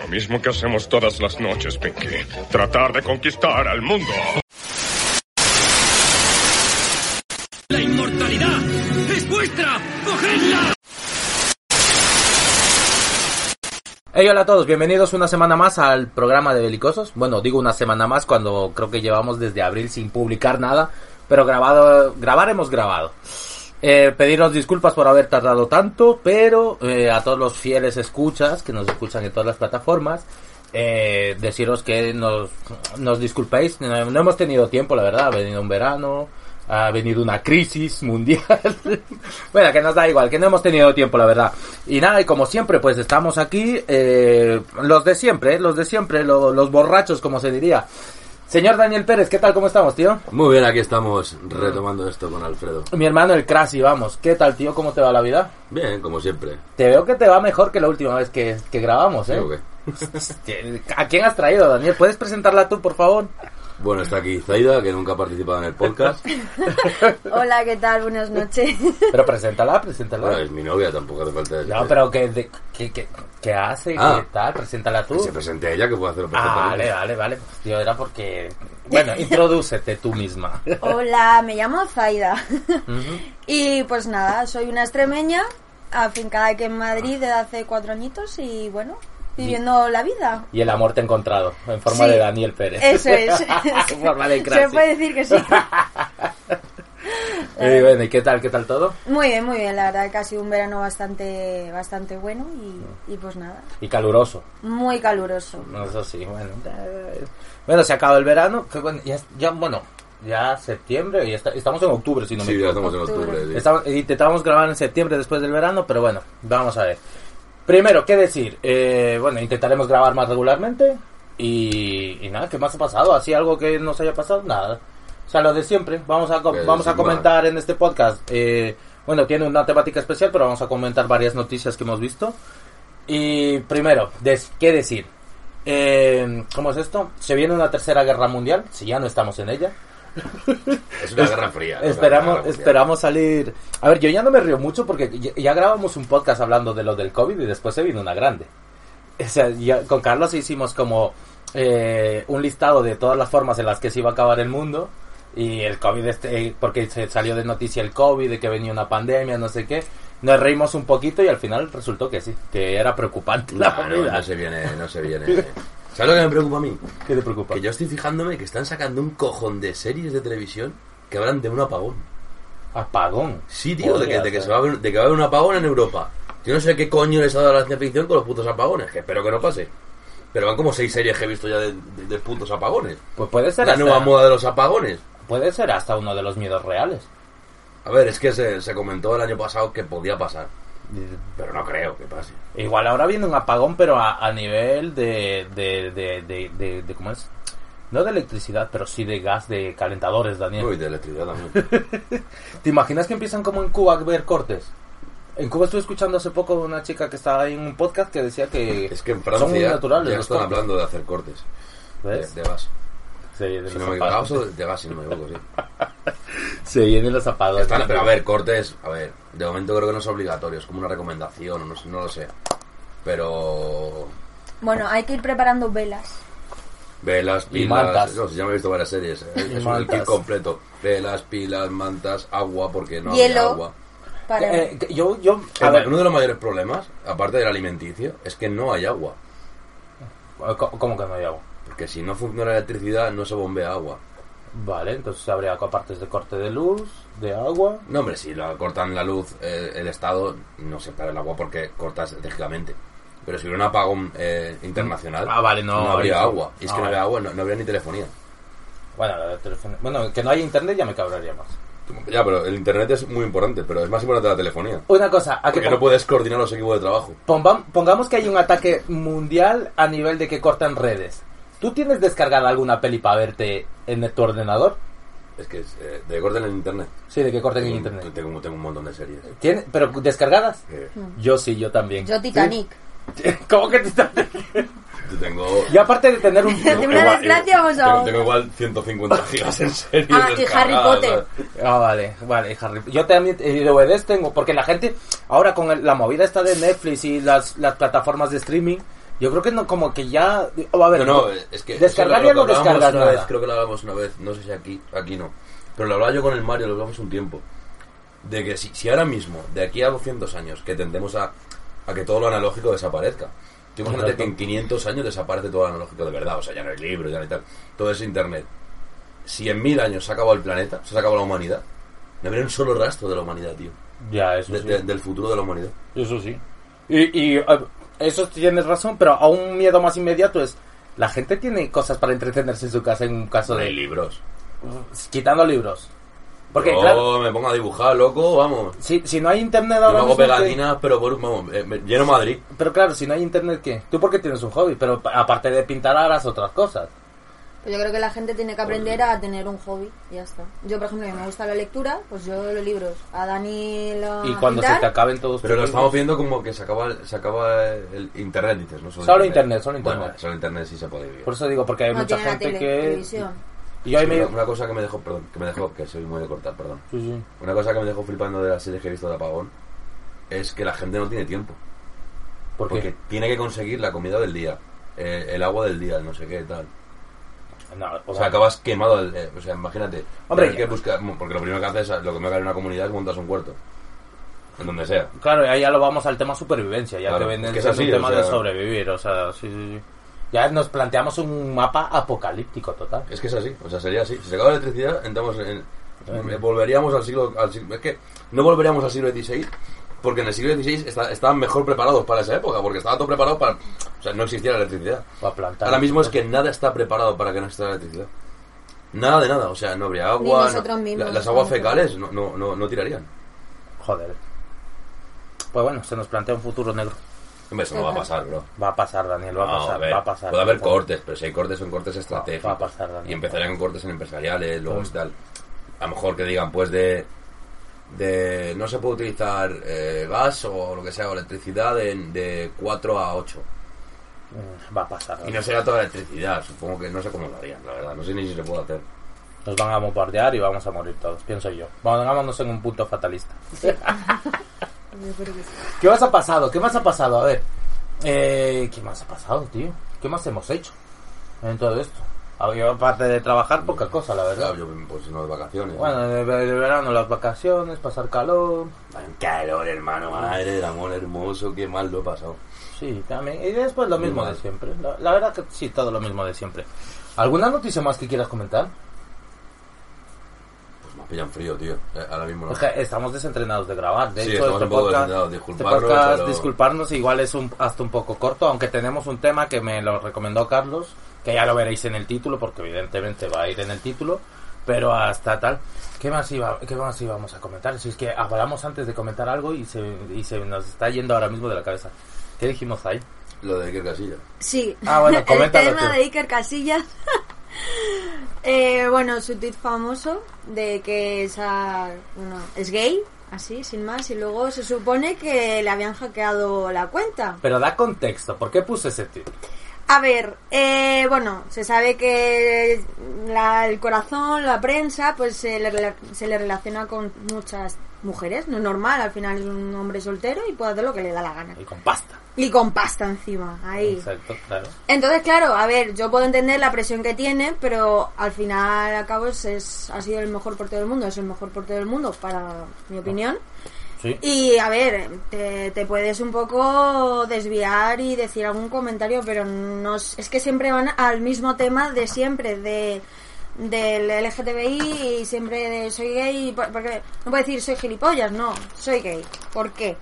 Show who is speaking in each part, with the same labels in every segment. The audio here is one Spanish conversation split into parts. Speaker 1: lo mismo que hacemos todas las noches, Pinky. Tratar de conquistar al mundo.
Speaker 2: ¡La inmortalidad es vuestra! ¡Cogedla!
Speaker 3: Hey, hola a todos, bienvenidos una semana más al programa de Belicosos. Bueno, digo una semana más cuando creo que llevamos desde abril sin publicar nada, pero grabado, grabar hemos grabado. Eh, pediros disculpas por haber tardado tanto, pero eh, a todos los fieles escuchas que nos escuchan en todas las plataformas, eh, deciros que nos, nos disculpéis, no, no hemos tenido tiempo, la verdad, ha venido un verano, ha venido una crisis mundial. bueno, que nos da igual, que no hemos tenido tiempo, la verdad. Y nada, y como siempre, pues estamos aquí, eh, los de siempre, eh, los de siempre, lo- los borrachos, como se diría. Señor Daniel Pérez, ¿qué tal? ¿Cómo estamos, tío?
Speaker 4: Muy bien, aquí estamos retomando esto con Alfredo.
Speaker 3: Mi hermano el Crasy, vamos. ¿Qué tal, tío? ¿Cómo te va la vida?
Speaker 4: Bien, como siempre.
Speaker 3: Te veo que te va mejor que la última vez que, que grabamos, ¿eh?
Speaker 4: Digo que-
Speaker 3: Que- ¿A quién has traído, Daniel? ¿Puedes presentarla tú, por favor?
Speaker 4: Bueno, está aquí Zaida, que nunca ha participado en el podcast.
Speaker 5: Hola, ¿qué tal? Buenas noches.
Speaker 3: Pero preséntala,
Speaker 4: Bueno,
Speaker 3: preséntala.
Speaker 4: es mi novia, tampoco hace falta decir.
Speaker 3: No, pero que, de- que, que- que hace,
Speaker 4: Ah.
Speaker 3: ¿qué tal? Preséntala
Speaker 4: Que
Speaker 3: tú.
Speaker 4: se presente ella, que puedo hacerlo
Speaker 3: Ah,
Speaker 4: perfectamente.
Speaker 3: vale, vale, vale. Pues, tío, era porque... Bueno, introdúcete tú misma.
Speaker 5: Hola, me llamo Zaida.
Speaker 3: Ujú.
Speaker 5: Y pues nada, soy una extremeña afincada aquí en Madrid desde hace cuatro añitos y bueno, viviendo la vida.
Speaker 3: Y el amor te he encontrado, en forma
Speaker 5: Sí,
Speaker 3: de Daniel Pérez.
Speaker 5: Eso es.
Speaker 3: En forma de
Speaker 5: Se
Speaker 3: Crassi.
Speaker 5: puede decir que sí.
Speaker 3: Y bueno, ¿y qué tal, qué tal todo?
Speaker 5: Muy bien, muy bien, la verdad que ha sido un verano bastante, bastante bueno y, y pues nada,
Speaker 3: Y caluroso.
Speaker 5: muy caluroso.
Speaker 3: No, eso sí, bueno. Bueno, se acabó el verano. que bueno, ya, ya, bueno, ya septiembre y está- estamos en octubre, si no me
Speaker 4: Sí, ya
Speaker 3: equivoco.
Speaker 4: estamos en octubre. sí.
Speaker 3: Estamos- intentamos grabar en septiembre después del verano, pero bueno, vamos a ver. Primero, ¿qué decir? Eh, bueno, intentaremos grabar más regularmente. Y, y nada, ¿qué más ha pasado? ¿Así algo que nos haya pasado? Nada. O sea, lo de siempre. Vamos a, co-
Speaker 4: Pero
Speaker 3: vamos a
Speaker 4: sin más.
Speaker 3: comentar en este podcast. eh, bueno, tiene una temática especial, pero vamos a comentar varias noticias que hemos visto. Y primero, des- ¿qué decir? Eh, ¿Cómo es esto? Se viene una tercera guerra mundial, si ya no estamos en ella.
Speaker 4: Es una guerra fría. ¿no? Una guerra
Speaker 3: Esperamos,
Speaker 4: mundial.
Speaker 3: esperamos salir. A ver, yo ya no me río mucho porque ya, ya grabamos un podcast hablando de lo del COVID y después se vino una grande. O sea, ya- con Carlos hicimos como eh, un listado de todas las formas en las que se iba a acabar el mundo y el COVID, este, eh, porque se salió de noticia el COVID, de que venía una pandemia, no sé qué. Nos reímos un poquito y al final resultó que sí, que era preocupante la
Speaker 4: No, no,
Speaker 3: movida.
Speaker 4: no se viene, no se viene. ¿Sabes lo que me preocupa a mí?
Speaker 3: ¿Qué te preocupa?
Speaker 4: Que yo estoy fijándome que están sacando un cojón de series de televisión que hablan de un apagón.
Speaker 3: Apagón.
Speaker 4: Sí, tío, de que,
Speaker 3: Podría
Speaker 4: de que
Speaker 3: ser.
Speaker 4: se va a haber, de que va a haber un apagón en Europa. Yo no sé qué coño les ha dado la ciencia ficción con los putos apagones, que espero que no pase. Pero van como seis series que he visto ya de, de- de putos apagones.
Speaker 3: Pues puede ser,
Speaker 4: La nueva
Speaker 3: hasta,
Speaker 4: moda de los apagones.
Speaker 3: puede ser hasta uno de los miedos reales.
Speaker 4: A ver, es que se, se comentó el año pasado que podía pasar, pero no creo que pase.
Speaker 3: Igual ahora viene un apagón, pero a, a nivel de, de, de, de, de- de- ¿Cómo es? No de electricidad, pero sí de gas, de calentadores, Daniel.
Speaker 4: Uy, de electricidad también.
Speaker 3: ¿Te imaginas que empiezan como en Cuba a ver cortes? En Cuba estuve escuchando hace poco una chica que estaba ahí en un podcast que decía que,
Speaker 4: Es que en
Speaker 3: son muy
Speaker 4: Francia
Speaker 3: naturales
Speaker 4: ya
Speaker 3: los
Speaker 4: están
Speaker 3: cortes.
Speaker 4: hablando de hacer cortes de,
Speaker 3: ¿Ves?
Speaker 4: de gas.
Speaker 3: Se vienen
Speaker 4: Si
Speaker 3: los
Speaker 4: no me
Speaker 3: apagones.
Speaker 4: gas o de gas, si no me equivoco, sí.
Speaker 3: Se vienen los apagones.
Speaker 4: Están- pero a ver, cortes, a ver, de momento creo que no es obligatorio, es como una recomendación, o no, sé- no lo sé. Pero
Speaker 5: Bueno, hay que ir preparando velas.
Speaker 4: velas,
Speaker 3: Y
Speaker 4: pilas,
Speaker 3: mantas.
Speaker 4: No, sé, ya me he visto varias series, eh,
Speaker 3: Y
Speaker 4: es un
Speaker 3: mantas.
Speaker 4: kit completo. Velas, pilas, mantas, agua, porque no hay
Speaker 5: Hielo.
Speaker 4: agua.
Speaker 5: Para...
Speaker 3: Eh, que- yo, yo, a
Speaker 4: El-
Speaker 3: ver,
Speaker 4: uno de los mayores problemas, aparte del alimenticio, es que no hay agua.
Speaker 3: Ah, ¿cómo cómo que no hay agua?
Speaker 4: Porque si no funciona la electricidad, no se bombea agua.
Speaker 3: Vale, entonces habría partes de corte de luz, de agua.
Speaker 4: No, hombre, si la- cortan la luz, eh, el estado, no se para el agua porque corta estratégicamente. Pero si hubiera un apagón eh, internacional,
Speaker 3: Ah, vale, no,
Speaker 4: habría
Speaker 3: eso.
Speaker 4: agua. Y es
Speaker 3: Ah,
Speaker 4: que no
Speaker 3: vale.
Speaker 4: habría agua, no, no habría ni telefonía.
Speaker 3: Bueno, la telefone- bueno, que no haya internet ya me cabrearía más.
Speaker 4: Ya, pero el internet es muy importante, pero es más importante la telefonía.
Speaker 3: Una cosa, a que
Speaker 4: Porque no puedes coordinar los equipos de trabajo.
Speaker 3: Ponga- pongamos que hay un ataque mundial a nivel de que cortan redes. ¿Tú tienes descargada alguna peli para verte en tu ordenador?
Speaker 4: Es que es, eh, de corten el internet.
Speaker 3: Sí, de que corten en
Speaker 4: Mm, Tengo,
Speaker 3: internet.
Speaker 4: tengo- tengo un montón de series.
Speaker 3: ¿Tienes, ¿Pero descargadas?
Speaker 4: Eh,
Speaker 3: Yo sí, yo también.
Speaker 5: Yo Titanic.
Speaker 3: ¿Sí? ¿Cómo que Titanic? Mm.
Speaker 4: yo tengo...
Speaker 3: Y aparte de tener un...
Speaker 5: De una
Speaker 3: eh,
Speaker 5: desgracia vamos a
Speaker 4: tengo,
Speaker 5: otra.
Speaker 4: tengo igual 150 gigas en series.
Speaker 5: Ah, y Harry
Speaker 4: descargadas,
Speaker 5: Potter.
Speaker 4: ¿sabes?
Speaker 3: Ah, vale, vale, Harry. Yo también eh, DVDs tengo, porque la gente, ahora con el- la movida está de Netflix y las, las plataformas de streaming, Yo creo que no, como que ya. o a ver,
Speaker 4: No, no, es que.
Speaker 3: pues, Descargar
Speaker 4: eso
Speaker 3: ya
Speaker 4: era
Speaker 3: no
Speaker 4: que hablábamos
Speaker 3: descargas
Speaker 4: una
Speaker 3: nada.
Speaker 4: vez, creo que lo hablamos una vez, no sé si aquí, aquí no. Pero lo hablaba yo con el Mario, lo hablamos un tiempo. De que si, si ahora mismo, de aquí a 200 años, que tendemos a, a que todo lo analógico desaparezca. Tú imagínate
Speaker 3: Correcto.
Speaker 4: que en 500 años desaparece todo lo analógico de verdad, o sea, ya no hay libros, ya no hay tal. Todo es internet. Si en mil años se ha acabado el planeta, se ha acabado la humanidad, no habrá un solo rastro de la humanidad, tío.
Speaker 3: Ya, eso
Speaker 4: De-
Speaker 3: sí.
Speaker 4: de- del futuro de la humanidad.
Speaker 3: Eso sí. Y, y, eh, eso tienes razón, pero a un miedo más inmediato es. La gente tiene cosas para entretenerse en su casa en un caso
Speaker 4: No hay
Speaker 3: de.
Speaker 4: libros.
Speaker 3: Quitando libros. Porque,
Speaker 4: Yo
Speaker 3: claro,
Speaker 4: me pongo a dibujar, loco, vamos.
Speaker 3: si, si no hay internet
Speaker 4: Yo me
Speaker 3: ahora
Speaker 4: hago
Speaker 3: mismo, ¿qué?
Speaker 4: pegatinas, pero por, vamos, eh, me- lleno Madrid.
Speaker 3: Pero claro, si no hay internet, ¿qué? Tú porque tienes un hobby, pero pa- aparte de pintar harás otras cosas.
Speaker 5: Pues yo creo que la gente tiene que aprender a tener un hobby, ya está. Yo, por ejemplo, que me gusta la lectura, pues yo los libros. A Dani lo
Speaker 3: Y cuando se
Speaker 5: Ah, pintar,
Speaker 3: te acaben todos tus
Speaker 4: Pero lo
Speaker 3: libros-
Speaker 4: estamos viendo como que se acaba, el- se acaba el internet, dices, ¿no?
Speaker 3: Solo internet, solo internet.
Speaker 4: Bueno, solo internet sí se puede vivir.
Speaker 3: Por eso digo, porque hay
Speaker 5: no
Speaker 3: mucha
Speaker 5: tiene la
Speaker 3: gente
Speaker 5: tele-
Speaker 3: que...
Speaker 5: televisión.
Speaker 3: Y yo ahí
Speaker 4: Sí,
Speaker 3: me...
Speaker 4: una, una cosa que me dejó, perdón, que me dejó, que soy muy de cortar, perdón.
Speaker 3: Sí, sí.
Speaker 4: Una cosa que me dejó flipando de las series que he visto de Apagón es que la gente no tiene tiempo.
Speaker 3: ¿Por
Speaker 4: Porque
Speaker 3: qué?
Speaker 4: tiene que conseguir la comida del día, eh, el agua del día, no sé qué, tal.
Speaker 3: No,
Speaker 4: O sea, acabas quemado. el- eh, o sea, imagínate.
Speaker 3: Hombre,
Speaker 4: Hombre, que buscar, porque lo primero que haces, lo que me haga en una comunidad es montas un cuarto. En donde sea.
Speaker 3: Claro, y ahí ya lo vamos al tema supervivencia, ya
Speaker 4: Claro,
Speaker 3: te venden
Speaker 4: es que es
Speaker 3: siendo
Speaker 4: así,
Speaker 3: un
Speaker 4: o
Speaker 3: tema
Speaker 4: sea-
Speaker 3: de sobrevivir, o sea, sí, sí, sí. Ya nos planteamos un mapa apocalíptico total.
Speaker 4: Es que es así, o sea, sería así. Si se acaba la electricidad, entramos en. en- volveríamos al siglo, al siglo- Es que no volveríamos al siglo XVI, porque en el siglo XVI está- estaban mejor preparados para esa época, porque estaba todo preparado para. O sea, no existía la electricidad.
Speaker 3: Para plantar.
Speaker 4: Ahora mismo es que nada está preparado para que no exista la electricidad. Nada de nada, o sea, no habría agua.
Speaker 5: Ni
Speaker 4: no-
Speaker 5: nosotros mismos,
Speaker 4: la- las aguas
Speaker 5: nosotros.
Speaker 4: fecales no, no, no, no tirarían.
Speaker 3: Joder. Pues bueno, se nos plantea un futuro negro.
Speaker 4: Hombre, eso no va a pasar, bro.
Speaker 3: Va a pasar, Daniel, va a
Speaker 4: No,
Speaker 3: pasar,
Speaker 4: ver,
Speaker 3: va a pasar. va
Speaker 4: Puede
Speaker 3: a
Speaker 4: haber
Speaker 3: pasar.
Speaker 4: cortes, pero si hay cortes son cortes estratégicos.
Speaker 3: va a pasar, Dani.
Speaker 4: y empezarían con cortes en empresariales, luego es tal. A lo mejor que digan, pues de. de no se puede utilizar eh, gas o lo que sea, o electricidad de, de 4 a 8.
Speaker 3: Mm, Va a pasar.
Speaker 4: Y no será toda electricidad, supongo que no sé cómo lo harían, la verdad. No sé ni si se puede hacer.
Speaker 3: Nos van a bombardear y vamos a morir todos, pienso yo. Pongámonos en un punto fatalista.
Speaker 5: Yo creo que sí.
Speaker 3: ¿Qué más ha pasado? ¿Qué más ha pasado? A ver. Eh, ¿Qué más ha pasado, tío? ¿Qué más hemos hecho en todo esto? Había aparte de trabajar, poca cosa, la verdad.
Speaker 4: Claro, yo, pues no de vacaciones.
Speaker 3: Bueno, de, de verano las vacaciones, pasar calor.
Speaker 4: Ay, calor, hermano, madre del amor hermoso, qué mal lo he pasado.
Speaker 3: Sí, también. Y después lo mismo
Speaker 4: mal.
Speaker 3: de siempre. La, la verdad que sí, todo lo mismo de siempre. ¿Alguna noticia más que quieras comentar?
Speaker 4: Pues me pillan frío, tío. Eh, Ahora mismo no.
Speaker 3: Es que estamos desentrenados de grabar. De
Speaker 4: Sí,
Speaker 3: hecho,
Speaker 4: estamos
Speaker 3: este
Speaker 4: un poco
Speaker 3: podcast,
Speaker 4: desentrenados,
Speaker 3: este
Speaker 4: disculparnos,
Speaker 3: podcast,
Speaker 4: pero-
Speaker 3: disculparnos, igual es un, hasta un poco corto, aunque tenemos un tema que me lo recomendó Carlos, que ya lo veréis en el título, porque evidentemente va a ir en el título, pero hasta tal. ¿Qué más, iba, qué más íbamos a comentar? Si es que hablamos antes de comentar algo y se, y se nos está yendo ahora mismo de la cabeza. ¿Qué dijimos ahí?
Speaker 4: Lo de Iker Casillas.
Speaker 5: Sí.
Speaker 3: Ah, bueno, coméntalo
Speaker 5: El tema
Speaker 3: tú.
Speaker 5: de Iker Casillas. Eh, bueno, su tweet famoso de que esa, bueno, es gay, así, sin más. Y luego se supone que le habían hackeado la cuenta.
Speaker 3: Pero da contexto, ¿por qué puse ese título?
Speaker 5: A ver, eh, bueno, se sabe que la- el corazón, la prensa, pues se le, rela- se le relaciona con muchas mujeres. No es normal, al final es un hombre soltero y puede hacer lo que le da la gana.
Speaker 3: Y con pasta.
Speaker 5: Y con pasta encima, ahí.
Speaker 3: Exacto, claro.
Speaker 5: Entonces, claro, a ver, yo puedo entender la presión que tiene, pero al final, a cabo, es, es- ha sido el mejor portero del mundo, es el mejor portero del mundo, para mi opinión.
Speaker 3: Sí.
Speaker 5: Y a ver, te, te puedes un poco desviar y decir algún comentario, pero no es es que siempre van al mismo tema de siempre, de del LGTBI y siempre de soy gay, y por- porque no puedo decir soy gilipollas, no, soy gay. ¿Por qué?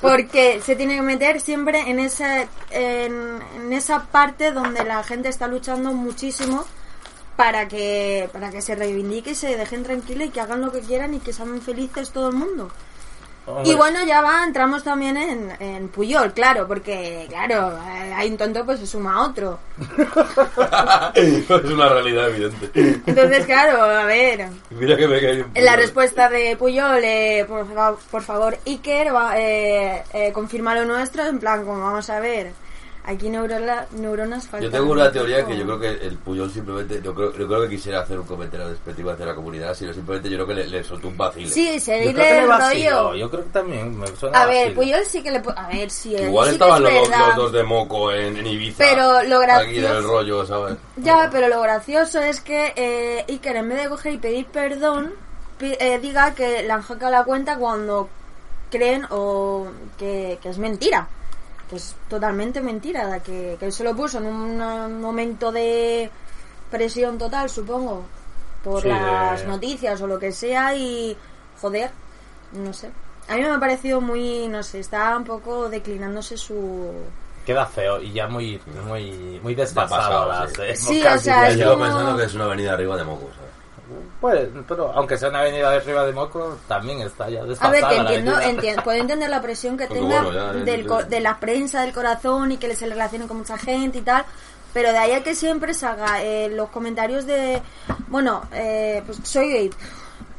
Speaker 5: Porque se tiene que meter siempre en esa, en, en esa parte donde la gente está luchando muchísimo para que, para que se reivindique y se dejen tranquila y que hagan lo que quieran y que sean felices todo el mundo.
Speaker 3: Hombre,
Speaker 5: Y bueno, ya va, entramos también en, en Puyol, claro, porque, claro, eh, hay un tonto, pues se suma a otro.
Speaker 4: es una realidad evidente.
Speaker 5: Entonces, claro, a ver,
Speaker 4: Mira que me cae
Speaker 5: En la respuesta de Puyol, eh, por, fa- por favor, Iker, va, eh, eh, confirma lo nuestro, en plan, como vamos a ver. Aquí neurola- neuronas
Speaker 4: Yo
Speaker 5: faltan.
Speaker 4: tengo una teoría que yo creo que el Puyol simplemente, yo creo, yo creo que quisiera hacer un comentario despectivo hacia la comunidad, sino simplemente yo creo que le, le soltó un vacile.
Speaker 5: Sí,
Speaker 3: Yo
Speaker 5: seguir
Speaker 3: creo que le
Speaker 5: el
Speaker 3: vacilo,
Speaker 5: rollo.
Speaker 3: Yo creo que también me suena
Speaker 5: A ver, pues
Speaker 3: vacilo.
Speaker 5: Puyol sí que le pu- A ver, sí, él
Speaker 4: Igual
Speaker 5: sí que
Speaker 4: estaban
Speaker 5: es
Speaker 4: los,
Speaker 5: verdad.
Speaker 4: los dos de moco en, en Ibiza.
Speaker 5: Pero lo
Speaker 4: Aquí del
Speaker 5: gracioso-
Speaker 4: rollo, ¿sabes?
Speaker 5: Ya, pero lo gracioso es que eh, Iker, en vez de coger y pedir perdón, pi- eh, diga que le han hackeado la cuenta cuando creen o que, que es mentira. Que es totalmente mentira. Que, que él se lo puso en un eh, momento de presión total, supongo. Por
Speaker 3: Sí, de-
Speaker 5: las noticias o lo que sea y. Joder, no sé. A mí me ha parecido muy. No sé, está un poco declinándose su.
Speaker 3: Queda feo y ya muy, muy, muy
Speaker 4: pasado,
Speaker 3: desfasado. las,
Speaker 4: sí.
Speaker 3: eh,
Speaker 5: Sí,
Speaker 3: moscas,
Speaker 5: o sea,
Speaker 3: diría
Speaker 5: es
Speaker 3: yo.
Speaker 4: Yo
Speaker 5: como-
Speaker 4: pensando que es una avenida arriba de moco, ¿sabes?
Speaker 3: Pues, pero aunque sea una avenida de arriba de Moco, también está ya
Speaker 5: A
Speaker 3: desfasada.
Speaker 5: ver, que
Speaker 3: la
Speaker 5: entiendo,
Speaker 3: avenida.
Speaker 5: entiendo, puedo entender la presión que
Speaker 4: Porque
Speaker 5: tenga
Speaker 4: bueno, ya, ya,
Speaker 5: del
Speaker 4: ya.
Speaker 5: co- de la prensa, del corazón y que se le relacione con mucha gente y tal. Pero de ahí a que siempre salga eh, los comentarios de. Bueno, eh, pues soy gay.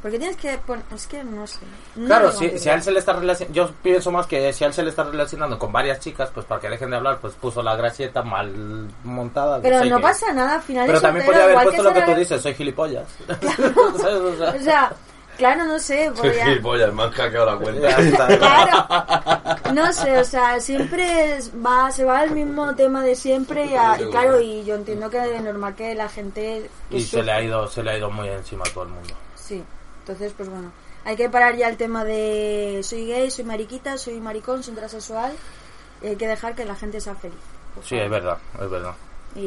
Speaker 5: Porque tienes que. pon- es que no sé. No
Speaker 3: Claro,
Speaker 5: lo
Speaker 3: si, si a él se le está relacionando, yo pienso más que si a él se le está relacionando con varias chicas, pues para que dejen de hablar, pues puso la gracieta mal montada. de
Speaker 5: Pero
Speaker 3: soy
Speaker 5: no
Speaker 3: gay.
Speaker 5: pasa nada, al final
Speaker 3: Pero
Speaker 5: es
Speaker 3: también
Speaker 5: soltero,
Speaker 3: podría haber
Speaker 5: igual
Speaker 3: puesto lo que
Speaker 5: se
Speaker 3: tú
Speaker 5: le-
Speaker 3: dices, soy gilipollas. ¿Sabes? O sea,
Speaker 5: O sea, claro, no sé.
Speaker 4: Soy
Speaker 5: pues ya-
Speaker 4: gilipollas, me han hackeado la
Speaker 3: ya
Speaker 4: cuenta.
Speaker 3: está.
Speaker 5: Claro, no sé, o sea, siempre es- va, se va al mismo tema de siempre y, a- y claro, y yo entiendo que es normal que la gente...
Speaker 3: Y
Speaker 5: pues,
Speaker 3: se le ha ido, se le ha ido muy encima a todo el mundo.
Speaker 5: Sí, entonces pues bueno, hay que parar ya el tema de soy gay, soy mariquita, soy maricón, soy transexual y hay que dejar que la gente sea feliz. por
Speaker 3: Sí,
Speaker 5: favor.
Speaker 3: es verdad, es verdad.
Speaker 5: Y,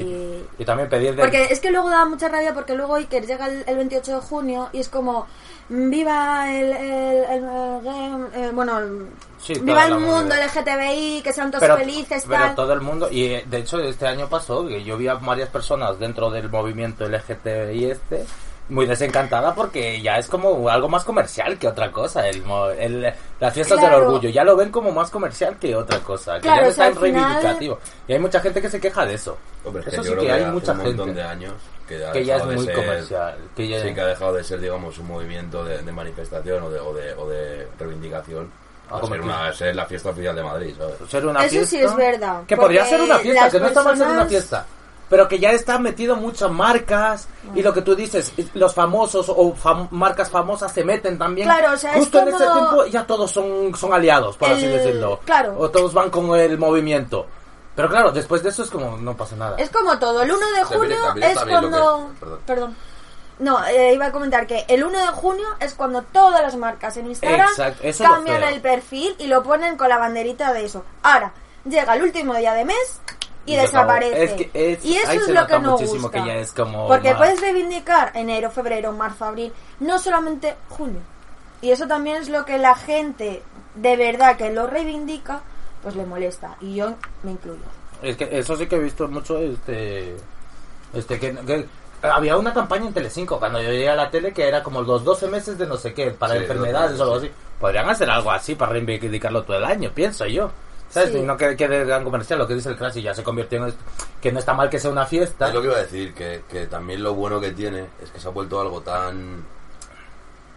Speaker 3: Y también pedir de...
Speaker 5: porque es que luego da mucha rabia porque luego Iker llega el, el 28 de junio y es como mm, viva el, el- el- el gay, eh, bueno el-
Speaker 3: Sí,
Speaker 5: viva
Speaker 3: toda
Speaker 5: el
Speaker 3: la
Speaker 5: mundo
Speaker 3: movida.
Speaker 5: LGTBI que sean todos felices
Speaker 3: pero
Speaker 5: tal
Speaker 3: todo el mundo, y eh, de hecho este año pasó, que yo vi a varias personas dentro del movimiento LGTBI este muy desencantada porque ya es como algo más comercial que otra cosa. El, mo- el- las fiestas del
Speaker 5: Claro.
Speaker 3: orgullo ya lo ven como más comercial que otra cosa. Que
Speaker 5: Claro,
Speaker 3: ya no
Speaker 5: o sea,
Speaker 3: es tan
Speaker 5: al final-
Speaker 3: reivindicativo. Y hay mucha gente que se queja de eso.
Speaker 4: Hombre, es
Speaker 3: eso
Speaker 4: yo
Speaker 3: sí
Speaker 4: creo
Speaker 3: que hay
Speaker 4: hace
Speaker 3: mucha
Speaker 4: un
Speaker 3: gente
Speaker 4: montón de años que ya, ha
Speaker 3: que ya es
Speaker 4: dejado de
Speaker 3: muy
Speaker 4: ser-
Speaker 3: comercial. Que ya-
Speaker 4: Sí, que ha dejado de ser, digamos, un movimiento de, de manifestación o de, o de, o de reivindicación.
Speaker 3: Ah,
Speaker 4: A
Speaker 3: como
Speaker 4: ser,
Speaker 3: que-
Speaker 4: una, a ser la fiesta oficial de Madrid, ¿sabes?
Speaker 3: ser una
Speaker 5: Eso sí
Speaker 3: fiesta,
Speaker 5: es verdad,
Speaker 3: Que podría
Speaker 5: porque
Speaker 3: ser una fiesta,
Speaker 5: las
Speaker 3: que no está mal ser una
Speaker 5: personas-
Speaker 3: fiesta. Pero que ya están metido muchas marcas y lo que tú dices, los famosos o fam- marcas famosas se meten también.
Speaker 5: Claro, o sea, es
Speaker 3: Justo en
Speaker 5: como-
Speaker 3: ese tiempo ya todos son, son aliados, por así
Speaker 5: El-
Speaker 3: decirlo.
Speaker 5: claro.
Speaker 3: O todos van con el movimiento. Pero claro, después de eso es como no pasa nada.
Speaker 5: Es como todo, el 1 de
Speaker 4: También-
Speaker 5: junio
Speaker 4: también
Speaker 5: es
Speaker 4: está bien lo que-
Speaker 5: cuando...
Speaker 4: perdón.
Speaker 5: Perdón. No, eh, iba a comentar que el 1 de junio es cuando todas las marcas en Instagram
Speaker 3: Exacto, eso es lo
Speaker 5: cambian
Speaker 3: feo.
Speaker 5: el perfil y lo ponen con la banderita de eso. Ahora, llega el último día de mes y,
Speaker 3: Y se acabó.
Speaker 5: desaparece.
Speaker 3: Es que es-
Speaker 5: y eso
Speaker 3: ahí
Speaker 5: es
Speaker 3: se
Speaker 5: lo
Speaker 3: nota
Speaker 5: que no
Speaker 3: muchísimo
Speaker 5: gusta.
Speaker 3: que ya es como
Speaker 5: Porque
Speaker 3: más-
Speaker 5: puedes reivindicar enero, febrero, marzo, abril, no solamente junio. Y eso también es lo que la gente de verdad que lo reivindica, pues le molesta. Y yo me incluyo.
Speaker 3: Es que eso sí que he visto mucho, este... Este, que... que había una campaña en Telecinco cuando yo llegué a la tele que era como los 12 meses de no sé qué para
Speaker 4: Sí,
Speaker 3: enfermedades o algo
Speaker 4: sí.
Speaker 3: así. Podrían hacer algo así para reivindicarlo todo el año, pienso yo. ¿Sabes?
Speaker 5: Sí.
Speaker 3: Y no que quede gran comercial, lo que dice el Crash y ya se convirtió en... esto, Que no está mal que sea una fiesta.
Speaker 4: Es lo que iba a decir, que, que también lo bueno que tiene es que se ha vuelto algo tan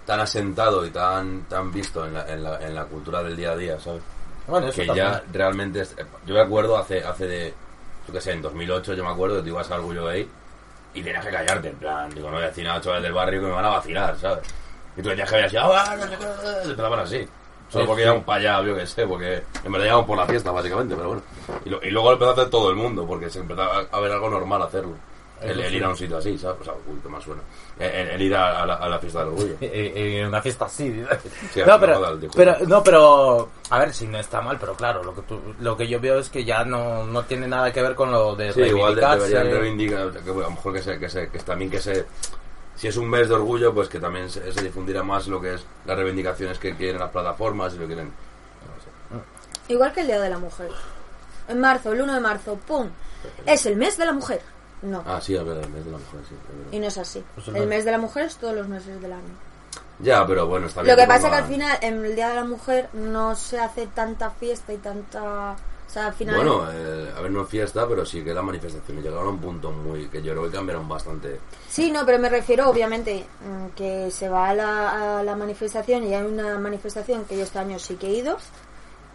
Speaker 4: tan asentado y tan tan visto en la, en la, en la cultura del día a día, ¿sabes?
Speaker 3: Bueno, eso
Speaker 4: Que
Speaker 3: también.
Speaker 4: ya realmente... es- yo me acuerdo hace hace de... Yo qué sé, en 2008 yo me acuerdo que tú ibas a Orgullo Gay y tenías que callarte, en plan, digo, no voy a decir nada a chavales del barrio que me van a vacilar, ¿sabes? Y tú tenías que ver así, ¡ah! va, no sé qué", y empezaban así. Solo
Speaker 3: Sí,
Speaker 4: porque
Speaker 3: sí.
Speaker 4: íbamos para allá, yo qué sé, porque en verdad íbamos por la fiesta, básicamente, pero bueno. Y, lo- y luego lo empezó a hacer todo el mundo, porque se empezó a, a ver algo normal hacerlo. El, el ir a un sitio así, ¿sabes? O sea, uy, qué más suena. El, el- el ir a, a la, a la fiesta del orgullo.
Speaker 3: Eh, eh, una fiesta así.
Speaker 4: Sí,
Speaker 3: no,
Speaker 4: al final da
Speaker 3: pero,
Speaker 4: el discurso.
Speaker 3: pero, no, pero, a ver, si no está mal, pero claro, lo que, tú- lo que yo veo es que ya no, no tiene nada que ver con lo de
Speaker 4: Sí, igual de-
Speaker 3: reivindicarse.
Speaker 4: deberían reivindicar, que, bueno, a lo mejor que, se, que, se, que también que se... Si es un mes de orgullo, pues que también se, se difundirá más lo que es las reivindicaciones que quieren las plataformas y lo quieren...
Speaker 5: Igual que el Día de la Mujer. En marzo, el 1 de marzo, ¡pum! Es el mes de la mujer. No,
Speaker 4: Ah, sí, es verdad, el mes de la mujer, sí. es verdad.
Speaker 5: y no es así.
Speaker 3: Pues el
Speaker 5: El
Speaker 3: mes.
Speaker 5: mes de la mujer es todos los meses del año.
Speaker 4: Ya, pero bueno, está bien.
Speaker 5: Lo que
Speaker 4: pongan-
Speaker 5: pasa que al final, en el Día de la Mujer, no se hace tanta fiesta y tanta... O sea, al final...
Speaker 4: Bueno, eh, a ver, no es fiesta, pero sí que las manifestaciones llegaron a un punto muy... que yo creo que cambiaron bastante.
Speaker 5: Sí, no, pero me refiero, obviamente, mm, que se va a la, a la manifestación y hay una manifestación que yo este año sí que he ido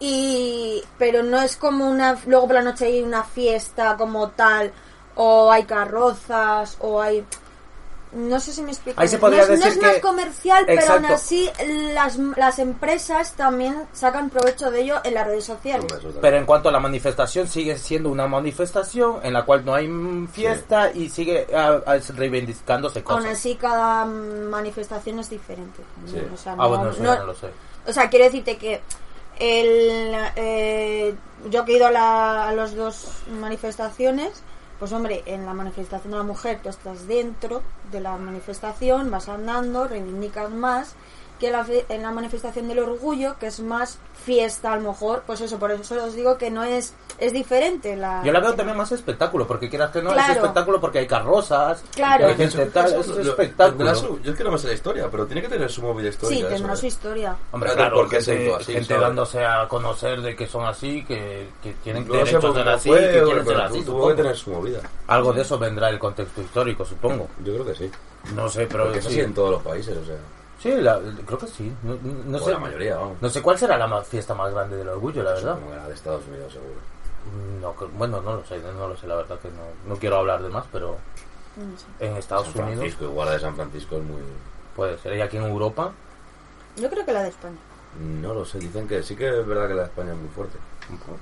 Speaker 5: y pero no es como una luego por la noche hay una fiesta como tal o hay carrozas o hay no sé si me explico
Speaker 3: Ahí se
Speaker 5: bien.
Speaker 3: podría
Speaker 5: no, es, no
Speaker 3: decir
Speaker 5: es más
Speaker 3: que-
Speaker 5: comercial pero aún
Speaker 3: Exacto.
Speaker 5: así las, las empresas también sacan provecho de ello en las redes sociales
Speaker 3: Pero en cuanto a la manifestación, sigue siendo una manifestación en la cual no hay mm, fiesta y sigue ah, ah, reivindicándose
Speaker 5: aún
Speaker 3: cosas.
Speaker 5: así cada manifestación es diferente
Speaker 4: Sí.
Speaker 5: o sea,
Speaker 3: Ah, bueno,
Speaker 5: no-
Speaker 3: eso
Speaker 5: no-
Speaker 3: ya no lo sé.
Speaker 5: O sea, quiero decirte que el, eh, yo que he ido a, la- a las dos manifestaciones, pues hombre, en la manifestación de la mujer tú estás dentro de la manifestación, vas andando, reivindicas más que en la, fe- en la manifestación del orgullo, que es más fiesta a lo mejor, pues eso, por eso os digo que no es, es diferente la...
Speaker 3: Yo la veo también más espectáculo, porque quieras que no, es
Speaker 5: Claro.
Speaker 3: espectáculo porque hay carrozas,
Speaker 5: Claro.
Speaker 3: hay gente tal, es espectáculo.
Speaker 4: Yo es que no me sé la historia, pero tiene que tener su movida
Speaker 5: sí,
Speaker 4: histórica.
Speaker 5: tendrá
Speaker 4: eso,
Speaker 5: su
Speaker 4: ¿eh?
Speaker 5: historia.
Speaker 3: Hombre,
Speaker 4: Claro,
Speaker 3: claro,
Speaker 4: porque se
Speaker 3: gente,
Speaker 4: hizo así,
Speaker 3: gente
Speaker 4: ¿sabes?
Speaker 3: dándose a conocer de que son así, que, que tienen
Speaker 4: No sé
Speaker 3: derechos
Speaker 4: por
Speaker 3: de
Speaker 4: qué
Speaker 3: ser así,
Speaker 4: fue,
Speaker 3: que quieren
Speaker 4: pero
Speaker 3: ser
Speaker 4: tu-
Speaker 3: así,
Speaker 4: Tuvo que
Speaker 3: supongo.
Speaker 4: tener su movida.
Speaker 3: Algo de eso vendrá el contexto histórico, supongo.
Speaker 4: Yo creo que sí.
Speaker 3: No sé, pero
Speaker 4: Porque es así
Speaker 3: sí.
Speaker 4: en todos los países, o sea.
Speaker 3: Sí, la- creo que sí. No, no
Speaker 4: O
Speaker 3: sé,
Speaker 4: la mayoría, vamos.
Speaker 3: No sé cuál será la ma- fiesta más grande del orgullo, la verdad.
Speaker 4: Como era de Estados Unidos, seguro.
Speaker 3: No, cre- bueno, no lo sé, no lo sé, la verdad que no, no quiero hablar de más, pero
Speaker 5: No sé.
Speaker 3: en Estados
Speaker 4: San
Speaker 3: Unidos
Speaker 4: Francisco, igual la de San Francisco es muy.
Speaker 3: puede ser, y aquí en Europa,
Speaker 5: Yo creo que la de España.
Speaker 4: No lo sé, dicen que sí que es verdad que la de España es muy fuerte.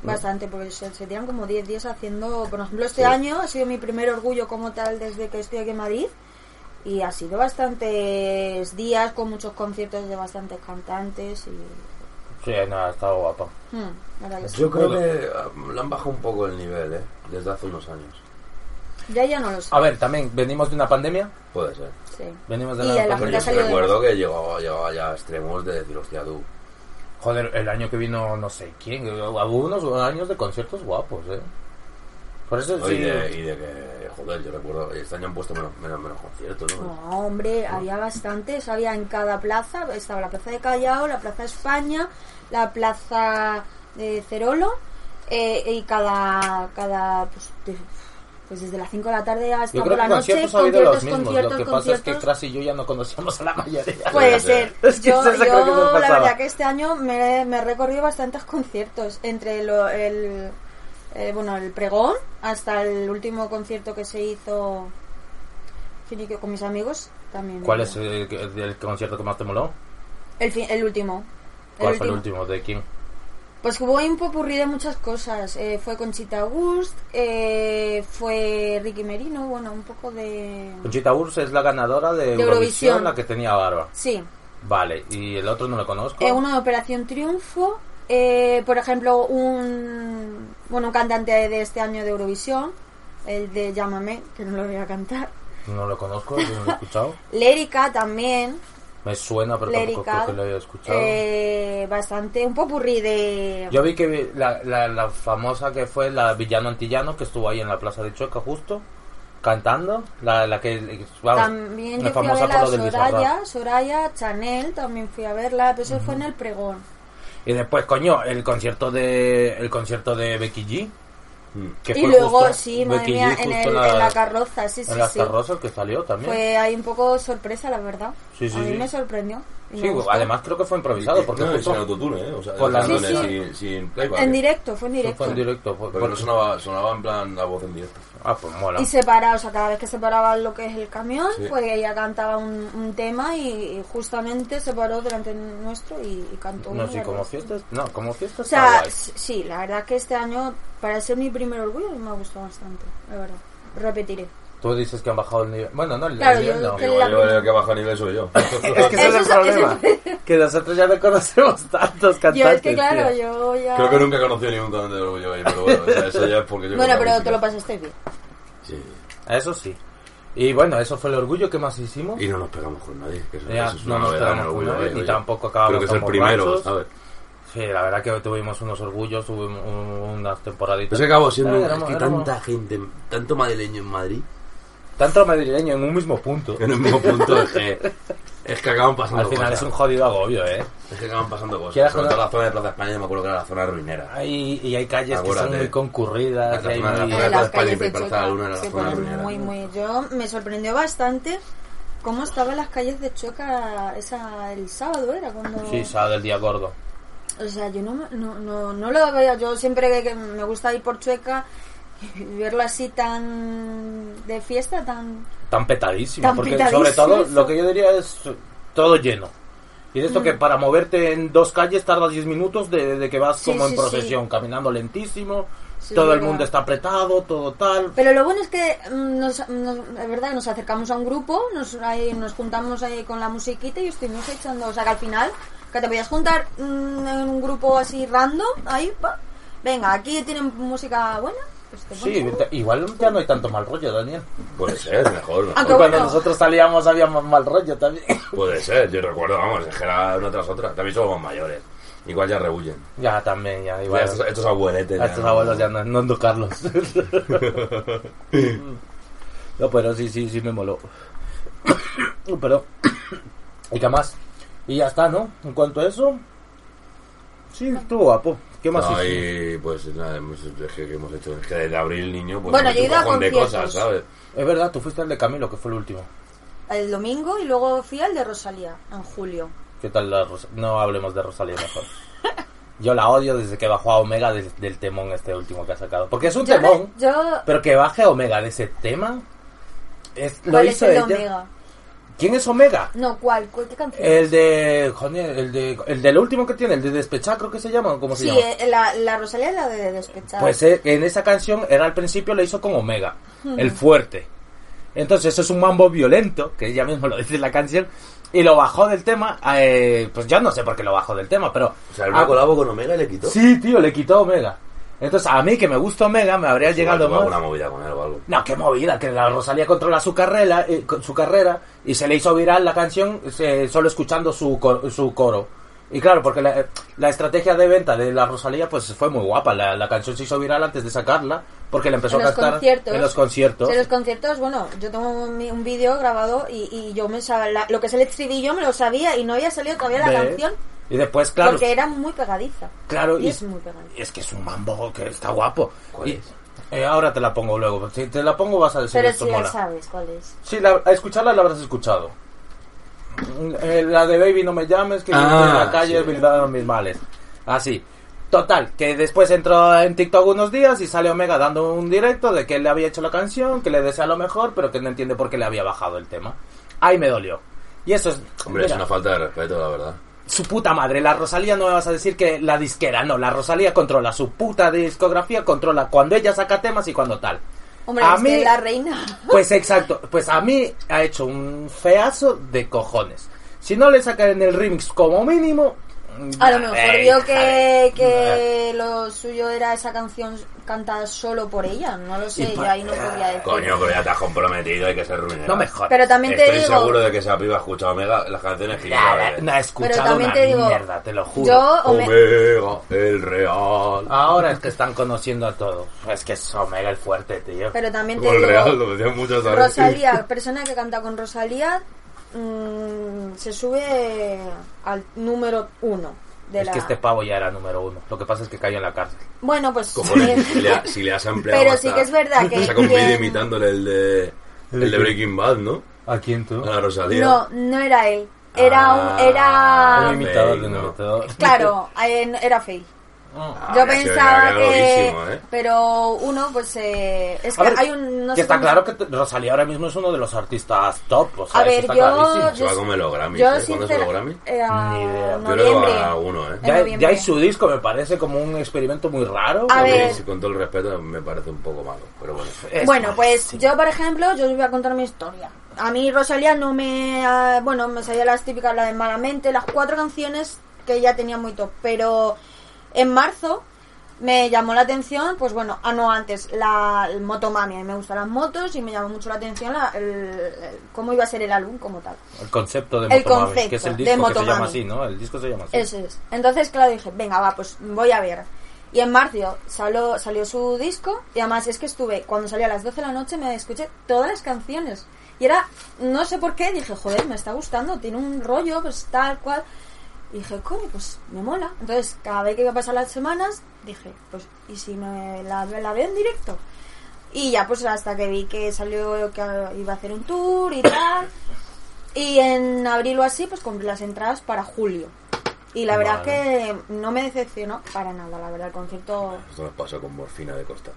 Speaker 5: Bastante, porque se, se tiran como 10 días haciendo, por ejemplo, este año ha sido mi primer orgullo como tal desde que estoy aquí en Madrid y ha sido bastantes días con muchos conciertos de bastantes cantantes y...
Speaker 3: sí, no, ha estado guapa.
Speaker 5: Hmm, la verdad que
Speaker 4: Pues
Speaker 5: sí.
Speaker 4: Yo creo que ah, le han bajado un poco el nivel, ¿eh? Desde hace unos años.
Speaker 5: Ya ya no lo
Speaker 4: Ah,
Speaker 5: sé.
Speaker 3: A ver, también, venimos de una pandemia,
Speaker 4: Puede ser.
Speaker 5: sí.
Speaker 3: venimos de
Speaker 5: Y
Speaker 3: una
Speaker 5: el
Speaker 4: Pero
Speaker 5: Pero
Speaker 3: pandemia.
Speaker 5: ya
Speaker 4: yo sí
Speaker 5: salió de
Speaker 4: recuerdo que llegaba, llegaba ya a extremos de decir, hostia, tú.
Speaker 3: Joder, el año que vino, no sé quién, eh, hubo unos años de conciertos guapos, eh. Por eso
Speaker 4: Y
Speaker 3: sí.
Speaker 4: de, y de que, joder, yo recuerdo, este año han puesto menos, menos, menos conciertos, ¿no?
Speaker 5: No, hombre, había bastantes, había en cada plaza, estaba la plaza de Callao, la plaza España, la plaza de Cerolo, eh, y cada, cada pues, de- pues desde las 5 de la tarde hasta
Speaker 3: Yo
Speaker 5: por
Speaker 3: creo
Speaker 5: la
Speaker 3: que
Speaker 5: noche,
Speaker 3: conciertos ha habido los mismos,
Speaker 5: conciertos,
Speaker 3: lo que pasa
Speaker 5: conciertos.
Speaker 3: es que Cras y yo ya no conocíamos a la mayoría.
Speaker 5: Puede ser.
Speaker 3: Es que
Speaker 5: yo
Speaker 3: eso es lo que
Speaker 5: yo,
Speaker 3: nos
Speaker 5: la
Speaker 3: pasaba.
Speaker 5: verdad que este año me, me he recorrido bastantes conciertos, entre lo- el, eh, bueno, el pregón hasta el último concierto que se hizo Finiquio con mis amigos. También
Speaker 3: ¿Cuál es el, el- el concierto que más te moló?
Speaker 5: El, fi- el último. El
Speaker 3: ¿Cuál fue el
Speaker 5: último.
Speaker 3: último? ¿De quién?
Speaker 5: Pues hubo un popurrí de muchas cosas. Eh, fue Conchita Gust, eh, fue Ricky Merino, bueno, un poco de...
Speaker 3: Conchita Urs es la ganadora de,
Speaker 5: De
Speaker 3: Eurovisión,
Speaker 5: Eurovisión.
Speaker 3: la que tenía barba.
Speaker 5: Sí,
Speaker 3: Vale, y el otro no lo conozco.
Speaker 5: eh, uno de Operación Triunfo, eh, por ejemplo, un, bueno, un cantante de este año de Eurovisión, el de Llámame, que no lo voy a cantar.
Speaker 3: No lo conozco, no lo he escuchado.
Speaker 5: Lérica también,
Speaker 3: Me suena, pero tampoco
Speaker 5: Lérica,
Speaker 3: creo que lo haya escuchado.
Speaker 5: eh, bastante, un popurrí de...
Speaker 3: Yo vi que la, la, la famosa que fue la Villano Antillano, que estuvo ahí en la Plaza de Chueca justo, cantando. La, la que. vamos,
Speaker 5: También
Speaker 3: la
Speaker 5: yo fui a
Speaker 3: famosa
Speaker 5: ver
Speaker 3: por
Speaker 5: a
Speaker 3: lo del Bizarrap.
Speaker 5: Soraya, Soraya, Chanel, también fui a verla, pero eso fue en el pregón.
Speaker 3: Y después, coño, el concierto de, el concierto de Becky G.
Speaker 4: Hmm.
Speaker 3: Que
Speaker 5: Y
Speaker 3: fue
Speaker 5: luego,
Speaker 3: justo-
Speaker 5: sí, madre
Speaker 3: Becky G
Speaker 5: mía, en,
Speaker 3: justo
Speaker 5: el-
Speaker 3: la-
Speaker 5: en la carroza, sí, sí,
Speaker 3: en las
Speaker 5: sí.
Speaker 3: carrozas que salió también.
Speaker 5: Fue ahí un poco sorpresa, la verdad.
Speaker 3: Sí, sí,
Speaker 5: a mí
Speaker 3: sí.
Speaker 5: me sorprendió. y
Speaker 3: sí, pues,
Speaker 5: me gustó.
Speaker 3: además creo que fue improvisado. Porque
Speaker 4: no, y
Speaker 3: justo-
Speaker 4: Este sin autotune, ¿eh? O sea,
Speaker 3: Por la
Speaker 4: canciones
Speaker 5: noche.
Speaker 4: sin, sin playback.
Speaker 5: En
Speaker 4: ¿eh?
Speaker 5: directo, fue en directo.
Speaker 3: Fue en directo. fue-
Speaker 4: Porque no sonaba, sonaba en plan la voz en directo.
Speaker 3: Ah, pues mola.
Speaker 5: Y separado, o sea, cada vez que separaban lo que es el camión,
Speaker 4: Sí.
Speaker 5: pues ella cantaba un, un tema y, y justamente se paró delante nuestro y, y cantó.
Speaker 3: No,
Speaker 5: uno,
Speaker 3: sí,
Speaker 5: la
Speaker 3: como
Speaker 5: verdad.
Speaker 3: fiestas. No, como
Speaker 5: O
Speaker 3: fiestas.
Speaker 5: sea,
Speaker 3: está guay.
Speaker 5: s- sí, la verdad que este año, para ser mi primer orgullo, me ha gustado bastante, la verdad. Repetiré.
Speaker 3: Tú dices que han bajado el nivel. Bueno, no, el
Speaker 5: Claro,
Speaker 3: nivel
Speaker 5: yo-
Speaker 3: no.
Speaker 5: que-
Speaker 4: Digo,
Speaker 5: la
Speaker 4: yo
Speaker 5: primera-
Speaker 4: el que baja nivel soy yo.
Speaker 3: Es que ese es el
Speaker 5: Eso es-
Speaker 3: problema. Que nosotros ya no conocemos tantos cantantes.
Speaker 5: Yo es que claro,
Speaker 3: tío.
Speaker 5: yo ya...
Speaker 4: Creo que nunca he conocido ningún cantante de orgullo gay, pero bueno, o sea, eso ya es porque yo...
Speaker 5: Bueno,
Speaker 4: con la
Speaker 5: pero te lo
Speaker 4: música.
Speaker 5: pasaste bien.
Speaker 4: Sí.
Speaker 3: Eso sí. Y bueno, eso fue el orgullo que más hicimos.
Speaker 4: Y no nos pegamos con nadie, que eso,
Speaker 3: Ya,
Speaker 4: eso es
Speaker 3: no
Speaker 4: una
Speaker 3: nos
Speaker 4: novedad en
Speaker 3: pegamos
Speaker 4: el
Speaker 3: con
Speaker 4: orgullo
Speaker 3: nadie,
Speaker 4: gay,
Speaker 3: ni
Speaker 4: oye.
Speaker 3: tampoco acabamos
Speaker 4: Creo que es el
Speaker 3: como
Speaker 4: primero,
Speaker 3: borrachos.
Speaker 4: ¿sabes?
Speaker 3: Sí, la verdad que tuvimos unos orgullos, tuvimos un- unas temporaditas.
Speaker 4: Pues que acabó siendo
Speaker 3: Ay,
Speaker 4: un-
Speaker 3: éramos-
Speaker 4: es que
Speaker 3: éramos
Speaker 4: tanta gente, tanto madrileño en Madrid,
Speaker 3: Tanto madrileño en un mismo punto.
Speaker 4: en el mismo punto es que, es que acaban pasando
Speaker 3: Al final
Speaker 4: cosas.
Speaker 3: es un jodido agobio, ¿eh?
Speaker 4: Es que acaban pasando cosas.
Speaker 3: Quieras
Speaker 4: Sobre
Speaker 3: que no-
Speaker 4: todo la zona de Plaza España, yo me acuerdo que era la zona ruinera.
Speaker 3: Hay, y hay calles que
Speaker 4: Acuérdate.
Speaker 3: son muy concurridas.
Speaker 4: La
Speaker 3: y hay
Speaker 4: zona de la
Speaker 3: muy-
Speaker 4: Fuera
Speaker 5: Eh,
Speaker 4: de
Speaker 5: las
Speaker 4: España y
Speaker 5: calles de
Speaker 4: Plaza de
Speaker 5: Checa
Speaker 4: la Luna era la
Speaker 5: se
Speaker 4: zona
Speaker 5: ponen
Speaker 4: ruinera.
Speaker 5: muy, muy... Yo me sorprendió bastante cómo estaban las calles de Chueca esa, el sábado, ¿era? cuando
Speaker 3: Sí, sábado del día gordo.
Speaker 5: O sea, yo no, me- no, no, no lo veía. Yo siempre que- que me gusta ir por Chueca y verlo así tan de fiesta, tan...
Speaker 3: Tan petadísimo.
Speaker 5: Tan
Speaker 3: porque
Speaker 5: petadísimo.
Speaker 3: sobre todo lo que yo diría es eh, todo lleno. Y de
Speaker 5: Mm.
Speaker 3: esto que para moverte en dos calles tardas 10 minutos de, de que vas
Speaker 5: Sí,
Speaker 3: como
Speaker 5: sí,
Speaker 3: en
Speaker 5: sí.
Speaker 3: procesión, caminando lentísimo,
Speaker 5: Sí,
Speaker 3: todo el
Speaker 5: verdad.
Speaker 3: mundo está apretado, todo tal.
Speaker 5: Pero lo bueno es que mm, nos, nos- es verdad que nos acercamos a un grupo, nos, ahí, nos juntamos ahí con la musiquita y estuvimos echando, o sea que al final, que te podías juntar mm, en un grupo así random, ahí, pa, venga, aquí tienen música buena, pues te pones
Speaker 3: Sí,
Speaker 5: algo.
Speaker 3: te- igual ya no hay tanto mal rollo, Daniel.
Speaker 4: Puede ser, mejor. mejor.
Speaker 5: Aunque- Pero
Speaker 3: Cuando
Speaker 5: Ah, bueno.
Speaker 3: nosotros salíamos había más mal rollo también.
Speaker 4: Puede ser, yo recuerdo, vamos, es que era una tras otra. También somos mayores. Igual ya rehuyen.
Speaker 3: ya, también, ya,
Speaker 4: Igual
Speaker 3: igual.
Speaker 4: estos, estos abueletes.
Speaker 3: A estos abuelos ya no, no educarlos. no, pero sí, sí, sí me moló. pero, ¿y qué más? Y ya está, ¿no? En cuanto a eso, sí, estuvo guapo. ¿Qué más
Speaker 4: No,
Speaker 3: hiciste?
Speaker 4: y pues nada, hemos, es que, que hemos hecho. Es que desde abril, niño, pues.
Speaker 5: Bueno,
Speaker 4: hemos
Speaker 5: yo he
Speaker 4: hecho
Speaker 5: ido a
Speaker 4: un cojón de
Speaker 5: conciertos.
Speaker 4: cosas, ¿sabes?
Speaker 3: Es verdad, tú fuiste al de Camilo, que fue el último.
Speaker 5: el domingo y luego fui al de Rosalía, en julio.
Speaker 3: ¿Qué tal la Rosa- No hablemos de Rosalía mejor. Yo la odio desde que bajó a Omega del, del temón este último que ha sacado. Porque es un
Speaker 5: Yo,
Speaker 3: temón,
Speaker 5: yo
Speaker 3: pero que baje Omega de ese tema... Es, lo
Speaker 5: ¿Cuál es
Speaker 3: hizo
Speaker 5: el de
Speaker 3: ella.
Speaker 5: Omega?
Speaker 3: ¿Quién es Omega?
Speaker 5: No, ¿cuál? ¿Cuál- ¿Qué canción?
Speaker 3: El de, joder, el de, el del último que tiene, el de despechar creo que se llama, ¿o ¿cómo se
Speaker 5: sí,
Speaker 3: llama?
Speaker 5: eh, la, la Rosalía es la de Despechada.
Speaker 3: Pues eh, en esa canción era al principio la hizo con Omega, el fuerte. Entonces eso es un mambo violento, que ella mismo lo dice en la canción, y lo bajó del tema, eh, pues yo no sé por qué lo bajó del tema, pero...
Speaker 4: O sea, el una
Speaker 3: Ah,
Speaker 4: colabo con Omega y le quitó.
Speaker 3: Sí, tío, le quitó Omega. Entonces a mí que me gusta Omega me habría
Speaker 4: Igual
Speaker 3: llegado
Speaker 4: tuvo alguna
Speaker 3: más...
Speaker 4: movida con él o algo.
Speaker 3: No, qué movida, que la Rosalía controla su carrera, eh, con su carrera y se le hizo viral la canción eh, solo escuchando su, cor- su coro. Y claro, porque la, eh, la estrategia de venta de la Rosalía pues fue muy guapa. La, la canción se hizo viral antes de sacarla porque la empezó
Speaker 5: en
Speaker 3: a
Speaker 5: los
Speaker 3: cantar
Speaker 5: conciertos.
Speaker 3: en los conciertos.
Speaker 5: Sí, En los conciertos, bueno, yo tengo un, mi- un vídeo grabado y, y yo me sabía, la- lo que es el estribillo me lo sabía y no había salido todavía la
Speaker 3: ¿Ves?
Speaker 5: canción
Speaker 3: Y después, claro,
Speaker 5: porque era muy pegadiza.
Speaker 3: claro
Speaker 5: y,
Speaker 3: y-
Speaker 5: es muy pegadiza.
Speaker 3: es que es un mambo que está guapo.
Speaker 4: ¿Cuál
Speaker 3: Y-
Speaker 4: es?
Speaker 3: eh, ahora te la pongo luego. Si te la pongo vas a decir
Speaker 5: Pero
Speaker 3: esto
Speaker 5: si la
Speaker 3: mola.
Speaker 5: sabes cuál es.
Speaker 3: Sí, la, a escucharla la habrás escuchado. Eh, La de Baby no me llames, que yo estoy en
Speaker 4: Ah,
Speaker 3: la calle
Speaker 4: sí.
Speaker 3: brindando mis males. Así. Total, que después entró en TikTok unos días y sale Omega dando un directo de que él le había hecho la canción, que le desea lo mejor, pero que no entiende por qué le había bajado el tema. Ahí me dolió. Y eso es...
Speaker 4: Hombre, es
Speaker 3: mira,
Speaker 4: una falta de respeto, la verdad.
Speaker 3: Su puta madre, la Rosalía no me vas a decir que la disquera, no, la Rosalía controla su puta discografía, controla cuando ella saca temas y cuando tal.
Speaker 5: Hombre,
Speaker 3: A
Speaker 5: es que
Speaker 3: mí-
Speaker 5: la reina.
Speaker 3: Pues exacto, pues a mí ha hecho un feazo de cojones. Si no le sacan en el remix como mínimo...
Speaker 5: A lo mejor
Speaker 3: eh,
Speaker 5: vio
Speaker 3: joder.
Speaker 5: que, que lo suyo era esa canción cantada solo por ella. No lo sé,
Speaker 3: Y
Speaker 5: yo
Speaker 3: pa- Ah,
Speaker 5: ahí no podía decir.
Speaker 4: Coño, pero ya te has comprometido, hay que ser ruinera.
Speaker 3: No me jodas.
Speaker 5: Pero también te
Speaker 4: Estoy
Speaker 5: digo.
Speaker 4: seguro de que esa piba ha escuchado Omega las canciones que yo
Speaker 3: Nah,
Speaker 4: sabe.
Speaker 3: no he
Speaker 5: pero
Speaker 3: escuchado
Speaker 5: también
Speaker 3: una
Speaker 5: te digo.
Speaker 3: mierda, te lo juro.
Speaker 5: Yo, Ome- Ah.
Speaker 4: Omega, el real.
Speaker 3: Ahora es que están conociendo a todos. Es que es Omega el fuerte, tío.
Speaker 5: pero también te
Speaker 4: Como el
Speaker 5: digo.
Speaker 4: real, lo decían muchas veces.
Speaker 5: Rosalía, persona que canta con Rosalía, mm, se sube al número uno de
Speaker 3: es
Speaker 5: la.
Speaker 3: que este pavo ya era número uno. Lo que pasa es que cayó en la cárcel.
Speaker 5: Bueno, pues.
Speaker 4: Como le-
Speaker 5: eh,
Speaker 4: si, le, ha- si le has ampliado.
Speaker 5: Pero
Speaker 4: hasta-
Speaker 5: sí que es verdad que-
Speaker 4: Saca un
Speaker 5: que-
Speaker 4: vídeo imitándole el de, el de Breaking Bad, ¿no?
Speaker 3: ¿A quién tú?
Speaker 4: A la Rosalía.
Speaker 5: no, no era él. Era un.
Speaker 4: Ah,
Speaker 3: Un
Speaker 5: Era.
Speaker 4: me-
Speaker 3: imitador de un
Speaker 4: no.
Speaker 3: imitador.
Speaker 5: Claro, eh, era fake.
Speaker 3: Ah.
Speaker 4: Ah,
Speaker 5: Yo
Speaker 4: que se
Speaker 5: pensaba
Speaker 4: veía
Speaker 5: que.
Speaker 4: loquísimo, ¿eh?
Speaker 5: Pero uno, pues. eh, es
Speaker 3: A
Speaker 5: que
Speaker 3: ver,
Speaker 5: hay un. No
Speaker 3: que
Speaker 5: sé
Speaker 3: está
Speaker 5: cómo-
Speaker 3: claro que Rosalía ahora mismo es uno de los artistas top. O sea,
Speaker 5: A
Speaker 3: eso
Speaker 5: ver,
Speaker 3: está
Speaker 5: yo-
Speaker 3: clarísimo.
Speaker 4: Se va a comer los Grammys.
Speaker 5: Yo,
Speaker 4: ¿eh? ¿Cuándo se
Speaker 5: sincera-
Speaker 4: los Grammys?
Speaker 5: eh, a
Speaker 3: Ni idea. Yo
Speaker 4: Yo creo que
Speaker 5: noviembre.
Speaker 4: a alguno, ¿eh?
Speaker 5: en
Speaker 3: Ya,
Speaker 5: noviembre.
Speaker 3: ya y su disco me parece como un experimento muy raro.
Speaker 5: A
Speaker 4: A
Speaker 3: que-
Speaker 5: ver.
Speaker 4: mí, con todo el respeto, me parece un poco malo. Pero bueno.
Speaker 3: es
Speaker 5: Bueno, pues
Speaker 3: malísimo.
Speaker 5: yo, por ejemplo, yo os voy a contar mi historia. A mí Rosalía no me... ah, bueno, me sabía las típicas, la de Malamente, las cuatro canciones que ya tenía muy top. Pero en marzo me llamó la atención, pues bueno, ah, no, antes, la el Motomami. A mí me gustan las motos y me llamó mucho la atención la- el- el- cómo iba a ser el álbum como tal.
Speaker 3: El concepto de
Speaker 5: el
Speaker 3: Motomami,
Speaker 5: concepto
Speaker 3: que es el
Speaker 5: de
Speaker 3: disco que se
Speaker 5: Motomami.
Speaker 3: llama así, ¿no? El disco se llama así.
Speaker 5: Eso es. Entonces, claro, dije, venga, va, pues voy a ver. Y en marzo salió, salió su disco y además es que estuve, cuando salió a las 12 de la noche me escuché todas las canciones. Y era, no sé por qué, dije, joder, me está gustando, tiene un rollo, pues tal cual. Y dije, coño, pues me mola. Entonces, cada vez que iba a pasar las semanas, dije, pues, ¿y si me la, la veo en directo? Y ya, pues hasta que vi que salió que iba a hacer un tour y tal. Y en abril o así, pues compré las entradas para julio. Y la verdad es que no me decepcionó para nada, la verdad, el concierto...
Speaker 4: Esto nos pasó con morfina de costa.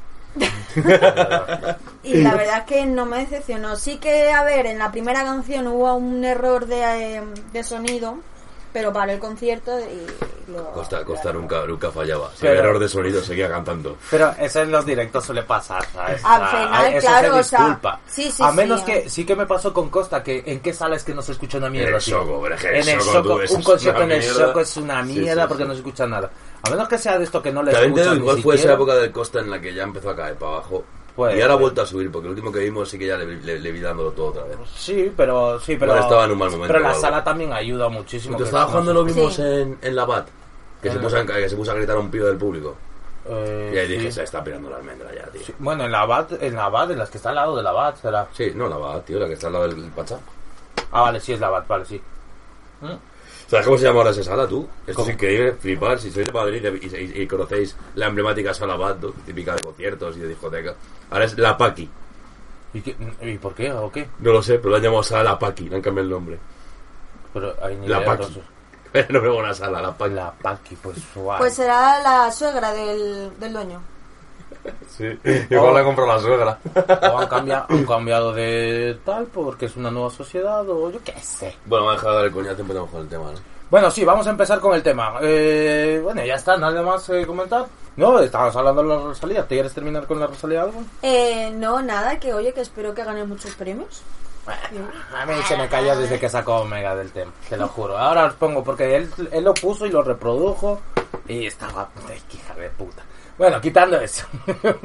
Speaker 5: Y la verdad es que no me decepcionó. Sí que, a ver, en la primera canción hubo un error de, eh, de sonido, pero paró el concierto y lo...
Speaker 4: Costa, Costa nunca, nunca fallaba. Si
Speaker 3: Pero-
Speaker 4: había error de sonido, seguía cantando.
Speaker 3: Pero eso en los directos suele pasar, ¿sabes?
Speaker 5: Al
Speaker 3: O sea,
Speaker 5: final,
Speaker 3: eso
Speaker 5: claro, o
Speaker 3: se
Speaker 5: sea,
Speaker 3: disculpa.
Speaker 5: sí, sí,
Speaker 3: a
Speaker 5: sí,
Speaker 3: menos
Speaker 5: eh.
Speaker 3: que sí que me pasó con Costa, que en qué salas que no se escucha una mierda.
Speaker 4: En el
Speaker 3: tío?
Speaker 4: Soco, por ejemplo,
Speaker 3: En el
Speaker 4: Soco, tú
Speaker 3: Soco,
Speaker 4: ves,
Speaker 3: un
Speaker 4: es
Speaker 3: concierto
Speaker 4: una
Speaker 3: en el
Speaker 4: mierda.
Speaker 3: Soco es una
Speaker 4: Sí, sí,
Speaker 3: mierda porque
Speaker 4: sí.
Speaker 3: no se escucha nada. A menos que sea de esto que no le
Speaker 4: También te
Speaker 3: escuchan
Speaker 4: digo,
Speaker 3: ni
Speaker 4: igual fue esa
Speaker 3: siquiera. Pues,
Speaker 4: época del Costa en la que ya empezó a caer para abajo.
Speaker 3: Puede
Speaker 4: y ahora ha
Speaker 3: ser.
Speaker 4: vuelto a subir, porque el último que vimos sí que ya le, vi- le- le vi dándolo todo otra vez.
Speaker 3: Sí, pero sí, pero
Speaker 4: Bueno, estaba en un mal momento
Speaker 3: Pero
Speaker 4: o
Speaker 3: la
Speaker 4: algo.
Speaker 3: sala también ayuda muchísimo.
Speaker 4: Cuando
Speaker 3: que
Speaker 4: estaba
Speaker 3: no
Speaker 4: jugando lo vimos
Speaker 5: Sí.
Speaker 4: en, en la BAT, que, se
Speaker 3: En
Speaker 4: puso a, que se puso a gritar a un pío del público.
Speaker 3: se- eh,
Speaker 4: Y ahí dije,
Speaker 3: sí.
Speaker 4: se está pirando la almendra ya, tío. Sí,
Speaker 3: Bueno, en la BAT, en la BAT, en las que está al lado de la BAT, será.
Speaker 4: no, la BAT, tío, la que está al lado del Pachá.
Speaker 3: Ah, vale, sí es la BAT, vale, sí.
Speaker 4: ¿Sabes cómo se llama ahora esa sala, tú? Esto
Speaker 3: ¿Cómo?
Speaker 4: es increíble, flipar. Si sois de Madrid y, y- y conocéis la emblemática sala BAT, ¿no? típica de conciertos y de discoteca. Ahora es La Paqui.
Speaker 3: ¿Y, qué- y por qué o qué?
Speaker 4: No lo sé, pero la han llamado sala La Paqui, le han cambiado el nombre.
Speaker 3: Pero hay ni
Speaker 4: La
Speaker 3: idea,
Speaker 4: Paqui.
Speaker 3: entonces.
Speaker 4: No me una sala, La Paqui.
Speaker 3: La Paqui, pues guay.
Speaker 5: Pues será la suegra del, del dueño.
Speaker 4: Sí, igual
Speaker 3: Oh.
Speaker 4: la compró la suegra.
Speaker 3: O han cambiado, han cambiado de tal porque es una nueva sociedad o yo qué sé.
Speaker 4: Bueno, vamos a dejar de dar el coñazo y empezamos con el tema, ¿no?
Speaker 3: Bueno, sí, vamos a empezar con el tema. Eh, bueno, ya está, nada más eh, comentar. No, estábamos hablando de la Rosalía. ¿Te quieres terminar con la Rosalía algo?
Speaker 5: Eh, no, nada, que oye, que espero que gane muchos premios.
Speaker 3: A mí se me cayó desde que sacó Omega del tema, te lo juro. Ahora os pongo porque él, él lo puso y lo reprodujo y estaba ay, qué hija de puta. Bueno, quitando eso.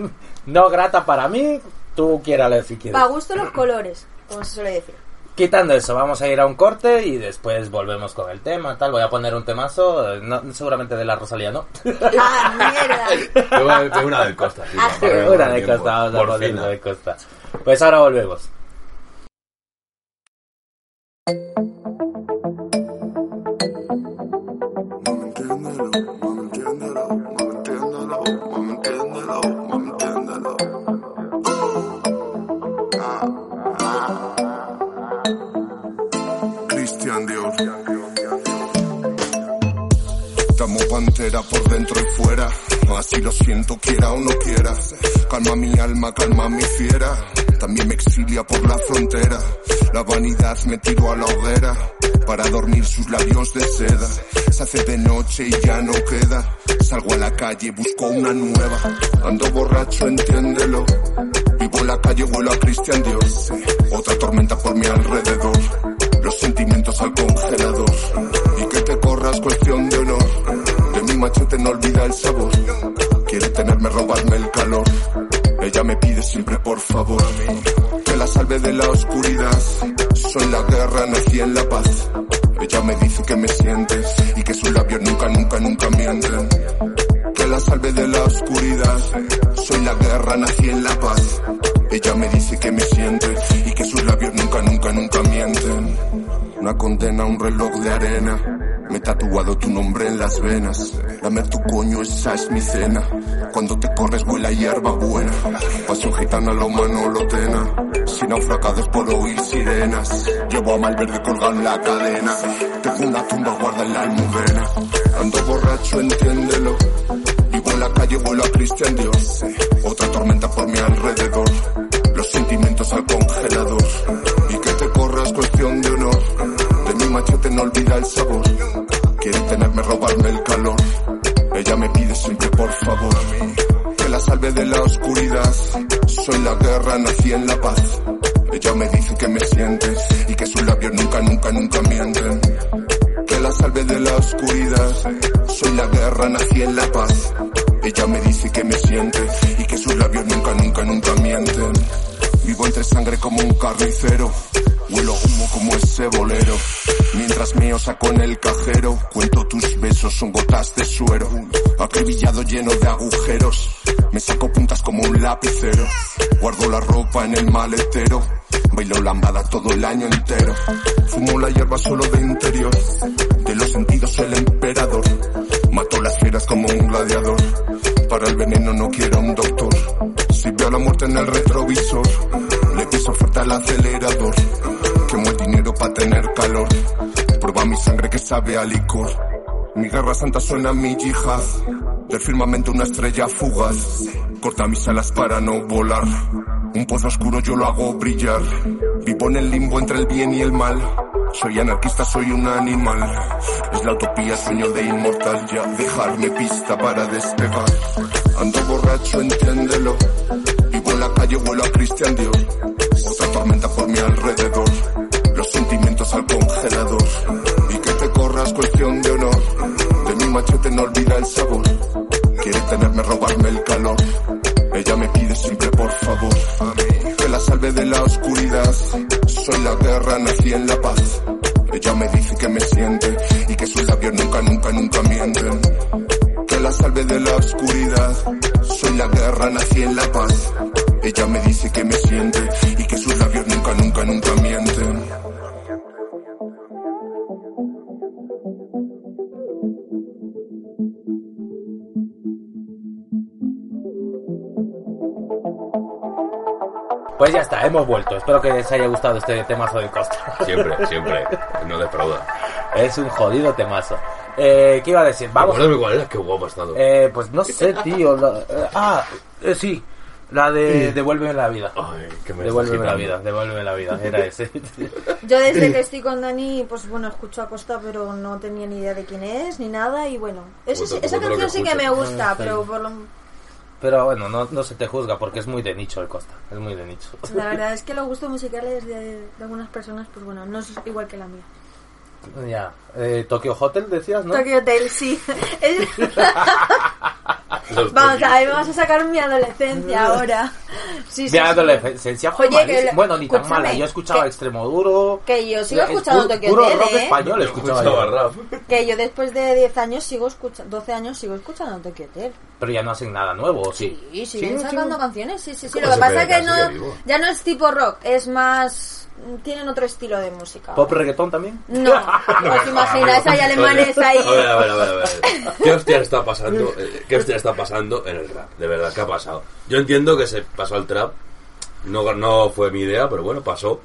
Speaker 3: no grata para mí, tú quieras si quieres.
Speaker 5: Para gusto los colores, como se suele decir.
Speaker 3: Quitando eso, vamos a ir a un corte y después volvemos con el tema, tal. Voy a poner un temazo, eh, no- seguramente de la Rosalía, ¿no?
Speaker 5: ¡Ah, mierda!
Speaker 4: Yo voy a pedir una del Costa, sí,
Speaker 5: Ah,
Speaker 4: para que me
Speaker 3: Una
Speaker 4: dé
Speaker 3: de
Speaker 4: tiempo.
Speaker 3: costa, vamos a poner
Speaker 4: Morfina.
Speaker 3: una de costa. Pues ahora volvemos.
Speaker 6: Mami, entiéndelo, mami, entiéndelo, mami, entiéndelo, mami, entiéndelo, mami, entiéndelo. Ah, ah. Christian Dior.
Speaker 7: Estamos pantera por dentro y fuera. Así lo siento, quiera o no quiera. Calma mi alma, calma mi fiera. También me exilia por la frontera. La vanidad me tiró a la hoguera. Para dormir sus labios de seda. Se hace de noche y ya no queda. Salgo a la calle, busco una nueva. Ando borracho, entiéndelo. Vivo en la calle, vuelo a Cristian Dios. Otra tormenta por mi alrededor. Los sentimientos al congelador. Y que te corras cuestión de honor. De mi machete no olvida el sabor. Quiere tenerme, robarme el calor. Ella me pide siempre por favor. Que la salve de la oscuridad. Soy la guerra, nací en la paz. Ella me dice que me siente y que sus labios nunca, nunca, nunca mienten que la salve de la oscuridad. Soy la guerra, nací en la paz. Ella me dice que me siente y que sus labios nunca, nunca, nunca mienten. Una condena, un reloj de arena. Me he tatuado tu nombre en las venas. Lamer tu coño, esa es mi cena. Cuando te corres, vuela hierba buena. Pasión gitana, lo humano, lo tena. Si naufragados por oír sirenas. Llevo a Malverde colgado en la cadena. Tengo una tumba guarda en la almudena. Ando borracho, entiéndelo. Vivo en la calle, vuelo a Cristian Dios. Otra tormenta por mi alrededor. Los sentimientos al congelador. Y que te corras cuestión de honor. De mi machete no olvida el sabor. Quiere tenerme, robarme el calor. Ella me pide siempre por favor. Que la salve de la oscuridad. Soy la guerra, nací en la paz. Ella me dice que me siente y que sus labios nunca, nunca, nunca mienten que la salve de la oscuridad. Soy la guerra, nací en la paz. Ella me dice que me siente y que sus labios nunca, nunca, nunca mienten. Vivo entre sangre como un carnicero, huelo humo como ese bolero. Mientras me osa con el cajero, cuento tus besos, son gotas de suero. Acribillado lleno de agujeros, me saco puntas como un lapicero. Guardo la ropa en el maletero, Bailo lambada todo el año entero. Fumo la hierba solo de interior. De los sentidos el emperador. Mato las fieras como un gladiador. Para el veneno no quiero un doctor. Si veo la muerte en el retrovisor, le piso fuerte al acelerador. Quemo el dinero para tener calor. Prueba mi sangre que sabe a licor. Mi guerra santa suena mi yihad. Del firmamento una estrella fugaz. Corta mis alas para no volar. Un pozo oscuro yo lo hago brillar. Vivo en el limbo entre el bien y el mal. Soy anarquista, soy un animal. Es la utopía, sueño de inmortal. Ya dejarme pista para despegar. Ando borracho, entiéndelo. Vivo en la calle, vuelo a Cristian Dior. Otra tormenta por mi alrededor. Los sentimientos al congelador. Y que te corras, cuestión de honor. De mi machete no olvida el sabor. Quiere tenerme, robarme el calor. Ella me pide siempre por favor. Que la salve de la oscuridad. Soy la guerra, nací en la paz. Ella me dice que me siente y que sus labios nunca, nunca, nunca mienten. Que la salve de la oscuridad. Soy la guerra, nací en la paz. Ella me dice que me siente y que sus labios nunca, nunca, nunca mienten.
Speaker 3: Pues ya está, hemos vuelto. Espero que les haya gustado este temazo de Costa.
Speaker 4: Siempre, siempre. No defrauda.
Speaker 3: Es un jodido temazo. Eh, ¿Qué iba a decir? Vamos.
Speaker 4: Recuérdame cuál era, qué guapo ha estado.
Speaker 3: Eh, pues no sé, tío. la- eh, ah, eh, sí. La de Devuélveme la vida.
Speaker 4: Ay, que me
Speaker 3: Devuélveme
Speaker 4: estás
Speaker 3: la
Speaker 4: quitando.
Speaker 3: vida, devuélveme la vida. Era ese.
Speaker 5: Yo desde que estoy con Dani, pues bueno, escucho a Costa, pero no tenía ni idea de quién es, ni nada, y bueno, ese
Speaker 4: Puto,
Speaker 5: sí- esa
Speaker 4: puto lo que Ah,
Speaker 5: canción sí que me
Speaker 4: escucho.
Speaker 5: gusta, pero por lo,
Speaker 3: Pero bueno, no, no se te juzga porque es muy de nicho el Costa. Es muy de nicho.
Speaker 5: la verdad es que los gustos musicales de, de algunas personas, pues bueno, no es igual que la mía.
Speaker 3: Ya. Eh, Tokyo Hotel decías, ¿no?
Speaker 5: Tokyo Hotel, sí. Es-
Speaker 4: Los
Speaker 5: vamos
Speaker 4: Tokyo.
Speaker 5: a ver, vamos a sacar mi adolescencia ahora. Sí, sí,
Speaker 3: De
Speaker 5: sí.
Speaker 3: adolescencia fue
Speaker 5: Oye,
Speaker 3: malísimo.
Speaker 5: que la-
Speaker 3: Bueno, ni tan
Speaker 5: escúchame,
Speaker 3: mala. Yo escuchaba
Speaker 5: que-
Speaker 3: Extremo Duro.
Speaker 5: Que yo sigo
Speaker 3: Eh,
Speaker 5: escuchando
Speaker 3: pu-
Speaker 5: Tokyo
Speaker 3: Puro
Speaker 5: Hotel,
Speaker 3: rock
Speaker 5: ¿eh?
Speaker 3: español
Speaker 4: Yo
Speaker 3: escuchaba
Speaker 4: escuchaba
Speaker 3: yo.
Speaker 4: rap.
Speaker 5: Que yo después de 10 años sigo escuchando, 12 años sigo escuchando Tokyo Hotel.
Speaker 3: Pero ya no hacen nada nuevo, ¿o sí?
Speaker 5: Sí, siguen
Speaker 3: Sí,
Speaker 5: sacando
Speaker 3: sí.
Speaker 5: canciones, sí, sí, sí.
Speaker 4: ¿Cómo
Speaker 5: Lo que
Speaker 4: se
Speaker 5: pasa
Speaker 4: pega
Speaker 5: es que
Speaker 4: que sigue
Speaker 5: no,
Speaker 4: vivo?
Speaker 5: ya no es tipo rock, es más... Tienen otro estilo de música.
Speaker 3: ¿Pop reggaetón también?
Speaker 5: No, os imagináis, hay alemanes ahí.
Speaker 4: Ah, A ver, a ver, a ver, a ver. ¿Qué hostia está pasando? eh, ¿Qué hostia está pasando en el rap? De verdad, ¿qué ha pasado? Yo entiendo que se pasó al trap. No, no fue mi idea, pero bueno, pasó.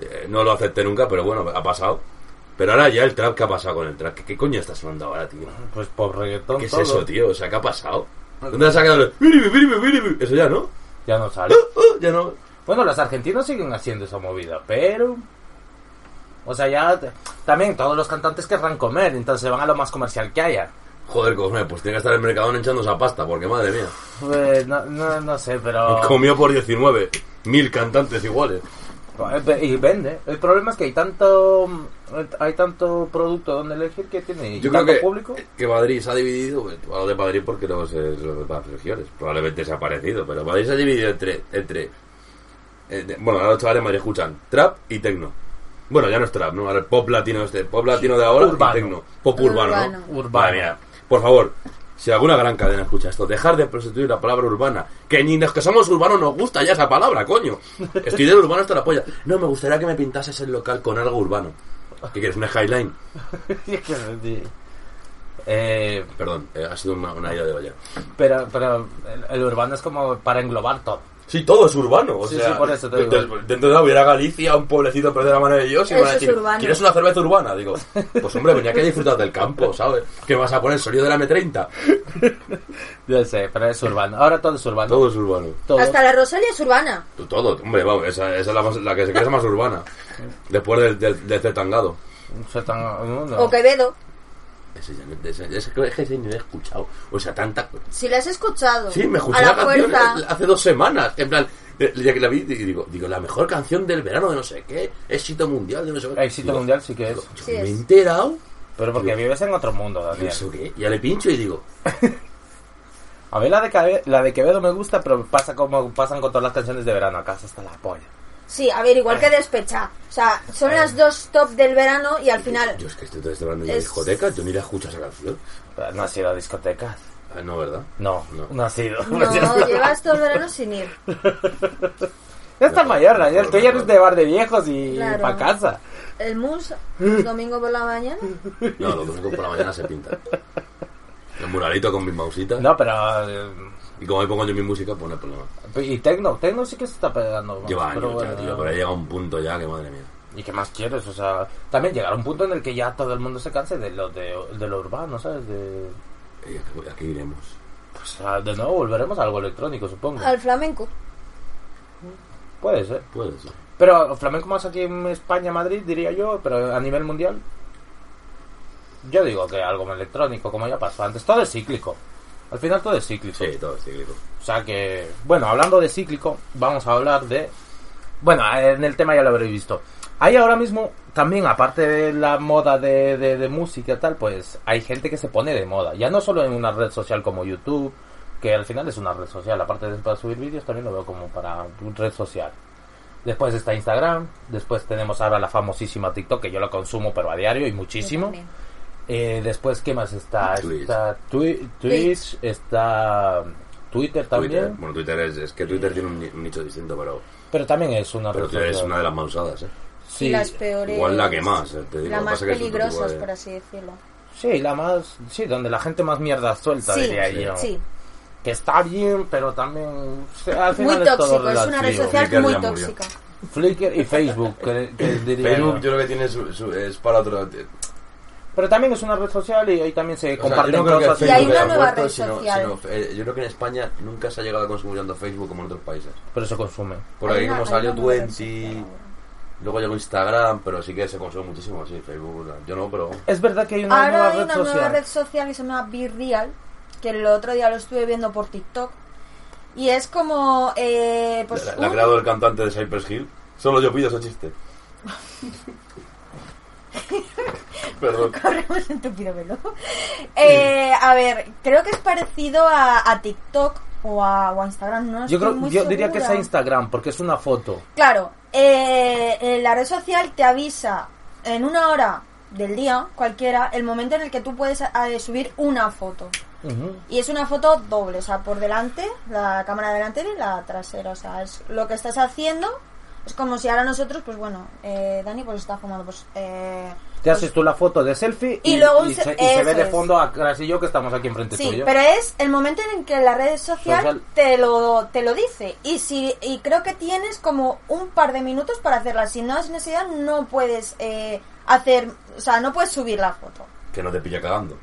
Speaker 4: Eh, no lo acepté nunca, pero bueno, ha pasado. Pero ahora ya el trap, ¿qué ha pasado con el trap? ¿Qué, qué coño está sonando ahora, tío?
Speaker 3: Pues pop reggaetón.
Speaker 4: ¿Qué es
Speaker 3: todo.
Speaker 4: eso, tío? O sea, ¿qué ha pasado? ¿Dónde ha sacado el... "Biribi, biribi, biribi"? Eso ya no.
Speaker 3: Ya no sale.
Speaker 4: Ah, Ya no.
Speaker 3: Bueno, los argentinos siguen haciendo esa movida, pero... O sea, ya... te- También todos los cantantes querrán comer, entonces se van a lo más comercial que haya.
Speaker 4: Joder, cojones, pues tiene que estar el mercadón echando esa pasta, porque madre mía.
Speaker 3: Pues, no, no, no sé, pero...
Speaker 4: Comió por 19. Mil cantantes iguales.
Speaker 3: eh, Y vende. El problema es que hay tanto... Hay tanto producto donde elegir que tiene... y
Speaker 4: Yo creo
Speaker 3: tanto
Speaker 4: que, eh,
Speaker 3: público.
Speaker 4: que Madrid se ha dividido, pues, bueno, hablo de Madrid porque no sé lo de las regiones, probablemente se ha parecido, pero Madrid se ha dividido entre, entre eh, de- bueno, ahora los chavales en Madrid escuchan trap y tecno. Bueno, ya no es trap, ¿no? Ahora el pop latino este, pop latino de ahora
Speaker 3: Urbano.
Speaker 4: y tecno. Pop urbano,
Speaker 5: Urbano.
Speaker 4: ¿no?
Speaker 3: Urbano.
Speaker 4: Madre mía. Por favor, si alguna gran cadena escucha esto, dejar de prostituir la palabra urbana. Que ni los que somos urbanos nos gusta ya esa palabra, coño. Estoy del urbano hasta la polla. No, me gustaría que me pintases el local con algo urbano. ¿Qué quieres? ¿Una highline?
Speaker 3: Eh,
Speaker 4: Perdón, eh, ha sido una, una idea de olla.
Speaker 3: pero pero el, el urbano es como para englobar todo.
Speaker 4: Sí, todo es urbano. O
Speaker 3: Sí,
Speaker 4: sea,
Speaker 3: sí, por eso te
Speaker 4: de-
Speaker 3: digo.
Speaker 4: de- Dentro de la hubiera Galicia, un pueblecito pero de la mano de Dios, y me
Speaker 5: Eso
Speaker 4: van a
Speaker 5: es
Speaker 4: decir,
Speaker 5: urbano.
Speaker 4: ¿quieres una cerveza urbana? Digo, pues hombre, venía que disfrutar del campo, ¿sabes? ¿Qué vas a poner? ¿Sonido de la M30?
Speaker 3: Yo sé, pero es urbano. Ahora todo es urbano.
Speaker 4: Todo es urbano.
Speaker 3: Todo.
Speaker 5: Hasta la Rosalia es urbana.
Speaker 4: Tú Todo, hombre, vamos, esa, esa es la, más- la que se cree más urbana. Después del de, de, C Tangado.
Speaker 3: Se tan- no.
Speaker 4: Ah.
Speaker 5: O Quevedo.
Speaker 4: Ese, ya no- ese, ese, creo que ese ni lo he escuchado. O sea, tanta...
Speaker 5: Si la has escuchado.
Speaker 4: Sí, me escuché
Speaker 5: A la,
Speaker 4: la canción
Speaker 5: fuerza.
Speaker 4: eh, hace dos semanas. En plan, eh, ya que la vi, y digo, digo, la mejor canción del verano de no sé qué, éxito mundial de no sé qué.
Speaker 3: Éxito
Speaker 4: Digo,
Speaker 3: mundial sí que es.
Speaker 4: Yo
Speaker 5: Sí
Speaker 4: me he
Speaker 5: es.
Speaker 4: enterado
Speaker 3: Pero porque vives en otro mundo,
Speaker 4: ¿Y
Speaker 3: Daniel.
Speaker 4: eso qué? Ya le pincho y digo,
Speaker 3: A mí la de, Cabe- la de Quevedo me gusta, pero pasa como pasan con todas las canciones de verano. Acá hasta la polla.
Speaker 5: Sí, a ver, igual que despecha. O sea,
Speaker 4: Ah.
Speaker 5: son las dos top del verano y al final.
Speaker 4: yo es que estoy todo este hablando de
Speaker 5: Es-
Speaker 4: discoteca, yo ni la escucho esa canción.
Speaker 3: Pero No has ido a discotecas.
Speaker 4: Ah, no, ¿verdad?
Speaker 3: No, no,
Speaker 4: No.
Speaker 3: has ido.
Speaker 5: No, llevas todo el verano sin ir.
Speaker 3: Ya estás mayor, Daniel. Tú ya eres de bar de viejos y
Speaker 5: Claro.
Speaker 3: pa' casa.
Speaker 5: El mus, domingo por la mañana.
Speaker 4: No, los domingos por la mañana se pinta. El muralito con mis mausitas.
Speaker 3: No, pero. eh,
Speaker 4: Y como ahí pongo yo mi música, pues no hay problema.
Speaker 3: Y Tecno, Tecno sí que se está pegando.
Speaker 4: Lleva
Speaker 3: pero
Speaker 4: años ya,
Speaker 3: bueno,
Speaker 4: tío, pero ha llegado un punto ya que madre mía.
Speaker 3: ¿Y qué más quieres? O sea, también llegar a un punto en el que ya todo el mundo se canse de lo, de, de lo urbano, ¿sabes? De,
Speaker 4: ¿Y a qué- a qué iremos?
Speaker 3: pues, a- de nuevo volveremos a algo electrónico, supongo.
Speaker 5: Al flamenco.
Speaker 3: Puede ser.
Speaker 4: Puede ser.
Speaker 3: Pero flamenco más aquí en España, Madrid, diría yo, pero a nivel mundial. Yo digo que algo electrónico, como ya pasó antes. Todo es cíclico. Al final todo es cíclico.
Speaker 4: Sí, todo es cíclico.
Speaker 3: O sea que, bueno, hablando de cíclico, vamos a hablar de... Bueno, en el tema ya lo habréis visto. Hay ahora mismo, también aparte de la moda de, de, de música y tal, pues hay gente que se pone de moda. Ya no solo en una red social como YouTube, que al final es una red social, aparte de para subir vídeos, también lo veo como para una red social. Después está Instagram, después tenemos ahora la famosísima TikTok, que yo la consumo pero a diario y muchísimo.
Speaker 5: Yo también.
Speaker 3: Eh, después, ¿qué más está?
Speaker 4: Twitch.
Speaker 3: Está Twi- Twitch, está mm, Twitter también.
Speaker 4: Twitter. Bueno, Twitter es, es que Twitter tiene un, ni- un nicho distinto, pero,
Speaker 3: Pero también es una
Speaker 4: pero
Speaker 3: red
Speaker 4: Twitter es
Speaker 3: social.
Speaker 4: una de las más usadas, ¿eh?
Speaker 3: Sí,
Speaker 5: Y las peores.
Speaker 4: Igual la que más, eh, te digo.
Speaker 5: La
Speaker 4: Lo que pasa
Speaker 5: más
Speaker 4: es que es un
Speaker 5: peligrosas,
Speaker 4: tipo de-
Speaker 5: por así decirlo.
Speaker 3: sí, la más. Sí, donde la gente más mierda suelta,
Speaker 5: Sí,
Speaker 3: diría yo.
Speaker 5: sí.
Speaker 3: Que está bien, pero también. o sea, al
Speaker 5: Muy
Speaker 3: final es todo
Speaker 5: tóxico, es una red
Speaker 3: relativo.
Speaker 4: Flickr
Speaker 5: social muy
Speaker 4: ya murió.
Speaker 5: tóxica.
Speaker 3: Flickr y Facebook, que, que diría
Speaker 4: Facebook
Speaker 3: yo.
Speaker 4: yo creo que tiene su, su- es para otro... eh,
Speaker 3: Pero también es una red social y ahí también se
Speaker 4: o sea, yo
Speaker 3: comparten
Speaker 4: no creo que
Speaker 3: cosas.
Speaker 5: Y hay
Speaker 4: Facebook
Speaker 5: una
Speaker 4: haya
Speaker 5: nueva
Speaker 4: muerto,
Speaker 5: red
Speaker 4: sino-
Speaker 5: social.
Speaker 4: sino, eh, yo creo que en España nunca se ha llegado a consumir tanto Facebook como en otros países.
Speaker 3: Pero se consume.
Speaker 4: Por
Speaker 5: Hay
Speaker 4: ahí
Speaker 5: una-
Speaker 4: como
Speaker 5: hay
Speaker 4: salió
Speaker 5: una nueva red
Speaker 4: Twenty,
Speaker 5: social ahora.
Speaker 4: luego llegó Instagram, pero sí que se consume muchísimo, sí, Facebook. o sea, Yo no, pero...
Speaker 3: Es verdad que hay una
Speaker 5: Ahora
Speaker 3: nueva
Speaker 5: hay
Speaker 3: red
Speaker 5: una
Speaker 3: social.
Speaker 5: nueva red social que se llama Be Real, que el otro día lo estuve viendo por TikTok. Y es como. eh, pues
Speaker 4: la, la ha
Speaker 5: un-
Speaker 4: creado el cantante de Cypress Hill. Solo yo pido ese chiste. Perdón.
Speaker 5: Corremos en tu piromelo. Eh, a ver, creo que es parecido a, a TikTok o a, o a Instagram, ¿no?
Speaker 3: Yo,
Speaker 5: estoy
Speaker 3: creo,
Speaker 5: muy
Speaker 3: yo diría que
Speaker 5: segura.
Speaker 3: es a Instagram, porque es una foto.
Speaker 5: Claro, eh, eh, la red social te avisa en una hora del día, cualquiera, el momento en el que tú puedes eh, subir una foto.
Speaker 3: Ujú.
Speaker 5: Y es una foto doble, o sea, por delante, la cámara delantera y la trasera, o sea, es lo que estás haciendo. Es como si ahora nosotros, pues bueno, eh, Dani pues está fumando, pues... Eh,
Speaker 3: Te
Speaker 5: pues-
Speaker 3: haces tú la foto de selfie y,
Speaker 5: Y luego
Speaker 3: y
Speaker 5: un
Speaker 3: se,
Speaker 5: se-
Speaker 3: y se ve
Speaker 5: eso
Speaker 3: de
Speaker 5: es.
Speaker 3: fondo a Crash y yo que estamos aquí enfrente
Speaker 5: Sí,
Speaker 3: tuyo.
Speaker 5: pero es el momento en el que la red social,
Speaker 3: Social.
Speaker 5: te lo te lo dice y si y creo que tienes como un par de minutos para hacerla. Si no es necesidad no puedes eh, hacer, o sea, no puedes subir la foto.
Speaker 4: Que no te pilla cagando.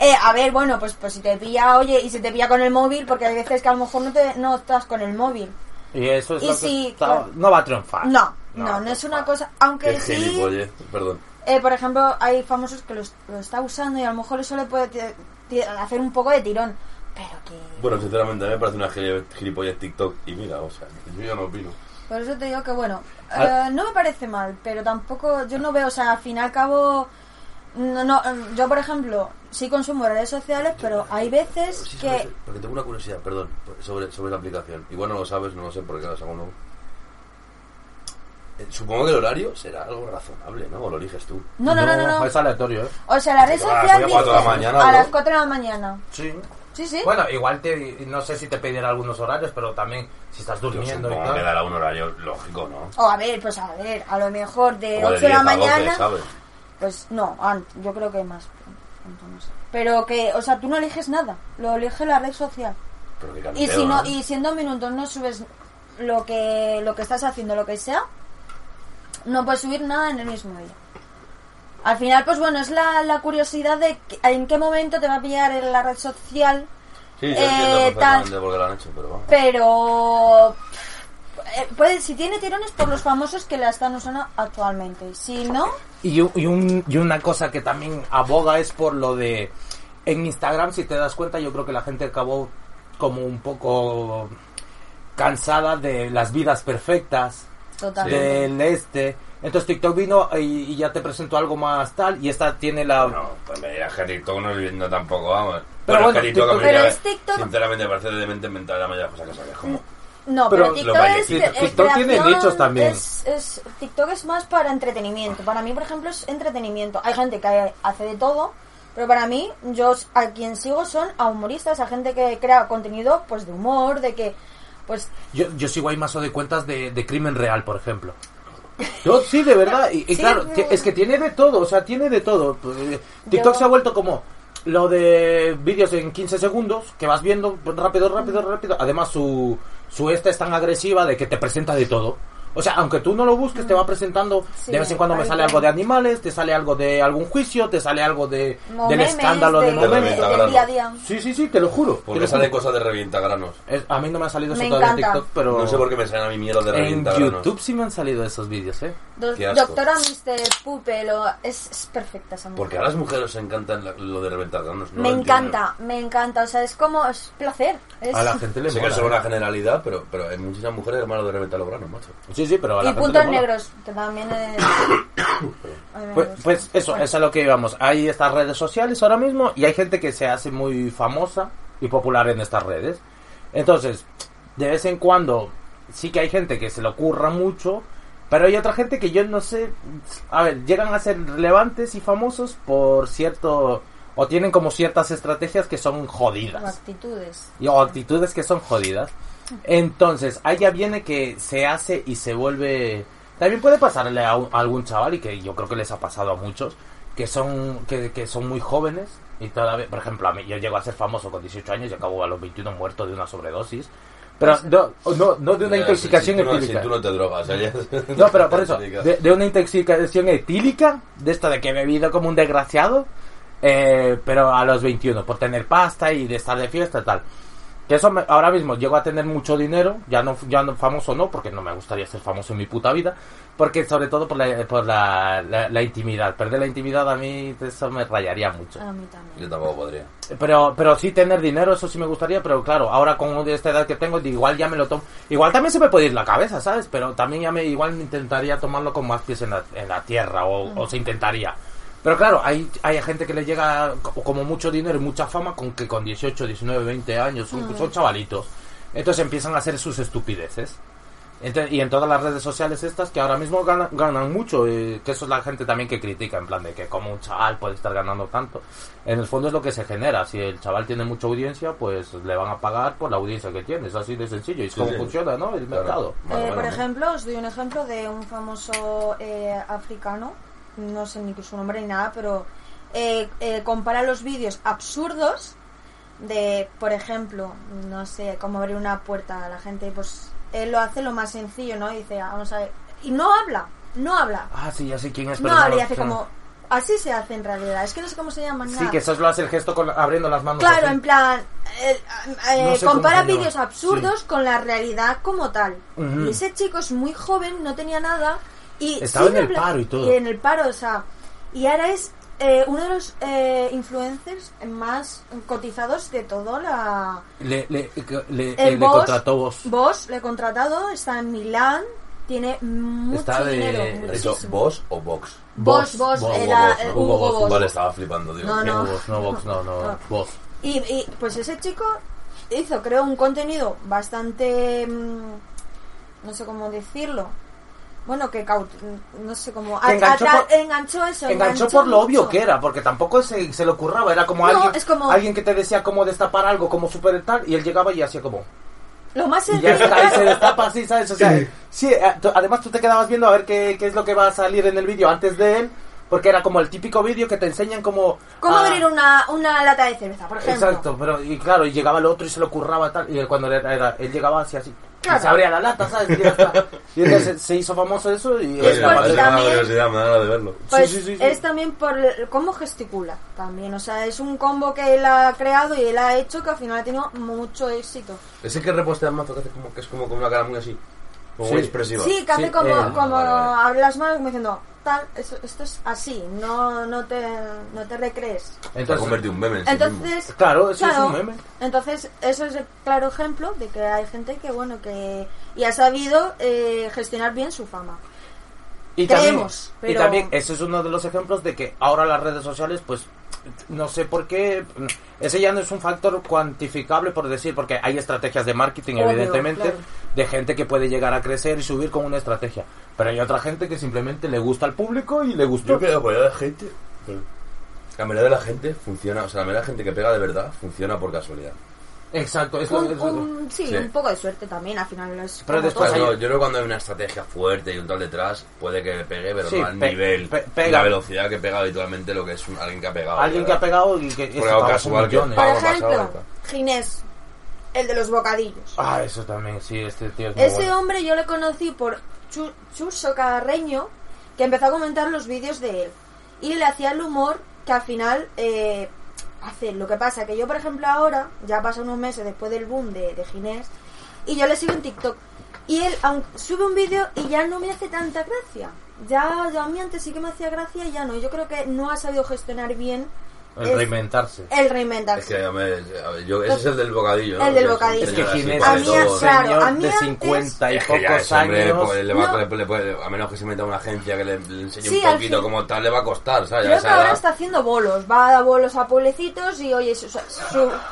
Speaker 5: Eh, a ver, bueno, pues pues si te pilla, oye, y si te pilla con el móvil, porque hay veces que a lo mejor no te, no estás con el móvil.
Speaker 3: Y eso es
Speaker 5: Y
Speaker 3: lo
Speaker 5: sí,
Speaker 3: que está-
Speaker 5: claro.
Speaker 3: no va a triunfar.
Speaker 5: No,
Speaker 3: No,
Speaker 5: no,
Speaker 3: no
Speaker 5: no, es una
Speaker 3: vale.
Speaker 5: cosa, aunque
Speaker 4: Qué
Speaker 5: sí,
Speaker 4: gilipollez. Perdón.
Speaker 5: eh, por ejemplo, hay famosos que lo, es- lo está usando y a lo mejor eso le puede ti- ti- hacer un poco de tirón, pero que
Speaker 4: Bueno, sinceramente, a mí me parece una gili- gilipollez TikTok. Y mira, o sea, yo ya no opino.
Speaker 5: Por eso te digo que, bueno,
Speaker 3: Ah.
Speaker 5: eh, no me parece mal, pero tampoco, yo no veo, o sea, al fin y al cabo, no, no, eh, yo por ejemplo, sí consumo redes sociales, pero hay veces
Speaker 4: Sí, sobre-
Speaker 5: que...
Speaker 4: Porque tengo una curiosidad, perdón, sobre, sobre la aplicación. Igual no lo sabes, no lo sé, porque la segunda... Eh, Supongo que el horario será algo razonable, ¿no? O lo eliges tú.
Speaker 5: No, no, no, no, no.
Speaker 3: Es aleatorio, ¿eh?
Speaker 5: O sea, la red
Speaker 4: Ah,
Speaker 5: social
Speaker 4: son las cuatro de la
Speaker 5: dice
Speaker 4: mañana, ¿no?
Speaker 5: a las 4 de la mañana.
Speaker 3: Sí.
Speaker 5: Sí, sí.
Speaker 3: Bueno, igual te, no sé si te pedirá algunos horarios, pero también si estás
Speaker 4: Yo
Speaker 3: durmiendo y
Speaker 4: supongo que
Speaker 3: tal.
Speaker 4: dará un horario lógico, ¿no?
Speaker 5: O a ver, pues a ver, a lo mejor de
Speaker 4: Como de
Speaker 5: 8 de,
Speaker 4: 10
Speaker 5: la
Speaker 4: a 12,
Speaker 5: mañana...
Speaker 4: ¿sabes?
Speaker 5: Pues no, antes, yo creo que más. pronto, no sé. Pero que, o sea, tú no eliges nada, lo elige la red social.
Speaker 4: Pero qué
Speaker 5: Y
Speaker 4: calenteo,
Speaker 5: si no,
Speaker 4: ¿no?
Speaker 5: y si en dos minutos no subes lo que lo que estás haciendo, lo que sea, no puedes subir nada en el mismo día. Al final, pues bueno, es la, la curiosidad de que- en qué momento te va a pillar en la red social,
Speaker 4: Sí, yo
Speaker 5: eh,
Speaker 4: entiendo
Speaker 5: tal.
Speaker 4: perfectamente por qué lo han hecho, pero vamos.
Speaker 5: pero eh, puede, si tiene tirones por los famosos que la están usando actualmente. Si no,
Speaker 3: Y, u- y un- y una cosa que también aboga es por lo de... En Instagram, si te das cuenta, yo creo que la gente acabó como un poco cansada de las vidas perfectas.
Speaker 5: totalmente.
Speaker 3: del este. Entonces TikTok vino y, y ya te presentó algo más tal y esta tiene la...
Speaker 4: No, pues me dirás que TikTok no es viviendo tampoco, vamos.
Speaker 3: Pero
Speaker 4: es que
Speaker 3: bueno,
Speaker 4: TikTok a mí
Speaker 3: TikTok-
Speaker 4: ya
Speaker 5: Pero
Speaker 4: me-
Speaker 5: es TikTok.
Speaker 4: Sinceramente me parece demente mental la mayoría de las cosas que sacas. Como,
Speaker 5: No,
Speaker 3: Pero
Speaker 5: pero,
Speaker 3: los
Speaker 5: TikTok, es,
Speaker 4: bailecitos.
Speaker 5: es
Speaker 3: TikTok tiene
Speaker 5: creación,
Speaker 3: nichos también.
Speaker 5: Es, es- TikTok es más para entretenimiento. Para mí, por ejemplo, es entretenimiento. Hay gente que hace de todo, pero para mí, yo s- a quien sigo son a humoristas, a gente que crea contenido pues de humor, de que pues
Speaker 3: Yo, yo sigo ahí mazo de cuentas de, de crimen real, por ejemplo. Yo sí, de verdad. Y, y
Speaker 5: Sí,
Speaker 3: claro,
Speaker 5: no.
Speaker 3: ti- es que tiene de todo, o sea, tiene de todo. Eh, TikTok
Speaker 5: Yo-
Speaker 3: se ha vuelto como lo de vídeos en 15 segundos, que vas viendo rápido, rápido, rápido. Además, su, su esta es tan agresiva de que te presenta de todo. O sea, aunque tú no lo busques, te va presentando.
Speaker 5: Sí,
Speaker 3: de vez en cuando me
Speaker 5: ahí
Speaker 3: sale
Speaker 5: va.
Speaker 3: algo de animales, te sale algo de algún juicio, te sale algo de, del
Speaker 5: Momentos
Speaker 3: escándalo de,
Speaker 5: de,
Speaker 4: Momento.
Speaker 3: Momento.
Speaker 5: de- del día a día.
Speaker 3: Sí, sí, sí, te lo juro. te
Speaker 4: Porque
Speaker 3: lo
Speaker 4: salen
Speaker 3: juro.
Speaker 4: cosas de revientagranos.
Speaker 3: Es- a mí no me han salido eso
Speaker 5: Me
Speaker 3: todavía en
Speaker 5: encanta.
Speaker 3: TikTok, pero.
Speaker 4: No sé por qué me salen a mí mierda de
Speaker 3: En
Speaker 4: revientagranos.
Speaker 3: YouTube sí me han salido esos vídeos, ¿eh?
Speaker 5: Do-
Speaker 4: Qué asco.
Speaker 5: Doctora Mr. Pupelo es, es perfecta esa mujer.
Speaker 4: Porque a las mujeres les encanta la- lo de revientagranos. no
Speaker 5: me
Speaker 4: lo entiendo.
Speaker 5: encanta, me encanta. O sea, es como es placer. Es...
Speaker 3: A la gente le
Speaker 4: Sé que
Speaker 3: mola,
Speaker 4: es solo
Speaker 3: ¿eh?
Speaker 4: una generalidad, pero, pero hay muchísimas mujeres hermanos de revientagranos, macho.
Speaker 3: Sí, sí, pero a la
Speaker 5: Y
Speaker 3: gente
Speaker 5: puntos
Speaker 3: le mola.
Speaker 5: negros, que también es... A mí me
Speaker 3: Pues,
Speaker 5: gusta.
Speaker 3: pues eso,
Speaker 5: Bueno,
Speaker 3: es a lo que íbamos. Hay estas redes sociales ahora mismo y hay gente que se hace muy famosa y popular en estas redes. Entonces, de vez en cuando sí que hay gente que se le ocurra mucho, pero hay otra gente que yo no sé, a ver, llegan a ser relevantes y famosos por cierto, o tienen como ciertas estrategias que son
Speaker 5: o
Speaker 3: jodidas.
Speaker 5: actitudes.
Speaker 3: y- o actitudes que son jodidas. Entonces, ahí ya viene que se hace y se vuelve... También puede pasarle a, un- a algún chaval, y que yo creo que les ha pasado a muchos, que son, que, que son muy jóvenes y todavía... Por ejemplo, a mí, yo llego a ser famoso con 18 años y acabo a los 21 muerto de una sobredosis. Pero no, no, no de una
Speaker 4: Eh,
Speaker 3: intoxicación
Speaker 4: si, si tú no-
Speaker 3: etílica.
Speaker 4: Si tú no te drogas, ¿eh?
Speaker 3: No, pero por eso,
Speaker 4: Etílica.
Speaker 3: de, de una intoxicación etílica, de esto de que he bebido como un desgraciado, eh, pero a los 21, por tener pasta y de estar de fiesta y tal. Que eso me- ahora mismo llego a tener mucho dinero, ya no, ya no famoso no, porque no me gustaría ser famoso en mi puta vida, porque sobre todo por la, por la, la- la intimidad. Perder la intimidad a mí eso me rayaría mucho.
Speaker 5: A mí también.
Speaker 4: Yo tampoco podría.
Speaker 3: Pero, pero sí tener dinero, eso sí me gustaría, pero claro, ahora con esta edad que tengo, igual ya me lo tomo. Igual también se me puede ir la cabeza, ¿sabes? Pero también ya me, igual intentaría tomarlo con más pies en la, en la tierra, o, o se intentaría. Pero claro, hay, hay gente que le llega co- como mucho dinero y mucha fama con que con 18, 19, 20 años, son, son chavalitos. Entonces empiezan a hacer sus estupideces. Ente- y en todas las redes sociales estas que ahora mismo ganan, ganan mucho, eh, que eso es la gente también que critica, en plan de que como un chaval puede estar ganando tanto. En el fondo es lo que se genera, si el chaval tiene mucha audiencia, pues le van a pagar por la audiencia que tiene, es así de sencillo, y es
Speaker 4: Sí,
Speaker 3: como
Speaker 4: sí.
Speaker 3: funciona, ¿no? El
Speaker 4: Claro.
Speaker 3: mercado.
Speaker 4: Más o
Speaker 5: Eh,
Speaker 4: menos,
Speaker 5: por
Speaker 4: ¿no?
Speaker 5: ejemplo, os doy un ejemplo de un famoso eh, africano, no sé ni su nombre ni nada, pero eh, eh, compara los vídeos absurdos de, por ejemplo, no sé, cómo abrir una puerta a la gente, pues él lo hace lo más sencillo, ¿no? Dice, "Ah, vamos a ver, y no habla, no habla,
Speaker 3: Ah, sí, ya sé quién es,
Speaker 5: no
Speaker 3: pero no
Speaker 5: habla y
Speaker 3: lo-
Speaker 5: hace como, así se hace en realidad, es que no sé cómo se llama
Speaker 3: Sí,
Speaker 5: nada.
Speaker 3: que eso lo hace el gesto con, abriendo las manos.
Speaker 5: Claro,
Speaker 3: así.
Speaker 5: en plan, eh, eh,
Speaker 3: No sé cómo
Speaker 5: compara
Speaker 3: se llama.
Speaker 5: vídeos absurdos con la realidad como tal.
Speaker 3: Ujú.
Speaker 5: Y ese chico es muy joven, no tenía nada. Y
Speaker 3: Estaba en
Speaker 5: sigue
Speaker 3: el
Speaker 5: habla-
Speaker 3: paro y todo.
Speaker 5: en el paro, o sea. Y ahora es eh, uno de los eh, influencers más cotizados de todo la...
Speaker 3: Le, le, le,
Speaker 5: El
Speaker 3: le
Speaker 5: Boss-
Speaker 3: contrató vos.
Speaker 5: Boss, le he contratado, está en Milán, tiene mucho
Speaker 3: Está de-
Speaker 5: dinero.
Speaker 4: ¿Has dicho
Speaker 5: muchísimo.
Speaker 4: ¿Vos o Vox?
Speaker 5: Boss, Boss,
Speaker 3: Boss,
Speaker 5: era
Speaker 4: Boss,
Speaker 5: eh,
Speaker 4: Hugo
Speaker 5: Hugo
Speaker 3: Boss.
Speaker 5: Boss.
Speaker 4: Vale, estaba flipando, digo.
Speaker 5: No, no.
Speaker 3: No, vos, no, vos, no, no,
Speaker 5: No.
Speaker 3: vos.
Speaker 5: Y, y, pues ese chico hizo, creo, un contenido bastante. mm, No sé cómo decirlo. Bueno, que caut no sé cómo. a-
Speaker 3: Enganchó
Speaker 5: atra-
Speaker 3: por-
Speaker 5: enganchó eso.
Speaker 3: enganchó por lo obvio
Speaker 5: mucho.
Speaker 3: que era, porque tampoco se, se le ocurraba, era como,
Speaker 5: No,
Speaker 3: alguien,
Speaker 5: es como-
Speaker 3: alguien que te decía cómo destapar algo, cómo super tal, y él llegaba y hacía como...
Speaker 5: Lo más
Speaker 3: Y ya
Speaker 5: sencillo.
Speaker 3: está, y se
Speaker 5: claro.
Speaker 3: destapa así, ¿sabes? O sea, sí, a- tú- además tú te quedabas viendo a ver qué, qué es lo que va a salir en el vídeo antes de él, porque era como el típico vídeo que te enseñan como...
Speaker 5: ¿Cómo
Speaker 3: ah,
Speaker 5: abrir una, una lata de cerveza, por ejemplo?
Speaker 3: Exacto, pero y claro, y llegaba el otro y se lo curraba tal, y él cuando era, era- él llegaba así así,
Speaker 5: Claro.
Speaker 3: y se abría la lata, ¿sabes? Y, ya está. Y entonces se hizo famoso eso y...
Speaker 4: Coño,
Speaker 5: Es
Speaker 4: me
Speaker 5: porque
Speaker 4: parece una
Speaker 5: también-
Speaker 4: curiosidad, me da ganas de verlo.
Speaker 5: Pues
Speaker 3: sí, sí, sí.
Speaker 5: es también por el- cómo gesticula también. O sea, es un combo que él ha creado y él ha hecho que al final ha tenido mucho éxito.
Speaker 4: Ese que repostean mazo que hace como que es como con una cara muy así. Como muy
Speaker 3: Sí.
Speaker 4: expresiva.
Speaker 5: Sí, que hace
Speaker 3: Sí,
Speaker 5: como,
Speaker 3: eh,
Speaker 5: como
Speaker 4: vale, vale.
Speaker 5: abre las manos como diciendo, tal, eso- esto es así, no, no, te, no te recrees.
Speaker 4: Se ha
Speaker 3: Entonces,
Speaker 4: convertido en un meme en sí mismo.
Speaker 5: Entonces,
Speaker 3: Claro, eso es un meme.
Speaker 5: Entonces, eso es el claro ejemplo de que hay gente que, bueno, que y ha sabido eh, gestionar bien su fama.
Speaker 3: Y
Speaker 5: Creemos,
Speaker 3: también,
Speaker 5: pero-
Speaker 3: y también ese es uno de los ejemplos de que ahora las redes sociales, pues no sé por qué, ese ya no es un factor cuantificable por decir, porque hay estrategias de marketing,
Speaker 5: Obvio,
Speaker 3: evidentemente,
Speaker 5: claro.
Speaker 3: de gente que puede llegar a crecer y subir con una estrategia. Pero hay otra gente que simplemente le gusta al público y le
Speaker 4: Yo
Speaker 3: gustó.
Speaker 4: creo que la mayoría de la gente. La mayoría de la gente funciona, o sea, la mayoría de la gente que pega de verdad funciona por casualidad.
Speaker 3: Exacto, eso,
Speaker 5: Un-
Speaker 3: eso-
Speaker 5: un- sí,
Speaker 4: Sí.
Speaker 5: un poco de suerte también, al final es
Speaker 3: Pero
Speaker 5: como
Speaker 4: O sea,
Speaker 3: después
Speaker 4: no,
Speaker 5: todo.
Speaker 3: hay-
Speaker 4: yo creo que cuando hay una estrategia fuerte y un tal detrás, puede que pegue, pero
Speaker 3: Sí,
Speaker 4: no al
Speaker 3: pe-
Speaker 4: nivel,
Speaker 3: pe-
Speaker 4: y
Speaker 3: pega.
Speaker 4: la velocidad que pega habitualmente lo que es un- alguien que ha pegado.
Speaker 3: alguien que ha
Speaker 4: ¿verdad?
Speaker 3: pegado y que eso
Speaker 4: algo
Speaker 3: trabaja
Speaker 4: casual que-
Speaker 3: millones.
Speaker 5: Por
Speaker 4: Vamos, pasado,
Speaker 5: ejemplo,
Speaker 4: venga.
Speaker 5: Ginés, el de los bocadillos.
Speaker 3: Ah, eso también, sí, este tío es muy
Speaker 5: Ese
Speaker 3: bueno.
Speaker 5: hombre yo le conocí por Chu- Chuso Carreño, que empezó a comentar los vídeos de él. Y le hacía el humor que al final eh, hace. Lo que pasa que yo, por ejemplo, ahora, ya pasa unos meses después del boom de, de Ginés, y yo le sigo en TikTok. Y él aunque sube un vídeo y ya no me hace tanta gracia. Ya, ya a mí antes sí que me hacía gracia y ya no. Yo creo que no ha sabido gestionar bien
Speaker 3: El
Speaker 5: es-
Speaker 3: reinventarse.
Speaker 5: el reinventarse.
Speaker 4: Es que a ver, a ver, yo, ese es el del bocadillo. ¿no?
Speaker 5: El del
Speaker 4: Que es un
Speaker 5: bocadillo.
Speaker 3: Es que
Speaker 4: señor así
Speaker 3: Ginés
Speaker 5: A
Speaker 4: para
Speaker 5: mí
Speaker 3: es
Speaker 5: mí es-
Speaker 4: todos.
Speaker 3: un
Speaker 5: claro, a
Speaker 3: señor
Speaker 5: mí
Speaker 3: de
Speaker 5: antes-
Speaker 3: 50 y
Speaker 4: Es que ya
Speaker 3: pocos
Speaker 4: ese hombre,
Speaker 3: años.
Speaker 4: pues, le va-
Speaker 5: No.
Speaker 4: le- le puede- a menos que se meta a una agencia que le, le enseñe
Speaker 5: Sí,
Speaker 4: un
Speaker 5: al
Speaker 4: poquito
Speaker 5: fin-
Speaker 4: como tal, le va a costar, ¿sabes? A
Speaker 5: Creo que
Speaker 4: esa
Speaker 5: ahora
Speaker 4: edad.
Speaker 5: está haciendo bolos. Va a dar bolos a pueblecitos y oye, su. su- su-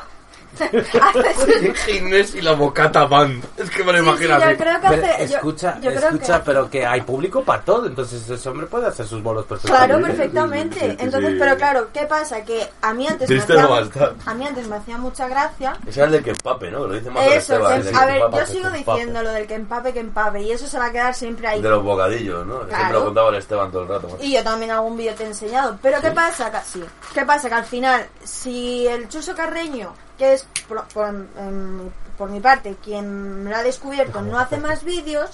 Speaker 5: hace su-
Speaker 4: Ginés y la bocata van. Es que me lo
Speaker 5: sí, sí,
Speaker 4: imagino
Speaker 5: yo
Speaker 4: así.
Speaker 5: creo que
Speaker 3: Pero
Speaker 5: hace. yo-
Speaker 3: escucha,
Speaker 5: yo creo
Speaker 3: escucha,
Speaker 5: que-
Speaker 3: pero que hay público para todo, entonces ese hombre puede hacer sus bolos perfectamente.
Speaker 5: Claro, perfectamente. Entonces, pero claro, ¿qué pasa? Que a mí antes me
Speaker 4: Triste
Speaker 5: hacía,
Speaker 4: no va a estar.
Speaker 5: a mí antes me hacía mucha gracia.
Speaker 4: Ese es el del que empape, ¿no? Que Lo dice más
Speaker 5: Eso,
Speaker 4: Esteban,
Speaker 5: que-
Speaker 4: el del
Speaker 5: a
Speaker 4: que
Speaker 5: ver,
Speaker 4: empapa,
Speaker 5: yo
Speaker 4: que
Speaker 5: sigo
Speaker 4: empape.
Speaker 5: diciendo lo del que empape, que empape, y eso se va a quedar siempre ahí.
Speaker 4: De los bocadillos, ¿no? Que Siempre
Speaker 5: Claro.
Speaker 4: lo contaba el Esteban todo el rato. macho.
Speaker 5: Y yo también algún vídeo te he enseñado. Pero ¿qué pasa? Que, sí. ¿Qué pasa? Que al final, si el Chuso Carreño, que es por, por, em, por mi parte quien me lo ha descubierto, no hace más vídeos,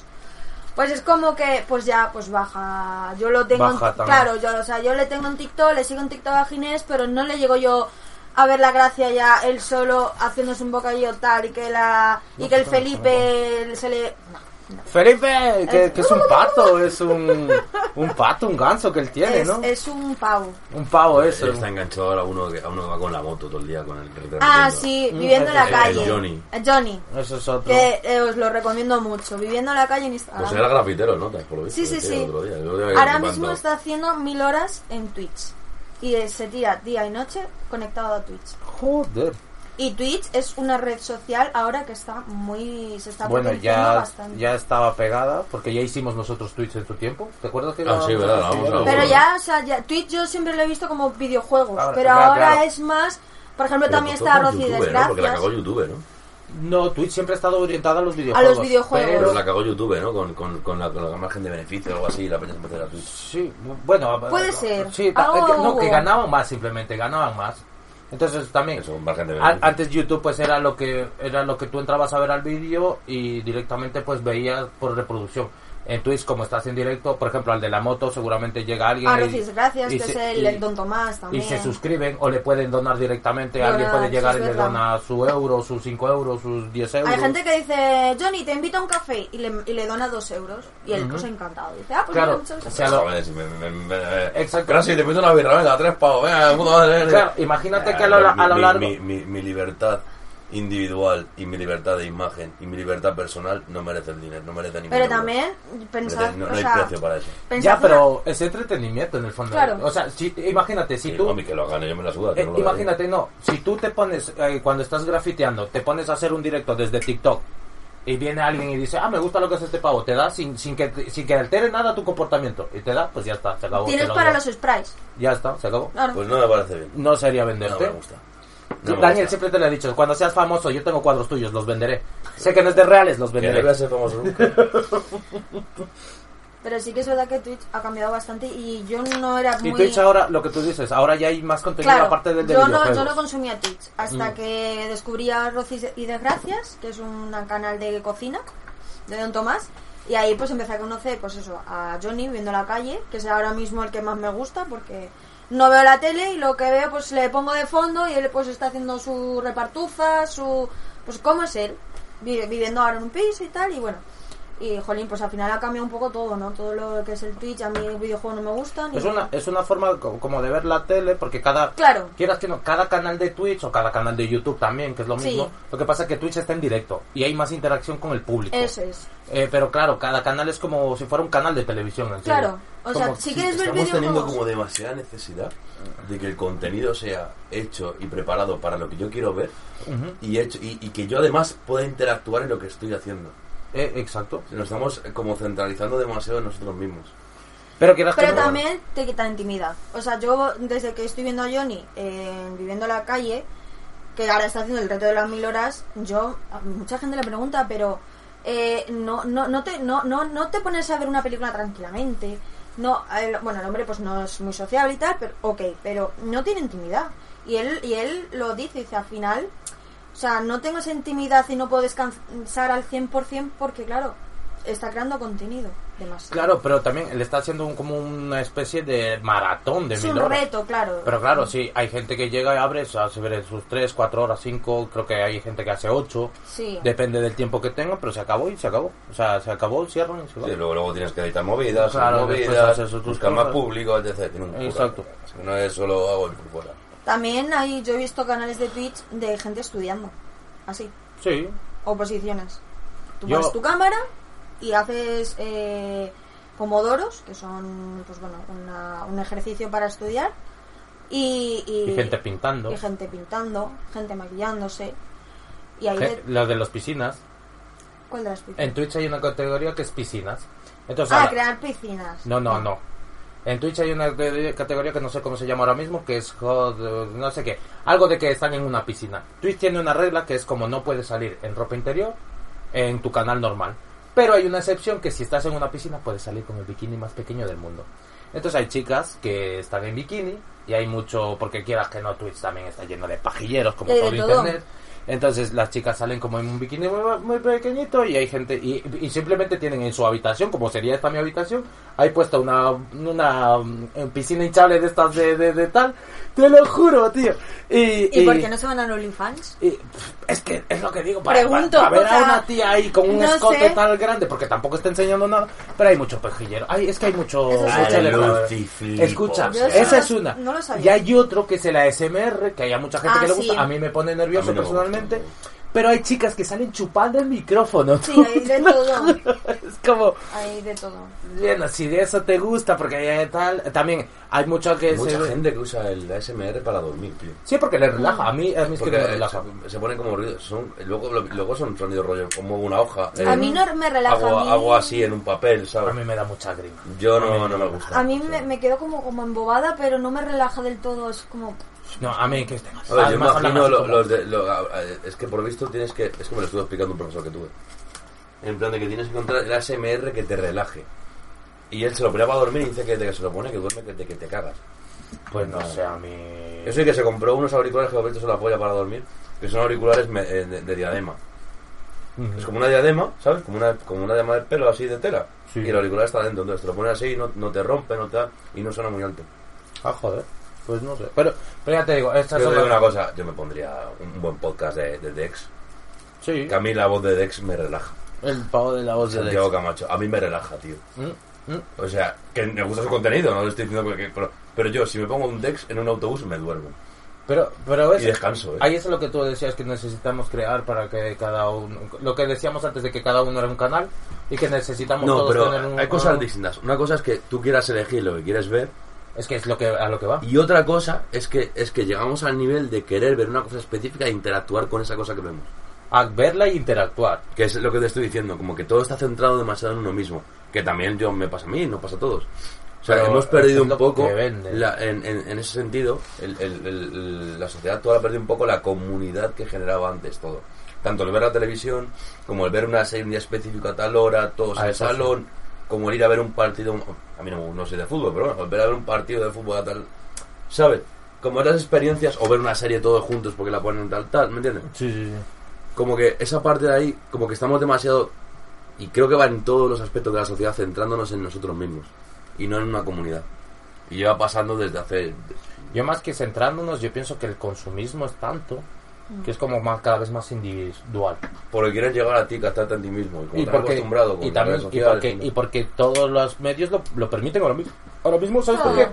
Speaker 5: pues es como que pues ya pues baja. Yo lo tengo en-
Speaker 3: Baja también.
Speaker 5: claro, yo o sea, yo le tengo en TikTok, le sigo en TikTok a Ginés, pero no le llego yo a ver la gracia ya él solo haciéndose un bocadillo tal y que la y que el Felipe se le no.
Speaker 3: Felipe, que, que es un pato, es un, un pato, un ganso que él tiene,
Speaker 5: Es,
Speaker 3: ¿no?
Speaker 5: es un pavo.
Speaker 3: Un pavo eso.
Speaker 4: Él está enganchado ahora a uno, que, a uno que va con la moto todo el día con el que le está
Speaker 5: Ah,
Speaker 4: metiendo.
Speaker 5: sí,
Speaker 3: Mm.
Speaker 5: viviendo en la
Speaker 4: El-
Speaker 5: calle.
Speaker 4: el Johnny.
Speaker 5: El Johnny.
Speaker 3: Eso es otro.
Speaker 5: Que eh, os lo recomiendo mucho. Viviendo en la calle en Instagram.
Speaker 4: Pues era grafitero, ¿no? Por lo visto,
Speaker 5: Sí, sí,
Speaker 4: decía
Speaker 5: sí.
Speaker 4: el otro día. El otro día que
Speaker 5: Ahora
Speaker 4: me
Speaker 5: mismo
Speaker 4: mandó.
Speaker 5: está haciendo mil horas en Twitch. Y eh, se tira día y noche conectado a Twitch.
Speaker 3: Joder.
Speaker 5: Y Twitch es una red social ahora que está muy. Se está
Speaker 3: Bueno,
Speaker 5: potenciando
Speaker 3: ya,
Speaker 5: bastante.
Speaker 3: ya estaba pegada, porque ya hicimos nosotros tweets en su tiempo. ¿Te acuerdas que
Speaker 4: Ah, sí, verdad, la vamos a-
Speaker 5: Pero ya, o sea, ya- Twitch yo siempre lo he visto como videojuegos.
Speaker 3: Ahora,
Speaker 5: pero
Speaker 3: claro,
Speaker 5: ahora
Speaker 3: claro.
Speaker 5: es más. Por ejemplo,
Speaker 4: Pero
Speaker 5: también
Speaker 4: fue
Speaker 5: está
Speaker 4: por
Speaker 5: Rosy
Speaker 4: YouTube, ¿no? Porque la
Speaker 5: Desgracias.
Speaker 4: cagó YouTube, ¿no?
Speaker 3: No, Twitch siempre ha estado orientada a los videojuegos.
Speaker 5: videojuegos.
Speaker 3: pero-
Speaker 4: Pero la cagó YouTube, ¿no? Con, con, con, la, con la margen de beneficio o algo así, la peña se empezó a hacer a Twitch.
Speaker 3: Sí, bueno.
Speaker 5: Puede
Speaker 3: no,
Speaker 5: ser. Ah, oh.
Speaker 3: Sí, ta-
Speaker 5: Algo
Speaker 3: eh, que- no,
Speaker 5: hubo.
Speaker 3: que ganaban más simplemente, ganaban más. Entonces también.
Speaker 4: Eso, un margen de
Speaker 5: Ah,
Speaker 3: a-
Speaker 4: beneficio.
Speaker 3: antes YouTube pues era lo que era lo que tú entrabas a ver al vídeo y directamente pues veías por reproducción. En Twitch como estás en directo, por ejemplo, al de la moto seguramente llega alguien.
Speaker 5: Ah,
Speaker 3: y-
Speaker 5: Rosy Desgracias,
Speaker 3: y
Speaker 5: que
Speaker 3: se-
Speaker 5: es el,
Speaker 3: y-
Speaker 5: el Don Tomás
Speaker 3: y
Speaker 5: también.
Speaker 3: se suscriben o le pueden donar directamente.
Speaker 5: Donar,
Speaker 3: Alguien puede
Speaker 5: sí,
Speaker 3: llegar
Speaker 5: es
Speaker 3: y le
Speaker 5: verdad.
Speaker 3: dona su euro, sus 5 euros, sus 10 euros.
Speaker 5: Hay gente que dice, Johnny, te invito a un café y le, y le dona dos euros. Y el cosa encantado. Dice, ah, pues
Speaker 3: Claro,
Speaker 5: mira, muchas gracias.
Speaker 3: o sea, lo-
Speaker 4: Joder, si me, me, me- me-
Speaker 3: Exacto.
Speaker 4: Gracias, te pido una birra, venga, tres pavos, venga, puta madre.
Speaker 3: Claro, imagínate
Speaker 4: Ah,
Speaker 3: que a lo,
Speaker 4: mi-
Speaker 3: a lo
Speaker 4: mi-
Speaker 3: largo.
Speaker 4: Mi, mi- mi libertad individual y mi libertad de imagen y mi libertad personal no merecen dinero, no merecen ningún
Speaker 5: Pero
Speaker 4: euro.
Speaker 5: también, pensad,
Speaker 4: Merecen- no,
Speaker 5: o
Speaker 4: no hay
Speaker 5: sea,
Speaker 4: precio para eso.
Speaker 5: pensad
Speaker 3: Ya, pero es entretenimiento en el fondo.
Speaker 5: Claro.
Speaker 3: O sea, si- imagínate, si
Speaker 4: Sí,
Speaker 3: tú.
Speaker 4: mami, que lo hagan, yo me la suda. que
Speaker 3: eh,
Speaker 4: no lo hagan.
Speaker 3: imagínate, no. Si tú te pones, eh, cuando estás grafiteando, te pones a hacer un directo desde TikTok y viene alguien y dice, ah, me gusta lo que hace este pavo, te da sin, sin, que, sin que altere nada tu comportamiento. Y te da, pues ya está, se acabó. te
Speaker 5: tienes
Speaker 3: lo doy.
Speaker 5: para los sprays.
Speaker 3: Ya está, se acabó.
Speaker 5: Claro.
Speaker 4: Pues no me parece bien.
Speaker 3: No sería
Speaker 4: No
Speaker 3: venderte.
Speaker 4: me gusta. No me
Speaker 3: Daniel,
Speaker 4: gusta.
Speaker 3: siempre te lo he dicho, cuando seas famoso, yo tengo cuadros tuyos, los venderé. Sé que no es de reales, los
Speaker 4: Que no voy a
Speaker 3: venderé.
Speaker 4: ser famoso nunca.
Speaker 5: Pero sí que es verdad que Twitch ha cambiado bastante y yo no era Ah, muy...
Speaker 3: Y Twitch ahora, lo que tú dices, ahora ya hay más contenido
Speaker 5: Claro,
Speaker 3: Pues aparte del de
Speaker 5: yo, no,
Speaker 3: videojuegos. Mm.
Speaker 5: yo no consumía Twitch hasta que descubrí a Rocis y Desgracias, que es un canal de cocina de Don Tomás. Y ahí pues empecé a conocer, pues eso, a Johnny viendo la calle, que es ahora mismo el que más me gusta porque no veo la tele y lo que veo pues le pongo de fondo y él pues está haciendo su repartuza, su... pues cómo es él, vi- viviendo ahora en un piso y tal, y bueno. Y jolín, pues al final ha cambiado un poco todo, ¿no? Todo lo que es el Twitch, a mí los videojuegos no me gustan.
Speaker 3: Es
Speaker 5: y-
Speaker 3: una, es una forma co- como de ver la tele, porque cada.
Speaker 5: Claro.
Speaker 3: Quieras que no, cada canal de Twitch o cada canal de YouTube también, que es lo
Speaker 5: Sí.
Speaker 3: mismo. Lo que pasa es que Twitch está en directo y hay más interacción con el público.
Speaker 5: Eso es.
Speaker 3: Eh, pero claro, cada canal es como si fuera un canal de televisión. En serio.
Speaker 5: Claro, o sea,
Speaker 3: Como-
Speaker 5: si quieres ver
Speaker 4: Estamos teniendo
Speaker 5: videojuegos,
Speaker 4: como demasiada necesidad de que el contenido sea hecho y preparado para lo que yo quiero ver y, hecho, y, y que yo además pueda interactuar en lo que estoy haciendo.
Speaker 3: Eh, exacto.
Speaker 4: Nos estamos eh, como centralizando demasiado en nosotros mismos.
Speaker 3: Pero quieras que
Speaker 5: pero
Speaker 3: no,
Speaker 5: también te quita intimidad. O sea, yo desde que estoy viendo a Johnny eh, viviendo la calle, que ahora está haciendo el reto de las mil horas, yo a mucha gente le pregunta, pero eh, no, no, no te, no, no, no te pones a ver una película tranquilamente. No, el- bueno, el hombre pues no es muy sociable y tal, pero ok, pero no tiene intimidad. Y él, y él lo dice, dice al final, o sea, no tengo esa intimidad y no puedo descansar al 100% porque claro, está creando contenido. temas.
Speaker 3: Claro, pero también le está haciendo un- como una especie de maratón de
Speaker 5: es
Speaker 3: mil
Speaker 5: un
Speaker 3: horas.
Speaker 5: reto, claro.
Speaker 3: Pero claro, sí, hay gente que llega y abre, se hace ver sus 3, 4 horas, 5, creo que hay gente que hace 8.
Speaker 5: Sí.
Speaker 3: Depende del tiempo que tengan, pero se acabó y se acabó. O sea, se acabó, cierran y se va.
Speaker 4: Sí, luego, luego tienes que editar movidas,
Speaker 3: Claro,
Speaker 4: hacer
Speaker 3: después
Speaker 4: movidas,
Speaker 3: haces tus
Speaker 4: buscar
Speaker 3: cosas.
Speaker 4: más público, etc. Tiene un curro.
Speaker 3: Exacto.
Speaker 4: No es solo hago el por fuera.
Speaker 5: También hay, yo he visto canales de Twitch de gente estudiando, así,
Speaker 3: Sí,
Speaker 5: o posiciones. Tú
Speaker 3: Yo-
Speaker 5: pones tu cámara y haces eh, pomodoros, que son, pues bueno, una- un ejercicio para estudiar. Y, y-
Speaker 3: y gente pintando.
Speaker 5: y gente pintando, gente maquillándose. Y ahí
Speaker 3: Ge-
Speaker 5: de-
Speaker 3: Las de las piscinas.
Speaker 5: ¿Cuál de las piscinas?
Speaker 3: En Twitch hay una categoría que es piscinas. Entonces,
Speaker 5: Ah,
Speaker 3: ahora-
Speaker 5: crear piscinas.
Speaker 3: No, no, no. En Twitch hay una de- categoría que no sé cómo se llama ahora mismo, que es hot, eh, no sé qué. Algo de que están en una piscina. Twitch tiene una regla que es como no puedes salir en ropa interior en tu canal normal. Pero hay una excepción que si estás en una piscina puedes salir con el bikini más pequeño del mundo. Entonces hay chicas que están en bikini y hay mucho, porque quieras que no, Twitch también está lleno de pajilleros como
Speaker 5: Y hay
Speaker 3: todo
Speaker 5: de todo.
Speaker 3: internet. Entonces las chicas salen como en un bikini muy, muy pequeñito y hay gente y, y simplemente tienen en su habitación, como sería esta mi habitación, hay puesta una, una mm, piscina hinchable de estas de, de- de tal, te lo juro, tío. Y,
Speaker 5: ¿Y, por qué no se van a OnlyFans?
Speaker 3: y, pff, es que es lo que digo, para,
Speaker 5: Pregunto,
Speaker 3: para- para ver
Speaker 5: o
Speaker 3: a
Speaker 5: sea,
Speaker 3: una tía ahí con un
Speaker 5: no
Speaker 3: escote
Speaker 5: sé.
Speaker 3: tan grande, porque tampoco está enseñando nada, pero hay mucho pejillero. Ay, es que hay mucho...
Speaker 5: Eso sí.
Speaker 3: mucho
Speaker 5: Ah, la
Speaker 3: elefante.
Speaker 4: luz y flipo,
Speaker 3: Escucha,
Speaker 5: Yo eso
Speaker 3: esa
Speaker 5: no-
Speaker 3: es una.
Speaker 5: no lo sabía.
Speaker 3: Y hay otro que es el ASMR, que hay a mucha gente
Speaker 5: Ah,
Speaker 3: que le
Speaker 5: sí.
Speaker 3: gusta, a mí me pone nervioso
Speaker 4: A mí no me gusta,
Speaker 3: personalmente.
Speaker 4: no.
Speaker 3: Pero hay chicas que salen chupando el micrófono.
Speaker 5: Sí,
Speaker 3: tú.
Speaker 5: hay de todo.
Speaker 3: es como,
Speaker 5: Hay de todo.
Speaker 3: bueno, si de eso te gusta, porque eh, tal. También hay mucho que
Speaker 4: Mucha
Speaker 3: se-
Speaker 4: gente que usa el ASMR para dormir, tío.
Speaker 3: Sí, porque le relaja. A mí, a mí es que
Speaker 4: Porque
Speaker 3: me
Speaker 4: eh,
Speaker 3: relaja.
Speaker 4: se- se ponen como ruidos. Son, luego, lo- luego son sonidos rollo, como una hoja. eh,
Speaker 5: A mí no me relaja.
Speaker 4: Hago,
Speaker 5: a mí-
Speaker 4: hago así en un papel,
Speaker 3: A
Speaker 4: ¿sabes?
Speaker 3: mí me da mucha grima.
Speaker 4: Yo no, no me gusta.
Speaker 5: A mí
Speaker 4: Sí.
Speaker 5: me, me quedo como, como embobada, pero no me relaja del todo. Es como.
Speaker 3: No, a mí que este.
Speaker 4: A ver, yo
Speaker 3: Además, habla
Speaker 4: imagino
Speaker 3: más
Speaker 4: lo-
Speaker 3: como-
Speaker 4: los de- lo- a- a- es que por visto tienes que. Es que me lo estuvo explicando un profesor que tuve. En plan de que tienes que encontrar el ASMR que te relaje. Y él se lo ponía para dormir y dice que, que se lo pone, que duerme, que te, que te cagas.
Speaker 3: Pues no sé, a mí.
Speaker 4: Yo soy que se compró unos auriculares que Roberto se la apoya para dormir, que son auriculares me- eh, de, de diadema.
Speaker 3: Ujú.
Speaker 4: Es como una diadema, ¿sabes? Como una, como una diadema de pelo así de tela.
Speaker 3: Sí.
Speaker 4: Y el auricular está dentro, entonces te lo pones así y no, no te rompe, no te da, y no suena muy alto.
Speaker 3: Ah, joder. Pues no sé. Pero, pero ya te digo, estas
Speaker 4: Yo
Speaker 3: son
Speaker 4: te digo
Speaker 3: las-
Speaker 4: una cosa, yo me pondría un buen podcast de, de Dex.
Speaker 3: Sí,
Speaker 4: Que a mí la voz de Dex me relaja.
Speaker 3: el pavo de la voz de
Speaker 4: Santiago Camacho, a mí me relaja, tío.
Speaker 3: Mm, mm.
Speaker 4: O sea, que me gusta su contenido, no lo estoy diciendo porque... Pero, pero yo, si me pongo un Dex en un autobús, me duermo.
Speaker 3: Pero, pero es,
Speaker 4: Y descanso, ¿eh?
Speaker 3: ahí es lo que tú decías que necesitamos crear para que cada uno, lo que decíamos antes de que cada uno era un canal y que necesitamos
Speaker 4: No,
Speaker 3: todos
Speaker 4: pero
Speaker 3: tener un
Speaker 4: hay cosas
Speaker 3: un-
Speaker 4: distintas. Una cosa es que tú quieras elegir lo que quieres ver
Speaker 3: Es que es lo que a lo que va.
Speaker 4: y otra cosa es que es que llegamos al nivel de querer ver una cosa específica e interactuar con esa cosa que vemos.
Speaker 3: A verla y interactuar.
Speaker 4: Que es lo que te estoy diciendo, como que todo está centrado demasiado en uno mismo. Que también yo me pasa a mí, no pasa a todos. O sea,
Speaker 3: Pero
Speaker 4: hemos
Speaker 3: es
Speaker 4: perdido
Speaker 3: lo
Speaker 4: un poco,
Speaker 3: que vende.
Speaker 4: la- en, en- en ese sentido, el- el- el- la sociedad actual ha perdido un poco la comunidad que generaba antes todo. Tanto el ver la televisión, como el ver una serie un día específico a tal hora, todos
Speaker 3: Ah,
Speaker 4: en el
Speaker 3: eso sí.
Speaker 4: salón, como el ir a ver un partido, a mí no, no sé de fútbol, pero bueno, volver a ver un partido de fútbol a tal, ¿sabes? Como las experiencias, o ver una serie todos juntos porque la ponen tal, tal, ¿me entiendes?
Speaker 3: Sí, sí, sí.
Speaker 4: como que esa parte de ahí, como que estamos demasiado, y creo que va en todos los aspectos de la sociedad, centrándonos en nosotros mismos y no en una comunidad. Y lleva pasando desde hace...
Speaker 3: Yo más que centrándonos, yo pienso que el consumismo es tanto que es como más cada vez más individual.
Speaker 4: Porque quieres llegar a ti, gastarte en ti mismo. Y como
Speaker 3: y
Speaker 4: te has
Speaker 3: porque,
Speaker 4: acostumbrado con
Speaker 3: y,
Speaker 4: las
Speaker 3: también,
Speaker 4: redes
Speaker 3: y,
Speaker 4: sociales,
Speaker 3: porque,
Speaker 4: ¿no?
Speaker 3: y porque todos los medios lo, lo permiten ahora mismo. Ahora mismo, ¿sabes por
Speaker 5: Ah.
Speaker 3: qué?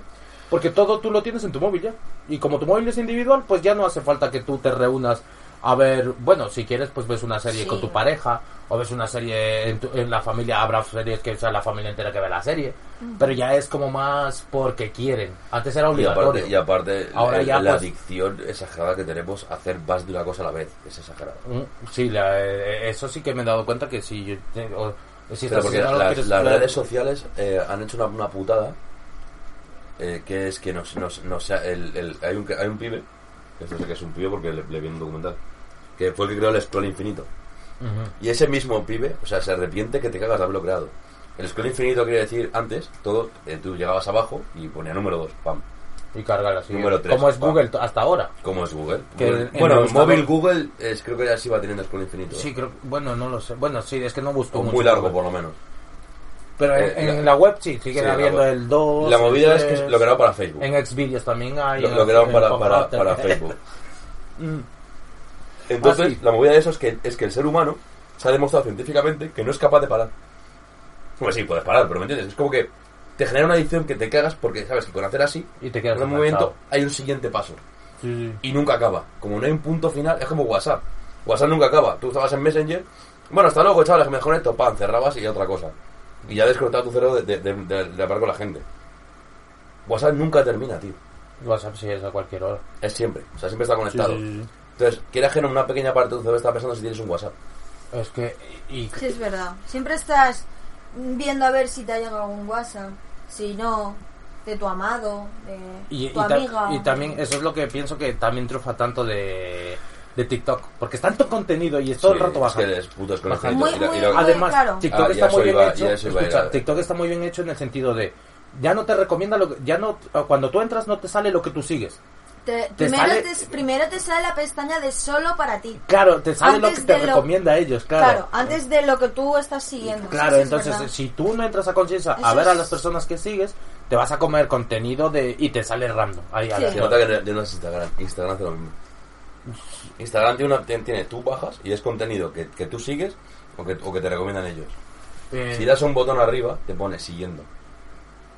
Speaker 3: Porque todo tú lo tienes en tu móvil ya. Y como tu móvil es individual, pues ya no hace falta que tú te reúnas a ver, bueno, si quieres, pues ves una serie
Speaker 5: Sí.
Speaker 3: con tu pareja, o ves una serie en, tu- en la familia, habrá series que sea la familia entera que ve la serie,
Speaker 5: Mm.
Speaker 3: pero ya es como más porque quieren. Antes era
Speaker 4: Y
Speaker 3: obligatorio.
Speaker 4: aparte, y aparte
Speaker 3: Ahora
Speaker 4: el-
Speaker 3: ya,
Speaker 4: la
Speaker 3: pues-
Speaker 4: adicción exagerada que tenemos a hacer más de una cosa a la vez. Es exagerada.
Speaker 3: Mm, Sí, la- eh, eso sí que me he dado cuenta que si yo tengo... Si
Speaker 4: Pero
Speaker 3: estás
Speaker 4: porque
Speaker 3: haciendo algo
Speaker 4: las,
Speaker 3: que te-
Speaker 4: las redes sociales eh, han hecho una, una putada eh, que es que nos, nos, nos- el- el- hay, un, hay un pibe esto sé que es un pibe porque le, le vi en un documental que fue el que creó el scroll infinito
Speaker 3: Ujú.
Speaker 4: y ese mismo pibe o sea se arrepiente que te cagas de haberlo creado el scroll infinito quiere decir antes todo eh, tú llegabas abajo y ponía número 2 pam
Speaker 3: Y cargar así.
Speaker 4: Número tres,
Speaker 3: como es
Speaker 4: pa.
Speaker 3: Google t- hasta ahora.
Speaker 4: ¿Cómo es Google?
Speaker 3: Que
Speaker 4: Google-
Speaker 3: en
Speaker 4: bueno
Speaker 3: el
Speaker 4: el móvil
Speaker 3: buscador-
Speaker 4: Google es, creo que ya sí va teniendo scroll infinito
Speaker 3: Sí,
Speaker 4: ¿eh?
Speaker 3: creo. Bueno, no lo sé. Bueno, sí, es que no busco
Speaker 4: o
Speaker 3: mucho.
Speaker 4: muy largo por lo menos
Speaker 3: Pero
Speaker 4: Eh,
Speaker 3: en, en
Speaker 4: la-
Speaker 3: la web sí, siguen
Speaker 4: Sí, la
Speaker 3: habiendo
Speaker 4: web.
Speaker 3: el 2.
Speaker 4: La
Speaker 3: el
Speaker 4: movida es que
Speaker 3: 3.
Speaker 4: lo crearon para Facebook.
Speaker 3: En Xvideos también hay.
Speaker 4: Lo,
Speaker 3: en-
Speaker 4: lo crearon
Speaker 3: en
Speaker 4: para,
Speaker 3: Pop
Speaker 4: para,
Speaker 3: After. Mm.
Speaker 4: para Facebook. Entonces,
Speaker 3: Ah, sí.
Speaker 4: la movida de eso es que, es que el ser humano se ha demostrado científicamente que no es capaz de parar. Pues sí, puedes parar, pero ¿me entiendes? Es como que te genera una adicción que te cagas porque sabes que con hacer así,
Speaker 3: Y te quedas
Speaker 4: en un
Speaker 3: enganchado.
Speaker 4: momento hay un siguiente paso.
Speaker 3: Sí, sí.
Speaker 4: y nunca acaba. Como no hay un punto final, es como WhatsApp. WhatsApp nunca acaba. Tú estabas en Messenger, bueno, hasta luego, chavales, que me desconecto, pan, cerrabas y otra cosa. Y ya desconectaba tu cerebro de, de, de- de- de hablar con la gente. WhatsApp nunca termina, tío.
Speaker 3: WhatsApp sí es a cualquier hora.
Speaker 4: Es siempre. O sea, siempre está
Speaker 3: Sí,
Speaker 4: conectado.
Speaker 3: sí, sí.
Speaker 4: Entonces, quieras que no, una pequeña parte de tu cerebro está pensando si tienes un WhatsApp.
Speaker 3: Es que. Y,
Speaker 5: Sí, es verdad. Siempre estás viendo a ver si te ha llegado un WhatsApp. Si no, de tu amado, de
Speaker 3: y, y
Speaker 5: tu
Speaker 3: ta-
Speaker 5: amiga.
Speaker 3: y también eso es lo que pienso que también trufa tanto de, de TikTok. Porque es tanto contenido y es todo el
Speaker 4: Sí,
Speaker 3: rato baja.
Speaker 4: Es que eres puto desconectado.
Speaker 5: Muy,
Speaker 4: Y lo- y
Speaker 5: muy,
Speaker 4: lo-
Speaker 5: muy-
Speaker 3: Además,
Speaker 5: claro.
Speaker 3: TikTok
Speaker 4: Ah,
Speaker 3: está
Speaker 4: ya
Speaker 3: muy
Speaker 4: soy
Speaker 3: bien
Speaker 4: va-
Speaker 3: hecho.
Speaker 4: ya soy va-
Speaker 3: escucha,
Speaker 4: ya.
Speaker 3: TikTok está muy bien hecho en el sentido de ya no te recomienda lo que, ya no cuando tú entras no te sale lo que tú sigues.
Speaker 5: Te- primero,
Speaker 3: sale-
Speaker 5: te, primero te sale la pestaña de solo para ti.
Speaker 3: Claro, te sale lo
Speaker 5: Antes
Speaker 3: que te
Speaker 5: de lo-
Speaker 3: recomienda ellos,
Speaker 5: Claro,
Speaker 3: claro.
Speaker 5: antes de lo que tú estás siguiendo.
Speaker 3: Claro,
Speaker 5: Sí, sí, es
Speaker 3: entonces
Speaker 5: verdad.
Speaker 3: si tú no entras a conciencia a
Speaker 5: Eso
Speaker 3: ver a
Speaker 5: es-
Speaker 3: las personas que sigues, te vas a comer contenido de y te sale random. Ahí a
Speaker 5: Sí.
Speaker 3: la-
Speaker 4: Se nota que no- ya no es Instagram. Instagram hace lo mismo. Instagram tiene, una, tiene, tiene- tú bajas y es contenido que, que tú sigues o que, o que te recomiendan ellos.
Speaker 3: Eh,
Speaker 4: Si das un botón arriba, te pone siguiendo.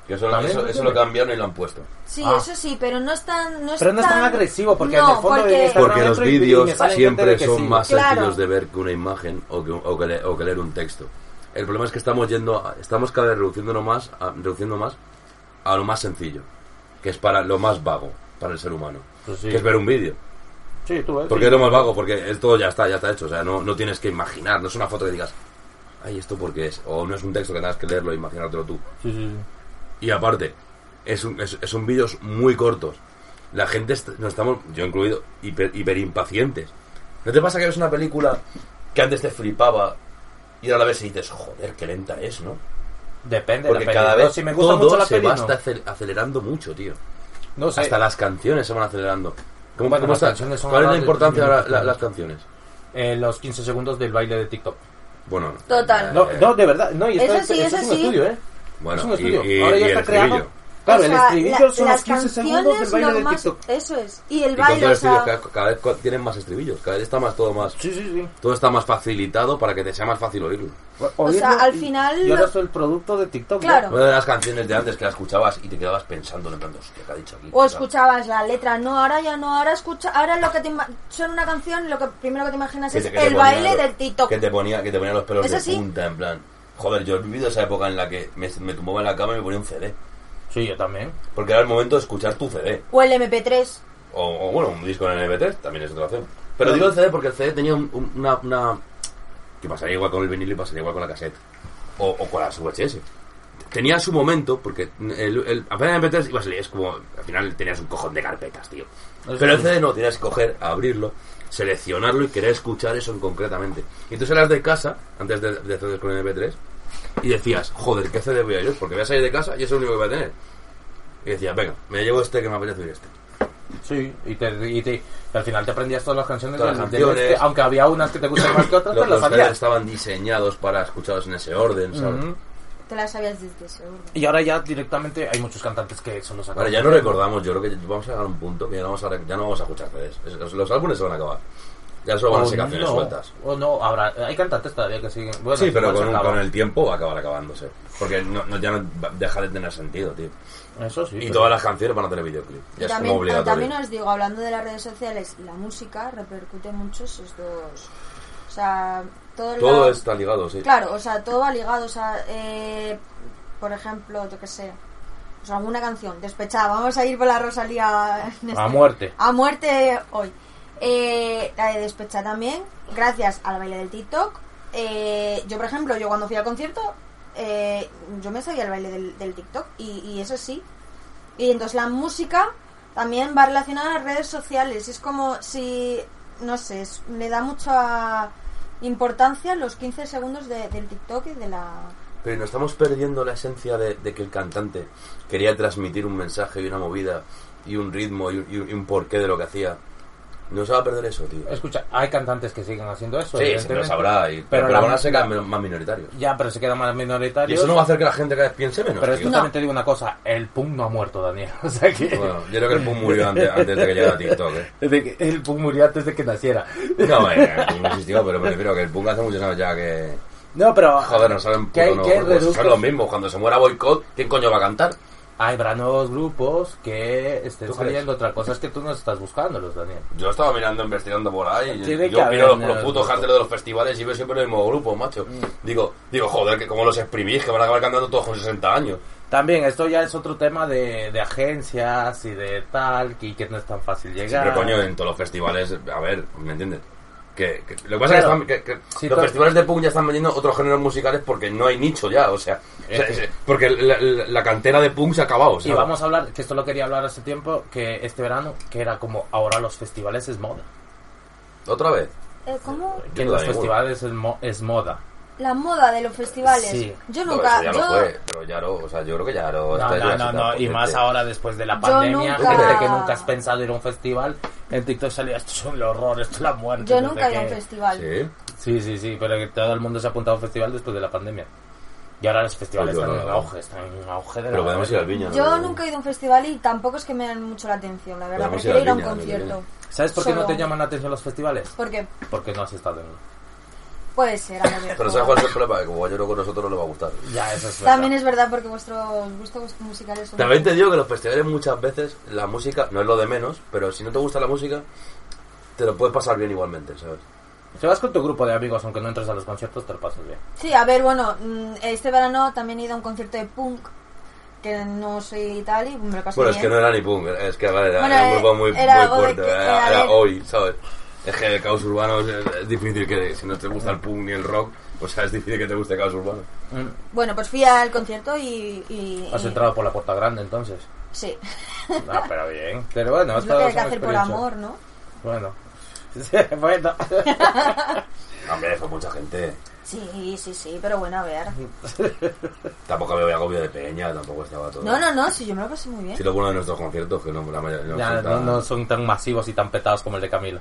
Speaker 4: Que eso,
Speaker 3: ¿También
Speaker 4: eso,
Speaker 3: lo
Speaker 4: eso
Speaker 3: tiene?
Speaker 4: lo cambiaron y lo han puesto.
Speaker 5: Sí,
Speaker 3: Ah.
Speaker 5: eso sí, pero no es tan... No es
Speaker 3: pero no es tan
Speaker 5: tan-
Speaker 3: agresivo porque en
Speaker 5: No,
Speaker 3: el fondo de
Speaker 5: porque-
Speaker 3: Instagram
Speaker 4: Porque los
Speaker 3: entro y- y me
Speaker 4: vídeos
Speaker 3: sale gente de
Speaker 4: siempre
Speaker 3: que
Speaker 4: son
Speaker 3: sigo.
Speaker 4: más
Speaker 5: Claro.
Speaker 4: sencillos de ver que una imagen o que, o que le- o que leer un texto. El problema es que estamos yendo, a- estamos cada vez reduciéndonos más, a- reduciendo más a lo más sencillo, que es para lo más vago para el ser humano,
Speaker 3: Pues sí.
Speaker 4: que es ver un vídeo.
Speaker 3: Sí, tú ves.
Speaker 4: Porque es lo más vago, porque es todo ya está, ya está hecho. O sea, no, no tienes que imaginar, no es una foto que digas, ay, esto porque es, o no es un texto que tengas que leerlo e imaginártelo tú.
Speaker 3: Sí, sí, sí.
Speaker 4: Y aparte, es un, es, son vídeos muy cortos. La gente, est- nos estamos, yo incluido, hiper, hiperimpacientes. ¿No te pasa que ves una película que antes te flipaba y ahora la ves y dices, joder, qué lenta es, ¿no?
Speaker 3: Depende de la
Speaker 4: Porque
Speaker 3: peli.
Speaker 4: cada
Speaker 3: Yo,
Speaker 4: vez
Speaker 3: si me gusta
Speaker 4: todo
Speaker 3: mucho la
Speaker 4: se
Speaker 3: peli,
Speaker 4: va
Speaker 3: no.
Speaker 4: hasta acel- acelerando mucho, tío.
Speaker 3: No sé.
Speaker 4: Hasta las canciones se van acelerando. ¿Cómo,
Speaker 3: Bueno,
Speaker 4: cómo
Speaker 3: las
Speaker 4: está-
Speaker 3: canciones son
Speaker 4: ¿Cuál es
Speaker 3: ahora
Speaker 4: la
Speaker 3: de 10
Speaker 4: importancia ahora
Speaker 3: minutos.
Speaker 4: la- las canciones?
Speaker 3: Eh, los 15 segundos del baile de TikTok.
Speaker 4: Bueno,
Speaker 5: Total.
Speaker 3: No,
Speaker 4: eh,
Speaker 3: no, de verdad. No, y esto,
Speaker 5: Eso
Speaker 3: es-
Speaker 5: sí,
Speaker 3: esto es
Speaker 5: eso
Speaker 3: un
Speaker 5: sí.
Speaker 3: estudio, ¿eh?
Speaker 4: Bueno,
Speaker 3: es un
Speaker 4: y-
Speaker 3: estudio.
Speaker 4: y-
Speaker 3: Ahora ya
Speaker 4: y el
Speaker 3: está creado.
Speaker 4: estribillo.
Speaker 3: Claro,
Speaker 5: O
Speaker 3: el
Speaker 5: sea,
Speaker 3: estribillo
Speaker 5: la-
Speaker 3: son los
Speaker 5: las
Speaker 3: 15 segundos del
Speaker 5: canciones,
Speaker 3: baile
Speaker 5: lo
Speaker 3: de
Speaker 5: más-
Speaker 3: TikTok.
Speaker 5: Eso es. Y el
Speaker 4: Y con
Speaker 5: baile,
Speaker 4: todo
Speaker 5: o
Speaker 4: el estribillo,
Speaker 5: sea...
Speaker 4: cada, cada vez co- tienen más estribillos, cada vez está más todo más.
Speaker 3: Sí, sí, sí.
Speaker 4: Todo está más facilitado para que te sea más fácil oírlo.
Speaker 5: O sea,
Speaker 3: Oírlo
Speaker 5: al
Speaker 3: y-
Speaker 5: final
Speaker 3: Y ahora
Speaker 5: lo-
Speaker 3: soy el producto de TikTok.
Speaker 5: Claro.
Speaker 4: Una de las canciones de antes que la escuchabas y te quedabas pensando en plan, hostia, ¿qué ha dicho aquí?
Speaker 5: O escuchabas la letra, no, ahora ya no, ahora escucha, ahora lo que te ima- suena una canción, lo que primero que te imaginas
Speaker 4: Que
Speaker 5: es
Speaker 4: te- que te
Speaker 5: el
Speaker 4: ponía
Speaker 5: baile
Speaker 4: lo-
Speaker 5: del TikTok.
Speaker 4: Que te ponía, que te ponía los pelos
Speaker 5: ¿Es
Speaker 4: de
Speaker 5: así?
Speaker 4: punta, en plan. Joder, yo he vivido esa época en la que me, me tumbaba en la cama y me ponía un CD.
Speaker 3: Sí, yo también.
Speaker 4: Porque era el momento de escuchar tu CD.
Speaker 5: O el MP3.
Speaker 4: O, o, bueno, un disco en MP3 también es otra opción. Pero digo el CD porque el CD tenía un- un- una, una- Que pasaría igual con el vinilo y pasaría igual con la cassette. O, o con las VHS. Tenía su momento, porque el, el, apenas en MP3 ibas a leer, es como. Al final tenías un cojón de carpetas, tío. Pero el CD no, tenías que coger, abrirlo, seleccionarlo y querer escuchar eso en concretamente. Y tú salías de casa, antes de, de hacer con el MP3, y decías, joder, ¿qué CD voy a ir? Porque voy a salir de casa y es lo único que voy a tener. Y decías, venga, me llevo este que me apetece y este.
Speaker 3: Sí, y, te, y, te- y al final te aprendías todas las canciones.
Speaker 4: Todas
Speaker 3: del-
Speaker 4: las
Speaker 3: del
Speaker 4: canciones.
Speaker 3: este, aunque había unas que te gustan más que otras,
Speaker 4: los,
Speaker 3: te las
Speaker 4: los CDs
Speaker 3: sabías.
Speaker 4: estaban diseñados para escucharlos en ese orden, ¿sabes?
Speaker 3: Ujú.
Speaker 5: Te la sabías desde seguro.
Speaker 3: Y ahora ya directamente hay muchos cantantes que solo sacan.
Speaker 4: Ahora ya no recordamos, yo creo que vamos a llegar a un punto que ya no vamos a, rec- ya no vamos a escuchar CDs. Es- Los, los álbumes se van a acabar. Ya solo van a
Speaker 3: O
Speaker 4: ser canciones
Speaker 3: Oh, no,
Speaker 4: sueltas.
Speaker 3: O no, habrá. Hay cantantes todavía que siguen. Bueno,
Speaker 4: Sí, pero
Speaker 3: igual se
Speaker 4: con, un-
Speaker 3: acaba.
Speaker 4: con el tiempo va a acabar acabándose. Porque no, no- ya no va- deja de tener sentido, tío.
Speaker 3: Eso sí.
Speaker 4: Y
Speaker 3: pero-
Speaker 4: todas las canciones van a tener videoclip. Ya es como
Speaker 5: También,
Speaker 4: obligatorio.
Speaker 5: también os digo, hablando de las redes sociales, la música repercute mucho esos dos. O sea, todo, el
Speaker 4: Todo
Speaker 5: lado-
Speaker 4: está ligado, sí.
Speaker 5: Claro, o sea, todo va ligado. O sea, eh, por ejemplo, yo que sé. O sea, alguna canción, despechada. Vamos a ir por la Rosalía. en
Speaker 3: A muerte.
Speaker 5: A muerte hoy. Eh, la de despecha también, gracias al baile del TikTok. Eh, yo, por ejemplo, yo cuando fui al concierto, eh, yo me sabía el baile del, del TikTok y, y eso sí. Y entonces la música también va relacionada a las redes sociales. Es como si, no sé, es- le da mucha importancia los 15 segundos de- del TikTok y de la...
Speaker 4: Pero nos estamos perdiendo la esencia de, de que el cantante quería transmitir un mensaje y una movida y un ritmo y, un- y un- y un porqué de lo que hacía. No se va a perder eso, tío.
Speaker 3: Escucha, hay cantantes que siguen haciendo eso.
Speaker 4: Sí, siempre
Speaker 3: Pues evidentemente.
Speaker 4: lo sabrá. Y,
Speaker 3: pero
Speaker 4: pero
Speaker 3: la-
Speaker 4: ahora se quedan men- más minoritarios.
Speaker 3: Ya, pero se queda más
Speaker 4: Y
Speaker 3: minoritario.
Speaker 4: eso no va a hacer que la gente cada vez piense menos.
Speaker 3: Pero
Speaker 4: tío.
Speaker 3: esto también te digo una cosa, el punk no ha muerto, Daniel. O sea que...
Speaker 4: Bueno, yo creo que el Pum murió antes, antes de que llegara TikTok. ¿eh?
Speaker 3: Desde que el punk murió antes de que naciera.
Speaker 4: No, eh, el Pum no existió, pero me refiero a que el Pum hace muchos años ya que.
Speaker 3: No, pero...
Speaker 4: Joder, no salen
Speaker 3: ¿Qué,
Speaker 4: putos nuevos
Speaker 3: qué
Speaker 4: grupos.
Speaker 3: reduzcas?
Speaker 4: Son los mismos. Cuando se muera Boycott, ¿quién coño va a cantar?
Speaker 3: Habrá nuevos grupos que estén
Speaker 4: ¿Tú
Speaker 3: saliendo. Otra cosa es que tú no estás buscándolos, Daniel.
Speaker 4: Yo estaba mirando, investigando por ahí. y
Speaker 3: Tiene que
Speaker 4: yo
Speaker 3: haber
Speaker 4: miro los, los
Speaker 3: nuevos
Speaker 4: putos
Speaker 3: grupos.
Speaker 4: carteles de los festivales y veo siempre los mismos grupos, macho.
Speaker 3: Mm.
Speaker 4: Digo, digo, joder, que como los exprimís, que van a acabar cantando todos con 60 años.
Speaker 3: También, esto ya es otro tema de, de agencias y de tal, que, que no es tan fácil
Speaker 4: Sí,
Speaker 3: llegar.
Speaker 4: pero coño, en todos los festivales, a ver, ¿me entiendes? Que, que- lo que pasa
Speaker 3: Claro.
Speaker 4: es que, están- que- que
Speaker 3: Sí,
Speaker 4: los
Speaker 3: todo-
Speaker 4: festivales de punk ya están vendiendo otros géneros musicales porque no hay nicho ya, o sea, o
Speaker 3: Es
Speaker 4: sea,
Speaker 3: que-
Speaker 4: es- porque la, la- la cantera de punk se ha acabado.
Speaker 3: Eh, Y vamos a hablar, que esto lo quería hablar hace tiempo, que este verano, que era como ahora los festivales es moda.
Speaker 4: otra vez.
Speaker 5: Eh, ¿Cómo?
Speaker 3: Que
Speaker 4: Yo
Speaker 3: los
Speaker 4: da igual.
Speaker 3: festivales es, mo- es moda.
Speaker 5: La moda de los festivales.
Speaker 3: Sí.
Speaker 5: Yo
Speaker 4: No,
Speaker 5: nunca.
Speaker 4: eso ya
Speaker 5: yo,
Speaker 4: lo fue, pero ya no, o sea, yo creo que ya no.
Speaker 3: No,
Speaker 4: está
Speaker 3: no,
Speaker 4: ya
Speaker 3: no,
Speaker 4: así
Speaker 3: no.
Speaker 4: tan
Speaker 3: Y más
Speaker 4: potente.
Speaker 3: ahora después de la
Speaker 5: Yo
Speaker 3: pandemia,
Speaker 5: nunca-
Speaker 3: gente que nunca has pensado ir a un festival, en TikTok salía, esto es un horror, esto es la muerte. no
Speaker 5: yo
Speaker 3: sé
Speaker 5: nunca he ido a un
Speaker 3: qué".
Speaker 5: festival.
Speaker 4: Sí,
Speaker 3: Sí, sí, sí, pero que todo el mundo se ha apuntado a un festival después de la pandemia. Y ahora los festivales
Speaker 4: Yo
Speaker 3: están
Speaker 4: no,
Speaker 3: en
Speaker 4: no.
Speaker 3: auge, están en auge de la
Speaker 4: pero podemos ir al Viña. ¿no?
Speaker 5: Yo nunca he ido a un festival y tampoco es que me dan mucho la atención, la verdad.
Speaker 4: Podemos ir
Speaker 5: Prefiero
Speaker 4: al
Speaker 5: ir a un
Speaker 4: Viña, lo que
Speaker 5: concierto.
Speaker 3: ¿Sabes por qué no
Speaker 5: Solo-
Speaker 3: te llaman la atención los festivales?
Speaker 5: Porque
Speaker 3: Porque no has estado en uno.
Speaker 5: puede ser, a lo mejor.
Speaker 4: Pero ¿sabes cuál es el problema? Que como yo no con nosotros no le va a gustar.
Speaker 3: Ya, eso es verdad.
Speaker 5: También es verdad porque vuestros gustos musicales son.
Speaker 4: También te digo que los festivales muchas veces la música no es lo de menos, pero si no te gusta la música, te lo puedes pasar bien igualmente, ¿sabes?
Speaker 3: Si vas con tu grupo de amigos, aunque no entres a los conciertos, te lo pasas bien.
Speaker 5: Sí, a ver, bueno, mm, este verano también he ido a un concierto de punk que no soy tal y me lo pasé
Speaker 4: Bueno, es
Speaker 5: bien.
Speaker 4: que no era ni punk, era- es que vale, era,
Speaker 5: Bueno,
Speaker 4: era un
Speaker 5: eh,
Speaker 4: grupo muy,
Speaker 5: era
Speaker 4: muy
Speaker 5: algo de
Speaker 4: fuerte,
Speaker 5: que-
Speaker 4: era,
Speaker 5: era
Speaker 4: era
Speaker 5: de-
Speaker 4: hoy, ¿sabes? Es que el caos urbano es, es difícil que, si no te gusta el punk ni el rock, o sea, es difícil que te guste caos urbano.
Speaker 3: Mm.
Speaker 5: Bueno, pues fui al concierto y. y-
Speaker 3: Has
Speaker 5: y-
Speaker 3: entrado por la puerta grande, entonces.
Speaker 5: Sí.
Speaker 3: Ah, pero bien. Pero bueno,
Speaker 5: Es lo que hay que
Speaker 3: son
Speaker 5: hacer por
Speaker 3: experiencias.
Speaker 5: amor, ¿no?
Speaker 3: Bueno. bueno.
Speaker 4: Hombre, fue mucha gente.
Speaker 5: Sí, sí, sí, pero bueno, a ver.
Speaker 4: Tampoco había agobio de peña, tampoco estaba todo.
Speaker 5: No, no, no, sí, yo me lo pasé muy bien.
Speaker 4: Si lo bueno de nuestros conciertos, que no, la mayoría no
Speaker 3: Ya,
Speaker 4: son
Speaker 3: no,
Speaker 4: tan-
Speaker 3: no son tan masivos y tan petados como el de Camilo.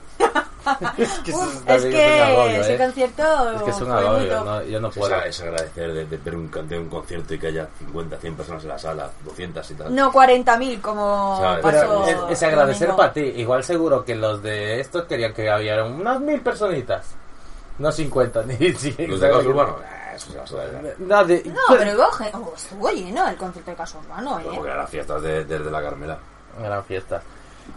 Speaker 3: es que, eso
Speaker 5: Uf,
Speaker 3: también
Speaker 5: es que
Speaker 3: un agobio,
Speaker 5: ese
Speaker 3: ¿eh?
Speaker 5: concierto.
Speaker 3: Es que es un
Speaker 5: fue muy
Speaker 3: agobio,
Speaker 5: top.
Speaker 3: no, yo no
Speaker 4: O
Speaker 3: puedo.
Speaker 4: sea, es agradecer de, de ver un, can- de un concierto y que haya 50, 100 personas en la sala, 200 y tal.
Speaker 5: No 40.000 como
Speaker 4: ¿Sabes?
Speaker 5: pasó.
Speaker 3: Pero es, es
Speaker 5: el
Speaker 3: agradecer
Speaker 5: domingo.
Speaker 3: para ti. Igual seguro que los de estos querían que hubiera unas mil personitas. No 50 ni 100.
Speaker 4: Los de Caos Urbano, ah, eso se va a sudar. ya.
Speaker 3: No, de-
Speaker 5: No, pero hubo gen- oh, estuvo lleno el concierto de Caso Urbano, ¿eh?
Speaker 4: Bueno, Porque eran las fiestas de, desde la Carmela.
Speaker 3: Gran fiesta.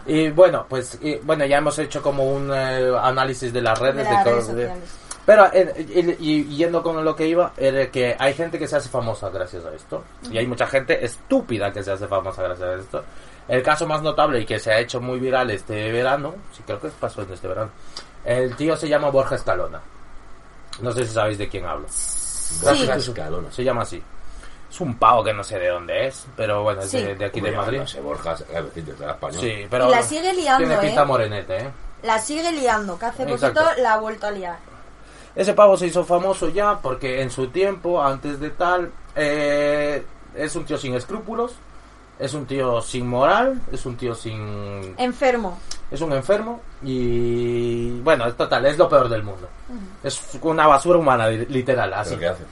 Speaker 3: Y bueno, pues y, bueno, ya hemos hecho como un eh, análisis de las redes.
Speaker 5: De las
Speaker 3: co-
Speaker 5: redes sociales.
Speaker 3: Pero eh, y- y- yendo con lo que iba, era que hay gente que se hace famosa gracias a esto. Y hay mucha gente estúpida que se hace famosa gracias a esto. El caso más notable y que se ha hecho muy viral este verano, sí creo que pasó en este verano, el tío se llama Borja Escalona. No sé si sabéis de quién hablo.
Speaker 4: Borja Escalona.
Speaker 3: Se llama así. Es un pavo que no sé de dónde es, pero bueno, es
Speaker 5: Sí.
Speaker 3: de, de aquí de
Speaker 4: Hombre,
Speaker 3: Madrid.
Speaker 4: No sé, Borja, cabecillos de la España.
Speaker 3: Sí, pero
Speaker 5: Y la sigue liando,
Speaker 3: tiene pinta
Speaker 5: ¿eh?
Speaker 3: morenete, ¿eh?
Speaker 5: La sigue liando, que hace
Speaker 3: Exacto.
Speaker 5: poquito la ha vuelto a liar.
Speaker 3: Ese pavo se hizo famoso ya porque en su tiempo, antes de tal, eh, es un tío sin escrúpulos, es un tío sin moral, es un tío sin...
Speaker 5: Enfermo.
Speaker 3: es un enfermo y... bueno, es total, es lo peor del mundo. Es una basura humana, li- literal, así.
Speaker 4: ¿Pero qué hace?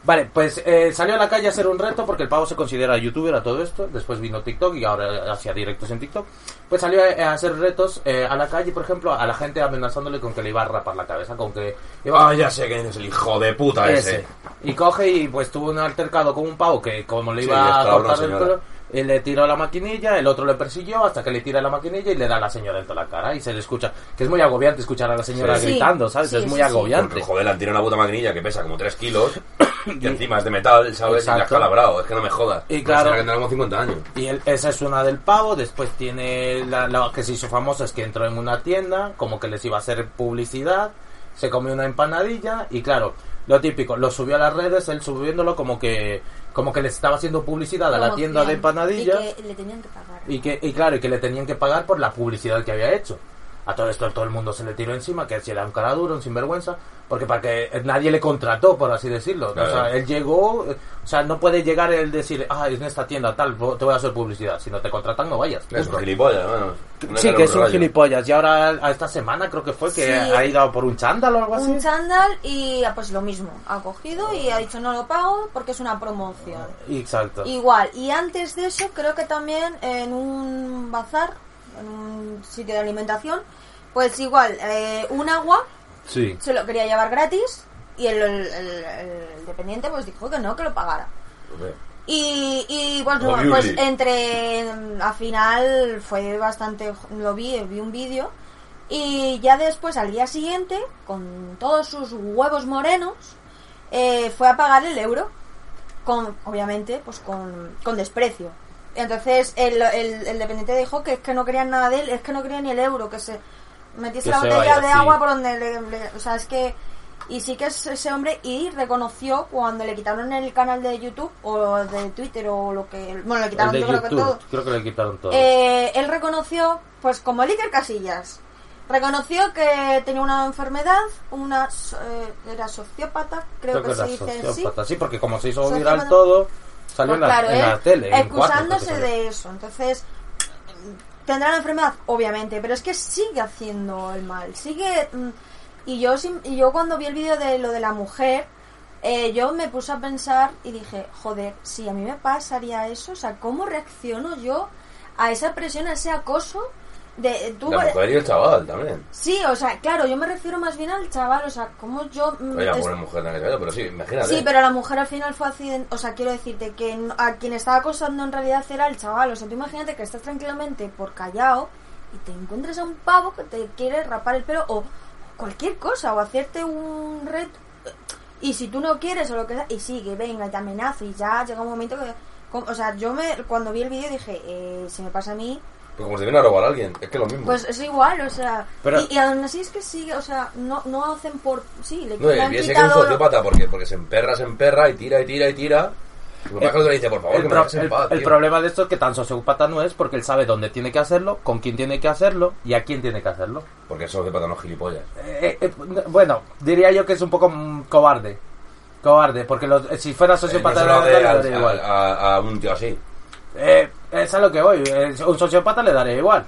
Speaker 3: Vale, pues eh, salió a la calle a hacer un reto porque el pavo se considera youtuber a todo esto. Después vino TikTok y ahora hacía directos en TikTok. Pues salió eh, a hacer retos eh, a la calle, por ejemplo, a la gente amenazándole con que le iba a rapar la cabeza, con que iba
Speaker 4: Ah, ya sé quién es el hijo de puta ese.
Speaker 3: ese. Y coge y pues tuvo un altercado con un pavo que como le
Speaker 4: Sí,
Speaker 3: iba
Speaker 4: le
Speaker 3: a
Speaker 4: escaló a una
Speaker 3: cortar el
Speaker 4: señora.
Speaker 3: pelo, él le tiró la maquinilla, el otro le persiguió hasta que le tira la maquinilla y le da a la señora en toda la cara y se le escucha, que es muy agobiante escuchar a la señora
Speaker 5: Sí.
Speaker 3: gritando, ¿sabes?
Speaker 5: Sí,
Speaker 3: es
Speaker 5: sí,
Speaker 3: muy
Speaker 5: sí.
Speaker 3: agobiante.
Speaker 4: Porque, joder, le han tirado una puta maquinilla que pesa como 3 kilos, que encima es de metal, ¿sabes? Y la has
Speaker 3: Exacto.
Speaker 4: calabrado, es que no me jodas.
Speaker 3: Y
Speaker 4: Una
Speaker 3: claro.
Speaker 4: señora que tendrá como 50 años.
Speaker 3: Y el- esa es una del pavo. Después tiene la, la que se hizo famosa es que entró en una tienda, como que les iba a hacer publicidad, se comió una empanadilla y claro, lo típico, lo subió a las redes, él subiéndolo como que como que les estaba haciendo publicidad a la
Speaker 5: Promoción.
Speaker 3: tienda de empanadillas
Speaker 5: Y que le tenían que pagar.
Speaker 3: y que y claro, y que le tenían que pagar por la publicidad que había hecho. A todo esto todo el mundo se le tiró encima, que si era un cara duro, un sinvergüenza. Porque para que nadie le contrató, por así decirlo.
Speaker 4: Claro.
Speaker 3: O sea, él llegó, eh, o sea, no puede llegar él decir, ah, en esta tienda tal, vo- te voy a hacer publicidad. Si no te contratan, no vayas.
Speaker 4: Es
Speaker 3: Punto.
Speaker 4: un gilipollas, hermano. Una
Speaker 3: Sí,
Speaker 4: cara
Speaker 3: que
Speaker 4: de
Speaker 3: es un
Speaker 4: rayo.
Speaker 3: gilipollas. Y ahora, a esta semana creo que fue, que
Speaker 5: Sí.
Speaker 3: ha ido por un chándal o algo así.
Speaker 5: Un chándal y ah, pues lo mismo. Ha cogido y ha dicho no lo pago porque es una promoción.
Speaker 3: Exacto.
Speaker 5: Igual. Y antes de eso, creo que también en un bazar, en un sitio de alimentación, pues igual, eh, un agua
Speaker 3: Sí.
Speaker 5: se lo quería llevar gratis y el, el- el- el dependiente pues dijo que no, que lo pagara. Y, y pues, no,
Speaker 4: Obviously.
Speaker 5: pues entre al final fue bastante lo vi vi un vídeo y ya después al día siguiente con todos sus huevos morenos eh, fue a pagar el euro con obviamente pues con, con desprecio entonces el, el, el dependiente dijo que es que no querían nada de él es que no quería ni el euro que se metiese
Speaker 3: Que
Speaker 5: la
Speaker 3: se
Speaker 5: botella
Speaker 3: vaya,
Speaker 5: de
Speaker 3: sí.
Speaker 5: agua por donde le- le- o sea es que y sí que es ese hombre y reconoció cuando le quitaron el canal de YouTube o de Twitter o lo que... Bueno, le
Speaker 3: El
Speaker 5: quitaron
Speaker 3: de
Speaker 5: yo creo que todo.
Speaker 3: YouTube, creo que le quitaron todo.
Speaker 5: Eh, él reconoció, pues como el Iker Casillas, reconoció que tenía una enfermedad, una... eh, era sociópata, creo, que,
Speaker 3: era
Speaker 5: se dice en sí.
Speaker 3: sociópata. Sí, porque como se hizo
Speaker 5: Sociópata.
Speaker 3: viral todo, salió en,
Speaker 5: Pues,
Speaker 3: la,
Speaker 5: claro,
Speaker 3: en
Speaker 5: él
Speaker 3: la tele. en cuatro,
Speaker 5: Excusándose
Speaker 3: creo que salió.
Speaker 5: de eso. Entonces, tendrá la enfermedad, obviamente, pero es que sigue haciendo el mal. Sigue. mm, Y yo, sin- y yo cuando vi el vídeo de lo de la mujer, eh, yo me puse a pensar y dije, joder, si a mí me pasaría eso, o sea, ¿cómo reacciono yo a esa presión, a ese acoso? De, eh, tú,
Speaker 4: La mujer y el chaval también.
Speaker 5: Sí, o sea, claro, yo me refiero más bien al chaval, o sea, ¿cómo yo. mm,
Speaker 4: Oye, la
Speaker 5: es-
Speaker 4: pobre mujer también, pero sí, imagínate.
Speaker 5: Sí, pero la mujer al final fue accidente. O sea, quiero decirte que no- a quien estaba acosando en realidad era el chaval. O sea, tú imagínate que estás tranquilamente por callao y te encuentras a un pavo que te quiere rapar el pelo o cualquier cosa o hacerte un reto. eh, Y si tú no quieres o lo que sea, y sigue, venga, y te amenaza y ya llega un momento que. com- O sea, yo me cuando vi el vídeo dije, eh, si me pasa a mí,
Speaker 4: Pero Pues como si viene a robar a alguien, es que es lo mismo.
Speaker 5: pues es igual, o sea.
Speaker 3: Pero-
Speaker 5: y, y aún así es que sigue, o sea, no, no hacen por. Sí, le,
Speaker 4: no,
Speaker 5: le
Speaker 4: y
Speaker 5: han
Speaker 4: piensa que es un
Speaker 5: quitado. lo-
Speaker 4: sociópata porque, porque se emperra, se emperra y tira y tira y tira. Y por más que el otro le dice, por favor,
Speaker 3: Eh, el,
Speaker 4: Oh, que me
Speaker 3: pro-
Speaker 4: dejes en
Speaker 3: el-
Speaker 4: paz.
Speaker 3: el
Speaker 4: tío.
Speaker 3: problema de esto es que tan sociópata no es porque él sabe dónde tiene que hacerlo, con quién tiene que hacerlo y a quién tiene que hacerlo.
Speaker 4: Porque el sociópata no es gilipollas.
Speaker 3: Eh, eh, bueno, diría yo que es un poco mm, cobarde. Cobarde, porque los- eh, si fuera
Speaker 4: Eh, no
Speaker 3: sociópata
Speaker 4: se
Speaker 3: le
Speaker 4: lo
Speaker 3: daría-
Speaker 4: hace
Speaker 3: le
Speaker 4: al-
Speaker 3: daría igual.
Speaker 4: al- a, a un tío así.
Speaker 3: Eh, es a lo que voy. eh, Un sociópata le daría igual.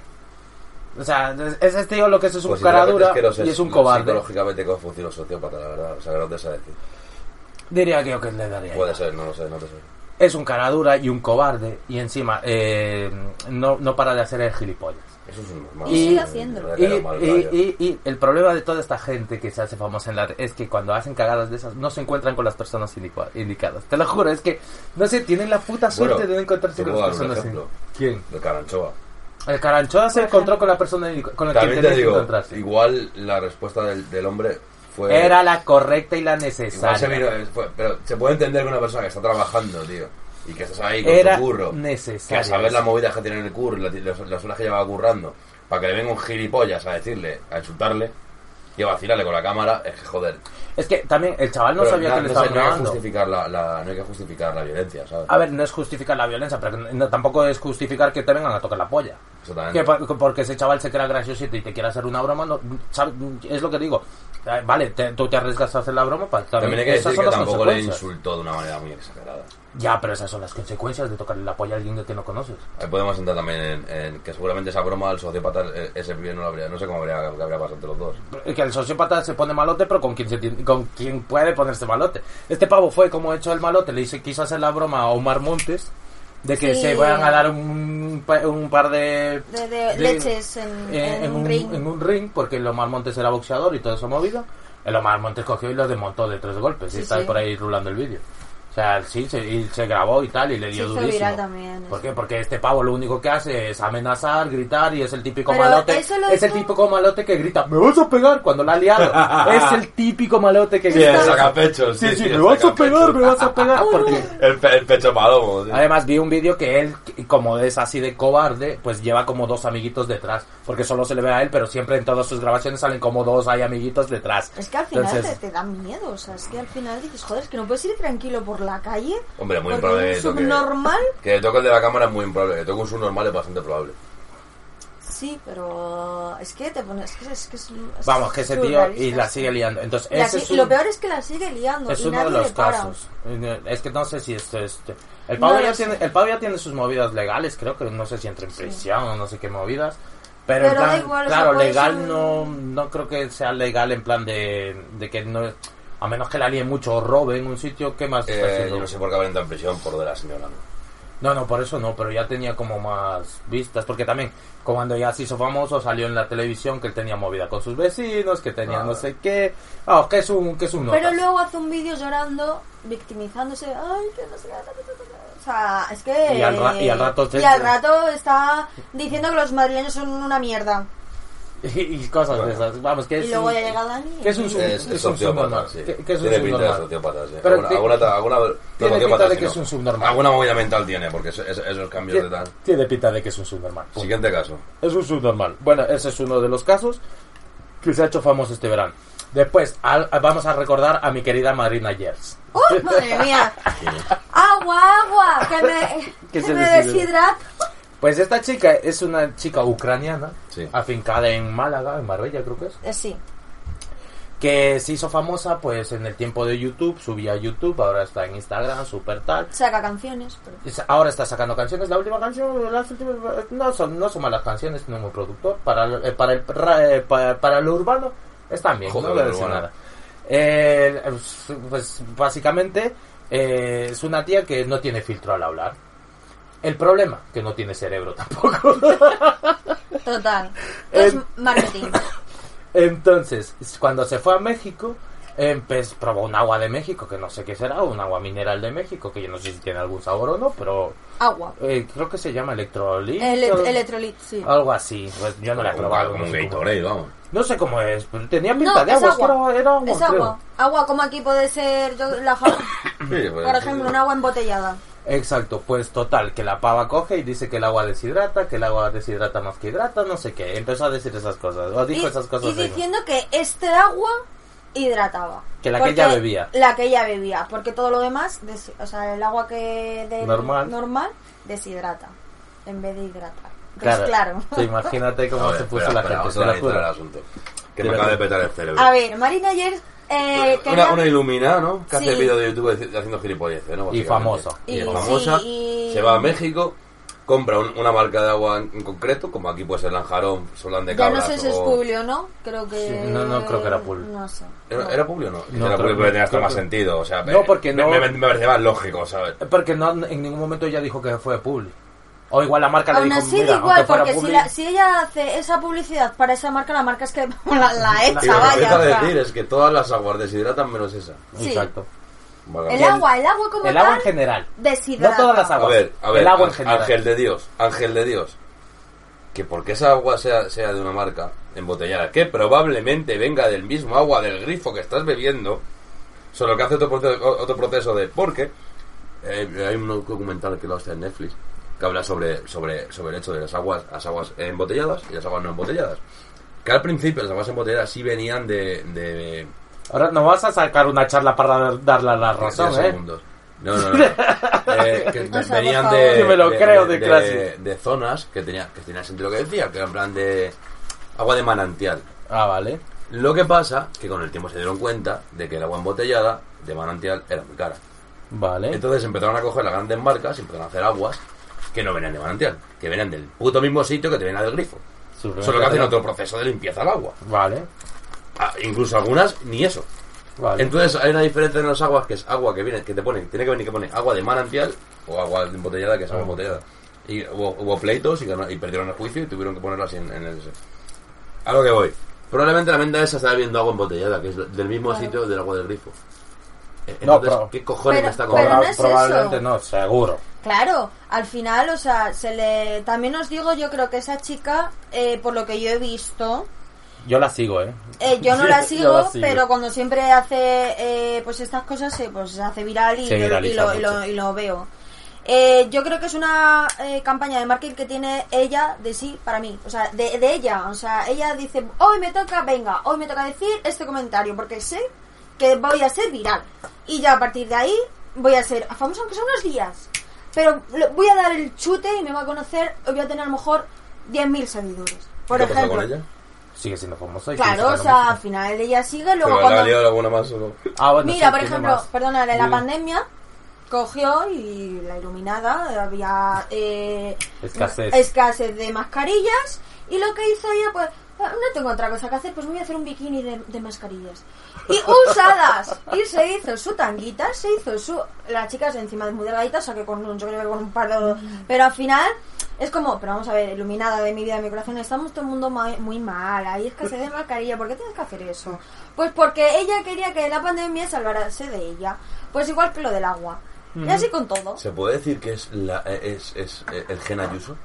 Speaker 3: O sea, es- es este tío lo que es es un
Speaker 4: Pues
Speaker 3: cara
Speaker 4: sinceramente
Speaker 3: dura
Speaker 4: que no sé
Speaker 3: y es un
Speaker 4: si-
Speaker 3: cobarde.
Speaker 4: Psicológicamente confundir los sociópatas, la verdad. O sea, que no te sé decir.
Speaker 3: Diría que yo que le daría igual.
Speaker 4: Puede ser, no lo sé, no te sé.
Speaker 3: Es un cara dura y un cobarde. Y encima, eh, no, no para de hacer el gilipollas.
Speaker 4: Eso es un normal.
Speaker 3: Y-
Speaker 5: sigue haciendo.
Speaker 4: La verdad
Speaker 3: Y,
Speaker 4: que era un mal
Speaker 3: y-
Speaker 4: rayo.
Speaker 3: y- y el problema de toda esta gente que se hace famosa en la red es que cuando hacen cagadas de esas no se encuentran con las personas indicua- indicadas. Te lo juro, es que no sé, tienen la puta suerte
Speaker 4: Bueno,
Speaker 3: de no encontrarse
Speaker 4: te
Speaker 3: con
Speaker 4: puedo
Speaker 3: las
Speaker 4: dar un
Speaker 3: personas
Speaker 4: ejemplo.
Speaker 3: indicadas. ¿Quién?
Speaker 4: De Caranchoa.
Speaker 3: El Caranchoa se encontró con la persona indica- con la que
Speaker 4: También
Speaker 3: tenía
Speaker 4: te
Speaker 3: que
Speaker 4: digo,
Speaker 3: encontrarse.
Speaker 4: igual la respuesta del, del hombre fue...
Speaker 3: Era la correcta y la
Speaker 4: Igual se
Speaker 3: necesaria.
Speaker 4: vino- eh, fue- pero se puede entender que una persona que está trabajando, tío, y que estás ahí con
Speaker 3: Era
Speaker 4: tu curro, que
Speaker 3: necesaria.
Speaker 4: a saber las movidas que tiene en el curro, las, las- las horas que lleva currando, para que le venga un gilipollas a decirle, a insultarle y a vacilarle con la cámara, es que joder.
Speaker 3: Es que también el chaval no
Speaker 4: Pero
Speaker 3: sabía
Speaker 4: na-
Speaker 3: que le estaban
Speaker 4: sé, no hay que
Speaker 3: grabando.
Speaker 4: justificar la, la- no hay que justificar la violencia, ¿sabes?
Speaker 3: A ver, no es justificar la violencia, pero no- tampoco es justificar que te vengan a tocar la polla.
Speaker 4: Exactamente.
Speaker 3: Que pa- porque ese chaval se crea graciosito y te quiere hacer una broma, no, sabe- es lo que digo. Eh, Vale, te- tú te arriesgas a hacer la broma, para
Speaker 4: También hay que
Speaker 3: esas
Speaker 4: decir
Speaker 3: son
Speaker 4: que
Speaker 3: las
Speaker 4: tampoco le
Speaker 3: consecuencias.
Speaker 4: insultó de una manera muy exagerada.
Speaker 3: Ya, pero esas son las consecuencias de tocarle la polla a alguien que no conoces.
Speaker 4: Ahí podemos entrar también en, en que seguramente esa broma al sociópata, eh, ese pibe no lo habría, no sé cómo habría, qué habría pasado entre los dos.
Speaker 3: Eh, Que el sociópata se pone malote, pero con quien, se tiene- con quien puede ponerse malote. Este pavo fue como hecho el malote, le hizo, quiso hacer la broma a Omar Montes de que
Speaker 5: Sí.
Speaker 3: se van a dar un, pa- un par de, eh,
Speaker 5: De- de leches en- en un ring.
Speaker 3: en un ring, porque el Omar Montes era boxeador y todo eso movido. El Omar Montes cogió y lo desmontó de tres golpes y
Speaker 5: Sí,
Speaker 3: está
Speaker 5: sí.
Speaker 3: por ahí rulando el vídeo. O sea, sí, se, y se grabó y tal, y le dio
Speaker 5: hizo
Speaker 3: durísimo.
Speaker 5: viral también,
Speaker 3: ¿Por
Speaker 5: eso.
Speaker 3: qué? Porque este pavo lo único que hace es amenazar, gritar, y es el típico
Speaker 5: Pero
Speaker 3: malote.
Speaker 5: eso lo
Speaker 3: Es el
Speaker 5: hizo-
Speaker 3: típico malote que grita, ¡me vas a pegar! cuando la ha liado. es el típico malote que
Speaker 4: Sí,
Speaker 3: grita.
Speaker 4: el sacapechos,
Speaker 3: Sí,
Speaker 4: sí,
Speaker 3: sí,
Speaker 4: sí,
Speaker 3: me
Speaker 4: el
Speaker 3: vas a
Speaker 4: sacapechos".
Speaker 3: pegar, me vas a pegar. Porque
Speaker 4: El, pe- el pecho palomo. tío.
Speaker 3: Además vi un vídeo que él, como es así de cobarde, pues lleva como dos amiguitos detrás, porque solo se le ve a él, pero siempre en todas sus grabaciones salen como dos hay amiguitos detrás.
Speaker 5: Es que al final
Speaker 3: Entonces,
Speaker 5: te, te da miedo, o sea, es que al final dices, joder, es que no puedes ir tranquilo por la calle.
Speaker 4: Hombre, muy
Speaker 5: porque
Speaker 4: improbable
Speaker 5: Un
Speaker 4: eso que-
Speaker 5: subnormal,
Speaker 4: Que le toque el de la cámara es muy improbable. Que le toque un subnormal es bastante probable.
Speaker 5: sí, pero es que te pones. Es que es, que es- es
Speaker 3: Vamos, que ese tío
Speaker 5: surrealista.
Speaker 3: y la sigue liando. Entonces,
Speaker 5: La
Speaker 3: ese
Speaker 5: si-
Speaker 3: es un-
Speaker 5: Lo peor es que la sigue liando.
Speaker 3: Es
Speaker 5: y
Speaker 3: uno
Speaker 5: nadie
Speaker 3: de los
Speaker 5: le para.
Speaker 3: casos. Es que no sé si esto este. El pavo,
Speaker 5: No lo
Speaker 3: ya
Speaker 5: sé.
Speaker 3: tiene, el pavo ya tiene sus movidas legales, creo que no sé si entra en prisión o no sé qué movidas. Pero, en
Speaker 5: Pero da
Speaker 3: plan,
Speaker 5: igual, o sea,
Speaker 3: claro,
Speaker 5: puede
Speaker 3: legal
Speaker 5: ser-
Speaker 3: no, no creo que sea legal en plan de, de que no. A menos que la alien mucho o robe en un sitio, ¿qué más está
Speaker 4: Eh,
Speaker 3: haciendo?
Speaker 4: yo no sé por qué habrá entrado en prisión por lo de la señora. ¿no?
Speaker 3: No, no, por eso no, pero ya tenía como más vistas, porque también como cuando ya se hizo famoso salió en la televisión que él tenía movida con sus vecinos, que tenía
Speaker 4: Ah.
Speaker 3: no sé qué, vamos, que es un, que es un
Speaker 5: Pero
Speaker 3: notas.
Speaker 5: luego hace un vídeo llorando, victimizándose. Ay, que no sé qué. O sea, es que.
Speaker 3: Y al ra- y al rato te-
Speaker 5: y al rato está diciendo que los madrileños son una mierda.
Speaker 3: y cosas de
Speaker 4: Bueno.
Speaker 3: esas, vamos, que es
Speaker 5: Y luego
Speaker 3: un-
Speaker 5: ya llega Dani.
Speaker 3: que es un
Speaker 4: Es,
Speaker 3: Es
Speaker 4: es
Speaker 3: un
Speaker 4: sociópata,
Speaker 3: subnormal.
Speaker 4: sí.
Speaker 3: ¿Qué- qué es un
Speaker 4: tiene pinta de
Speaker 3: subnormal?
Speaker 4: sociópata, sí.
Speaker 3: Pero
Speaker 4: alguna,
Speaker 3: ti-
Speaker 4: alguna- alguna- no
Speaker 3: tiene
Speaker 4: sociópata,
Speaker 3: pinta de
Speaker 4: sí,
Speaker 3: que
Speaker 4: no.
Speaker 3: es un subnormal.
Speaker 4: Alguna movida mental tiene, porque eso- eso- esos cambios de
Speaker 3: tiene,
Speaker 4: tal.
Speaker 3: tiene pinta de que es un subnormal. punto.
Speaker 4: Siguiente caso.
Speaker 3: Es un subnormal. Bueno, ese es uno de los casos que se ha hecho famoso este verano. Después, al- vamos a recordar a mi querida Marina Yers.
Speaker 5: ¡Oh, madre mía! ¡Agua, agua! ¡Que me,
Speaker 3: Que
Speaker 5: que
Speaker 3: se
Speaker 5: me
Speaker 3: deshidrata.
Speaker 5: deshidrato!
Speaker 3: Pues esta chica es una chica ucraniana,
Speaker 4: Sí.
Speaker 3: afincada en Málaga, en Marbella creo que es,
Speaker 5: Eh, Sí.
Speaker 3: que se hizo famosa pues en el tiempo de YouTube, subía a YouTube, ahora está en Instagram, super tal.
Speaker 5: Saca canciones. pero-
Speaker 3: Es- Ahora está sacando canciones. La última canción, las últimas- no, son, no son malas canciones, tiene un buen productor. Para, el- eh, para, el, ra- eh, para, para lo urbano están bien,
Speaker 4: Joder,
Speaker 3: no le
Speaker 4: lo
Speaker 3: decía
Speaker 4: urbano.
Speaker 3: nada. Eh, pues, pues, básicamente eh, es una tía que no tiene filtro al hablar. El problema, que no tiene cerebro tampoco.
Speaker 5: Total. Es
Speaker 3: Eh,
Speaker 5: marketing.
Speaker 3: Entonces, cuando se fue a México, empezó, probó un agua de México, que no sé qué será, un agua mineral de México, que yo no sé si tiene algún sabor o no, pero
Speaker 5: Agua.
Speaker 3: eh, creo que se llama electrolito.
Speaker 5: El electrolit, sí.
Speaker 3: Algo así, pues yo no la he
Speaker 4: Como-
Speaker 3: probado.
Speaker 4: Como un
Speaker 3: no sé cómo-
Speaker 4: Gatorade, vamos.
Speaker 3: No sé cómo es, pero tenía pinta
Speaker 5: No,
Speaker 3: de
Speaker 5: es
Speaker 3: agua, es que
Speaker 5: agua.
Speaker 3: era, era agua.
Speaker 5: Es
Speaker 3: creo.
Speaker 5: agua. Agua como aquí puede ser yo, la ja-
Speaker 4: Sí, pues,
Speaker 5: Por ejemplo, un agua embotellada.
Speaker 3: Exacto, pues total, que la pava coge y dice que el agua deshidrata, que el agua deshidrata más que hidrata, no sé qué. Empezó a decir esas cosas, o dijo
Speaker 5: y,
Speaker 3: esas cosas.
Speaker 5: y
Speaker 3: de-
Speaker 5: diciendo que este agua hidrataba.
Speaker 3: Que la que
Speaker 5: Porque
Speaker 3: ella bebía.
Speaker 5: La que ella bebía, porque todo lo demás, des- o sea, el agua que del-
Speaker 3: Normal.
Speaker 5: normal deshidrata en vez de hidratar. Pues
Speaker 3: Claro,
Speaker 5: claro.
Speaker 3: tú imagínate cómo
Speaker 4: A ver,
Speaker 3: se puso
Speaker 4: espera,
Speaker 3: la
Speaker 4: espera,
Speaker 3: gente, te
Speaker 4: vamos a
Speaker 3: lo
Speaker 4: analizar el
Speaker 3: juro.
Speaker 4: asunto. Que
Speaker 3: Te
Speaker 4: me
Speaker 3: lo
Speaker 4: acaba de
Speaker 3: juro.
Speaker 4: petar el cerebro.
Speaker 5: A ver, Marina ayer eh,
Speaker 4: Una,
Speaker 5: quería-
Speaker 4: una iluminada, ¿no? Que hace
Speaker 5: Sí.
Speaker 4: vídeos de YouTube dic- haciendo gilipolleces, ¿no?
Speaker 3: Y
Speaker 4: Básicamente.
Speaker 3: famosa.
Speaker 4: Y, es
Speaker 5: Y-
Speaker 4: famosa.
Speaker 5: sí, y-
Speaker 4: Se va a México, compra un- una marca de agua en, en concreto, como aquí puede ser Lanjarón, Solán de
Speaker 5: ya no
Speaker 4: Cabras.
Speaker 5: sé si es
Speaker 4: o-
Speaker 5: Publio, ¿no? Creo que
Speaker 3: Sí, no, no, creo que era Publio.
Speaker 5: No sé.
Speaker 4: ¿Era,
Speaker 5: no.
Speaker 4: era Publio o no?
Speaker 3: No,
Speaker 4: era
Speaker 3: creo-
Speaker 4: Publio, pero tenía hasta
Speaker 3: creo
Speaker 4: más
Speaker 3: que-
Speaker 4: sentido. O sea,
Speaker 3: No,
Speaker 4: me-
Speaker 3: porque
Speaker 4: me-
Speaker 3: no-
Speaker 4: Me, me parecía más lógico, ¿sabes?
Speaker 3: Porque no, en ningún momento ella dijo que fue Publi. O igual la marca
Speaker 5: Aún
Speaker 3: le dijo,
Speaker 5: así,
Speaker 3: mira,
Speaker 5: da igual,
Speaker 3: aunque fuera
Speaker 5: porque si,
Speaker 3: Publi,
Speaker 5: la- si ella hace esa publicidad para esa marca, la marca es que la, la echa,
Speaker 4: Y lo que
Speaker 5: vaya.
Speaker 4: empieza
Speaker 5: o sea.
Speaker 4: a decir es que todas las aguas deshidratan menos esa.
Speaker 5: sí.
Speaker 3: Exacto.
Speaker 4: Vale.
Speaker 5: El agua, el agua como
Speaker 3: El agua en
Speaker 5: tal,
Speaker 3: general.
Speaker 5: deshidrata.
Speaker 3: No todas las
Speaker 4: A
Speaker 3: aguas.
Speaker 4: ver, a ver,
Speaker 3: el agua en
Speaker 4: ángel-
Speaker 3: general.
Speaker 4: ángel de Dios, ángel de Dios. Que porque esa agua sea, sea de una marca embotellada, que probablemente venga del mismo agua del grifo que estás bebiendo, solo que hace otro proceso, otro proceso de... Porque eh, hay un documental que lo hace en Netflix que habla sobre, sobre, sobre el hecho de las aguas, las aguas embotelladas y las aguas no embotelladas. Que al principio las aguas embotelladas sí venían de... de
Speaker 3: Ahora no vas a sacar una charla para dar- darle la razón,
Speaker 4: de
Speaker 3: ¿eh?
Speaker 4: segundos. No, no, no. Eh, que
Speaker 5: O sea,
Speaker 4: venían
Speaker 5: por
Speaker 4: de,
Speaker 5: favor.
Speaker 3: Yo me lo creo de clase.
Speaker 4: de, de zonas que tenía, que tenía sentido lo que decía, que eran en plan de agua de manantial.
Speaker 3: Ah, vale.
Speaker 4: Lo que pasa que con el tiempo se dieron cuenta de que el agua embotellada de manantial era muy cara.
Speaker 3: ¿Eh? Vale.
Speaker 4: Entonces empezaron a coger las grandes marcas y empezaron a hacer aguas que no venían de manantial, que venían del puto mismo sitio que te venía del grifo.
Speaker 3: Su-
Speaker 4: Solo que hacen otro proceso de limpieza al agua.
Speaker 3: Vale.
Speaker 4: Ah, incluso algunas ni eso.
Speaker 3: Vale.
Speaker 4: Entonces hay una diferencia en las aguas que es agua que viene, que te ponen, tiene que venir que pone agua de manantial o agua de embotellada que es
Speaker 3: Ah.
Speaker 4: agua embotellada. Y hubo, hubo pleitos y, ganó- y perdieron el juicio y tuvieron que ponerlo así en, en el. A lo que voy. Probablemente la venta esa está bebiendo agua embotellada, que es del mismo sitio del agua del grifo. E-
Speaker 3: No,
Speaker 4: Entonces,
Speaker 3: pero-
Speaker 4: ¿qué cojones
Speaker 5: pero-
Speaker 4: me está
Speaker 5: pero
Speaker 4: cobrando?
Speaker 5: no es eso.
Speaker 3: probablemente no, seguro.
Speaker 5: Claro, al final, o sea, se le... también os digo, yo creo que esa chica, eh, por lo que yo he visto,
Speaker 3: Yo la sigo, ¿eh?
Speaker 5: eh, yo no la sigo,
Speaker 3: Yo la sigo.
Speaker 5: pero cuando siempre hace eh, pues estas cosas, se, pues, se hace viral y,
Speaker 3: Se
Speaker 5: yo- y
Speaker 3: viraliza
Speaker 5: lo, y lo-
Speaker 3: mucho.
Speaker 5: y lo veo. Eh, yo creo que es una eh, campaña de marketing que tiene ella de sí para mí, o sea, de, de ella, o sea, ella dice, hoy me toca, venga, hoy me toca decir este comentario, porque sé que voy a ser viral. Y ya a partir de ahí voy a ser famoso aunque sea unos días. Pero lo- voy a dar el chute y me va a conocer, voy a tener a lo mejor 10.000 seguidores. Por
Speaker 4: ¿Qué ha pasado
Speaker 5: ejemplo.
Speaker 4: con ella?
Speaker 3: Sigue siendo famosa. y sigue
Speaker 5: Claro, o
Speaker 3: sacando
Speaker 5: sea, al
Speaker 3: música.
Speaker 5: final ella sigue, luego
Speaker 4: Pero le
Speaker 5: cuando...
Speaker 4: ha liado alguna más o no.
Speaker 3: Ah, bueno,
Speaker 5: Mira,
Speaker 3: sí,
Speaker 5: por
Speaker 3: tiene
Speaker 5: ejemplo,
Speaker 3: más.
Speaker 5: perdona, en la
Speaker 3: Mm.
Speaker 5: pandemia cogió y la iluminada había eh,
Speaker 3: Escasez.
Speaker 5: escasez de mascarillas y lo que hizo ella, pues "Ah, no tengo otra cosa que hacer, pues me voy a hacer un bikini de, de mascarillas. Y usadas. Y se hizo su tanguita, se hizo su... Las chicas encima de muy delgaditas, o sea que con un, yo creo que con un par de... Pero al final es como, pero vamos a ver, iluminada de mi vida, de mi corazón, estamos todo el mundo ma- muy mal, ahí es que se dé mascarilla, ¿por qué tienes que hacer eso? Pues porque ella quería que la pandemia salvarse de ella, pues igual que lo del agua. Y así con todo.
Speaker 4: ¿Se puede decir que es, la, eh, es, es el gen Ayuso?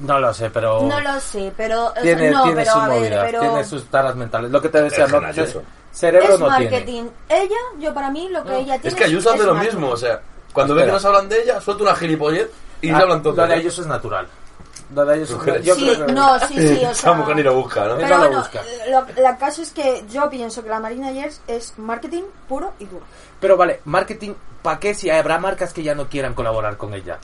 Speaker 3: No lo sé, pero.
Speaker 5: No lo sé, pero... o sea,
Speaker 3: tiene,
Speaker 5: no,
Speaker 3: tiene
Speaker 5: pero
Speaker 3: sus
Speaker 5: a ver,
Speaker 3: movidas,
Speaker 5: pero...
Speaker 3: tiene sus taras mentales. Lo que te decía,
Speaker 4: Es
Speaker 3: no,
Speaker 4: genalloso.
Speaker 3: cerebro
Speaker 5: es
Speaker 3: no tiene.
Speaker 5: marketing. Ella, yo para mí, lo que ella tiene...
Speaker 4: Es que Ayuso hace
Speaker 5: es
Speaker 4: lo
Speaker 5: marketing.
Speaker 4: mismo, o sea, cuando ve
Speaker 3: Espera.
Speaker 4: que nos hablan de ella, suelta una gilipollez y
Speaker 3: Ah,
Speaker 4: se hablan todos.
Speaker 3: Lo de ellos es natural. Lo de ellos
Speaker 4: Mujeres.
Speaker 3: yo
Speaker 5: Sí,
Speaker 3: creo que-
Speaker 5: no, sí, sí, o sea...
Speaker 4: Esa mujer ni lo busca,
Speaker 3: Ella
Speaker 4: ¿no?
Speaker 5: Pero
Speaker 3: lo
Speaker 5: bueno,
Speaker 3: busca.
Speaker 5: lo- la caso es que yo pienso que la Marina Yers es marketing puro y duro.
Speaker 3: Pero vale, marketing, ¿para qué si habrá marcas que ya no quieran colaborar con ella?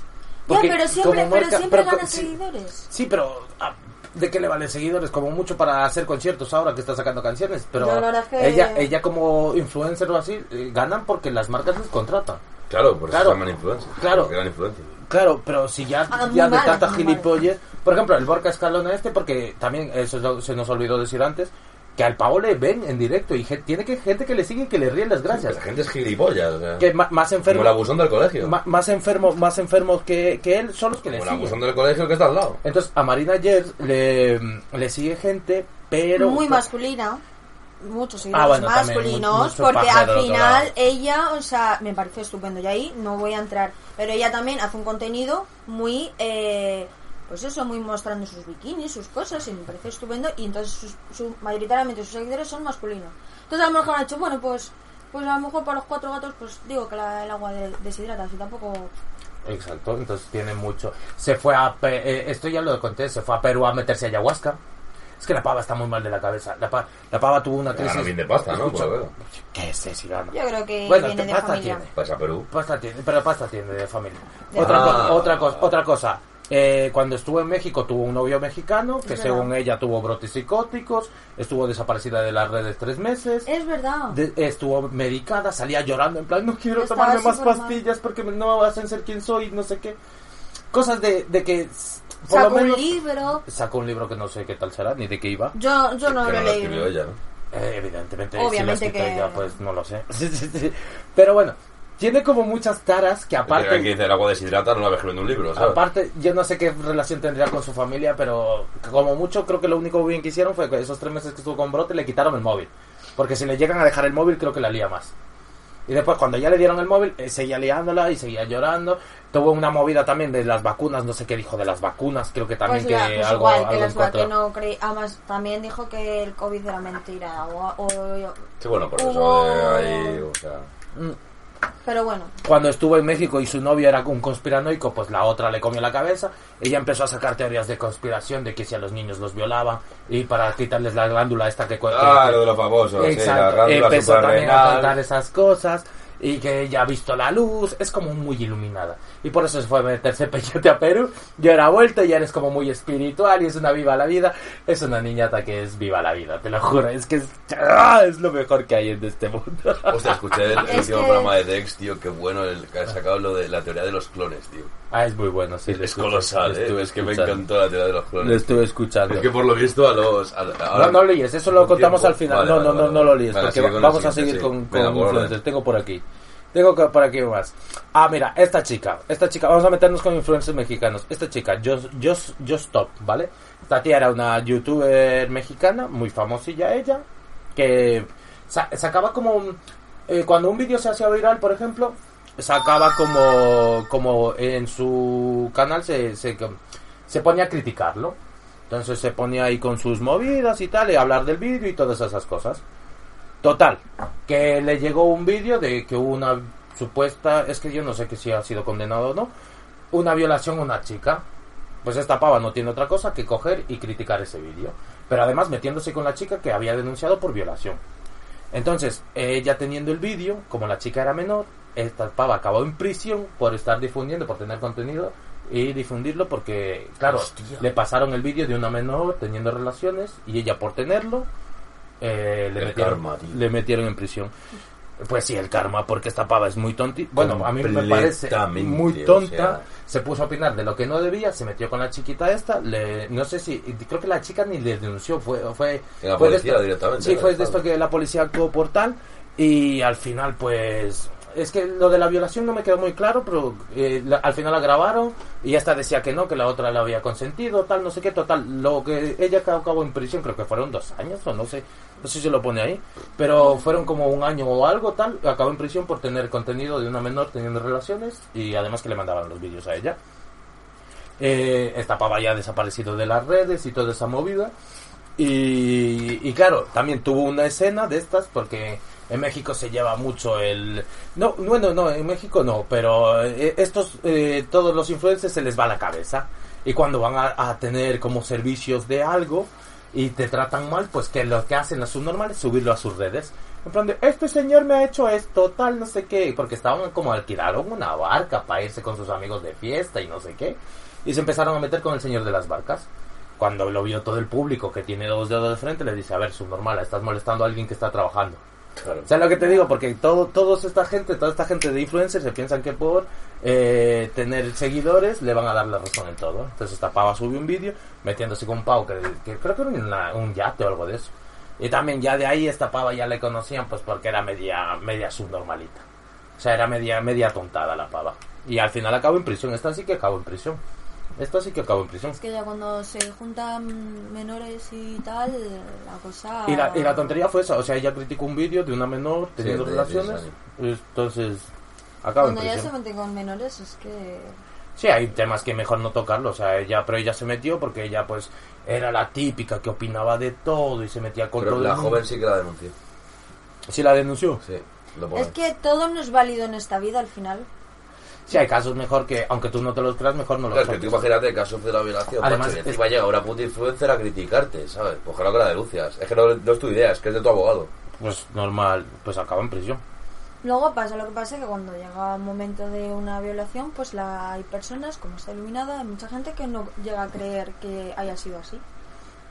Speaker 3: Porque
Speaker 5: ya, pero siempre,
Speaker 3: como
Speaker 5: pero
Speaker 3: marca-
Speaker 5: siempre
Speaker 3: pero co-
Speaker 5: gana
Speaker 3: sí,
Speaker 5: seguidores.
Speaker 3: Sí, pero ah, ¿de qué le valen seguidores? Como mucho para hacer conciertos ahora que está sacando canciones. Pero
Speaker 5: No, la verdad es que-
Speaker 3: ella, ella como influencer o así, eh, ganan porque las marcas los contratan.
Speaker 4: Claro, por eso
Speaker 3: Claro.
Speaker 4: se llaman influencers.
Speaker 3: Claro.
Speaker 4: Gran influencia.
Speaker 3: Claro, pero si ya,
Speaker 5: Ah, muy
Speaker 3: ya de
Speaker 5: mal,
Speaker 3: tanta
Speaker 5: muy
Speaker 3: gilipollas. Por ejemplo, el Borca Escalona este, porque también eso es lo- se nos olvidó decir antes, que al pavo le ven en directo y gen- tiene que gente que le sigue y que le ríen las gracias.
Speaker 4: La gente es gilipollas, o sea.
Speaker 3: que ma- más
Speaker 4: Como
Speaker 3: enfermo.
Speaker 4: el abusón del colegio.
Speaker 3: ma- más enfermos más enfermos que, que él son los que le
Speaker 4: Como el
Speaker 3: siguen.
Speaker 4: abusón del colegio que está al lado.
Speaker 3: Entonces, a Marina Yers le, le sigue gente, pero.
Speaker 5: muy masculina. Muchos seguidores
Speaker 3: Ah, bueno, también,
Speaker 5: masculinos,
Speaker 3: mu- mucho
Speaker 5: porque
Speaker 3: paja del
Speaker 5: al
Speaker 3: otro
Speaker 5: final
Speaker 3: lado.
Speaker 5: ella, o sea, me parece estupendo. Y ahí no voy a entrar, pero ella también hace un contenido muy, eh, pues eso, muy mostrando sus bikinis, sus cosas, y me parece estupendo. Y entonces, sus- su- mayoritariamente sus seguidores son masculinos. Entonces, a lo mejor han hecho, bueno, pues, pues a lo mejor para los cuatro gatos, pues digo que la- el agua de- deshidrata, así tampoco.
Speaker 3: Exacto, entonces tiene mucho. Se fue a. Pe- eh, esto ya lo conté, se fue a Perú a meterse ayahuasca. Es que la pava está muy mal de la cabeza. La, pa- la pava tuvo una
Speaker 4: Gana
Speaker 3: crisis.
Speaker 4: bien de pasta, ¿no?
Speaker 3: Escucha,
Speaker 4: Por lo que
Speaker 3: ¿Qué sé si gana?
Speaker 5: Yo creo que
Speaker 3: Bueno,
Speaker 5: viene de
Speaker 3: pasta
Speaker 5: familia.
Speaker 3: tiene.
Speaker 4: Pasa a Perú.
Speaker 3: Pasta tiene, pero pasta tiene de familia.
Speaker 5: De
Speaker 3: otra,
Speaker 4: familia.
Speaker 3: co- otra, cosa otra cosa. Eh, cuando estuvo en México tuvo un novio mexicano que
Speaker 5: Es
Speaker 3: según
Speaker 5: verdad.
Speaker 3: ella tuvo brotes psicóticos, estuvo desaparecida de las redes tres meses.
Speaker 5: Es verdad.
Speaker 3: De- estuvo medicada, salía llorando en plan, no quiero
Speaker 5: Estaba
Speaker 3: tomarme más
Speaker 5: súper mal.
Speaker 3: pastillas porque me- no me hacen ser quien soy, no sé qué. Cosas de, de que s- por
Speaker 5: Sacó
Speaker 3: lo menos
Speaker 5: un libro.
Speaker 3: sacó un libro que no sé qué tal será ni de qué iba.
Speaker 5: Yo, yo no
Speaker 3: Ah,
Speaker 4: Que no
Speaker 5: lo he
Speaker 4: la
Speaker 5: leído.
Speaker 4: escribió ella, ¿no?
Speaker 3: Eh, evidentemente,
Speaker 5: Obviamente
Speaker 3: si la
Speaker 5: que-
Speaker 3: ya pues no lo sé. Pero bueno, tiene como muchas taras que
Speaker 4: Aparte...
Speaker 3: aparte
Speaker 4: Que dice el agua deshidrata no la ves escribiendo en un libro, ¿sabes?
Speaker 3: Aparte, yo no sé qué relación tendría con su familia, pero como mucho creo que lo único bien que hicieron fue que esos tres meses que estuvo con Brote le quitaron el móvil. Porque si le llegan a dejar el móvil creo que la lía más. Y después cuando ya le dieron el móvil, eh, seguía liándola y seguía llorando. Tuvo una movida también de las vacunas, no sé qué dijo de las vacunas, creo que también
Speaker 5: Pues la-
Speaker 3: que
Speaker 5: pues
Speaker 3: algo,
Speaker 5: igual,
Speaker 3: algo
Speaker 5: que
Speaker 3: en
Speaker 5: las
Speaker 3: contra.
Speaker 5: que no creí. Además, también dijo que el COVID era mentira. O, o-
Speaker 4: Sí, bueno, por eso
Speaker 5: Hubo-
Speaker 4: eh, ahí, o sea...
Speaker 5: pero bueno,
Speaker 3: Cuando estuvo en México y su novio era un conspiranoico, pues la otra le comió la cabeza. Ella empezó a sacar teorías de conspiración de que si a los niños los violaban y para quitarles la glándula esta que... cu- que-
Speaker 4: Ah, lo de los famosos, sí, la
Speaker 3: Exacto.
Speaker 4: glándula
Speaker 3: Empezó también a
Speaker 4: suprarrenal.
Speaker 3: contar esas cosas y que ella ha visto la luz, es como muy iluminada. Y por eso se fue a meterse peyote a Perú. Yo era vuelto y eres como muy espiritual y es una viva la vida. Es una niñata que es viva la vida, te lo juro. Es que es, ¡Ah! es lo mejor que hay en este mundo.
Speaker 4: Hostia, escuché el, el
Speaker 5: Es
Speaker 4: último
Speaker 5: que-
Speaker 4: programa de Dex, tío, qué bueno el que ha sacado lo de la teoría de los clones, tío.
Speaker 3: Ah, es muy bueno, sí. lo
Speaker 4: Es
Speaker 3: escuché,
Speaker 4: colosal,
Speaker 3: lo
Speaker 4: eh.
Speaker 3: estuve
Speaker 4: Es que me
Speaker 3: escuchando.
Speaker 4: encantó la teoría de los
Speaker 3: Lo
Speaker 4: clones.
Speaker 3: estuve escuchando.
Speaker 4: Es que por lo visto a los... a- ahora-
Speaker 3: no, no leyes, eso lo
Speaker 4: Tiempo.
Speaker 3: contamos al final.
Speaker 4: Vale,
Speaker 3: no,
Speaker 4: vale,
Speaker 3: no,
Speaker 4: vale,
Speaker 3: no, no lo leyes,
Speaker 4: vale,
Speaker 3: porque
Speaker 4: sigue con la
Speaker 3: vamos a seguir
Speaker 4: siguiente, sí.
Speaker 3: con, con
Speaker 4: Venga, por orden.
Speaker 3: influencers. Tengo por aquí. Tengo que- por aquí más. Ah, mira, esta chica. Esta chica, vamos a meternos con influencers mexicanos. Esta chica, yo, yo, yo stop, ¿vale? Esta tía era una youtuber mexicana, muy famosilla ella, que sa- sacaba como... un- eh, cuando un vídeo se hacía viral, por ejemplo, sacaba como, como en su canal se, se, se ponía a criticarlo. Entonces se ponía ahí con sus movidas y tal, y hablar del vídeo y todas esas cosas. Total, que le llegó un vídeo de que hubo una supuesta, es que yo no sé que si ha sido condenado o no, una violación a una chica. Pues esta pava no tiene otra cosa que coger y criticar ese vídeo. Pero además metiéndose con la chica que había denunciado por violación. Entonces, ella teniendo el vídeo, como la chica era menor, esta pava acabó en prisión por estar difundiendo, por tener contenido y difundirlo porque, claro,
Speaker 8: Hostia.
Speaker 3: le pasaron el vídeo de una menor teniendo relaciones y ella por tenerlo eh, le,
Speaker 8: El
Speaker 3: metieron,
Speaker 8: karma, tío.
Speaker 3: le metieron en prisión. Pues sí, el karma, porque esta pava es muy tonti. Bueno, a mí me parece
Speaker 8: Completamente,
Speaker 3: muy
Speaker 8: o
Speaker 3: tonta.
Speaker 8: sea.
Speaker 3: Se puso a opinar de lo que no debía, se metió con la chiquita esta. Le, no sé si, creo que la chica ni le denunció, fue, fue
Speaker 8: La
Speaker 3: fue de
Speaker 8: policía directamente,
Speaker 3: Sí,
Speaker 8: ¿no?
Speaker 3: fue de esto que la policía actuó por tal y al final pues... Es que lo de la violación no me quedó muy claro, pero eh, la- al final la grabaron y esta decía que no, que la otra la había consentido, tal, no sé qué, total. Lo que ella acabó en prisión, creo que fueron dos años o no sé, no sé si lo pone ahí, pero fueron como un año o algo, tal. Acabó en prisión por tener contenido de una menor teniendo relaciones y además que le mandaban los vídeos a ella. Eh, esta pava ya ha desaparecido de las redes y toda esa movida. Y, y claro, también tuvo una escena de estas porque en México se lleva mucho el... No, bueno, no, en México no, pero eh, estos, eh, todos los influencers se les va la cabeza. Y cuando van a, a tener como servicios de algo y te tratan mal, pues que lo que hacen los subnormales es subirlo a sus redes. En plan de, este señor me ha hecho esto, tal, no sé qué. Porque estaban como alquilaron una barca para irse con sus amigos de fiesta y no sé qué. Y se empezaron a meter con el señor de las barcas. Cuando lo vio todo el público que tiene dos dedos de frente, le dice, a ver, subnormal, estás molestando a alguien que está trabajando.
Speaker 8: Claro.
Speaker 3: ¿Sabes lo que te digo? Porque todo, todos esta gente, toda esta gente de influencers se piensan que por eh, tener seguidores le van a dar la razón en todo. Entonces esta pava sube un vídeo metiéndose con Pau, que, que creo que era una- un yate o algo de eso. Y también ya de ahí esta pava ya le conocían pues porque era media, media subnormalita. O sea, era media, media tontada la pava. Y al final acabó en prisión. Esta sí que acabó en prisión. Esta sí que acabó en prisión.
Speaker 5: Es que ya cuando se juntan menores y tal, la cosa...
Speaker 3: Y la, y la tontería fue esa. O sea, ella criticó un vídeo de una menor teniendo
Speaker 8: de- de
Speaker 3: relaciones.
Speaker 8: esa
Speaker 3: Entonces, acabó en
Speaker 5: Cuando ya
Speaker 3: prisión.
Speaker 5: se meten con menores es que...
Speaker 3: Sí, hay temas que mejor no tocarlos, o sea, ella, pero ella se metió porque ella pues era la típica que opinaba de todo y se metía con
Speaker 4: Pero
Speaker 3: todo. el
Speaker 4: la
Speaker 3: mundo.
Speaker 4: joven sí que la denunció.
Speaker 3: Sí, la denunció.
Speaker 4: Sí, lo pone.
Speaker 5: Es que todo no es válido en esta vida al final.
Speaker 3: Sí, hay casos mejor que, aunque tú no te los creas, mejor no los
Speaker 4: Claro, es que tú
Speaker 3: toques.
Speaker 4: imagínate el caso de la violación.
Speaker 3: Además,
Speaker 4: macho, y
Speaker 3: es-
Speaker 4: encima llega una puta influencer a criticarte, ¿sabes? Pues claro que la denuncias. Es que no, no es tu idea, es que es de tu abogado.
Speaker 3: Pues normal, pues acaba en prisión.
Speaker 5: Luego pasa lo que pasa que cuando llega un momento de una violación, pues la, hay personas, como está iluminada, hay mucha gente que no llega a creer que haya sido así.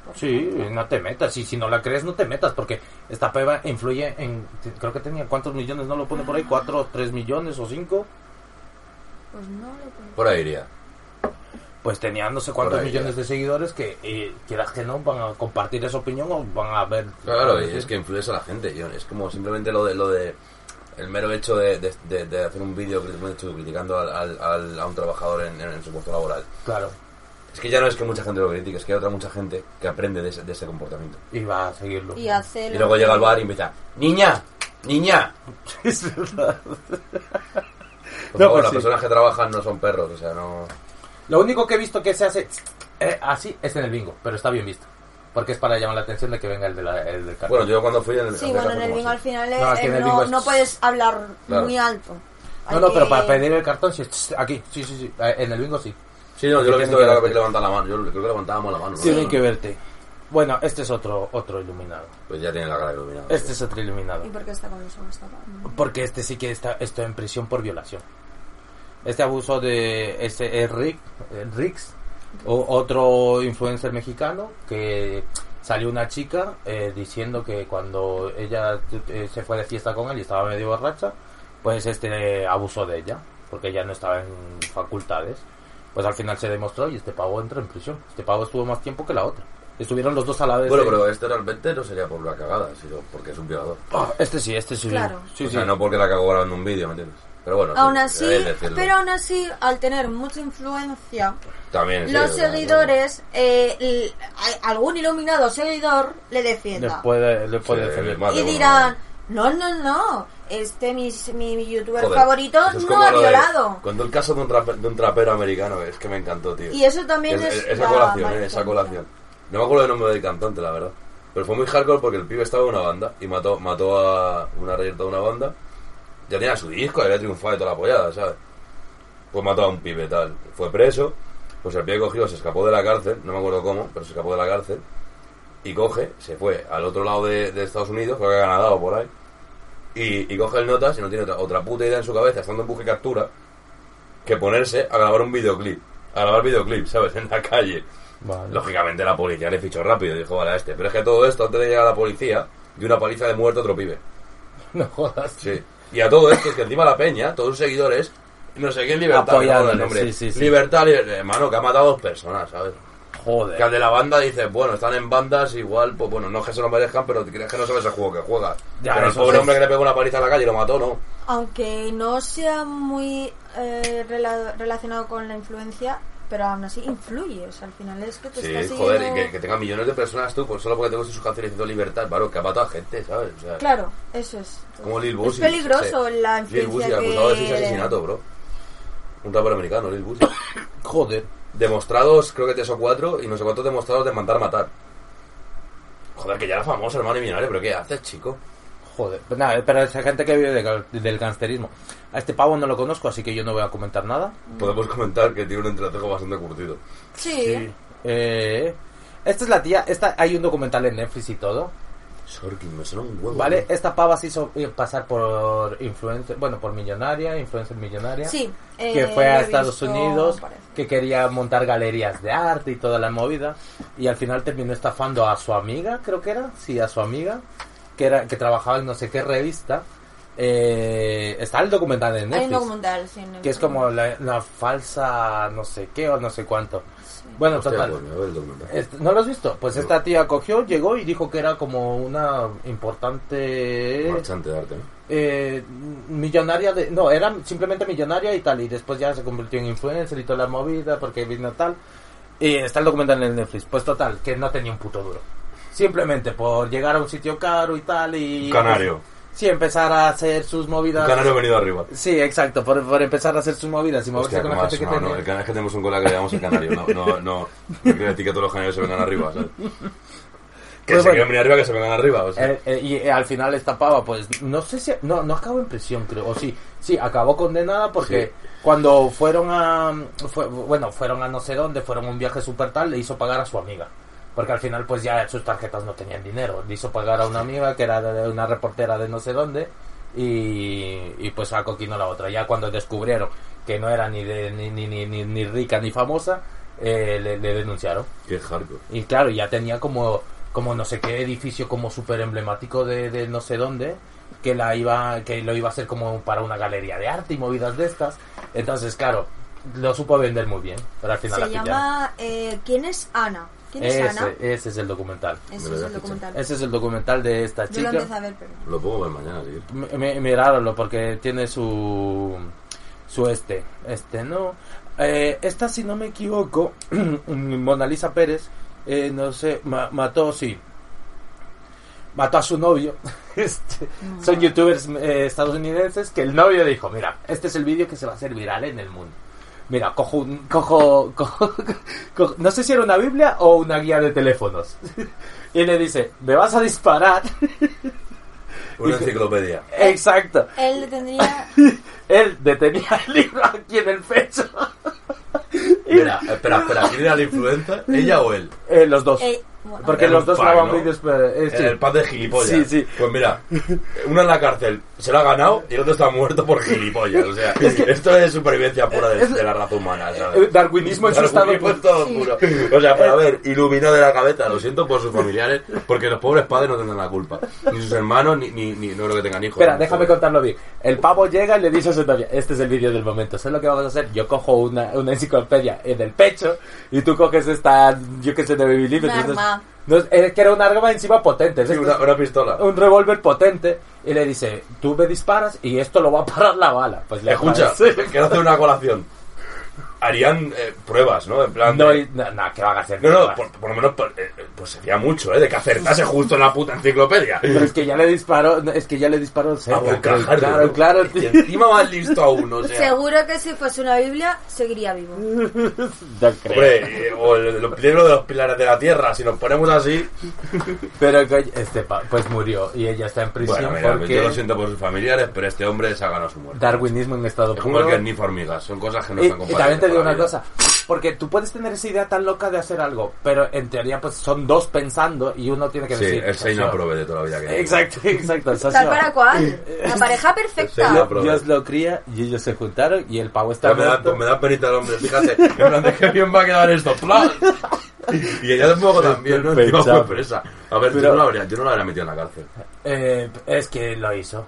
Speaker 5: Por
Speaker 3: Sí,
Speaker 5: ejemplo.
Speaker 3: no te metas, y si no la crees, no te metas, porque esta peba influye en, creo que tenía cuántos millones, no lo pone por ahí, cuatro, tres millones o cinco.
Speaker 5: Pues no lo creo.
Speaker 4: Por ahí iría.
Speaker 3: pues tenía no sé cuántos
Speaker 4: Por ahí,
Speaker 3: millones
Speaker 4: ya.
Speaker 3: de seguidores que eh, quieras que no van a compartir esa opinión o van a ver
Speaker 4: Claro, y es que influyes a la gente, John. Es como simplemente lo de... Lo de el mero hecho de, de- de- de hacer un vídeo crit- criticando al- al- al- a un trabajador en- en- en su puesto laboral.
Speaker 3: claro
Speaker 4: Es que ya no es que mucha gente lo critique, es que hay otra mucha gente que aprende de ese, de ese comportamiento.
Speaker 3: y va a seguirlo
Speaker 5: Y hace...
Speaker 4: Y
Speaker 5: lo
Speaker 4: luego
Speaker 5: que-
Speaker 4: llega al bar y empieza, niña, niña.
Speaker 3: es verdad
Speaker 4: Por
Speaker 3: No,
Speaker 4: favor,
Speaker 3: pues
Speaker 4: las
Speaker 3: sí.
Speaker 4: personas que trabajan no son perros, o sea, no...
Speaker 3: lo único que he visto que se hace eh, así es en el bingo pero está bien visto porque es para llamar la atención de que venga el, de la, el del cartel.
Speaker 4: Bueno, yo cuando fui en el...
Speaker 5: Sí, bueno, en el bingo al final eh,
Speaker 3: No, aquí
Speaker 5: eh,
Speaker 3: en el
Speaker 5: no,
Speaker 3: bingo es-
Speaker 5: no puedes hablar
Speaker 4: Claro.
Speaker 5: muy alto.
Speaker 3: no,
Speaker 5: Hay
Speaker 3: no,
Speaker 5: que-
Speaker 3: pero para pedir el cartón, sí, tss, aquí, sí, sí, sí, eh, en el bingo sí.
Speaker 4: Sí, no, yo lo he
Speaker 3: Que tienen
Speaker 4: visto que
Speaker 3: que
Speaker 4: la-
Speaker 3: verte.
Speaker 4: que levantaba la mano, yo creo que levantábamos la mano. ¿no?
Speaker 3: Tienen que verte. Bueno, este es otro, otro iluminado.
Speaker 4: Pues ya tiene la cara iluminada.
Speaker 3: Este es otro iluminado.
Speaker 5: ¿Y por qué está con los ojos tapados?
Speaker 3: Porque este sí que está, está en prisión por violación. Este abuso de ese es Rick, eh, Rix, o- otro influencer mexicano, que salió una chica eh, diciendo que cuando ella eh, se fue de fiesta con él y estaba medio borracha, pues este abusó de ella, porque ella no estaba en facultades. Pues al final se demostró y este pavo entra en prisión. Este pavo estuvo más tiempo que la otra. Estuvieron los dos a la vez.
Speaker 4: Bueno,
Speaker 3: eh.
Speaker 4: pero este realmente no sería por una cagada, sino porque es un violador.
Speaker 3: Ah, este sí, este sí.
Speaker 5: Claro.
Speaker 3: Sí,
Speaker 4: o
Speaker 3: sí.
Speaker 4: sea, no porque la cagó grabando un vídeo, ¿me entiendes? Pero bueno, sí, eh,
Speaker 5: Aún así,
Speaker 4: hay que decirlo.
Speaker 5: pero aún así, al tener mucha influencia,
Speaker 4: También, sí,
Speaker 5: los
Speaker 4: o sea, no-
Speaker 5: seguidores, eh, l- a- algún iluminado seguidor le
Speaker 3: Le
Speaker 5: defienda.
Speaker 3: puede, le puede
Speaker 4: Sí,
Speaker 3: defender.
Speaker 4: vale,
Speaker 5: y
Speaker 4: bueno,
Speaker 5: dirán, no, no, no, este mi, mi youtuber
Speaker 4: Joder,
Speaker 5: favorito
Speaker 4: eso es
Speaker 5: no
Speaker 4: como
Speaker 5: ha
Speaker 4: lo de-
Speaker 5: violado.
Speaker 4: cuando el caso de un, trape- de un trapero americano, es que me encantó, tío.
Speaker 5: Y eso también
Speaker 4: Es-
Speaker 5: es...
Speaker 4: es- esa
Speaker 5: la
Speaker 4: colación,
Speaker 5: mala
Speaker 4: eh, esa
Speaker 5: influencia.
Speaker 4: colación. No me acuerdo el nombre del cantante, la verdad. Pero fue muy hardcore porque el pibe estaba en una banda y mató, mató a una reyerta de una banda. Ya tenía su disco, había triunfado y toda la pollada, ¿sabes? Pues mató a un pibe tal. Fue preso, pues el pibe cogió, se escapó de la cárcel, no me acuerdo cómo, pero se escapó de la cárcel. Y coge, se fue al otro lado de, de Estados Unidos, creo que a Canadá o por ahí. Y, y coge el notas y no tiene otra, otra puta idea en su cabeza, estando en busca y captura, que ponerse a grabar un videoclip. a grabar videoclips, ¿sabes? En la calle.
Speaker 3: Vale.
Speaker 4: Lógicamente la policía le fichó rápido y dijo, vale, a este. Pero es que todo esto, antes de llegar a la policía, dio una paliza de muerto a otro pibe.
Speaker 3: No jodas.
Speaker 4: Sí. Y a todo esto, es que encima la peña, todos sus seguidores, no sé qué, libertad,
Speaker 3: Apoyándole,
Speaker 4: no me acuerdo el nombre.
Speaker 3: sí, sí, sí.
Speaker 4: Libertad, liber- hermano, que ha matado a dos personas, ¿sabes? Que al
Speaker 3: Joder.
Speaker 4: de la banda dices, bueno, están en bandas, igual, pues bueno, no es que se lo merezcan, pero crees que no sabes el juego que juegas.
Speaker 3: Ya,
Speaker 4: pero el
Speaker 3: eso
Speaker 4: pobre
Speaker 3: sí.
Speaker 4: hombre que le pegó una paliza a la calle y lo mató, ¿no?
Speaker 5: Aunque no sea muy eh, rela- relacionado con la influencia, pero aún así influye. O sea, al final es que te
Speaker 4: Sí,
Speaker 5: estás
Speaker 4: joder, y
Speaker 5: siguiendo-
Speaker 4: que, que tenga millones de personas tú, por solo porque te gustan sus canciones diciendo libertad, claro, que ha matado a gente, ¿sabes? O sea,
Speaker 5: Claro, eso es.
Speaker 4: como Lil
Speaker 5: es
Speaker 4: Boosie.
Speaker 5: peligroso
Speaker 4: sí.
Speaker 5: la
Speaker 4: Lil Boosie,
Speaker 5: influencia
Speaker 4: acusado de seis
Speaker 5: que-
Speaker 4: asesinato, bro. Un rapero americano, Lil Boosie.
Speaker 3: Joder.
Speaker 4: Demostrados, creo que tres o cuatro, y no sé cuántos demostrados de mandar matar. Joder, que ya era famoso, hermano y millonario, pero ¿qué haces, chico?
Speaker 3: Joder, pues nada, pero esa gente que vive de gal- del gangsterismo. A este pavo no lo conozco, así que yo no voy a comentar nada.
Speaker 5: Mm.
Speaker 4: Podemos comentar que tiene un entrecejo bastante curtido.
Speaker 5: Sí.
Speaker 3: Eh, esta es la tía, esta, hay un documental en Netflix y todo.
Speaker 4: Sorkin, me suena un huevo.
Speaker 3: ¿Vale? Esta pava se hizo eh, pasar por influencer, bueno, por millonaria, influencer millonaria.
Speaker 5: Sí, eh,
Speaker 3: Que fue
Speaker 5: lo
Speaker 3: a
Speaker 5: he
Speaker 3: Estados
Speaker 5: visto,
Speaker 3: Unidos,
Speaker 5: parece.
Speaker 3: que quería montar galerías de arte y toda la movida. Y al final terminó estafando a su amiga, creo que era. Sí, a su amiga, que, era, que trabajaba en no sé qué revista. Eh, está el documental en
Speaker 5: Hay un
Speaker 3: Netflix.
Speaker 5: documental, sí. no-
Speaker 3: Que es como la, la falsa no sé qué o no sé cuánto. Bueno,
Speaker 4: Hostia,
Speaker 3: total.
Speaker 4: coño, a ver el documental.
Speaker 3: Este, ¿No lo has visto? Pues esta tía cogió, llegó y dijo que era como una importante
Speaker 4: Marchante de arte, ¿no?
Speaker 3: eh, millonaria de... No, era simplemente millonaria y tal. Y después ya se convirtió en influencer y toda la movida porque vino tal. Y está el documental en el Netflix. Pues total, que no tenía un puto duro. Simplemente por llegar a un sitio caro y tal y...
Speaker 4: Un canario.
Speaker 3: Sí, empezar a hacer sus movidas.
Speaker 4: Un canario venido arriba.
Speaker 3: Sí, exacto, por, por empezar a hacer sus movidas y moverse
Speaker 4: Hostia,
Speaker 3: con
Speaker 4: ¿cómo
Speaker 3: la gente
Speaker 4: has-
Speaker 3: que
Speaker 4: no,
Speaker 3: tenía.
Speaker 4: no, el canal es que tenemos un colega que le llamamos el canario. No, no, no. No quiero decir que todos los canarios se vengan arriba, ¿sabes? Que
Speaker 3: Pues
Speaker 4: se
Speaker 3: bueno.
Speaker 4: quieran venir arriba, que se vengan arriba. O sea.
Speaker 3: Eh, eh, y eh, al final esta pava, pues no sé si. No, no acabó en prisión, creo. O sí, sí, acabó condenada porque
Speaker 4: Sí.
Speaker 3: cuando fueron a. fue- bueno, fueron a no sé dónde, fueron a un viaje super tal, le hizo pagar a su amiga. Porque al final, pues ya sus tarjetas no tenían dinero. Le hizo pagar a una amiga que era de- de una reportera de no sé dónde. Y, y pues a Coquino la otra. Ya cuando descubrieron que no era ni, de, ni, ni, ni, ni- ni rica ni famosa, eh, le- le denunciaron.
Speaker 4: Qué hardcore.
Speaker 3: Y claro, ya tenía como, como no sé qué edificio como súper emblemático de, de no sé dónde, que la iba, que lo iba a hacer como para una galería de arte y movidas de estas. Entonces, claro, lo supo vender muy bien, pero al final la
Speaker 5: Se
Speaker 3: pillaron.
Speaker 5: llama eh, ¿Quién es Ana? ¿Quién es Ana?
Speaker 3: Ese, ese es el documental.
Speaker 4: Me
Speaker 5: Ese
Speaker 4: lo
Speaker 5: es
Speaker 4: había
Speaker 5: el documental.
Speaker 3: Ese es el documental de esta
Speaker 5: Yo lo
Speaker 3: chica.
Speaker 5: empecé a ver, pero...
Speaker 4: Lo puedo ver mañana, tío.
Speaker 3: Mi- mi- Miráralo porque tiene su su este este no Eh, esta si no me equivoco Mona Lisa Pérez eh, no sé ma- mató sí mató a su novio Este, son youtubers eh, estadounidenses que el novio dijo mira este es el vídeo que se va a hacer viral en el mundo Mira, cojo, un- cojo, cojo, cojo- no sé si era una Biblia o una guía de teléfonos. Y le dice, me vas a disparar.
Speaker 4: Una enciclopedia.
Speaker 3: Exacto.
Speaker 5: Él le tendría...
Speaker 3: Él detenía el libro aquí en el pecho.
Speaker 4: Mira, espera, espera. ¿Quién era la influenza? ¿Ella o él?
Speaker 3: Eh, los dos.
Speaker 5: eh, bueno,
Speaker 3: Porque
Speaker 4: Era
Speaker 3: los
Speaker 4: un
Speaker 3: dos
Speaker 4: pack,
Speaker 3: graban
Speaker 4: ¿no?
Speaker 3: vídeos. pero, eh, sí.
Speaker 4: Era el pad de gilipollas.
Speaker 3: Sí, sí.
Speaker 4: Pues mira, una en la cárcel se la ha ganado y el otro está muerto por gilipollas. O sea, esto es supervivencia pura de, de la raza humana,
Speaker 3: Eh,
Speaker 4: ¿sabes?
Speaker 3: Darwinismo en su estado.
Speaker 4: Darwinismo en todo puro. O sea, pero a ver, iluminado de la cabeza, lo siento por sus familiares, porque los pobres padres no tendrán la culpa. Ni sus hermanos, ni, ni, ni no creo que tengan hijos.
Speaker 3: Espera,
Speaker 4: Ni
Speaker 3: déjame
Speaker 4: pobres.
Speaker 3: contarlo bien. El pavo llega y le dice a su novia, este es el vídeo del momento, ¿sabes lo que vamos a hacer? Yo cojo una, una enciclopedia en el pecho y tú coges esta, yo qué sé, de Baby
Speaker 5: Un arma.
Speaker 3: No, es eh, que era un arma encima potente.
Speaker 4: Sí,
Speaker 3: Esto
Speaker 4: una,
Speaker 3: es-
Speaker 4: una pistola.
Speaker 3: un revólver potente y le dice, tú me disparas y esto lo va a parar la bala. Pues le
Speaker 4: Escucha,
Speaker 3: aparece.
Speaker 4: quiero hacer una colación. Harían eh, pruebas, ¿no? En plan.
Speaker 3: No,
Speaker 4: de-
Speaker 3: y- no, no, que va a hacer.
Speaker 4: No, no, por, por lo menos por- eh, eh, pues sería mucho, ¿eh? De que acertase justo en la puta enciclopedia.
Speaker 3: Pero es que ya le disparó, no, es que ya le disparó el
Speaker 4: Ah,
Speaker 3: cerebro.
Speaker 4: pues,
Speaker 3: claro,
Speaker 4: ¿no?
Speaker 3: claro,
Speaker 4: Y
Speaker 3: tío.
Speaker 4: encima más listo aún, o sea.
Speaker 5: Seguro que si fuese una Biblia, seguiría vivo.
Speaker 3: No creo.
Speaker 4: Hombre, eh, o el, el libro de los pilares de la tierra, si nos ponemos así.
Speaker 3: Pero coño, este pa- pues murió y ella está en prisión
Speaker 4: Bueno, mira,
Speaker 3: porque
Speaker 4: yo lo siento por sus familiares, pero este hombre se ha ganado su muerte.
Speaker 3: darwinismo en estado
Speaker 4: Es como el
Speaker 3: puro.
Speaker 4: que ni hormigas, son cosas que no
Speaker 3: y,
Speaker 4: están
Speaker 3: y también te digo
Speaker 4: la
Speaker 3: una
Speaker 4: vida.
Speaker 3: cosa. Porque tú puedes tener esa idea tan loca de hacer algo, pero en teoría pues son dos pensando y uno tiene que
Speaker 4: Sí,
Speaker 3: decir...
Speaker 4: el 6 no
Speaker 3: socio.
Speaker 4: aprove de toda la vida que
Speaker 3: Exacto, exacto. el
Speaker 5: Tal
Speaker 3: socio.
Speaker 5: para cual. La pareja
Speaker 4: Sí,
Speaker 5: perfecta.
Speaker 4: la-
Speaker 3: Dios lo cría y ellos se juntaron y el pavo está
Speaker 4: Ya me, da,
Speaker 3: muerto.
Speaker 4: me da penita el hombre, fíjate. En plan, de qué bien va a quedar esto. ¡Plan! Y ella tampoco también, ¿no? Encima
Speaker 3: Pensaba.
Speaker 4: fue presa. A ver, yo,
Speaker 3: Pero-
Speaker 4: no la habría, yo no la habría metido en la cárcel.
Speaker 3: Eh, es que lo hizo.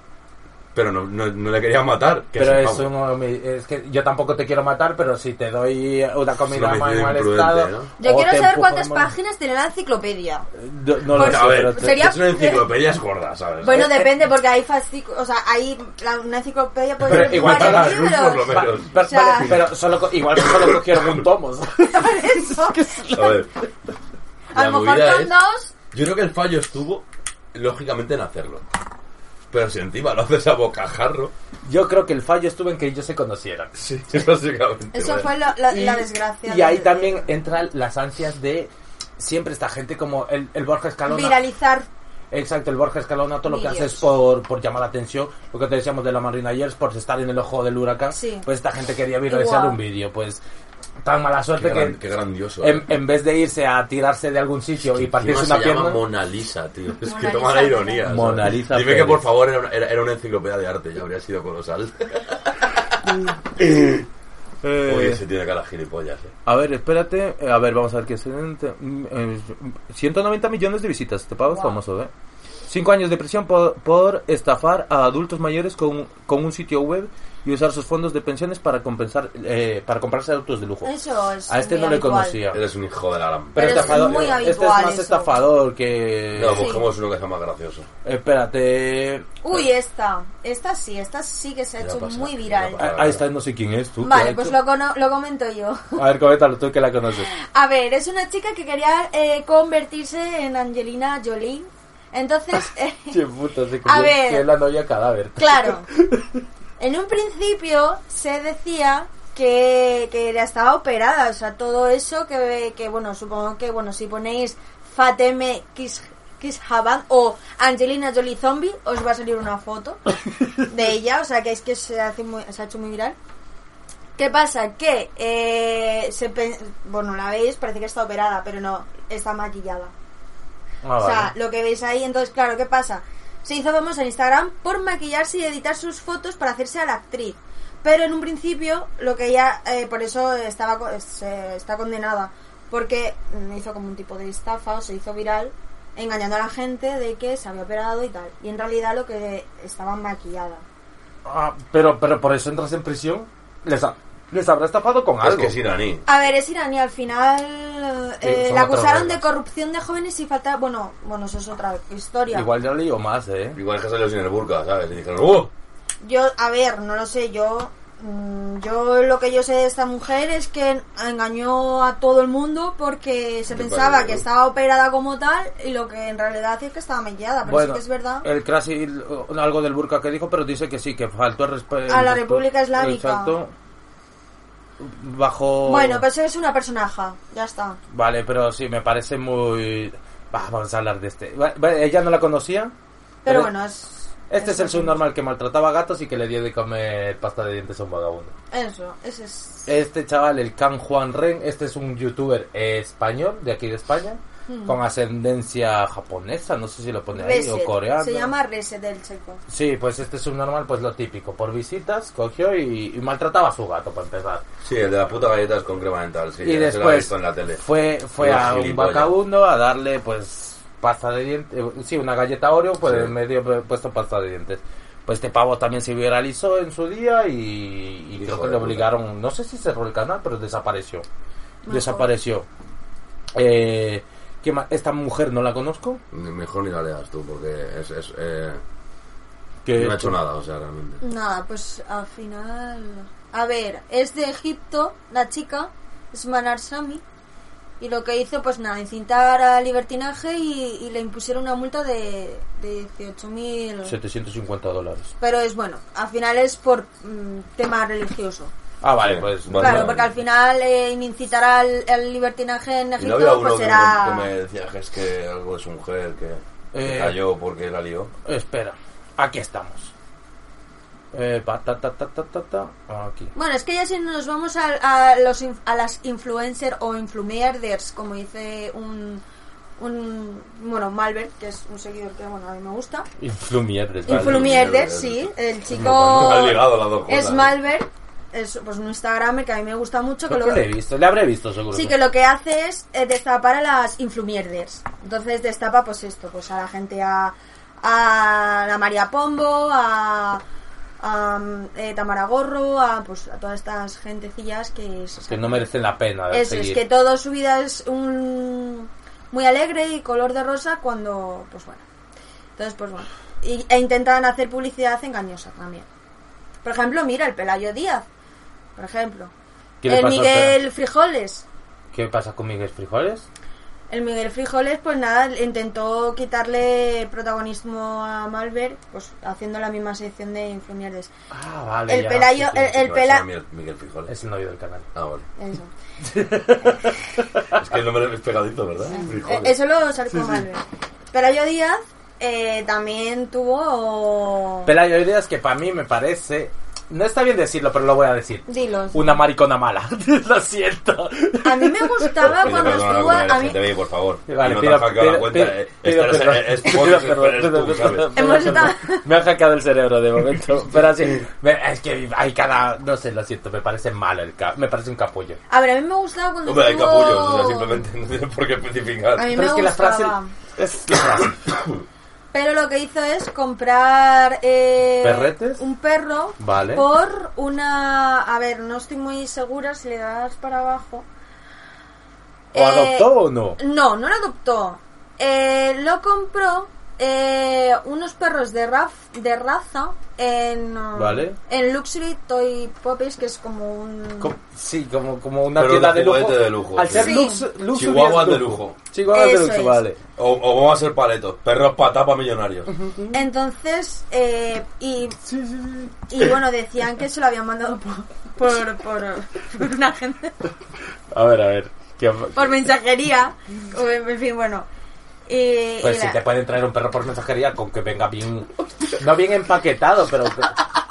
Speaker 4: Pero no, no, no le quería matar. Que
Speaker 3: Pero
Speaker 4: un
Speaker 3: es,
Speaker 4: pavo.
Speaker 3: uno, de- es que yo tampoco te quiero matar, pero si te doy una comida
Speaker 4: homicidio
Speaker 3: en mal
Speaker 4: imprudente,
Speaker 3: estado...
Speaker 4: ¿no?
Speaker 5: Yo
Speaker 3: o
Speaker 5: quiero
Speaker 3: te
Speaker 5: saber
Speaker 3: empujo
Speaker 5: cuántas
Speaker 3: mal-
Speaker 5: páginas tiene la enciclopedia.
Speaker 4: Pues
Speaker 3: No, no lo
Speaker 5: Por-
Speaker 3: sé,
Speaker 4: A ver,
Speaker 3: pero te-
Speaker 5: sería-
Speaker 4: es una enciclopedia es gorda, ¿sabes?
Speaker 5: Bueno, depende, porque hay fascic... O sea, hay... la- Una enciclopedia puede
Speaker 3: Pero
Speaker 5: ser
Speaker 3: igual
Speaker 5: varios
Speaker 4: para la luz, por lo
Speaker 5: libros.
Speaker 4: menos.
Speaker 3: Pa- pa-
Speaker 5: O sea-
Speaker 3: vale, pero solo, co- igual solo cogieron un tomo.
Speaker 5: Por eso.
Speaker 4: A ver.
Speaker 5: A
Speaker 4: la
Speaker 5: lo mejor
Speaker 4: movida
Speaker 5: con
Speaker 4: es-
Speaker 5: dos...
Speaker 4: Yo creo que el fallo estuvo, lógicamente, en hacerlo. Pero si encima lo haces a bocajarro,
Speaker 3: Yo creo que el fallo estuvo en que ellos se conocieran.
Speaker 4: sí. básicamente.
Speaker 5: Eso
Speaker 4: bueno.
Speaker 5: fue la, la- la
Speaker 3: Y-
Speaker 5: desgracia.
Speaker 3: Y ahí
Speaker 5: de-
Speaker 3: también entran las ansias de siempre esta gente como el, el Borja Escalona.
Speaker 5: Viralizar.
Speaker 3: Exacto, el Borja Escalona todo lo que
Speaker 5: Vídeos.
Speaker 3: hace es por, por llamar la atención. Lo que te decíamos de la Marina ayer es por estar en el ojo del huracán.
Speaker 5: Sí.
Speaker 3: Pues esta gente quería viralizar
Speaker 5: Igual.
Speaker 3: un vídeo. Pues tan mala
Speaker 4: Qué,
Speaker 3: suerte
Speaker 4: gran-
Speaker 3: que
Speaker 4: qué grandioso.
Speaker 3: en, en vez de irse a tirarse de algún sitio y partirse
Speaker 4: Encima
Speaker 3: em, una
Speaker 4: se llama
Speaker 3: pierna...
Speaker 4: Mona Lisa, tío. Es que
Speaker 5: Mona
Speaker 4: toma la
Speaker 5: Lisa
Speaker 4: ironía. ¿sabes?
Speaker 3: Mona Lisa
Speaker 4: Dime que
Speaker 3: Pérez.
Speaker 4: por favor era una, era- era una enciclopedia de arte, ya habría sido colosal.
Speaker 3: Eh.
Speaker 4: Oye, se tiene cara gilipollas, eh.
Speaker 8: Eh, A ver, espérate. eh, A ver, vamos a ver qué es. eh, eh, 190 millones de visitas. Te pago famoso, ¿eh? 5 años de prisión por, por estafar a adultos mayores con, con un sitio web y usar sus fondos de pensiones para compensar eh, para comprarse autos de lujo.
Speaker 5: Eso es
Speaker 3: A este
Speaker 5: muy
Speaker 3: no le
Speaker 5: habitual.
Speaker 3: conocía.
Speaker 4: Eres un hijo de la gran...
Speaker 3: Pero,
Speaker 5: Pero es
Speaker 3: estafador,
Speaker 5: muy
Speaker 3: este es
Speaker 5: habitual
Speaker 3: más
Speaker 5: eso.
Speaker 3: estafador que...
Speaker 4: No,
Speaker 5: Sí.
Speaker 4: busquemos uno que sea más gracioso.
Speaker 3: Espérate.
Speaker 5: Uy, esta. Esta sí, esta sí que se ha
Speaker 4: Ya
Speaker 5: hecho
Speaker 4: pasa,
Speaker 5: muy
Speaker 4: ya
Speaker 5: viral.
Speaker 4: pasa.
Speaker 3: Ah, Ahí está, no sé quién es tú. ¿qué
Speaker 5: Vale,
Speaker 3: ha
Speaker 5: pues
Speaker 3: hecho?
Speaker 5: lo, cono- lo comento yo.
Speaker 3: A ver, coméntalo tú que la conoces.
Speaker 5: A ver, es una chica que quería eh, convertirse en Angelina Jolie. Entonces, eh,
Speaker 3: Che puta, se
Speaker 5: A
Speaker 3: creyó
Speaker 5: ver.
Speaker 3: que es la novia cadáver.
Speaker 5: claro, en un principio se decía que, que ya estaba operada, o sea, todo eso que, que, bueno, supongo que, bueno, si ponéis Fateme Kish- Kishaban o Angelina Jolie Zombie, os va a salir una foto de ella, o sea, que es que se, hace muy- se ha hecho muy viral. ¿Qué pasa? Que eh, se pe- bueno, la veis, parece que está operada, pero no, está maquillada.
Speaker 3: Ah,
Speaker 5: o sea,
Speaker 3: vale.
Speaker 5: lo que veis ahí, entonces, claro, ¿qué pasa? Se hizo famosa en Instagram por maquillarse y editar sus fotos para hacerse a la actriz. Pero en un principio, lo que ella, eh, por eso estaba co- se- está condenada, porque mm, hizo como un tipo de estafa o se hizo viral, engañando a la gente de que se había operado y tal. Y en realidad lo que estaba maquillada.
Speaker 3: Ah, pero, pero por eso entras en prisión. Les, ha- les habrá estafado con
Speaker 4: Es
Speaker 3: algo.
Speaker 4: que sí, Dani.
Speaker 5: A ver, es iraní, al final
Speaker 3: Sí,
Speaker 5: eh,
Speaker 3: son
Speaker 5: la
Speaker 3: otras
Speaker 5: acusaron de
Speaker 3: reglas.
Speaker 5: corrupción de jóvenes y falta... Bueno, bueno, eso es otra historia.
Speaker 3: Igual ya leí o más, ¿eh?
Speaker 4: Igual es que salió sin el burka, ¿sabes? Y dijeron, ¡uh!
Speaker 5: Yo, a ver, no lo sé, yo... mm, Yo lo que yo sé de esta mujer es que engañó a todo el mundo porque se
Speaker 4: Me
Speaker 5: pensaba
Speaker 4: parece
Speaker 5: que
Speaker 4: bien.
Speaker 5: estaba operada como tal y lo que en realidad es que estaba mellada, Ah, pero sí que es verdad.
Speaker 3: el Krasi, eh, algo del burka que dijo, pero dice que sí, que faltó el respeto.
Speaker 5: A la República Islámica.
Speaker 3: Exacto. Bajo.
Speaker 5: Bueno, pues es una personaja, ya está.
Speaker 3: Vale, pero sí, me parece muy. Ah, vamos a hablar de este. Va- va- Ella no la conocía.
Speaker 5: Pero
Speaker 3: Pero-
Speaker 5: bueno, es...
Speaker 3: Este es el subnormal que maltrataba gatos y que le dio de comer pasta de dientes a un vagabundo.
Speaker 5: Eso, ese es...
Speaker 3: Este chaval, el Can Juan Ren, este es un youtuber eh, español de aquí de España,
Speaker 5: Mm.
Speaker 3: con ascendencia japonesa, no sé si lo pone ahí,
Speaker 5: Reset.
Speaker 3: o coreano.
Speaker 5: Se llama Reset del checo.
Speaker 3: Sí, pues este subnormal, pues lo típico, por visitas cogió y, y maltrataba a su gato, para empezar.
Speaker 4: Sí, el de la puta galletas con crema dental, sí.
Speaker 3: y
Speaker 4: ese lo he
Speaker 3: después
Speaker 4: visto en la tele.
Speaker 3: fue, fue
Speaker 4: Una
Speaker 3: a un
Speaker 4: gilipollas.
Speaker 3: vagabundo a darle, pues, pasta de dientes, eh, sí, una galleta Oreo, pues
Speaker 4: Sí.
Speaker 3: en medio pu- puesto pasta de dientes. Pues este pavo también se viralizó en su día y, y creo
Speaker 4: Hijo de
Speaker 3: que le
Speaker 4: puta.
Speaker 3: obligaron, no sé si cerró el canal, pero desapareció.
Speaker 5: Mejor.
Speaker 3: Desapareció. Eh, ¿qué más? Esta mujer no la conozco.
Speaker 4: Ni- Mejor ni la leas tú, porque es... es eh,
Speaker 3: Que
Speaker 4: no ha hecho
Speaker 3: pues-
Speaker 4: nada, o sea, realmente.
Speaker 5: Nada, pues al final. A ver, es de Egipto, la chica, es Manar Sami. Y lo que hizo, pues nada, incitar al libertinaje y, y le impusieron una multa de, de 18.000.
Speaker 3: 750 dólares.
Speaker 5: Pero es bueno, al final es por mm, tema religioso.
Speaker 3: Ah, vale,
Speaker 4: Sí,
Speaker 3: pues.
Speaker 4: vale.
Speaker 5: claro, porque al final eh, en incitar al, al libertinaje en
Speaker 4: Y no había
Speaker 5: Egipto,
Speaker 4: uno
Speaker 5: pues
Speaker 4: que,
Speaker 5: era.
Speaker 4: me, que me decía que es que algo es un gel, que, que
Speaker 3: Eh.
Speaker 4: cayó porque la lió.
Speaker 3: Espera, aquí estamos.
Speaker 8: Eh, pa, ta, ta, ta, ta, ta, ta, aquí.
Speaker 5: Bueno, es que ya si nos vamos a, a los, inf- a las influencer o influmierders, como dice un, un bueno, Malbert, que es un seguidor que bueno, a mí me gusta.
Speaker 8: Influmierdes,
Speaker 4: Vale,
Speaker 5: Influmierders,
Speaker 4: Influmierders.
Speaker 5: sí, el
Speaker 4: No,
Speaker 5: chico
Speaker 4: han ligado las dos cosas.
Speaker 5: es Malbert, es pues un Instagramer que a mí me gusta mucho, que
Speaker 8: Creo que
Speaker 5: lo
Speaker 8: le he visto, le habré visto seguro.
Speaker 5: Sí, que lo que hace es eh, destapar a las influmierders. Entonces destapa pues esto, pues a la gente a, a la María Pombo, a, a, mm, eh, Tamara Gorro, a pues a todas estas gentecillas que es,
Speaker 3: Es que no merecen la pena de
Speaker 5: eso, es
Speaker 3: seguir.
Speaker 5: que toda su vida es un muy alegre y color de rosa cuando pues bueno. Entonces pues bueno, y, e intentan hacer publicidad engañosa también. Por ejemplo, mira el Pelayo Díaz, por ejemplo.
Speaker 3: ¿Qué le
Speaker 5: El
Speaker 3: pasó al
Speaker 5: Miguel Frijoles.
Speaker 3: ¿Qué pasa con Miguel Frijoles?
Speaker 5: El Miguel Frijoles, pues nada, intentó quitarle protagonismo a Malver, pues haciendo la misma sección de Influmierdes.
Speaker 3: Ah, vale.
Speaker 5: El
Speaker 3: ya,
Speaker 5: Pelayo,
Speaker 3: sí, sí.
Speaker 5: el, el
Speaker 4: Iba a
Speaker 5: Pela...
Speaker 4: ser Miguel- Miguel Frijoles.
Speaker 3: Es el novio del canal.
Speaker 4: Ah, vale.
Speaker 5: Eso.
Speaker 4: Es que el nombre es pegadito, ¿verdad? Frijoles.
Speaker 5: Eh, Eso lo sacó Malver. Pelayo Díaz eh, también tuvo...
Speaker 3: Pelayo Ideas que para mí me parece... No está bien decirlo, pero lo voy a decir.
Speaker 5: Dilos.
Speaker 3: Una maricona mala. lo siento.
Speaker 5: A mí me gustaba
Speaker 4: Oye,
Speaker 5: cuando
Speaker 4: perdona,
Speaker 5: estuvo...
Speaker 4: alguna
Speaker 5: A mí...
Speaker 4: LGTB, por favor.
Speaker 3: Vale,
Speaker 4: no
Speaker 3: pido-
Speaker 4: te has hackeado la
Speaker 3: pido-
Speaker 4: cuenta. eh.
Speaker 3: pido-
Speaker 4: Este
Speaker 3: pido
Speaker 4: eres- eres
Speaker 3: perdón.
Speaker 4: vos, eres
Speaker 3: Pido
Speaker 4: tú,
Speaker 3: perdón,
Speaker 4: ¿sabes?
Speaker 3: pido
Speaker 5: Hemos
Speaker 3: perdón.
Speaker 5: estado-
Speaker 3: Me han hackeado el cerebro de momento. Pero así, me- es que hay cada. No sé, lo siento, me parece mal el ca- Me parece un capullo.
Speaker 5: A ver, a mí me gustaba cuando
Speaker 4: Hombre, hay
Speaker 5: estuvo...
Speaker 4: capullos,
Speaker 5: Oh.
Speaker 4: o sea, simplemente no tienes por qué
Speaker 5: A mí
Speaker 4: especificar.
Speaker 3: Pero
Speaker 5: me
Speaker 3: es que la frase.
Speaker 5: gustaba.
Speaker 3: Es la frase.
Speaker 5: Pero lo que hizo es comprar eh,
Speaker 3: ¿Perretes?
Speaker 5: un perro
Speaker 3: Vale.
Speaker 5: por una... A ver, no estoy muy segura si le das para abajo.
Speaker 3: ¿O
Speaker 5: Eh,
Speaker 3: adoptó o no?
Speaker 5: No, no lo adoptó. Eh, lo compró eh, unos perros de, raf- de raza en, eh,
Speaker 3: Vale.
Speaker 5: en Luxury Toy Poppies, que es como un...
Speaker 3: Co- sí, como, como una
Speaker 4: Pero
Speaker 3: tienda
Speaker 4: de
Speaker 3: de lujo.
Speaker 4: juguete de lujo,
Speaker 3: Al ser
Speaker 5: sí.
Speaker 3: lux, luxury
Speaker 4: Chihuahuas
Speaker 3: es
Speaker 4: de lujo.
Speaker 3: Chihuahuas de
Speaker 5: Eso
Speaker 3: lujo,
Speaker 5: es.
Speaker 3: vale.
Speaker 4: O, o vamos a ser paletos. Perros patá para millonarios.
Speaker 5: Entonces, eh, y, y bueno, decían que se lo habían mandado por, por, por, por una gente.
Speaker 3: A ver, a ver. ¿qué-
Speaker 5: por mensajería. o En en fin, bueno. Y,
Speaker 3: Pues
Speaker 5: y
Speaker 3: si
Speaker 5: la-
Speaker 3: te pueden traer un perro por mensajería con que venga bien. No bien empaquetado, pero.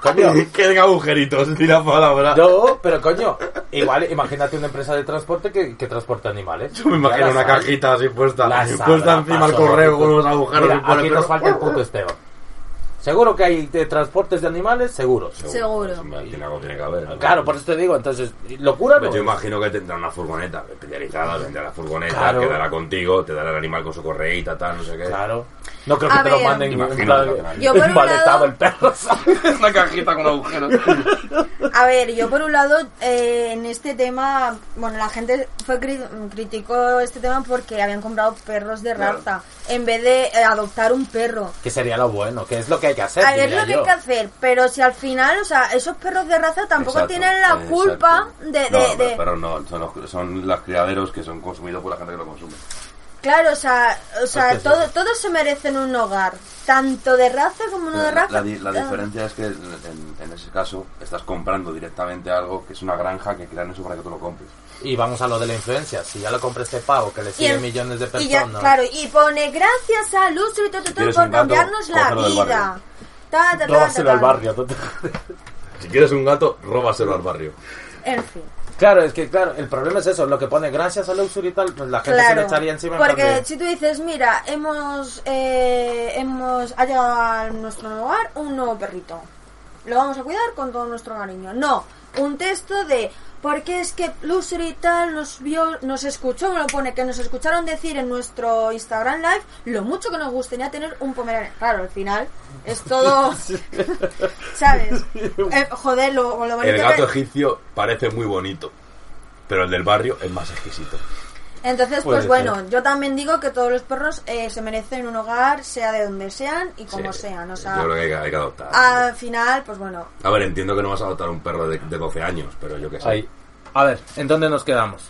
Speaker 3: Coño.
Speaker 4: Que tenga agujeritos, tira palabra. Yo
Speaker 3: No, pero coño, igual imagínate una empresa de transporte que, que transporta animales.
Speaker 4: me imagino una
Speaker 3: cajita
Speaker 4: cajita así puesta. Puesta encima el correo con unos agujeros. y pone
Speaker 3: aquí
Speaker 4: perro.
Speaker 3: nos falta el puto Esteban. Seguro que hay de transportes de animales, seguros.
Speaker 5: Seguro.
Speaker 4: Hombre, Tiene algo tiene que haber. ¿no?
Speaker 3: Claro, por eso te digo, entonces, locura no.
Speaker 4: Yo imagino que tendrá una furgoneta especializada, vendrá la furgoneta,
Speaker 3: Claro.
Speaker 4: quedará contigo, te dará el animal con su correíta, tal, no sé qué.
Speaker 3: Claro. No creo que
Speaker 5: A
Speaker 3: te lo
Speaker 5: ver.
Speaker 3: manden
Speaker 4: Imagino
Speaker 3: en plan-
Speaker 4: que lo harán.
Speaker 5: Yo por un
Speaker 3: embaletado
Speaker 5: lado-
Speaker 3: el perro. ¿sabes?
Speaker 4: Una cajita con agujeros.
Speaker 5: A ver, yo por un lado, eh, en este tema, bueno, la gente fue cri- criticó este tema porque habían comprado perros de
Speaker 4: Claro.
Speaker 5: raza en vez de eh, adoptar un perro.
Speaker 3: que sería lo bueno, que es lo que hay que
Speaker 4: Eh,
Speaker 3: hacer.
Speaker 5: A ver
Speaker 3: diría
Speaker 5: lo que
Speaker 3: yo.
Speaker 5: hay que hacer, pero si al final, o sea, esos perros de raza tampoco
Speaker 4: Exacto, eh,
Speaker 5: tienen la
Speaker 4: exacto.
Speaker 5: culpa de... de-
Speaker 4: No, pero,
Speaker 5: de-
Speaker 4: pero no, son los, son los criaderos que son consumidos por la gente que lo consume.
Speaker 5: Claro, o sea,
Speaker 4: Pues
Speaker 5: o sea
Speaker 3: que sí.
Speaker 5: todo- todos se merecen un hogar, tanto de raza como no
Speaker 4: la,
Speaker 5: de raza.
Speaker 4: di- la
Speaker 5: Ah.
Speaker 4: diferencia es que en, en ese caso estás comprando directamente algo que es una granja que crean eso para que tú lo compres.
Speaker 3: Y vamos a lo de la influencia. Si ya lo compra este pavo que le
Speaker 5: Y
Speaker 3: siguen
Speaker 5: en-
Speaker 3: millones de
Speaker 5: y ya,
Speaker 3: personas.
Speaker 5: claro, y pone gracias a Luz y Toto
Speaker 4: quieres
Speaker 5: por
Speaker 4: un gato,
Speaker 5: cambiarnos la
Speaker 4: cógelo del
Speaker 5: vida.
Speaker 4: barrio.
Speaker 5: Ta, ta, ta, ta,
Speaker 3: Róbaselo
Speaker 5: ta.
Speaker 3: al barrio. tonto.
Speaker 4: Si quieres un gato, róbaselo al barrio.
Speaker 5: En fin.
Speaker 3: Claro, es que claro, el problema es eso, lo que pone gracias a Luxury y tal, pues la gente se le
Speaker 5: Claro,
Speaker 3: echaría encima. en
Speaker 5: porque
Speaker 3: plan de-
Speaker 5: si tú dices, mira, hemos, eh, hemos ha llegado a nuestro hogar un nuevo perrito, lo vamos a cuidar con todo nuestro cariño. No, un texto de porque es que Lucer y tal nos vio, nos escuchó, me lo pone que nos escucharon decir en nuestro Instagram Live lo mucho que nos gustaría tener un pomerania. Claro, al final es todo, ¿sabes? Eh, joder, lo, lo bonito
Speaker 4: El gato
Speaker 5: que-
Speaker 4: egipcio parece muy bonito, pero el del barrio es más exquisito.
Speaker 5: Entonces,
Speaker 3: Puede
Speaker 5: pues
Speaker 3: ser.
Speaker 5: bueno, yo también digo que todos los perros eh, se merecen un hogar, sea de donde sean y como
Speaker 4: Sí,
Speaker 5: sean. O
Speaker 4: Yo
Speaker 5: sea, Ah.
Speaker 4: creo que hay que, hay que adoptar.
Speaker 5: al final, pues bueno,
Speaker 4: A ver, entiendo que no vas a adoptar un perro de, de 12 años, pero yo qué sé.
Speaker 3: Ahí. A ver, ¿en dónde nos quedamos?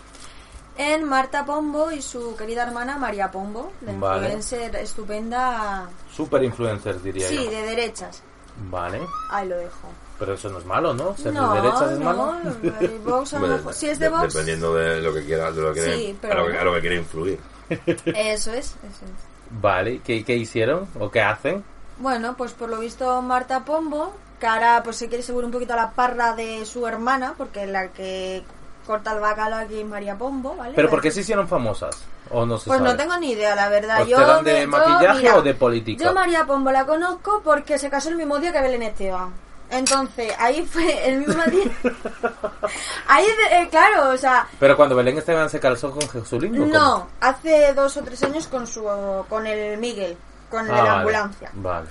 Speaker 5: en Marta Pombo y su querida hermana María Pombo, de
Speaker 3: Vale.
Speaker 5: influencer estupenda,
Speaker 3: Super influencers diría
Speaker 5: sí,
Speaker 3: yo.
Speaker 5: de derechas.
Speaker 3: Vale,
Speaker 5: Ahí lo dejo.
Speaker 3: pero eso no es malo, ¿no? Ser
Speaker 5: no,
Speaker 3: de derechas es
Speaker 5: no,
Speaker 3: malo.
Speaker 5: el Vox a lo
Speaker 4: Hombre,
Speaker 5: mejor-
Speaker 4: de-
Speaker 5: si es de
Speaker 4: de-
Speaker 5: Vox,
Speaker 4: Dependiendo de lo que quiera, de lo que
Speaker 5: Sí,
Speaker 4: quiere-
Speaker 5: pero
Speaker 4: a, lo que,
Speaker 5: bueno.
Speaker 4: a lo que quiere influir.
Speaker 5: eso es, eso es.
Speaker 3: Vale, ¿qué, qué hicieron o qué hacen?
Speaker 5: Bueno, pues por lo visto Marta Pombo que ahora pues se quiere seguir un poquito a la parra de su hermana, porque la que corta el bacalao aquí es María Pombo, ¿vale?
Speaker 3: Pero porque se hicieron famosas. O no se
Speaker 5: Pues no
Speaker 3: sabe?
Speaker 5: tengo ni idea, la verdad.
Speaker 3: ¿Os
Speaker 5: Yo,
Speaker 3: quedan de
Speaker 5: me- yo,
Speaker 3: maquillaje
Speaker 5: mira,
Speaker 3: o de política?
Speaker 5: Yo María Pombo la conozco porque se casó el mismo día que Belén Esteban. Entonces, ahí fue el mismo día. ahí, eh, claro, o sea,
Speaker 3: Pero cuando Belén Esteban se calzó con Jesulín. ¿o
Speaker 5: no,
Speaker 3: cómo?
Speaker 5: hace dos o tres años con su con el Miguel, con el de
Speaker 3: Ah,
Speaker 5: la
Speaker 3: vale,
Speaker 5: ambulancia.
Speaker 3: Vale.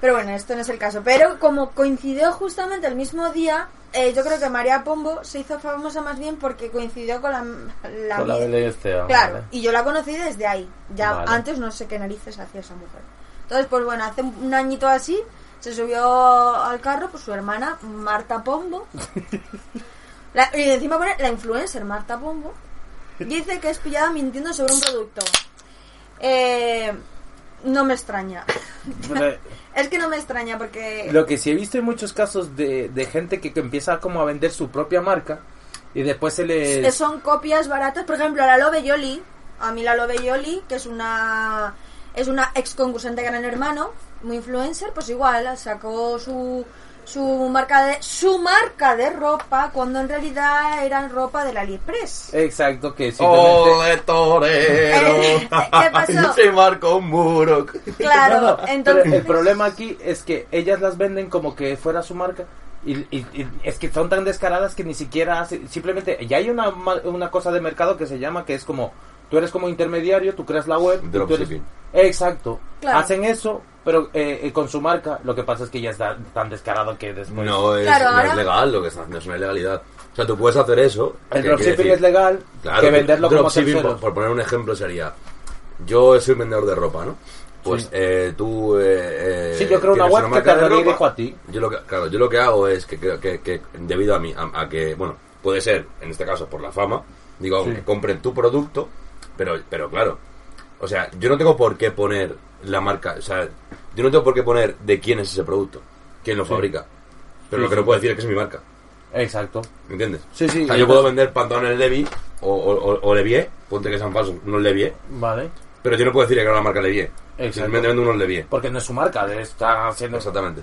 Speaker 5: Pero bueno, esto no es el caso. Pero como coincidió justamente el mismo día, eh, yo creo que María Pombo se hizo famosa más bien porque coincidió con la... la
Speaker 3: Con la
Speaker 5: vida.
Speaker 3: Belén Esteban.
Speaker 5: Claro,
Speaker 3: vale.
Speaker 5: y yo la conocí desde ahí. Ya
Speaker 3: Vale.
Speaker 5: antes no sé qué narices hacía esa mujer. Entonces, pues bueno, hace un añito así se subió al carro pues su hermana Marta Pombo. La- y encima pone la influencer Marta Pombo. Dice que es pillada mintiendo sobre un producto. Eh, no me extraña.
Speaker 3: Pero,
Speaker 5: Es que no me extraña porque...
Speaker 3: Lo que sí he visto en muchos casos de, de gente que, que empieza como a vender su propia marca y después se
Speaker 5: que
Speaker 3: les...
Speaker 5: son copias baratas. Por ejemplo, la Love Yoli. A mí la Love Yoli, que es una es una ex concursante de Gran Hermano, muy influencer, pues igual sacó su su marca de su marca de ropa cuando en realidad eran ropa del AliExpress.
Speaker 3: Eh, Exacto, que simplemente...
Speaker 4: ¡Ole, torero!
Speaker 5: Eh, ¿qué pasó?
Speaker 4: Se marcó un muro.
Speaker 5: Claro,
Speaker 3: No, no, pero
Speaker 5: entonces
Speaker 3: el problema aquí es que ellas las venden como que fuera su marca y, y- y es que son tan descaradas que ni siquiera hace, simplemente ya hay una, ma- una cosa de mercado que se llama que es como tú eres como intermediario, tú creas la web, tú eres-
Speaker 4: Dropshipping.
Speaker 3: exacto,
Speaker 5: Claro.
Speaker 3: hacen eso pero eh, eh, con su marca lo que pasa es que ya está tan descarado que después
Speaker 4: No es,
Speaker 5: Claro,
Speaker 4: no
Speaker 5: ahora-
Speaker 4: es legal lo que están haciendo, es una ilegalidad. O sea, tú puedes hacer eso.
Speaker 3: el
Speaker 4: que quiere
Speaker 3: dropshipping
Speaker 4: decir-
Speaker 3: es legal
Speaker 4: Claro,
Speaker 3: que
Speaker 4: que
Speaker 3: venderlo como
Speaker 4: dropshipping,
Speaker 3: terceros.
Speaker 4: por, por poner un ejemplo, sería: Yo soy un vendedor de ropa, ¿no? Pues eh, tú. Eh, eh,
Speaker 3: Sí, yo creo una
Speaker 4: tienes
Speaker 3: web que
Speaker 4: marca
Speaker 3: te
Speaker 4: de ropa.
Speaker 3: redirijo a ti.
Speaker 4: Yo lo que, claro, yo lo que hago es que, que, que- que debido a mí, a, a que, bueno, puede ser, en este caso, por la fama, digo,
Speaker 3: Sí.
Speaker 4: que compren tu producto, pero, pero claro, o sea, yo no tengo por qué poner la marca, o sea, yo no tengo por qué poner de quién es ese producto, quién lo fabrica, pero
Speaker 3: Sí,
Speaker 4: lo que
Speaker 3: sí.
Speaker 4: no puedo decir es que es mi marca,
Speaker 3: exacto
Speaker 4: ¿me entiendes?
Speaker 3: Sí, sí,
Speaker 4: O sea,
Speaker 3: entonces-
Speaker 4: yo puedo vender pantalones Levi o, o, o- o Levier, ponte que sean falsos, unos Levier,
Speaker 3: vale
Speaker 4: pero yo no puedo decir que era la marca Levier,
Speaker 3: Exacto.
Speaker 4: simplemente vendo unos Levier,
Speaker 3: porque no es su marca está haciendo
Speaker 4: exactamente.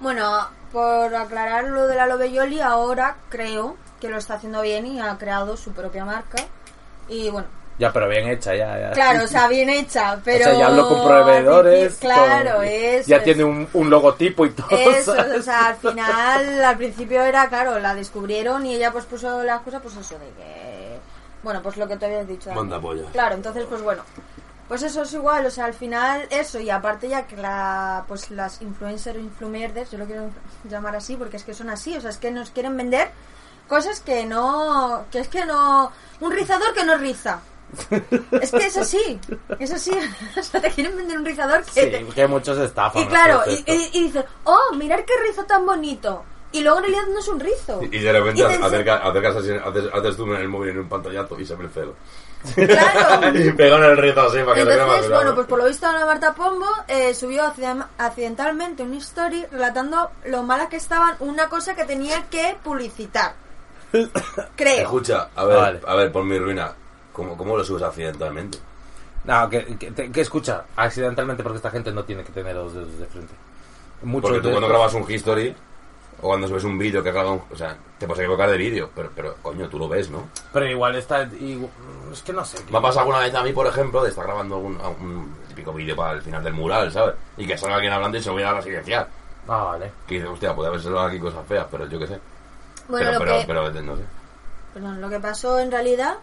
Speaker 5: Bueno, por aclarar lo de la Loveyoli, ahora creo que lo está haciendo bien y ha creado su propia marca. Y bueno,
Speaker 3: ya pero bien hecha ya, ya.
Speaker 5: Claro, o sea, bien hecha, pero...
Speaker 3: O sea, ya habló con proveedores.
Speaker 5: Claro,
Speaker 3: con-
Speaker 5: eso.
Speaker 3: Ya
Speaker 5: es-
Speaker 3: tiene un, un logotipo y todo.
Speaker 5: Eso,
Speaker 3: ¿sabes?
Speaker 5: o sea, al final, al principio era, claro, la descubrieron y ella pues puso las cosas, pues eso, de que... Bueno, pues lo que tú habías dicho.
Speaker 4: Manda polla.
Speaker 5: Claro, entonces, pues bueno. Pues eso es igual, o sea, al final eso, y aparte ya que la, pues las influencer o influmerders, yo lo quiero llamar así porque es que son así, o sea, es que nos quieren vender cosas que no, que es que no, un rizador que no riza. Es que es así, es así, o sea, te quieren vender un rizador que te-
Speaker 3: Sí, que muchos
Speaker 4: Ah,
Speaker 3: estafan.
Speaker 5: y claro, y,
Speaker 3: respecto.
Speaker 5: y- y dices, oh, mirar qué rizo tan bonito. Y luego en realidad no es un rizo.
Speaker 4: Y y de repente
Speaker 5: Y te ense-
Speaker 4: acerca- acercas así, haces, haces zoom en el móvil en un pantallazo y se ve el cero.
Speaker 5: Claro.
Speaker 4: y pegó en el reto así para que te vea más
Speaker 5: Entonces,
Speaker 4: claro.
Speaker 5: bueno, pues por lo visto Ana Marta Pombo eh, subió accidem- accidentalmente un story relatando lo mala que estaban una cosa que tenía que publicitar. Creo.
Speaker 4: Escucha, a ver,
Speaker 3: Vale.
Speaker 4: a ver, por mi ruina, ¿cómo, cómo lo subes accidentalmente?
Speaker 3: No, que, que, te- que escucha, accidentalmente, porque esta gente no tiene que tener los dedos de frente. Muchos
Speaker 4: Porque tú
Speaker 3: de
Speaker 4: cuando
Speaker 3: estos-
Speaker 4: grabas un history o cuando subes un vídeo que has grabado, un- o sea, te puedes equivocar de vídeo, pero, pero coño, tú lo ves, ¿no?
Speaker 3: Pero igual está. igu- Es que no sé.
Speaker 4: Me ha pasado alguna vez a mí, por ejemplo, de estar grabando un, un típico vídeo para el final del mural, ¿sabes? Y que salga alguien hablando y se lo voy a residenciar.
Speaker 3: Ah, vale.
Speaker 4: Que dices, hostia, puede haber salido aquí cosas feas, pero yo qué sé.
Speaker 5: Bueno,
Speaker 4: pero,
Speaker 5: lo
Speaker 4: pero,
Speaker 5: que,
Speaker 4: pero, no sé.
Speaker 5: perdón, lo que pasó en realidad,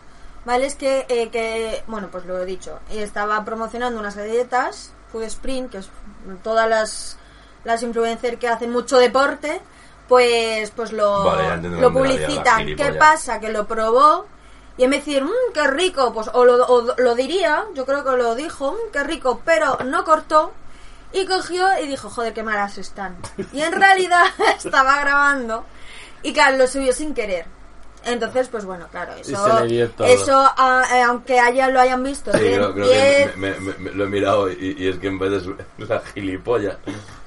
Speaker 5: ¿vale? Es que, eh, que, bueno, pues lo he dicho, estaba promocionando unas galletas, Food Sprint, que es todas las, las influencers que hacen mucho deporte, pues, pues lo,
Speaker 4: Vale, ya entiendo
Speaker 5: lo
Speaker 4: dónde la liaba,
Speaker 5: publicitan. ¿Qué
Speaker 4: gilipollas.
Speaker 5: pasa? Que lo probó y en vez de decir, mmm, qué rico, pues o lo, o lo diría, yo creo que lo dijo, mmm, qué rico, pero no cortó. Y cogió y dijo, joder, qué malas están. Y en realidad estaba grabando y claro, lo subió sin querer. Entonces, pues bueno, claro, eso,
Speaker 3: se le vio todo.
Speaker 5: eso ah, eh, aunque haya, lo hayan visto,
Speaker 4: Sí,
Speaker 5: diez-
Speaker 4: creo, creo
Speaker 5: diez-
Speaker 4: que me, me- me- lo he mirado y, y es que en vez de su- la gilipollas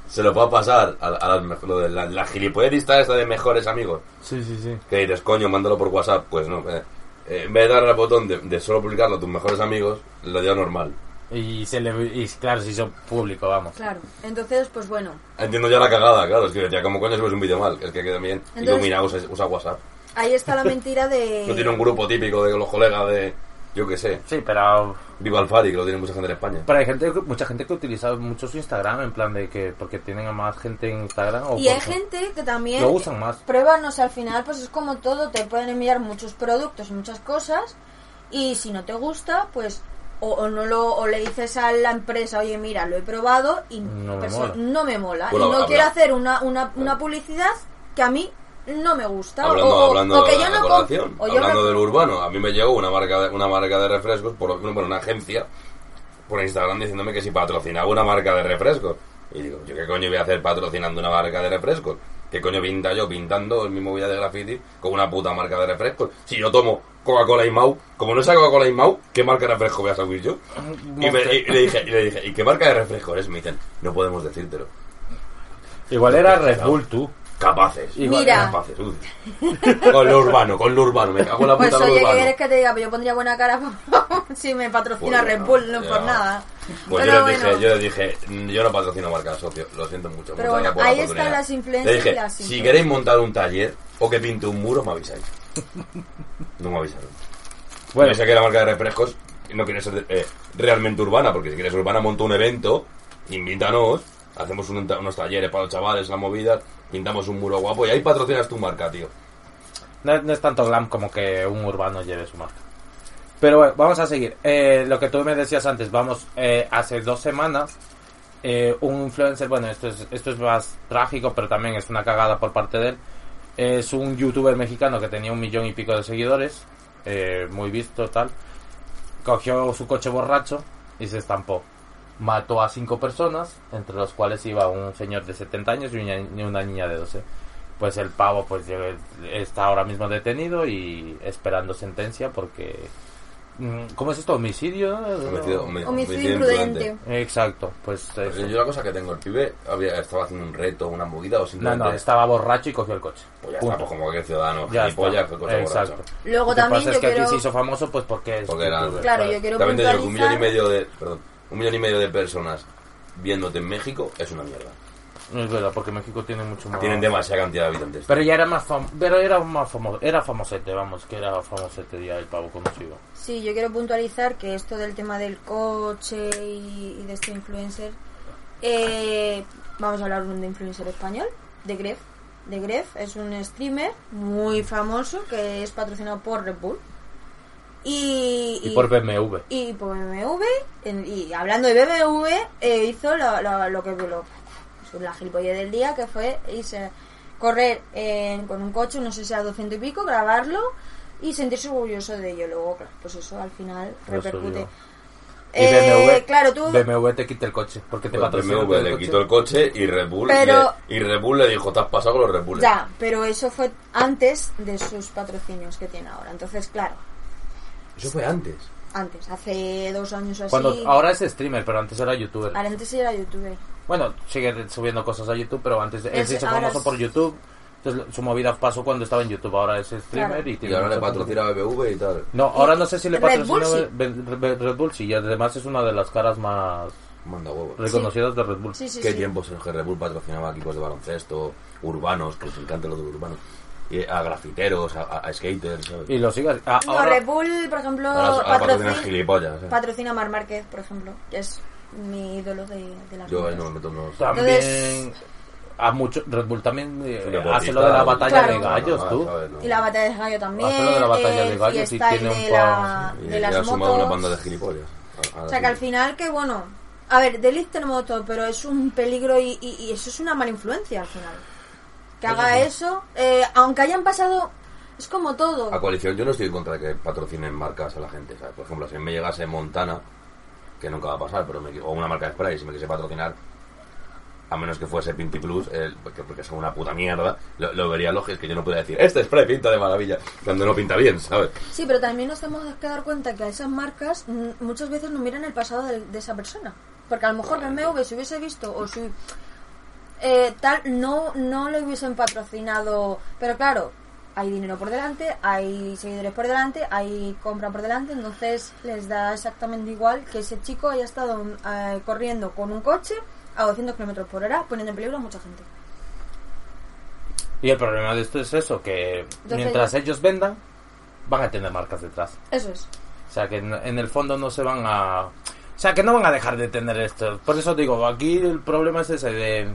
Speaker 4: se lo va a pasar a, a las mejo- lo de la, la gilipollerista esta de mejores amigos.
Speaker 3: Sí, sí, sí.
Speaker 4: Que dices, coño, mándalo por WhatsApp. Pues no. eh, eh, en vez de darle al botón de, de solo publicarlo a tus mejores amigos, lo dio normal.
Speaker 3: Y, se le, y claro, se hizo público, vamos.
Speaker 5: Claro. Entonces, pues bueno,
Speaker 4: Entiendo ya la cagada, claro, es que decía, como coño subes un vídeo mal? Es que también
Speaker 5: Entonces-
Speaker 4: Ilumina usa, usa WhatsApp.
Speaker 5: ahí está la mentira de.
Speaker 4: No tiene un grupo típico de los colegas de, yo qué sé,
Speaker 3: Sí, pero
Speaker 4: Viva el Fari, que lo tiene mucha gente en España.
Speaker 3: Pero hay gente, que- mucha gente que utiliza mucho su Instagram en plan de que porque tienen a más gente en Instagram o
Speaker 5: Y hay
Speaker 3: porque
Speaker 5: gente que también
Speaker 3: lo usan más.
Speaker 5: prueba, no sé, al final pues es como todo, te pueden enviar muchos productos, muchas cosas y si no te gusta, pues o, o no lo o le dices a la empresa, "Oye, mira, lo he probado y
Speaker 3: No me
Speaker 5: perso-
Speaker 3: mola".
Speaker 5: no me mola
Speaker 4: Bueno,
Speaker 5: y no
Speaker 4: habla-
Speaker 5: quiero hacer una, una, una publicidad que a mí no me gusta
Speaker 4: Hablando,
Speaker 5: o, o-
Speaker 4: hablando
Speaker 5: o que
Speaker 4: de
Speaker 5: yo
Speaker 4: la
Speaker 5: no comp-
Speaker 4: colación,
Speaker 5: o yo
Speaker 4: hablando
Speaker 5: no-
Speaker 4: del urbano, a mí me llegó una marca de, una marca de refrescos, por, bueno, una agencia, por Instagram diciéndome que si patrocinaba una marca de refrescos. Y digo, ¿yo qué coño voy a hacer patrocinando una marca de refrescos? ¿Qué coño pinta yo pintando en mi movida de graffiti con una puta marca de refrescos? Si yo tomo Coca-Cola y Mau, como no sea Coca-Cola y Mau, ¿qué marca de refresco voy a subir yo? Y, me- y le dije, y le dije, ¿y qué marca de refresco eres? Me dicen, no podemos decírtelo.
Speaker 3: Igual era Red Bull, tú.
Speaker 4: Capaces.
Speaker 5: Igual, Mira.
Speaker 4: Capaces. uy. Con lo urbano, con lo urbano. Me cago en la puta
Speaker 5: Pues
Speaker 4: lo
Speaker 5: oye, ¿qué
Speaker 4: urbano.
Speaker 5: quieres que te diga? Pues yo pondría buena cara si me
Speaker 4: Pues
Speaker 5: patrocina
Speaker 4: ya,
Speaker 5: Red Bull, no
Speaker 4: ya.
Speaker 5: por nada.
Speaker 4: Pues
Speaker 5: Pero
Speaker 4: yo les
Speaker 5: bueno.
Speaker 4: dije, yo les dije, "Mm, yo no patrocino marcas, socio, lo siento mucho.
Speaker 5: Pero
Speaker 4: muchas gracias
Speaker 5: bueno,
Speaker 4: por la
Speaker 5: ahí están
Speaker 4: oportunidad".
Speaker 5: las influencias
Speaker 4: Le dije,
Speaker 5: y las
Speaker 4: si
Speaker 5: influencias.
Speaker 4: queréis montar un taller o que pinte un muro, me avisáis. No me avisaron. Bueno,
Speaker 3: Bueno,
Speaker 4: yo sé que la marca de refrescos no quiere ser eh, realmente urbana, porque si quieres urbana, monta un evento, invítanos, hacemos un- unos talleres para los chavales, la movida, pintamos un muro guapo y ahí patrocinas tu marca, tío.
Speaker 3: no, no es tanto glam como que un urbano lleve su marca. Pero bueno, vamos a seguir. Eh, lo que tú me decías antes, vamos, eh, hace dos semanas, eh, un influencer, bueno, esto es, esto es más trágico, pero también es una cagada por parte de él. Es un youtuber mexicano que tenía un millón y pico de seguidores, eh, muy visto, tal. Cogió su coche borracho y se estampó. Mató a cinco personas, entre los cuales iba un señor de 70 años y una, y una niña de 12. Pues el pavo pues eh, está ahora mismo detenido y esperando sentencia porque... mm, ¿Cómo es esto? ¿Homicidio?
Speaker 4: Homicidio- homi-
Speaker 5: Homicidio
Speaker 4: homicidio
Speaker 5: imprudente.
Speaker 3: Exacto, pues...
Speaker 4: Pues
Speaker 3: eso.
Speaker 4: Yo la cosa que tengo, el pibe había, estaba haciendo un reto, una movida o
Speaker 3: No,
Speaker 4: simplemente...
Speaker 3: no, estaba borracho y cogió el coche.
Speaker 4: Pues ya
Speaker 3: Punto.
Speaker 4: está, pues como cualquier ciudadano,
Speaker 3: Ya
Speaker 4: gilipollas,
Speaker 3: está.
Speaker 4: que cosa borracha.
Speaker 3: Exacto.
Speaker 5: Luego
Speaker 3: Lo que
Speaker 5: también
Speaker 3: pasa
Speaker 5: yo
Speaker 3: es que
Speaker 5: quiero-
Speaker 3: aquí se hizo famoso pues porque es
Speaker 4: Porque era-
Speaker 3: youtuber,
Speaker 5: Claro,
Speaker 3: ¿sabes?
Speaker 5: yo quiero
Speaker 4: También te digo que un millón y
Speaker 5: puntualizar.
Speaker 4: medio de... Perdón, un millón y medio de personas viéndote en México es una mierda.
Speaker 3: No es verdad, porque México tiene mucho más.
Speaker 4: Tienen demasiada cantidad de habitantes.
Speaker 3: Ah. Pero ya era más famoso, pero era más famoso, era famosete, vamos, que era famosete ya el pavo conocido.
Speaker 5: Sí, yo quiero puntualizar que esto del tema del coche y, y de este influencer. eh, vamos a hablar un de influencer español, de Gref. De Gref es un streamer muy famoso que es patrocinado por Red Bull. Y,
Speaker 3: Y, por BMW.
Speaker 5: y por BMW. en- y hablando de BMW, eh, hizo lo, lo- lo que lo- la gilipollez del día, que fue irse- correr eh, con un coche, no sé si a 200 y pico, grabarlo y sentirse orgulloso de ello. Luego, claro, pues eso al final
Speaker 3: Lo
Speaker 5: repercute.
Speaker 3: subió. Y
Speaker 5: Eh,
Speaker 3: BMW,
Speaker 5: claro, tú.
Speaker 3: BMW te quita el coche, porque te
Speaker 4: Pues
Speaker 3: patrocina
Speaker 4: BMW
Speaker 3: todo el
Speaker 4: le
Speaker 3: coche.
Speaker 4: quitó el coche y Red Bull,
Speaker 5: Pero-
Speaker 4: le, y Red Bull le dijo, te has pasado con los Red Bull.
Speaker 5: Ya, pero eso fue antes de sus patrocinios que tiene ahora. Entonces, claro,
Speaker 4: Eso fue antes.
Speaker 5: antes, hace dos años o así.
Speaker 3: Cuando ahora es streamer, pero antes era youtuber.
Speaker 5: ahora antes era youtuber.
Speaker 3: Bueno, sigue subiendo cosas a YouTube, pero antes él
Speaker 5: Es-
Speaker 3: se hizo
Speaker 5: ahora
Speaker 3: famoso
Speaker 5: es-
Speaker 3: por YouTube. Entonces su movida pasó cuando estaba en YouTube, ahora es streamer
Speaker 5: Claro.
Speaker 3: y
Speaker 4: Y
Speaker 3: tiene
Speaker 4: ahora le
Speaker 3: mucho contenido.
Speaker 4: patrocina a BBV y tal.
Speaker 3: No, ahora no sé si le
Speaker 5: Red
Speaker 3: patrocina
Speaker 5: Bull, sí.
Speaker 3: Red, Red- Red Bull, sí, y además es una de las caras más
Speaker 4: Manda huevos.
Speaker 3: reconocidas de Red Bull.
Speaker 5: Sí, sí,
Speaker 4: ¿Qué
Speaker 5: sí.
Speaker 4: tiempos en los que Red Bull patrocinaba equipos de baloncesto, urbanos, que les encanta lo de urbanos, y a grafiteros, a, a- a skaters, ¿sabes?
Speaker 3: Y lo sigas. Ah,
Speaker 5: No,
Speaker 3: ahora,
Speaker 5: Red Bull, por ejemplo,
Speaker 4: Ahora- ahora
Speaker 5: patrocina,
Speaker 4: patrocinan gilipollas, ¿eh?
Speaker 5: patrocina Mar Márquez, por ejemplo, que es mi ídolo de, de la
Speaker 4: Yo ahí
Speaker 5: vida.
Speaker 4: no me meto unos...
Speaker 3: también.
Speaker 5: Entonces-
Speaker 3: A mucho, Red Bull también eh,
Speaker 4: Es un deportista,
Speaker 3: hace lo de la
Speaker 4: ¿no?
Speaker 3: batalla
Speaker 5: Claro.
Speaker 3: de gallos,
Speaker 4: Ah,
Speaker 3: tú.
Speaker 4: ¿sabes? No.
Speaker 5: Y la batalla de gallo también.
Speaker 3: Hace lo de la batalla de
Speaker 5: el
Speaker 3: gallo, sí,
Speaker 5: freestyle
Speaker 3: tiene un
Speaker 5: de, la,
Speaker 3: par-
Speaker 4: Y
Speaker 5: de
Speaker 4: le ha
Speaker 5: las
Speaker 4: sumado
Speaker 5: motos.
Speaker 4: una banda de gilipollas. A- a
Speaker 5: O
Speaker 4: la
Speaker 5: sea que al
Speaker 4: gente.
Speaker 5: final, que bueno. A ver, delito tenemos todo, pero es un peligro y, y- y eso es una mala influencia al final. Que haga eso, eh, aunque hayan pasado. Es como todo.
Speaker 4: A coalición yo no estoy en contra de que patrocinen marcas a la gente. ¿sabes? Por ejemplo, si me llegase Montana, que nunca va a pasar, pero me, qui- o una marca de spray, si me quise patrocinar, a menos que fuese Pinti Plus, eh, porque, porque son una puta mierda, lo, lo vería lógico, es que yo no podría decir, este spray pinta de maravilla, cuando no pinta bien, ¿sabes?
Speaker 5: Sí, pero también nos tenemos que dar cuenta que a esas marcas mm, muchas veces no miran el pasado de, de esa persona. Porque a lo mejor BMW si hubiese visto o si eh, tal, no, no le hubiesen patrocinado. Pero claro, hay dinero por delante, hay seguidores por delante, hay compra por delante, entonces les da exactamente igual que ese chico haya estado eh, corriendo con un coche a 200 kilómetros por hora, poniendo en peligro a mucha gente.
Speaker 3: Y el problema de esto es eso, que
Speaker 5: Entonces,
Speaker 3: mientras
Speaker 5: ya.
Speaker 3: ellos vendan, van a tener marcas detrás.
Speaker 5: Eso es.
Speaker 3: O sea, que en, en el fondo no se van a... O sea, que no van a dejar de tener esto. Por eso digo, aquí el problema es ese de...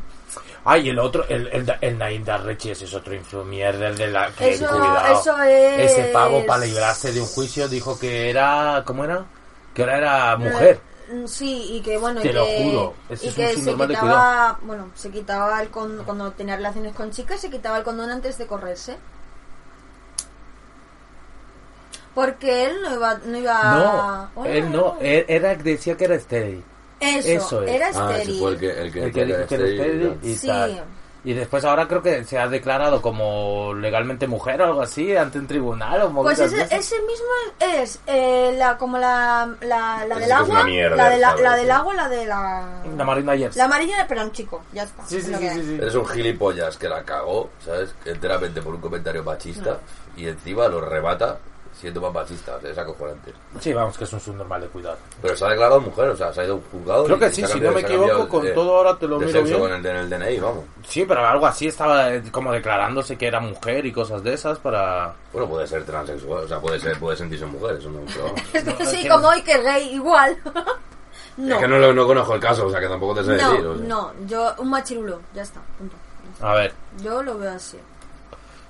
Speaker 3: Ay, el otro, el, el, Da- el Naim Darrechi, ese es otro infomierder de la que
Speaker 5: Eso-
Speaker 3: cuidado.
Speaker 5: eso es-
Speaker 3: Ese pavo para librarse de un juicio dijo que era... ¿Cómo era? Que ahora era mujer.
Speaker 5: Mm, Sí, y que bueno,
Speaker 3: Te
Speaker 5: y
Speaker 3: lo
Speaker 5: que,
Speaker 3: juro, ese
Speaker 5: y
Speaker 3: es un
Speaker 5: que se
Speaker 3: subnormal de
Speaker 5: quitaba, bueno, se quitaba el con, cuando tenía relaciones con chicas, se quitaba el condón antes de correrse. Porque él no iba, no iba.
Speaker 3: No,
Speaker 5: ah, Hola.
Speaker 3: él no, él- era, decía que era estéril.
Speaker 5: Eso,
Speaker 3: eso es.
Speaker 5: era
Speaker 4: Ah, ese
Speaker 5: estéril.
Speaker 4: fue el que... El que,
Speaker 3: El que dijo que era estéril y
Speaker 5: Sí.
Speaker 3: tal. Y después ahora creo que se ha declarado como legalmente mujer o algo así, ante un tribunal o
Speaker 5: Pues
Speaker 3: movidas
Speaker 5: ese,
Speaker 3: de esas.
Speaker 5: ese mismo es eh, la como la, la,
Speaker 4: Ese
Speaker 5: la del
Speaker 4: es una
Speaker 5: agua,
Speaker 4: mierda,
Speaker 5: la, de la,
Speaker 4: ¿sabes?
Speaker 5: la del agua, la de la
Speaker 3: La Marina ayer.
Speaker 5: la amarilla, pero un chico, ya está.
Speaker 3: Sí,
Speaker 5: es
Speaker 3: sí,
Speaker 5: lo que
Speaker 3: sí, sí,
Speaker 5: hay.
Speaker 3: sí.
Speaker 4: Eres un gilipollas que la cagó, ¿sabes? Enteramente por un comentario
Speaker 5: Ah.
Speaker 4: machista y encima lo rebata siendo más machista. O sea, es acojonante.
Speaker 3: Sí, vamos, que es un subnormal de cuidado.
Speaker 4: Pero se ha declarado mujer, o sea, se ha ido a un juzgado.
Speaker 3: Creo
Speaker 4: y
Speaker 3: que
Speaker 4: se
Speaker 3: sí,
Speaker 4: ha
Speaker 3: si
Speaker 4: cambiado-
Speaker 3: no me
Speaker 4: se ha cambiado
Speaker 3: equivoco, con
Speaker 4: de-
Speaker 3: todo ahora te lo
Speaker 4: de
Speaker 3: miro
Speaker 4: sexo
Speaker 3: bien.
Speaker 4: Con el, en el DNI, vamos.
Speaker 3: Sí, pero algo así estaba eh, como declarándose que era mujer y cosas de esas para...
Speaker 4: Bueno, puede ser transexual, o sea, puede, ser, puede sentirse mujer, eso no. pero vamos.
Speaker 5: Es que
Speaker 3: No, es
Speaker 5: sí,
Speaker 3: que-
Speaker 5: como hoy que gay igual. no.
Speaker 4: Es que no, lo- no conozco el caso, o sea, que tampoco te sé
Speaker 5: No,
Speaker 4: decir. o sea.
Speaker 5: no, yo un machirulo, ya está, punto.
Speaker 3: A ver,
Speaker 5: Yo lo veo así.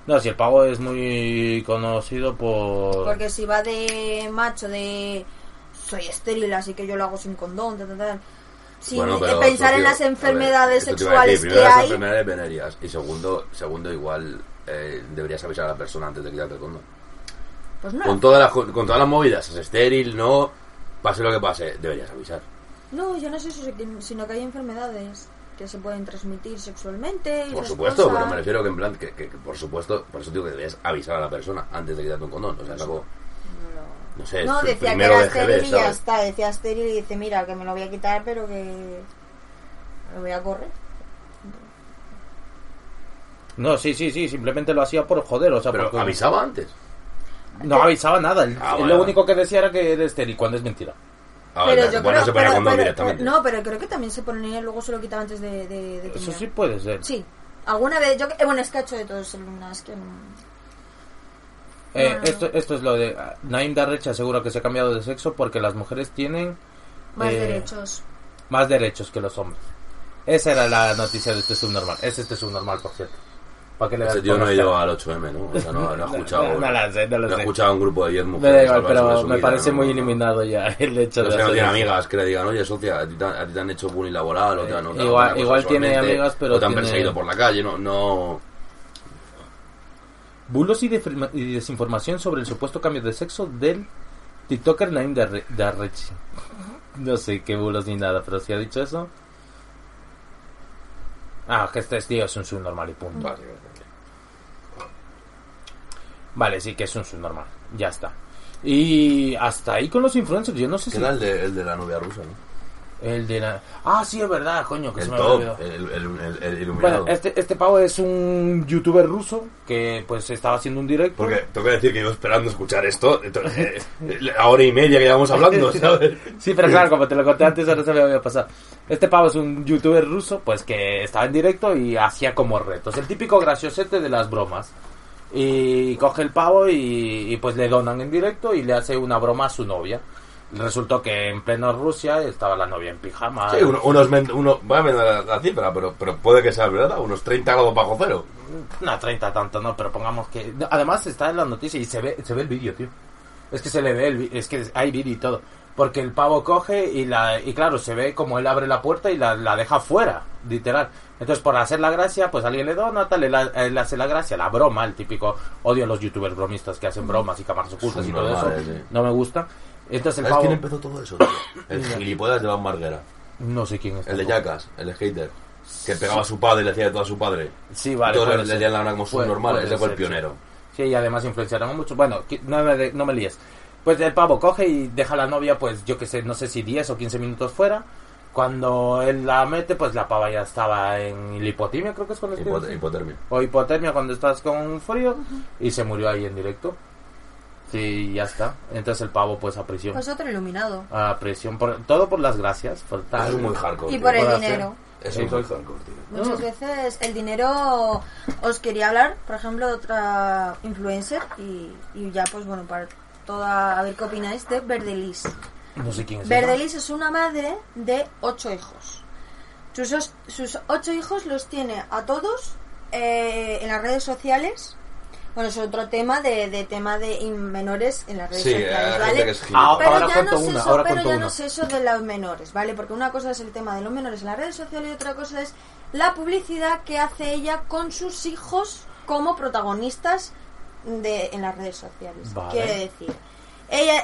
Speaker 3: no, si el pago es muy conocido por...
Speaker 5: Porque si va de macho, de soy estéril, así que yo lo hago sin condón, tal, tal, tal. Sin
Speaker 4: Bueno, pero,
Speaker 5: pensar en
Speaker 4: tío,
Speaker 5: las
Speaker 4: a ver,
Speaker 5: enfermedades
Speaker 4: esto te iba a
Speaker 5: sexuales
Speaker 4: decir,
Speaker 5: que
Speaker 4: primero las
Speaker 5: hay.
Speaker 4: enfermedades venéreas y segundo, segundo igual eh, deberías avisar a la persona antes de quitarte el condón.
Speaker 5: Pues no,
Speaker 4: Con todas las con todas las movidas, es estéril, no, pase lo que pase, deberías avisar.
Speaker 5: no, yo no sé eso, sino que hay enfermedades que se pueden transmitir sexualmente. y
Speaker 4: Por
Speaker 5: esas
Speaker 4: supuesto,
Speaker 5: cosas.
Speaker 4: pero me refiero que en plan que, que- que por supuesto, por eso digo que deberías avisar a la persona antes de quitarte un condón, o sea, es algo no sé,
Speaker 5: No,
Speaker 4: es
Speaker 5: decía que
Speaker 4: primero
Speaker 5: era
Speaker 4: de
Speaker 5: estéril
Speaker 4: GB,
Speaker 5: y ya
Speaker 4: ¿sabes?
Speaker 5: está. Decía estéril y dice, mira, que me lo voy a quitar, pero que lo voy a correr.
Speaker 3: No, sí, sí, sí, simplemente lo hacía por joder, o sea,
Speaker 4: Pero
Speaker 3: porque-
Speaker 4: avisaba antes.
Speaker 3: No avisaba nada, el-
Speaker 4: Ah,
Speaker 3: lo
Speaker 4: bueno.
Speaker 3: único que decía era que era estéril, cuando es mentira.
Speaker 4: Ah, vale,
Speaker 5: pero yo
Speaker 4: bueno,
Speaker 5: creo
Speaker 4: se ponía
Speaker 5: pero-
Speaker 4: condón
Speaker 5: pero-
Speaker 4: directamente.
Speaker 5: No, pero creo que también se ponía, luego se lo quitaba antes de, de, de
Speaker 3: Eso
Speaker 5: terminar.
Speaker 3: sí puede ser.
Speaker 5: Sí. Alguna vez, yo, eh, bueno, es que ha hecho de todos los alumnos que no-
Speaker 3: Eh,
Speaker 5: Ah.
Speaker 3: esto, esto es lo de ah, Naim Darrech asegura que se ha cambiado de sexo porque las mujeres tienen
Speaker 5: más
Speaker 3: eh,
Speaker 5: derechos.
Speaker 3: más derechos que los hombres. Esa era la noticia de este subnormal. Es este subnormal, por cierto. ¿Para qué le das
Speaker 4: Ese tío no
Speaker 3: por
Speaker 4: he
Speaker 3: hacer?
Speaker 4: ido al 8M, ¿no? O sea, no, no he escuchado.
Speaker 3: No, no la sé, no la
Speaker 4: he
Speaker 3: sé.
Speaker 4: escuchado a un grupo de 10
Speaker 3: Me da
Speaker 4: mujeres.
Speaker 3: igual,
Speaker 4: hablar sobre
Speaker 3: pero
Speaker 4: su
Speaker 3: me
Speaker 4: vida,
Speaker 3: parece
Speaker 4: ¿no?
Speaker 3: muy
Speaker 4: No,
Speaker 3: eliminado ya el hecho
Speaker 4: No,
Speaker 3: de
Speaker 4: sé, no
Speaker 3: hacer
Speaker 4: tiene
Speaker 3: eso.
Speaker 4: amigas que le digan, oye, socia, a ti te, a ti te han hecho bullying laboral, o te han, o te han
Speaker 3: Igual-
Speaker 4: acosado
Speaker 3: igual tiene
Speaker 4: sexualmente,
Speaker 3: amigas, pero
Speaker 4: O te han
Speaker 3: tiene-
Speaker 4: perseguido por la calle, no. no...
Speaker 3: Bulos y, defirma- y desinformación sobre el supuesto cambio de sexo del TikToker Naim Darre- Darrechi. No sé qué bulos ni nada, pero si ha dicho eso. Ah, que este tío es un subnormal y punto. Vale, sí que es un subnormal. Ya está. Y hasta ahí con los influencers. Yo no sé
Speaker 4: ¿Qué
Speaker 3: si.
Speaker 4: era el de, el de la novia rusa, no?
Speaker 3: El de la. Ah, sí, es verdad, coño, que
Speaker 4: El
Speaker 3: se me había olvidado.
Speaker 4: top, el, el, el- el iluminado.
Speaker 3: Bueno, este, este pavo es un youtuber ruso que pues estaba haciendo un directo.
Speaker 4: Porque tengo que decir que yo esperando escuchar esto, entonces, eh, la hora y media que llevamos hablando, ¿sabes?
Speaker 3: Sí, pero claro, como te lo conté antes, ahora se me había pasado. Este pavo es un youtuber ruso, pues que estaba en directo y hacía como retos. El típico graciosete de las bromas. Y coge el pavo y, y, pues le donan en directo y le hace una broma a su novia. Resultó que en pleno Rusia estaba la novia en pijama.
Speaker 4: Sí, uno- unos, men- uno, voy a vender la, la cifra, pero, pero puede que sea verdad, unos 30 grados bajo cero.
Speaker 3: No, 30 tanto, no, pero pongamos que... no, además está en la noticia y se ve, se ve el vídeo, tío. Es que se le ve el vi- es que hay vídeo y todo. Porque el pavo coge y la... Y claro, se ve como él abre la puerta y la, la deja fuera, literal. Entonces, por hacer la gracia, pues alguien le dona, tal, él, ha- él hace la gracia, la broma, el típico... Odio a los youtubers bromistas que hacen bromas y cámaras ocultas y todo eso.
Speaker 4: normales, sí.
Speaker 3: No me gusta. Entonces el
Speaker 4: ¿Sabes
Speaker 3: pavo...
Speaker 4: quién empezó todo eso? tío? El gilipollas de Van Marguera.
Speaker 3: No sé quién es.
Speaker 4: El de Jackass, el de hater. Que pegaba a su padre y le hacía todo a su padre.
Speaker 3: Sí, vale.
Speaker 4: Y todos
Speaker 3: puede
Speaker 4: le- le
Speaker 3: ser.
Speaker 4: dieron la broma como
Speaker 3: Puede-
Speaker 4: subnormal,
Speaker 3: puede
Speaker 4: ese fue el
Speaker 3: ser, sí.
Speaker 4: pionero.
Speaker 3: Sí, y además influenciaron mucho. Bueno, qui- no me, de- no me líes. Pues el pavo coge y deja a la novia, pues yo que sé, no sé si 10 o 15 minutos fuera. Cuando él la mete, pues la pava ya estaba en hipotimia, creo que es cuando es que
Speaker 4: Hipo-
Speaker 3: dicen.
Speaker 4: hipotermia.
Speaker 3: O hipotermia cuando estás con frío. Y se murió ahí en directo. Sí, ya está. Entonces el pavo, pues a prisión.
Speaker 9: Pues otro iluminado.
Speaker 3: A presión, por, todo por las gracias. Por tal.
Speaker 4: Eso es muy hardcore.
Speaker 9: Y
Speaker 4: tío.
Speaker 9: por el
Speaker 3: Puede
Speaker 9: dinero.
Speaker 4: Eso es muy hardcore, tío.
Speaker 9: No.
Speaker 5: Muchas veces el dinero os quería hablar, por ejemplo, de otra influencer y, y ya pues bueno, para toda, a ver qué opináis de Verdelis.
Speaker 3: No sé quién es.
Speaker 5: Verdelis es una madre de ocho hijos. Sus, os- sus ocho hijos los tiene a todos eh, en las redes sociales. Bueno, es otro tema de, de tema de in- menores en las redes
Speaker 4: Sí,
Speaker 5: sociales,
Speaker 4: hay
Speaker 5: ¿vale?
Speaker 4: gente que es
Speaker 3: Ah,
Speaker 4: gilipollas.
Speaker 3: ahora
Speaker 5: pero ya
Speaker 3: cuento
Speaker 5: no es
Speaker 3: una,
Speaker 5: eso,
Speaker 3: ahora
Speaker 5: pero
Speaker 3: cuento
Speaker 5: ya
Speaker 3: una.
Speaker 5: no es eso de los menores, ¿vale? Porque una cosa es el tema de los menores en las redes sociales y otra cosa es la publicidad que hace ella con sus hijos como protagonistas de, en las redes sociales.
Speaker 3: Vale.
Speaker 5: Quiere decir, ella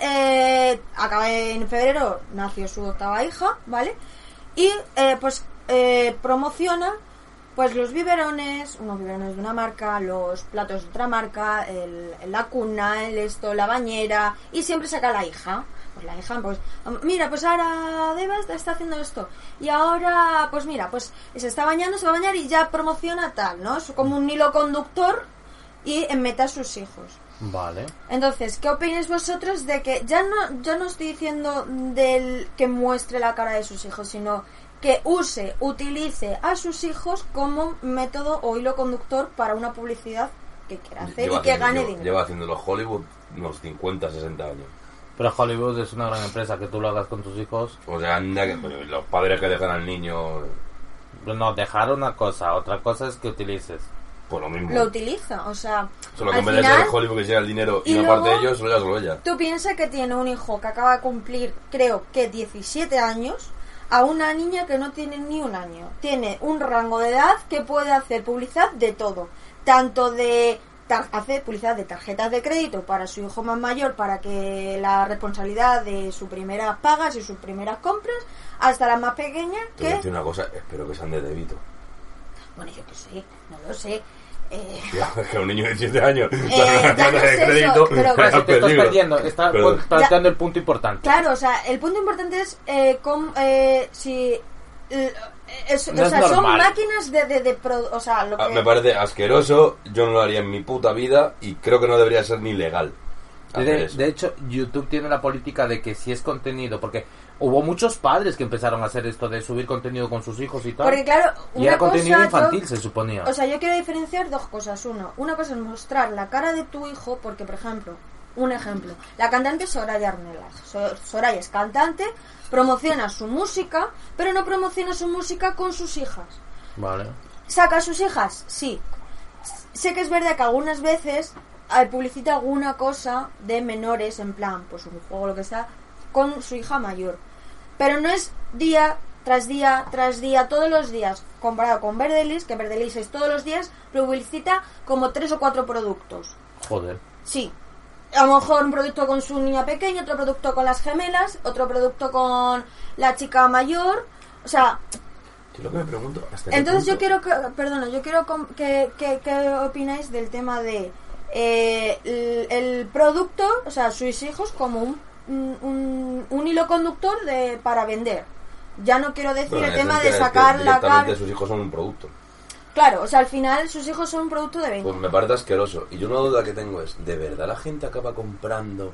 Speaker 5: eh, acaba en febrero, nació su octava hija, ¿vale? Y eh, pues eh, promociona pues los biberones, unos biberones de una marca, los platos de otra marca, el, la cuna, el esto, la bañera, y siempre saca a la hija. Pues la hija, pues, mira, pues ahora Debas está haciendo esto, y ahora, pues mira, pues se está bañando, se va a bañar y ya promociona tal, ¿no? Es como un hilo conductor y en meta a sus hijos.
Speaker 3: Vale.
Speaker 5: Entonces, ¿qué opináis vosotros de que ya no yo no estoy diciendo del que muestre la cara de sus hijos, sino que use, utilice a sus hijos como método o hilo conductor para una publicidad que quiera hacer
Speaker 4: Lleva
Speaker 5: y que
Speaker 4: haciendo-
Speaker 5: gane
Speaker 4: lleva-
Speaker 5: dinero?
Speaker 4: Lleva haciéndolo Hollywood unos 50, 60 años.
Speaker 3: Pero Hollywood es una gran empresa que tú lo hagas con tus hijos.
Speaker 4: O sea, anda que-
Speaker 5: Mm.
Speaker 4: los padres que dejan al niño,
Speaker 3: Pues No, dejar una cosa. Otra cosa es que utilices.
Speaker 4: pues lo mismo.
Speaker 5: Lo utiliza, o sea,
Speaker 4: Solo que
Speaker 5: al
Speaker 4: en vez de ser
Speaker 5: final
Speaker 4: Hollywood que sea el dinero y,
Speaker 5: y
Speaker 4: una parte de
Speaker 5: luego-
Speaker 4: ellos, solo ella, solo ella.
Speaker 5: tú piensas que tiene un hijo que acaba de cumplir, creo que 17 años, a una niña que no tiene ni un año. Tiene un rango de edad que puede hacer publicidad de todo. Tanto de... tar- hace publicidad de tarjetas de crédito para su hijo más mayor para que la responsabilidad de sus primeras pagas y sus primeras compras hasta las más pequeñas
Speaker 4: Te voy a
Speaker 5: que...
Speaker 4: decir una cosa, espero que sean de debito.
Speaker 5: Bueno, yo qué sé, no lo sé. Eh,
Speaker 4: Tío, es que un niño de 17 años,
Speaker 5: Eh, ya
Speaker 4: tarjeta
Speaker 5: no
Speaker 4: de
Speaker 5: es eso,
Speaker 4: crédito,
Speaker 5: pero-
Speaker 4: era
Speaker 5: Pero
Speaker 3: Te estás
Speaker 4: peligro.
Speaker 3: perdiendo. Estás
Speaker 4: Perdón.
Speaker 3: planteando el punto importante.
Speaker 5: Claro, o sea, el punto importante es eh, com- eh, si... l- eh, es-
Speaker 3: No
Speaker 5: o
Speaker 3: es
Speaker 5: sea, son
Speaker 3: normal.
Speaker 5: máquinas de... de, de pro- o sea, lo que...
Speaker 4: Ah, me parece asqueroso, yo no lo haría en mi puta vida y creo que no debería ser ni legal. hacer
Speaker 3: De,
Speaker 4: eso.
Speaker 3: de hecho, YouTube tiene la política de que si es contenido, porque hubo muchos padres que empezaron a hacer esto de subir contenido con sus hijos y tal.
Speaker 5: Porque claro, una
Speaker 3: y era contenido
Speaker 5: cosa,
Speaker 3: infantil,
Speaker 5: yo-
Speaker 3: se suponía.
Speaker 5: O sea, yo quiero diferenciar dos cosas. Uno, una cosa es mostrar la cara de tu hijo, porque por ejemplo, un ejemplo, la cantante Soraya Arnelas. So- Soraya es cantante, promociona su música, pero no promociona su música con sus hijas.
Speaker 3: vale.
Speaker 5: ¿Saca a sus hijas? Sí. Sé que es verdad que algunas veces eh, publicita alguna cosa de menores, en plan, pues un juego, lo que sea, con su hija mayor. Pero no es día tras día, tras día, todos los días, comparado con Verdelis, que Verdelis es todos los días, publicita como tres o cuatro productos.
Speaker 3: Joder.
Speaker 5: Sí. A lo mejor un producto con su niña pequeña, otro producto con las gemelas, otro producto con la chica mayor. O sea,
Speaker 4: Yo lo que me pregunto, ¿hasta qué
Speaker 5: entonces yo
Speaker 4: punto?
Speaker 5: quiero que, perdona, yo quiero com- que, que, que opináis del tema de eh, el, el producto, o sea, sus hijos como un, un- un- un hilo conductor de para vender. Ya no quiero decir
Speaker 4: Bueno,
Speaker 5: el
Speaker 4: en
Speaker 5: tema de
Speaker 4: esencia es que
Speaker 5: sacar la
Speaker 4: directamente
Speaker 5: cara.
Speaker 4: sus hijos son un producto.
Speaker 5: Claro, o sea, al final sus hijos son un producto de venta.
Speaker 4: Pues me parece asqueroso. Y yo una duda que tengo es, ¿de verdad la gente acaba comprando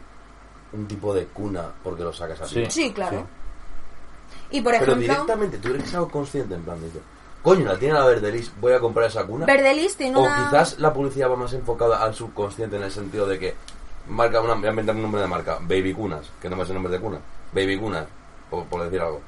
Speaker 4: un tipo de cuna porque lo sacas así?
Speaker 3: Sí.
Speaker 5: Sí, claro. Y por
Speaker 4: Pues, Pero
Speaker 5: ejemplo,
Speaker 4: directamente tú eres algo consciente en plan de yo, coño, la tiene la Verdelis, voy a comprar esa cuna.
Speaker 5: Verdelis tiene
Speaker 4: o
Speaker 5: una.
Speaker 4: quizás la publicidad va más enfocada al subconsciente en el sentido de que marca una, voy a inventar un nombre de marca, Baby Cunas, que no me sé el nombre de cuna, Baby Cunas, por, por decir algo.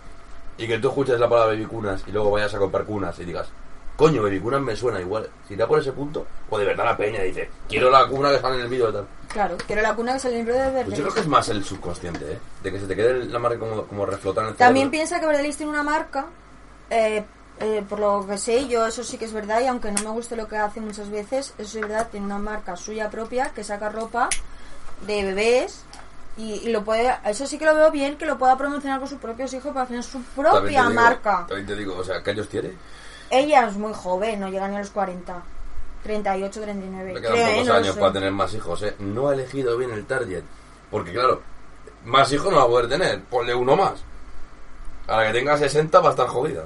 Speaker 4: Y que tú escuches la palabra Baby Cunas y luego vayas a comprar cunas y digas, coño, Baby Cunas me suena igual. Si te por ese punto, o de verdad la peña dice, quiero la cuna que sale en el vídeo y tal.
Speaker 5: Claro, quiero la cuna que sale en el libro de
Speaker 4: Pues yo creo
Speaker 5: Verdelis.
Speaker 4: que es más el subconsciente, ¿eh? De que se te quede la marca como, como reflotar en el
Speaker 5: También
Speaker 4: cerebro.
Speaker 5: piensa que Verdelis tiene una marca, eh, eh, por lo que sé, yo eso sí que es verdad, y aunque no me guste lo que hace muchas veces, eso es verdad, tiene una marca suya propia que saca ropa de bebés. Y, y lo puede, eso sí que lo veo bien, que lo pueda promocionar con sus propios hijos para hacer su
Speaker 4: También te
Speaker 5: propia
Speaker 4: digo-
Speaker 5: marca.
Speaker 4: También te digo, o sea, ¿qué años tiene?
Speaker 5: Ella es muy joven, no llega ni a los 40. 38, 39.
Speaker 4: Le
Speaker 5: creo,
Speaker 4: quedan
Speaker 5: ¿eh?
Speaker 4: pocos
Speaker 5: No lo
Speaker 4: años
Speaker 5: sé.
Speaker 4: para tener más hijos, ¿eh? No ha elegido bien el target. Porque, claro, más hijos no va a poder tener. Ponle uno más. A la que tenga 60 va a estar jodida.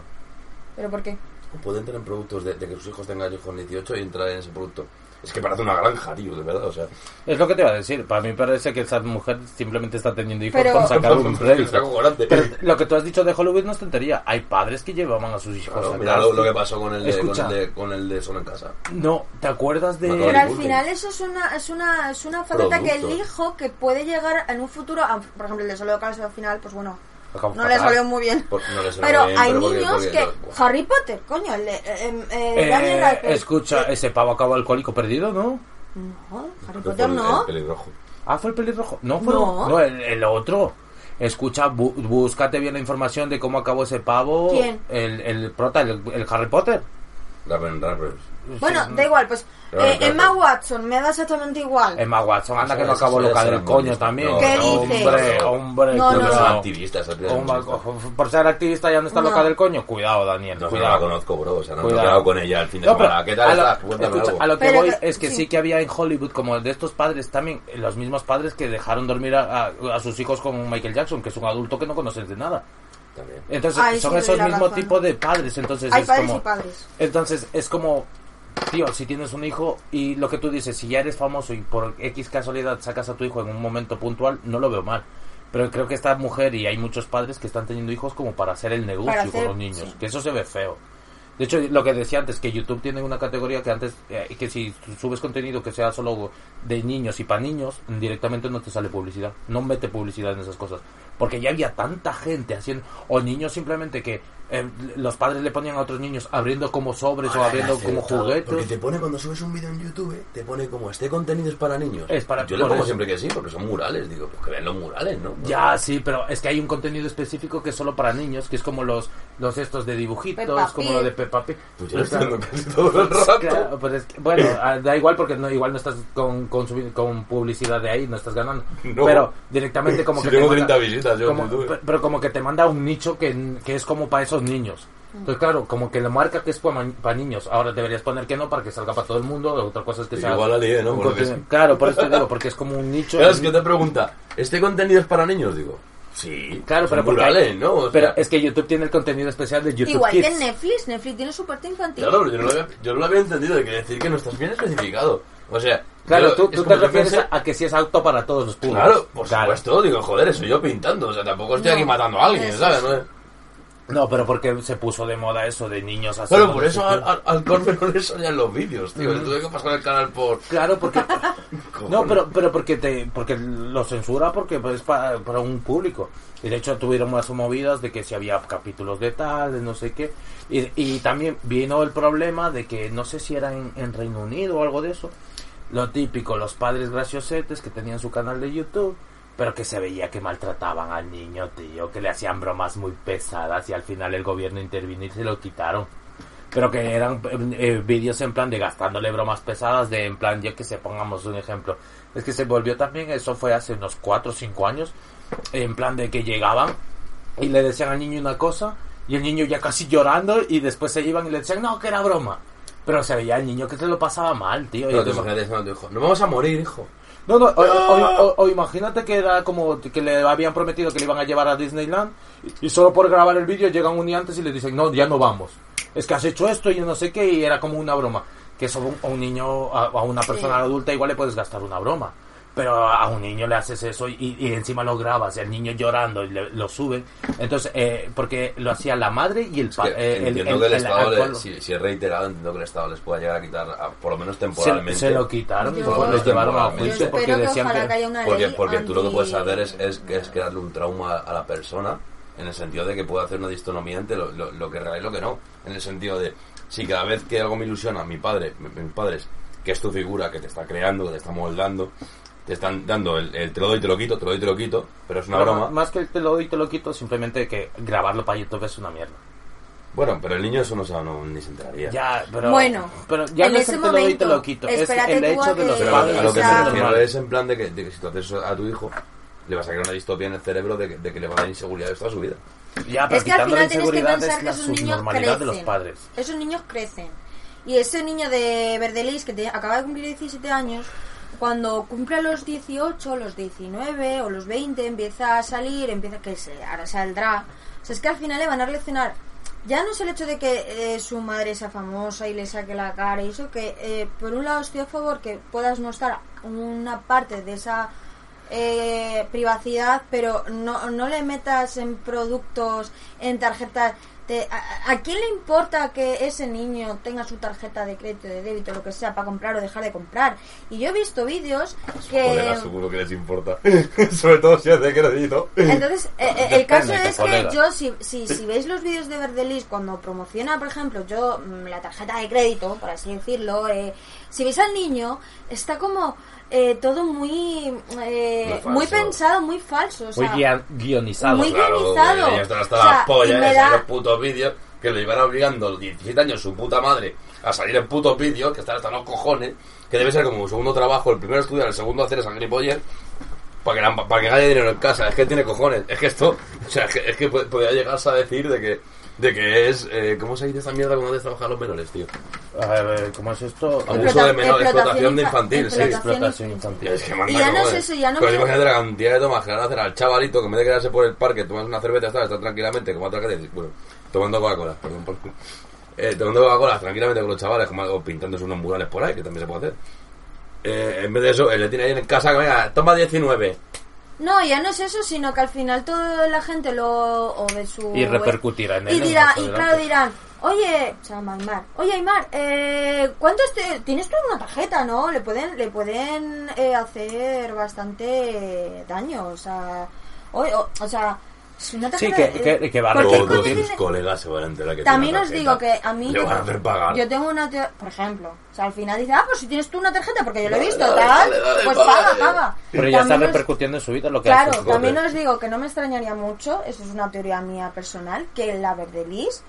Speaker 5: ¿Pero por qué?
Speaker 4: Puede entrar en productos de, de que sus hijos tengan hijos 18 y entrar en ese producto. Es que parece una granja, tío, de verdad, o sea.
Speaker 3: Es lo que te iba a decir. Para mí parece que esa mujer simplemente está teniendo hijos
Speaker 5: Pero-
Speaker 3: por sacar un
Speaker 4: Es
Speaker 3: rédito.
Speaker 4: acojonante.
Speaker 3: Pero lo que tú has dicho de Hollywood no es tontería. Hay padres que llevaban a sus hijos
Speaker 4: Claro,
Speaker 3: a
Speaker 4: mira
Speaker 3: casa.
Speaker 4: lo, lo que pasó con el de, con
Speaker 3: Escucha.
Speaker 4: el de, con el de Son en Casa.
Speaker 3: No, ¿te acuerdas de...?
Speaker 4: Me acabo
Speaker 5: Pero
Speaker 4: Vale,
Speaker 5: al
Speaker 4: Burger.
Speaker 5: final eso es una, es una, es una faceta que
Speaker 4: Producto.
Speaker 5: el hijo que puede llegar en un futuro, a- por ejemplo el de Solo Calcio al final, pues bueno,
Speaker 3: Acabó
Speaker 5: no le
Speaker 3: fatal.
Speaker 5: salió muy bien.
Speaker 4: Por- Pues no le salió
Speaker 5: pero
Speaker 4: bien,
Speaker 5: hay
Speaker 4: pero porque-
Speaker 5: niños
Speaker 4: porque-
Speaker 5: que...
Speaker 4: buah.
Speaker 5: Harry Potter, coño, el de... eh, eh,
Speaker 3: Eh,
Speaker 5: Daniel Radcliffe.
Speaker 3: escucha, eh. ese pavo acabó alcohólico perdido, ¿no?
Speaker 5: No, Harry
Speaker 4: Fue
Speaker 5: Potter
Speaker 4: el-
Speaker 5: no.
Speaker 4: el pelirrojo.
Speaker 3: Ah, fue el pelirrojo. No, fue
Speaker 5: No.
Speaker 3: no, el, el otro. Escucha, bu- búscate bien la información de cómo acabó ese pavo.
Speaker 5: ¿Quién?
Speaker 3: El, el prota, el, el Harry Potter.
Speaker 4: Darren Rabbits.
Speaker 5: Bueno, da igual, pues
Speaker 4: Claro,
Speaker 5: eh,
Speaker 4: claro.
Speaker 5: Emma Watson me da exactamente igual.
Speaker 3: Emma Watson, anda
Speaker 4: Eso
Speaker 3: que no
Speaker 4: es-
Speaker 3: acabó
Speaker 4: eso
Speaker 3: loca
Speaker 4: es
Speaker 3: del
Speaker 4: el
Speaker 3: coño
Speaker 4: mundo.
Speaker 3: también.
Speaker 4: No,
Speaker 5: ¿Qué no, dices?
Speaker 3: Hombre, hombre.
Speaker 5: No,
Speaker 4: Creo que
Speaker 5: no,
Speaker 4: es
Speaker 5: no.
Speaker 4: una activista, esa tía es
Speaker 3: Hombre,
Speaker 4: activista.
Speaker 3: por ser activista ya no está
Speaker 5: No.
Speaker 3: loca del coño. Cuidado, Daniel.
Speaker 4: No, no la
Speaker 3: cuidado.
Speaker 4: conozco, bro. O sea, no me he
Speaker 3: Cuidado.
Speaker 4: quedado con ella el fin de
Speaker 3: No, pero
Speaker 4: semana. ¿Qué
Speaker 3: a
Speaker 4: tal
Speaker 3: lo,
Speaker 4: estás? Cuéntame
Speaker 3: escucha,
Speaker 4: algo.
Speaker 3: a lo que
Speaker 5: Pero
Speaker 3: voy
Speaker 5: que-
Speaker 3: es que sí.
Speaker 5: sí
Speaker 3: que había en Hollywood, como de estos padres también, eh, los mismos padres que dejaron dormir a, a- a sus hijos con Michael Jackson, que es un adulto que no conoces de nada.
Speaker 4: También.
Speaker 3: Entonces,
Speaker 5: Ay, sí,
Speaker 3: son
Speaker 5: te doy
Speaker 3: esos
Speaker 5: la
Speaker 3: mismos
Speaker 5: razón.
Speaker 3: tipos de padres. Entonces,
Speaker 5: Hay
Speaker 3: es
Speaker 5: padres
Speaker 3: como,
Speaker 5: y padres.
Speaker 3: Entonces, es como, tío, si tienes un hijo y lo que tú dices, si ya eres famoso y por X casualidad sacas a tu hijo en un momento puntual, no lo veo mal. Pero creo que esta mujer y hay muchos padres que están teniendo hijos como para hacer el negocio
Speaker 5: Para
Speaker 3: con
Speaker 5: hacer-
Speaker 3: los niños.
Speaker 5: sí.
Speaker 3: Que eso se ve feo. De hecho, lo que decía antes, que YouTube tiene una categoría que antes, eh, que si subes contenido que sea solo de niños y para niños, directamente no te sale publicidad. No mete publicidad en esas cosas. Porque ya había tanta gente haciendo, o niños simplemente que eh, los padres le ponían a otros niños abriendo como sobres o abriendo como
Speaker 4: Ah, Porque te
Speaker 3: juguetes.
Speaker 4: pone cuando subes un vídeo en YouTube, te pone como este contenido es para niños.
Speaker 3: Es para-
Speaker 4: Yo le
Speaker 3: por
Speaker 4: pongo
Speaker 3: eso.
Speaker 4: siempre que sí, porque son murales. Digo, pues que vean los murales, ¿no?
Speaker 3: Ya, sí, pero es que hay un contenido específico que es solo para niños, que es como los, los estos de dibujitos,
Speaker 5: Peppa
Speaker 3: como
Speaker 5: Pig.
Speaker 3: lo de Peppa Pig.
Speaker 4: Pues yo lo estoy dando casi todo el rato.
Speaker 3: Claro, pues es que- bueno, ah, da igual porque no, igual no estás con, con, subi- con publicidad de ahí, no estás ganando.
Speaker 4: No.
Speaker 3: Pero directamente como
Speaker 4: Si
Speaker 3: que...
Speaker 4: tengo
Speaker 3: te
Speaker 4: 30 visitas yo en
Speaker 3: como-
Speaker 4: YouTube.
Speaker 3: pe- Pero como que te manda un nicho que, que es como para esos niños. Entonces, claro, como que la marca que es para, niños. Ahora deberías poner que no para que salga para todo el mundo. Otra cosa es que
Speaker 4: Sí,
Speaker 3: sea...
Speaker 4: igual la lié, ¿no?
Speaker 3: un
Speaker 4: Porque
Speaker 3: contenido-
Speaker 4: sí.
Speaker 3: Claro, por eso te digo, porque es como un nicho...
Speaker 4: Claro, es que te pregunta, ¿este contenido es para niños? Digo, sí.
Speaker 3: Claro,
Speaker 4: son
Speaker 3: pero porque...
Speaker 4: murales, ¿no? O
Speaker 3: pero
Speaker 4: sea,
Speaker 3: es que YouTube tiene el contenido especial de YouTube
Speaker 5: Igual
Speaker 3: Kids.
Speaker 5: que en Netflix, Netflix tiene su parte infantil.
Speaker 4: Claro, pero yo no lo había, yo no lo había entendido de que decir que no estás bien especificado. O sea,
Speaker 3: Claro,
Speaker 4: yo-
Speaker 3: tú,
Speaker 4: es
Speaker 3: tú
Speaker 4: como
Speaker 3: te
Speaker 4: que
Speaker 3: refieres
Speaker 4: pensé-
Speaker 3: a que si es apto para todos los públicos.
Speaker 4: Claro, por
Speaker 3: Claro.
Speaker 4: supuesto, digo, joder, soy yo pintando, o sea, tampoco estoy
Speaker 5: No,
Speaker 4: aquí matando a alguien,
Speaker 5: eso
Speaker 4: ¿sabes?
Speaker 5: sí.
Speaker 4: No?
Speaker 3: No, pero porque se puso de moda eso de niños así.
Speaker 4: Claro,
Speaker 3: con
Speaker 4: por
Speaker 3: el
Speaker 4: eso
Speaker 3: sitio.
Speaker 4: al, al, al Corbe no le salían los vídeos, tío, le tuve que pasar el canal por...
Speaker 3: Claro, porque... no,
Speaker 4: Cojones.
Speaker 3: pero, pero porque te porque lo censura porque pues, es para, para un público. Y de hecho tuvieron más movidas de que si había capítulos de tal, de no sé qué. Y, y también vino el problema de que no sé si era en, en Reino Unido o algo de eso. Lo típico, los padres graciosetes que tenían su canal de YouTube, pero que se veía que maltrataban al niño, tío, que le hacían bromas muy pesadas y al final el gobierno intervino y se lo quitaron. Pero que eran eh, vídeos en plan de gastándole bromas pesadas, de en plan, yo que se pongamos un ejemplo. Es que se volvió también, eso fue hace unos 4 o 5 años, en plan de que llegaban y le decían al niño una cosa y el niño ya casi llorando y después se iban y le decían, no, que era broma. Pero se veía el niño que se lo pasaba mal, tío. y
Speaker 4: Pero te
Speaker 3: entonces-
Speaker 4: imaginas diciendo a tu hijo, no vamos a morir, hijo.
Speaker 3: no, no, o, o- o- o imagínate que era como que le habían prometido que le iban a llevar a Disneyland y, y solo por grabar el vídeo llegan un día antes y le dicen, no, ya no vamos. Es que has hecho esto y no sé qué y era como una broma. Que eso a un, a un niño, a, a una persona adulta igual le puedes gastar una broma. Pero a a un niño le haces eso y, y encima lo grabas, y el niño llorando y le- lo sube. Entonces, eh, porque lo hacía la madre y eh, el
Speaker 4: Que
Speaker 3: padre.
Speaker 4: entiendo que el, Estado, le- si, si es reiterado, entiendo que el Estado les pueda llegar a quitar, a- por lo menos
Speaker 3: se,
Speaker 4: temporalmente.
Speaker 3: se lo quitaron y
Speaker 5: Yo-
Speaker 3: luego les llevaron a
Speaker 5: Yo
Speaker 3: juicio
Speaker 5: espero
Speaker 3: porque
Speaker 5: que
Speaker 3: decían
Speaker 5: ojalá que
Speaker 3: que...
Speaker 5: haya una
Speaker 4: Porque,
Speaker 5: ley
Speaker 4: porque tú lo que
Speaker 5: anti-
Speaker 4: puedes hacer es, es, es crearle un trauma a la persona en el sentido de que puede hacer una distonomía entre lo, lo- lo que es real y lo que no. En el sentido de, si cada vez que algo me ilusiona, mi padre, mi- mis padres, que es tu figura, que te está creando, que te está moldando, te están dando el, el te lo doy, te lo quito, te lo doy, te lo quito, pero es una
Speaker 3: Pero
Speaker 4: broma.
Speaker 3: Más que te lo doy y te lo quito, simplemente que grabarlo para YouTube es una mierda.
Speaker 4: Bueno, pero el niño eso no sabe, no, ni se enteraría.
Speaker 3: Ya, pero.
Speaker 5: Bueno,
Speaker 3: pero ya
Speaker 5: en
Speaker 3: no
Speaker 5: ese
Speaker 3: es el te lo doy y te lo
Speaker 5: momento,
Speaker 3: quito. Es
Speaker 5: espérate
Speaker 3: el
Speaker 5: tú
Speaker 3: hecho
Speaker 5: a
Speaker 3: de los
Speaker 5: que-
Speaker 4: Pero a lo que-
Speaker 3: padres.
Speaker 4: a lo que
Speaker 3: es
Speaker 4: me
Speaker 5: Claro.
Speaker 4: refiero
Speaker 3: normal.
Speaker 4: es en plan de que, de que si tú haces eso a tu hijo, le vas a crear una distopía en el cerebro de que, de que le va a dar inseguridad toda su vida.
Speaker 3: Ya, pero
Speaker 5: es que
Speaker 3: quitando
Speaker 5: al
Speaker 3: la
Speaker 5: final tienes que
Speaker 3: inseguridad
Speaker 5: pensar
Speaker 3: es
Speaker 5: que
Speaker 3: la
Speaker 5: esos niños
Speaker 3: subnormalidad
Speaker 5: crecen.
Speaker 3: de los padres.
Speaker 5: Esos niños crecen. Y ese niño de Verdelis que te- acaba de cumplir 17 años, cuando cumpla los 18, los 19 o los 20, empieza a salir, empieza que se, ahora saldrá O sea, es que al final le van a relacionar. Ya no es el hecho de que eh, su madre sea famosa y le saque la cara y eso, que eh, por un lado estoy a favor que puedas mostrar una parte de esa eh, privacidad, pero no, no le metas en productos, en tarjetas. Te- a, a quién le importa que ese niño tenga su tarjeta de crédito, de débito, lo que sea, para comprar o dejar de comprar? Y yo he visto vídeos
Speaker 4: Colega,
Speaker 5: que...
Speaker 4: seguro que les importa. Sobre todo si es de crédito.
Speaker 5: Entonces, eh, eh, el caso
Speaker 8: Depende,
Speaker 5: es
Speaker 8: colega.
Speaker 5: que yo, si, si, si veis los vídeos de Verdelis cuando promociona, por ejemplo, yo mm, la tarjeta de crédito, por así decirlo, eh, si veis al niño, está como eh, todo muy eh,
Speaker 4: Muy
Speaker 5: muy
Speaker 4: falso.
Speaker 5: pensado, muy falso. o
Speaker 3: Muy
Speaker 5: sea,
Speaker 3: guia- guionizado.
Speaker 5: Muy
Speaker 4: Claro,
Speaker 5: guionizado.
Speaker 4: ya está hasta
Speaker 5: O sea,
Speaker 4: la polla
Speaker 5: y me
Speaker 4: de
Speaker 5: da-
Speaker 4: los putos vídeos que le iban obligando los 17 años su puta madre a salir en putos vídeos, que están hasta los cojones, que debe ser como un segundo trabajo, el primero estudiar, el segundo hacer esa gilipollas para que, la- para que gane dinero en casa, es que tiene cojones, es que esto, o sea, es que, es que po- podía llegarse a decir de que de que es, eh, ¿cómo se dice esta mierda cuando te trabajan los menores, tío?
Speaker 8: A ver, ¿cómo es esto?
Speaker 4: Abuso de
Speaker 5: Explota-
Speaker 4: menor, explotación de
Speaker 5: infa-
Speaker 4: infantil, sí.
Speaker 8: Explotación infantil.
Speaker 4: Es que manda
Speaker 5: Y ya no es
Speaker 4: cojones.
Speaker 5: eso, ya no
Speaker 4: Pero
Speaker 5: me-
Speaker 4: imagínate la cantidad de tomas que le van a hacer al chavalito que en vez de quedarse por el parque, tomas una cerveza, está, está tranquilamente, como otra que te- bueno, tomando Coca-Cola, perdón por culo. eh, tomando Coca-Cola tranquilamente con los chavales, como o pintándose unos murales por ahí, que también se puede hacer. Eh, en vez de eso, él le tiene ahí en casa, que venga, toma 19.
Speaker 5: No, ya no es eso, sino que al final toda la gente lo o de su
Speaker 3: Y repercutirá en
Speaker 5: y
Speaker 3: él,
Speaker 5: dirá,
Speaker 3: más
Speaker 5: y
Speaker 3: adelante.
Speaker 5: claro dirán, oye, se llama Aymar, oye Aymar, eh, ¿cuántos te- tienes tú una tarjeta, no? Le pueden, le pueden eh, hacer bastante daño, o sea, o, o- o sea, si una tarjeta
Speaker 3: que- que- que va a
Speaker 5: ¿por qué
Speaker 3: Cualquier
Speaker 4: Todos
Speaker 3: cosa
Speaker 5: consiste-
Speaker 4: sus colegas se van a enterar que
Speaker 5: también
Speaker 4: tiene
Speaker 5: os
Speaker 4: tarjeta.
Speaker 5: digo que a mí
Speaker 4: Le van a hacer pagar.
Speaker 5: yo tengo una teo- por ejemplo o sea al final dice ah pues si tienes tú una tarjeta porque yo lo he visto
Speaker 4: dale,
Speaker 5: tal
Speaker 4: dale, dale,
Speaker 5: pues
Speaker 4: paga,
Speaker 5: paga
Speaker 4: dale.
Speaker 5: paga
Speaker 3: Pero ya está
Speaker 5: También os-
Speaker 3: repercutiendo en su vida lo que
Speaker 5: Claro,
Speaker 3: hace.
Speaker 5: también os digo que no me extrañaría mucho, eso es una teoría mía personal, que la Verdelis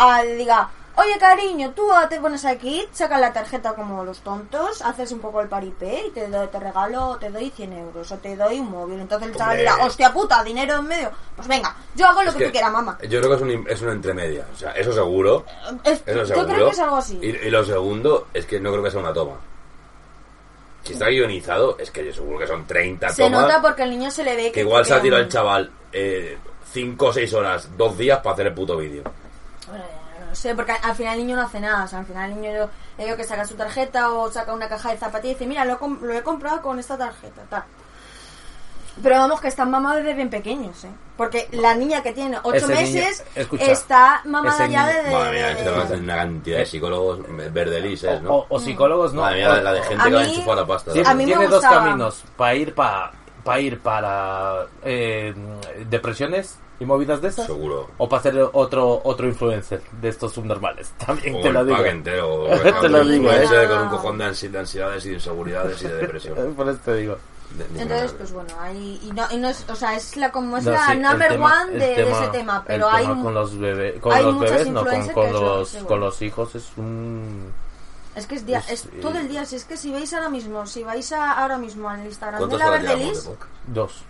Speaker 5: ah, diga, oye cariño, tú ah, te pones aquí, sacas la tarjeta como los tontos, haces un poco el paripé y te, doy- te regalo, te doy 100 euros o te doy un móvil. Entonces el chaval
Speaker 4: Hombre.
Speaker 5: dirá, hostia puta, dinero en medio. Pues venga, yo hago lo
Speaker 4: Es
Speaker 5: que, tú quieras, mamá.
Speaker 4: Yo creo que es un, es una entremedia, o sea, eso seguro.
Speaker 5: Es-
Speaker 4: Eso
Speaker 5: yo
Speaker 4: seguro.
Speaker 5: creo que es algo así.
Speaker 4: Y, y lo segundo es que no creo que sea una toma. Si está guionizado, es que yo seguro que son 30
Speaker 5: Se
Speaker 4: tomas.
Speaker 5: nota porque el niño se le ve que...
Speaker 4: que igual se ha tirado el
Speaker 5: que-
Speaker 4: chaval 5 o 6 horas, 2 días para hacer el puto vídeo.
Speaker 5: Bueno, ya No sé, porque al final el niño no hace nada. O sea, al final el niño yo, le digo que saca su tarjeta o saca una caja de zapatillas y dice, mira, lo, he com- lo he comprado con esta tarjeta, tal. Pero vamos, que están mamados desde bien pequeños, ¿eh? Porque la niña que tiene 8
Speaker 3: Ese niño-
Speaker 5: meses
Speaker 3: escucha,
Speaker 5: está mamada
Speaker 3: ese
Speaker 5: ya
Speaker 3: niño-
Speaker 5: desde...
Speaker 4: Madre mía, que se van a hacer una cantidad de psicólogos verdelises,
Speaker 3: O,
Speaker 4: ¿no?
Speaker 3: o psicólogos, ¿no?
Speaker 4: Madre mía,
Speaker 3: O-
Speaker 4: la de gente que
Speaker 5: mí-
Speaker 4: va a enchufar la pasta.
Speaker 5: Sí,
Speaker 4: ¿no?
Speaker 5: a mí me
Speaker 3: tiene dos
Speaker 5: gustaba.
Speaker 3: caminos para ir para ir para eh, depresiones y movidas de esas
Speaker 4: Seguro.
Speaker 3: o para ser otro otro influencer de estos subnormales también
Speaker 4: O
Speaker 3: te
Speaker 4: el
Speaker 3: lo digo
Speaker 4: pack entero. o
Speaker 3: Te
Speaker 4: el
Speaker 3: lo digo, ¿eh?
Speaker 4: influencer Con un cojón de ansi- de ansiedades y de inseguridades y de depresión.
Speaker 3: por eso te digo
Speaker 4: De- de-
Speaker 5: Entonces, pues bueno, ahí... Y no, y no es, o sea, es la, como es
Speaker 3: No,
Speaker 5: la
Speaker 3: sí, el
Speaker 5: number
Speaker 3: tema-
Speaker 5: one
Speaker 3: el
Speaker 5: de, de ese tema,
Speaker 3: el
Speaker 5: pero hay...
Speaker 3: tema con los, bebé- con
Speaker 5: hay
Speaker 3: los
Speaker 5: muchas
Speaker 3: bebés no con,
Speaker 5: influencers
Speaker 3: con
Speaker 5: que eso,
Speaker 3: los
Speaker 5: sí,
Speaker 3: con
Speaker 5: bueno.
Speaker 3: los hijos es un
Speaker 5: Es que es, día-
Speaker 3: es,
Speaker 5: es
Speaker 3: eh,
Speaker 5: todo el día, si es que si veis ahora mismo, si vais a- ahora mismo al Instagram de
Speaker 4: ¿Cuántos
Speaker 5: la
Speaker 4: horas llevamos
Speaker 5: Verdelis...
Speaker 4: de podcast?
Speaker 3: dos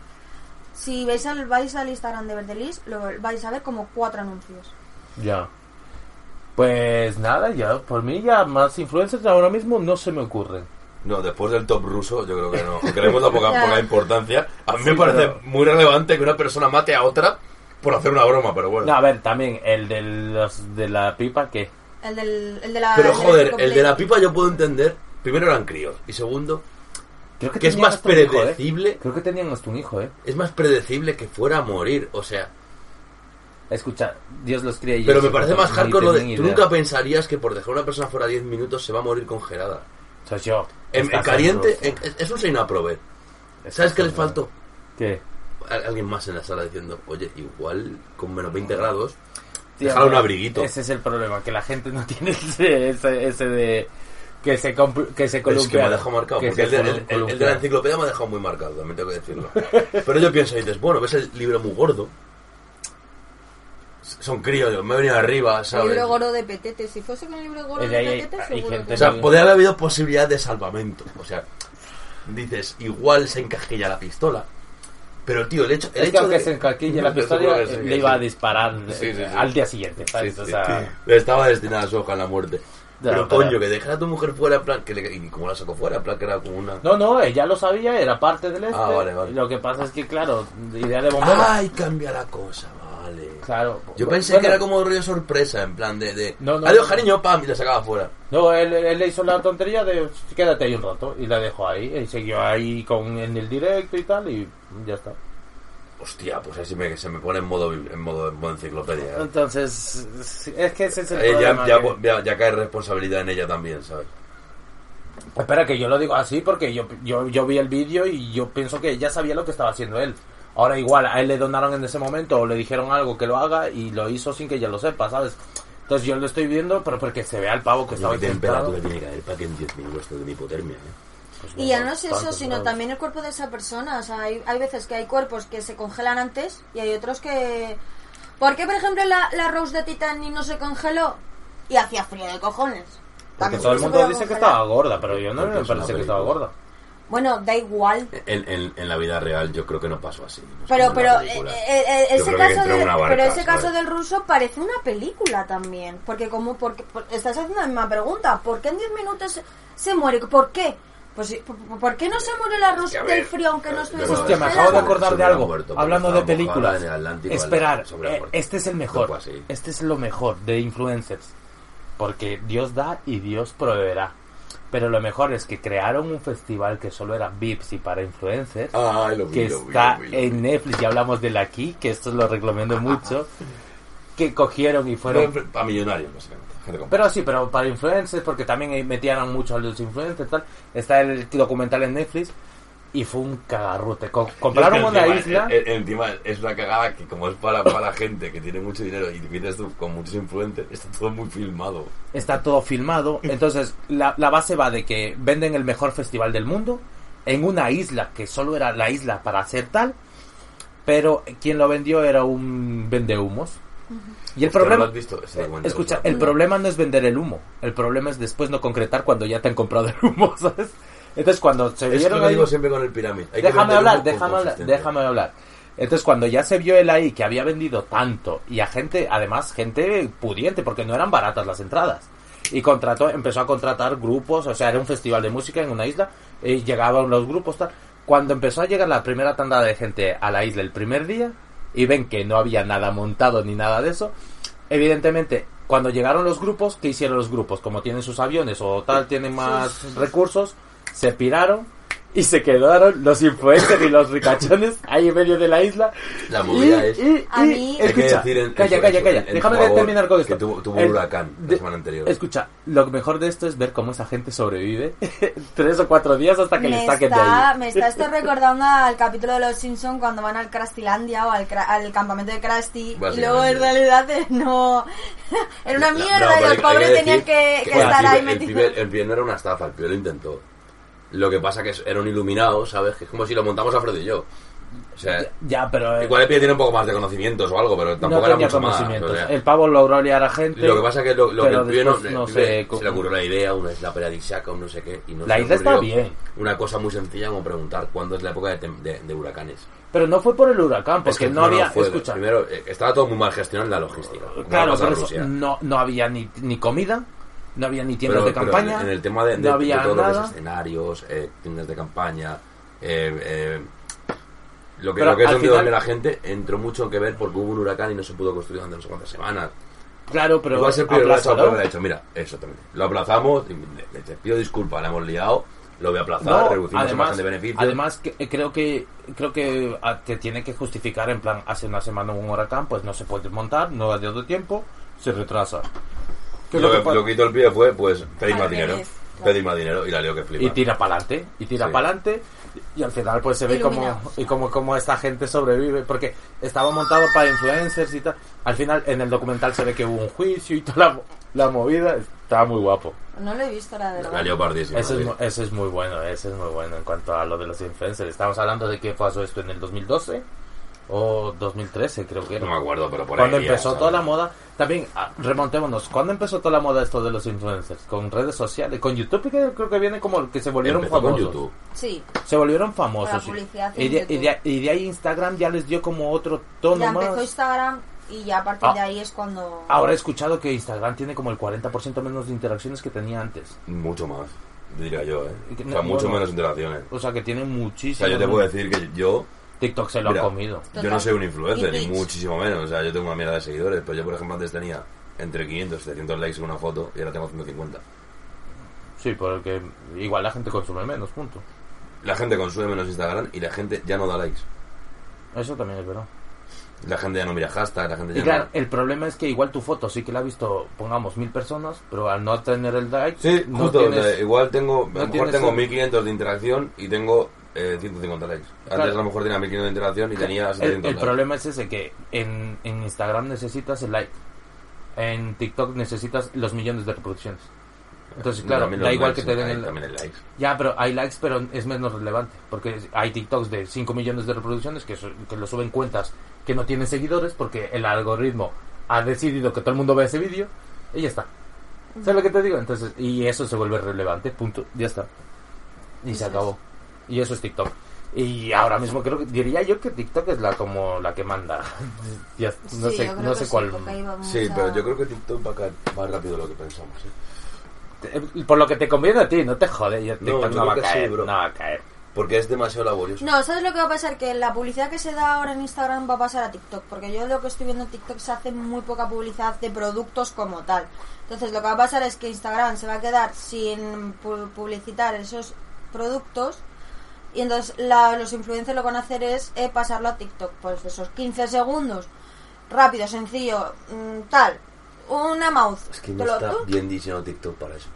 Speaker 5: Si vais al, vais al Instagram de Verdelis, lo vais a ver como cuatro anuncios.
Speaker 3: ya pues nada ya por mí ya más influencers ahora mismo no se me ocurren
Speaker 4: No, después del top ruso, yo creo que no. Aunque le hemos dado poca,
Speaker 5: Ya.
Speaker 4: poca importancia. A mí
Speaker 3: Sí,
Speaker 4: me parece
Speaker 3: pero-
Speaker 4: muy relevante que una persona mate a otra por hacer una broma, pero bueno.
Speaker 3: no a ver también el de los de la pipa que
Speaker 5: El, del, el de la.
Speaker 4: pero
Speaker 5: el de la
Speaker 4: joder, el
Speaker 5: Coplay.
Speaker 4: de la pipa yo puedo entender. Primero eran críos. Y segundo,
Speaker 3: Creo
Speaker 4: Que es
Speaker 3: tenían
Speaker 4: más
Speaker 3: hasta un hijo, ¿eh?
Speaker 4: predecible.
Speaker 3: Creo que tenían hasta un hijo, ¿eh?
Speaker 4: es más predecible que fuera a morir. O sea,
Speaker 3: Escucha, Dios los cría y
Speaker 4: pero me
Speaker 3: ellos
Speaker 4: parece
Speaker 3: no-
Speaker 4: más
Speaker 3: ni
Speaker 4: hardcore lo de.
Speaker 3: tenían
Speaker 4: Tú
Speaker 3: idea.
Speaker 4: nunca pensarías que por dejar a una persona fuera 10 minutos se va a morir congelada.
Speaker 3: Soy yo.
Speaker 4: En, en
Speaker 3: Estás
Speaker 4: caliente,
Speaker 3: seguro.
Speaker 4: en, es- eso se inaprobé.
Speaker 3: Estás
Speaker 4: ¿Sabes qué les
Speaker 3: seguro.
Speaker 4: faltó?
Speaker 3: ¿Qué?
Speaker 4: Al- Alguien más en la sala diciendo, oye, igual con menos 20
Speaker 3: Ah.
Speaker 4: grados,
Speaker 3: Tío,
Speaker 4: déjale un abriguito.
Speaker 3: Ese es el problema, que la gente no tiene ese, ese, ese de... Que se, compl- que se
Speaker 4: Es que me
Speaker 3: columpia.
Speaker 4: ha dejado marcado,
Speaker 3: que
Speaker 4: porque
Speaker 3: se
Speaker 4: el, de- el- el-
Speaker 3: columpia.
Speaker 4: el de la enciclopedia me ha dejado muy marcado, también tengo que decirlo. Pero yo pienso y dices, bueno, ves el libro muy gordo. Son críos, yo me he venido arriba,
Speaker 5: El
Speaker 4: ¿sabes?
Speaker 5: libro gordo de Petete. Si fuese con el libro gordo
Speaker 3: Es de
Speaker 5: de,
Speaker 3: ahí-
Speaker 5: Petete,
Speaker 3: hay
Speaker 5: seguro
Speaker 3: gente-
Speaker 5: que
Speaker 4: O sea, podría haber habido posibilidad de salvamento. O sea, dices, igual se encasquilla la pistola. Pero tío, el hecho. El
Speaker 3: Es que
Speaker 4: hecho
Speaker 3: aunque
Speaker 4: de-
Speaker 3: se encaquille
Speaker 4: Yo
Speaker 3: la
Speaker 4: seguro
Speaker 3: pistola,
Speaker 4: que sí,
Speaker 3: le
Speaker 4: que
Speaker 3: iba a
Speaker 4: sí.
Speaker 3: disparar
Speaker 4: Sí, sí, sí.
Speaker 3: eh, al día siguiente, ¿sabes?
Speaker 4: Sí,
Speaker 3: o
Speaker 4: sí.
Speaker 3: sea...
Speaker 4: Le Estaba destinada a su hoja en la muerte.
Speaker 3: Ya,
Speaker 4: Pero
Speaker 3: para-
Speaker 4: coño, que dejara a tu mujer fuera, en plan. Que le, ¿Y cómo la sacó fuera? En plan, que era como una.
Speaker 3: No, no, ella lo sabía, era parte del este.
Speaker 4: Ah, vale, vale.
Speaker 3: Lo que pasa es que, claro, idea de bombero.
Speaker 4: ¡Ay, cambia la cosa! Vale, vale.
Speaker 3: Claro.
Speaker 4: Yo pensé
Speaker 3: Bueno,
Speaker 4: que era como rollo sorpresa, en plan de. de
Speaker 3: No, no,
Speaker 4: Adiós,
Speaker 3: no.
Speaker 4: cariño, pam, y le sacaba fuera.
Speaker 3: No, él, él le hizo la tontería de quédate ahí un rato y la dejó ahí. Y siguió ahí con, en el directo y tal y ya está.
Speaker 4: Hostia, pues así me, se me pone en modo, bibli- en modo, en modo enciclopedia. ¿eh?
Speaker 3: Entonces, es que ese es el
Speaker 4: Eh, ya,
Speaker 3: problema.
Speaker 4: ya,
Speaker 3: que-
Speaker 4: ya- ya cae responsabilidad en ella también, ¿sabes?
Speaker 3: Espera, que yo lo digo así porque yo, yo, yo vi el vídeo y yo pienso que ya sabía lo que estaba haciendo él. Ahora igual, a él le donaron en ese momento o le dijeron algo que lo haga y lo hizo sin que ya lo sepa, ¿sabes? Entonces yo lo estoy viendo, pero porque se ve al pavo que estaba intentando.
Speaker 4: tiene que haber para que en 10 minutos esté de una hipotermia. ¿eh?
Speaker 3: pues,
Speaker 5: Y ya no es eso, sino también el cuerpo de esa persona. O sea, hay, hay veces que hay cuerpos que se congelan antes y hay otros que... ¿Por qué, por ejemplo, la, la Rose de Titanic no se congeló y hacía frío de cojones?
Speaker 3: Porque
Speaker 5: También
Speaker 3: todo el
Speaker 5: se
Speaker 3: mundo
Speaker 5: podía
Speaker 3: dice que
Speaker 5: congelar.
Speaker 3: estaba gorda, pero yo no
Speaker 4: Porque
Speaker 3: me
Speaker 4: es una
Speaker 3: parece que
Speaker 4: película.
Speaker 3: estaba gorda.
Speaker 5: Bueno, da igual.
Speaker 4: En, en, en la vida real yo creo que no pasó así. no pues, es
Speaker 5: Pero,
Speaker 4: como en la
Speaker 5: pero,
Speaker 4: película.
Speaker 5: eh, eh, eh,
Speaker 4: Yo
Speaker 5: ese
Speaker 4: creo que
Speaker 5: caso
Speaker 4: entró
Speaker 5: de-
Speaker 4: una barca,
Speaker 5: pero ese
Speaker 4: ¿sabes?
Speaker 5: caso del ruso parece una película también. Porque como porque, por- estás haciendo la misma pregunta. ¿Por qué en 10 minutos se, se muere? ¿por qué? Pues, sí, ¿por- ¿Por qué no se muere la
Speaker 4: Que
Speaker 5: rusa
Speaker 4: a
Speaker 5: del
Speaker 4: ver,
Speaker 5: frío aunque no
Speaker 4: eh,
Speaker 5: estuviese
Speaker 4: yo-
Speaker 3: Hostia, me
Speaker 5: congelada?
Speaker 3: acabo de
Speaker 4: Se
Speaker 3: acordar de
Speaker 4: hubiera
Speaker 3: algo.
Speaker 4: muerto porque
Speaker 3: Hablando de
Speaker 4: estaba mojada
Speaker 3: películas.
Speaker 4: en el Atlántico,
Speaker 3: Esperar.
Speaker 4: al- sobre la
Speaker 3: eh,
Speaker 4: puerta.
Speaker 3: este es el
Speaker 4: Algo
Speaker 3: mejor.
Speaker 4: así.
Speaker 3: Este es lo mejor de influencers. Porque Dios da y Dios proveerá. Pero lo mejor es que crearon un festival que solo era VIPs y para influencers.
Speaker 4: Ay, Ah, lo vi,
Speaker 3: que
Speaker 4: lo vi,
Speaker 3: está
Speaker 4: lo vi, lo vi.
Speaker 3: en Netflix. Ya hablamos del aquí, que esto lo recomiendo mucho. Que cogieron y fueron
Speaker 4: Pero a millonarios, básicamente. gente con-
Speaker 3: pero sí, pero para influencers, porque también metían mucho a los influencers y tal. Está el documental en Netflix y fue un cagarrote. Co- Compraron
Speaker 4: Yo es que
Speaker 3: una
Speaker 4: encima,
Speaker 3: isla.
Speaker 4: eh, eh, encima es una cagada que como es para, para gente que tiene mucho dinero y te vienes tú con muchos influentes, está todo muy filmado.
Speaker 3: está todo filmado. Entonces, la, la base va de que venden el mejor festival del mundo en una isla que solo era la isla para hacer tal, pero quien lo vendió era un vendehumos. Y el
Speaker 4: Hostia, ¿no lo
Speaker 3: problema. eh,
Speaker 4: has visto? Ese documento,
Speaker 3: Escucha,
Speaker 4: o sea,
Speaker 3: el problema no es vender el humo. El problema es después no concretar cuando ya te han comprado el humo, ¿sabes? Entonces, cuando se
Speaker 4: Es
Speaker 3: vieron
Speaker 4: lo que
Speaker 3: ahí-
Speaker 4: digo siempre con el pirámide. Hay que
Speaker 3: déjame
Speaker 4: vender
Speaker 3: hablar,
Speaker 4: humo con
Speaker 3: déjame hablar,
Speaker 4: consistencia.
Speaker 3: déjame hablar. Entonces, cuando ya se vio él ahí que había vendido tanto y a gente, además, gente pudiente, porque no eran baratas las entradas. Y contrató, empezó a contratar grupos, o sea, era un festival de música en una isla, y llegaban los grupos, tal. Cuando empezó a llegar la primera tanda de gente a la isla el primer día, y ven que no había nada montado ni nada de eso, evidentemente, cuando llegaron los grupos, ¿qué hicieron los grupos? Como tienen sus aviones o tal, tienen más recursos, se piraron y se quedaron los influencers y los ricachones ahí en medio de la isla.
Speaker 4: La movida
Speaker 3: Y-
Speaker 4: es-
Speaker 3: y-
Speaker 5: A
Speaker 3: y-
Speaker 5: mí-
Speaker 4: Hay que
Speaker 3: escucha,
Speaker 4: decir en-
Speaker 3: calla,
Speaker 4: en-
Speaker 3: calla,
Speaker 4: en-
Speaker 3: calla.
Speaker 4: en
Speaker 3: Déjame
Speaker 4: tu favor
Speaker 3: terminar con esto.
Speaker 4: que tuvo- tuvo un huracán la semana anterior.
Speaker 3: Escucha, lo mejor de esto es ver cómo esa gente sobrevive tres o cuatro días hasta que
Speaker 5: me
Speaker 3: les saquen de
Speaker 5: está,
Speaker 3: ahí.
Speaker 5: me está esto recordando al capítulo de Los Simpson cuando van al Crastylandia o al, cra- al campamento de Krusty y
Speaker 4: Básicamente.
Speaker 5: luego en realidad eh, no era una
Speaker 4: No,
Speaker 5: mierda
Speaker 4: no,
Speaker 5: y
Speaker 4: pero hay-
Speaker 5: los
Speaker 4: hay
Speaker 5: pobres
Speaker 4: decir
Speaker 5: tenían que, que
Speaker 4: el
Speaker 5: estar
Speaker 4: pibe-
Speaker 5: ahí
Speaker 4: el
Speaker 5: metidos.
Speaker 4: pibe- El pibe no era una estafa, el pibe lo intentó. Lo que pasa que es- era un iluminado, ¿sabes? Que es como si lo montamos a Fred y yo. O sea,
Speaker 3: Ya, pero... eh,
Speaker 4: igual el pibe tiene un poco más de conocimientos o algo, pero tampoco
Speaker 3: no
Speaker 4: era
Speaker 3: tenía
Speaker 4: mucho más.
Speaker 3: conocimientos.
Speaker 4: o sea.
Speaker 3: El pavo logró liar a gente.
Speaker 4: Lo que pasa es que lo, lo que
Speaker 3: pero
Speaker 4: el pibe no,
Speaker 3: después
Speaker 4: el pibe
Speaker 3: sé, co-
Speaker 4: se le ocurrió la idea, una isla paradisíaca, un no sé qué. Y no
Speaker 3: La
Speaker 4: se le
Speaker 3: isla está
Speaker 4: ocurrió
Speaker 3: bien.
Speaker 4: Una cosa muy sencilla como preguntar cuándo es la época de, tem- de- de huracanes.
Speaker 3: Pero no fue por el huracán, porque
Speaker 4: Es que
Speaker 3: no, había...
Speaker 4: fue-
Speaker 3: escucha,
Speaker 4: Primero, eh, estaba todo muy mal gestionado en la logística. como
Speaker 3: claro,
Speaker 4: pasa en
Speaker 3: por eso mm,
Speaker 4: Rusia.
Speaker 3: no, no había ni, ni comida, no había ni tiendas
Speaker 4: Pero-
Speaker 3: de
Speaker 4: pero
Speaker 3: campaña,
Speaker 4: en el tema de, de-
Speaker 3: no había
Speaker 4: de todos
Speaker 3: nada.
Speaker 4: los escenarios, eh, tiendas de campaña, eh, eh, lo que,
Speaker 3: Pero
Speaker 4: lo que es
Speaker 3: al
Speaker 4: donde
Speaker 3: final-
Speaker 4: dormía la gente, entró mucho que ver porque hubo un huracán y no se pudo construir durante no sé cuántas semanas.
Speaker 3: Claro, pero
Speaker 4: Igual ser pibe lo ha hecho,
Speaker 3: aplazado.
Speaker 4: pero lo ha hecho, mira, exactamente. Lo aplazamos, y le, le- te pido disculpas, la hemos liado, lo voy a aplazar,
Speaker 3: No,
Speaker 4: reducimos el margen de beneficio.
Speaker 3: además que- eh, creo que creo que ah, te tiene que justificar en plan hace una semana hubo un huracán, pues no se puede montar, no ha dado tiempo, se retrasa. ¿Qué es
Speaker 4: lo,
Speaker 3: lo que
Speaker 4: que,
Speaker 3: pasa?
Speaker 4: lo que hizo el pibe fue, pues, pedir
Speaker 5: Al
Speaker 4: más dinero.
Speaker 5: revés, claro.
Speaker 4: Pedir más dinero y la leo que flipa.
Speaker 3: y tira para adelante y tira
Speaker 4: Sí.
Speaker 3: para adelante y al final pues se ve como
Speaker 5: Iluminados.
Speaker 3: y como como esta gente sobrevive porque estaba montado para influencers y tal al final en el documental se ve que hubo un juicio y toda la, la movida estaba muy guapo
Speaker 5: No lo he visto, la verdad.
Speaker 4: La leo pardísima.
Speaker 3: eso
Speaker 4: sí.
Speaker 3: es, mu- eso es muy bueno eso es muy bueno en cuanto a lo de los influencers estamos hablando de que pasó esto en el 2012 o 2013 creo que era
Speaker 4: No me acuerdo, pero por
Speaker 3: cuando
Speaker 4: ahí. ya,
Speaker 3: empezó
Speaker 4: ¿sabes?
Speaker 3: toda la moda también ah, remontémonos cuando empezó toda la moda esto de los influencers con redes sociales con YouTube que creo que viene como el que se volvieron
Speaker 4: Empezó con
Speaker 3: famosos
Speaker 4: YouTube.
Speaker 5: Sí,
Speaker 3: se volvieron famosos.
Speaker 5: Con la publicidad
Speaker 3: y,
Speaker 5: en
Speaker 3: de, y
Speaker 5: YouTube.
Speaker 3: de- y de ahí Instagram ya les dio como otro tono
Speaker 5: ya empezó
Speaker 3: más.
Speaker 5: Instagram y ya a partir
Speaker 3: Ah.
Speaker 5: de ahí es cuando...
Speaker 3: Ahora he escuchado que Instagram tiene como el 40% menos de interacciones que tenía antes.
Speaker 4: Mucho más, diría yo, ¿eh?
Speaker 3: Y que
Speaker 4: O sea,
Speaker 3: no-
Speaker 4: mucho
Speaker 3: bueno.
Speaker 4: menos interacciones.
Speaker 3: O sea, que tiene
Speaker 4: O
Speaker 3: muchísimo.
Speaker 4: sea, yo te puedo decir que yo
Speaker 3: TikTok se lo
Speaker 4: Mira,
Speaker 3: ha comido.
Speaker 4: Yo no soy un influencer, ni
Speaker 9: Twitch.
Speaker 4: muchísimo menos. O sea, yo tengo una mierda de seguidores, pero yo, por ejemplo, antes tenía entre 500 y 700 likes en una foto y ahora tengo 150.
Speaker 3: Sí, porque igual la gente consume menos, punto.
Speaker 4: La gente consume menos Instagram y la gente ya no da likes.
Speaker 3: Eso también es verdad.
Speaker 4: La gente ya no mira hashtag, la gente ya
Speaker 3: Y claro, eh,
Speaker 4: no...
Speaker 3: el problema es que igual tu foto sí que la ha visto, pongamos, mil personas, pero al no tener el like,
Speaker 4: Sí,
Speaker 3: no
Speaker 4: justo.
Speaker 3: tienes-
Speaker 4: o sea, igual tengo, a lo mejor
Speaker 3: tienes
Speaker 4: tengo
Speaker 3: el-
Speaker 4: 1500 de interacción y tengo eh, 150 likes. Antes
Speaker 3: Claro.
Speaker 4: a lo mejor tenía 1500 de interacción y tenía
Speaker 3: el,
Speaker 4: 700
Speaker 3: el
Speaker 4: likes.
Speaker 3: problema es ese, que en, en Instagram necesitas el like, en TikTok necesitas los millones de reproducciones. Entonces,
Speaker 4: Y
Speaker 3: claro,
Speaker 4: también
Speaker 3: da
Speaker 4: los
Speaker 3: igual que
Speaker 4: likes,
Speaker 3: te den
Speaker 4: hay
Speaker 3: el...
Speaker 4: También el likes.
Speaker 3: Ya, pero hay likes, pero es menos relevante. Porque hay TikToks de 5 millones de reproducciones que, su- que lo suben cuentas que no tienen seguidores porque el algoritmo ha decidido que todo el mundo ve ese vídeo y ya está. ¿Sabes lo que te digo? Entonces, y eso se vuelve relevante, punto. Ya está. Y se acabó. Y eso es TikTok. Y ahora mismo creo que diría yo que TikTok es la como la que manda. Ya, no
Speaker 9: Sí,
Speaker 3: sé,
Speaker 9: yo creo
Speaker 3: no
Speaker 9: que
Speaker 3: sé
Speaker 9: sí,
Speaker 3: cuál.
Speaker 9: porque ahí
Speaker 5: Ah,
Speaker 9: vamos
Speaker 4: Sí,
Speaker 9: a-
Speaker 4: pero yo creo que TikTok va a caer más rápido de lo que pensamos. ¿eh?
Speaker 3: Te- Por lo que te conviene a ti, no te jode. ya TikTok no,
Speaker 4: yo
Speaker 3: va a
Speaker 4: creo que sí,
Speaker 3: caer,
Speaker 4: bro.
Speaker 3: no va a caer.
Speaker 4: Porque es demasiado laborioso.
Speaker 5: No, ¿sabes lo que va a pasar? Que la publicidad que se da ahora en Instagram va a pasar a TikTok, porque yo lo que estoy viendo en TikTok se hace muy poca publicidad de productos como tal. Entonces lo que va a pasar es que Instagram se va a quedar sin pu- publicitar esos productos y entonces la- los influencers lo que van a hacer es eh, pasarlo a TikTok. Pues esos 15 segundos, rápido, sencillo, mm, tal, una mouth.
Speaker 4: Es que
Speaker 5: Te
Speaker 4: no
Speaker 5: lo-
Speaker 4: está
Speaker 5: tú.
Speaker 4: bien diseñado TikTok para eso.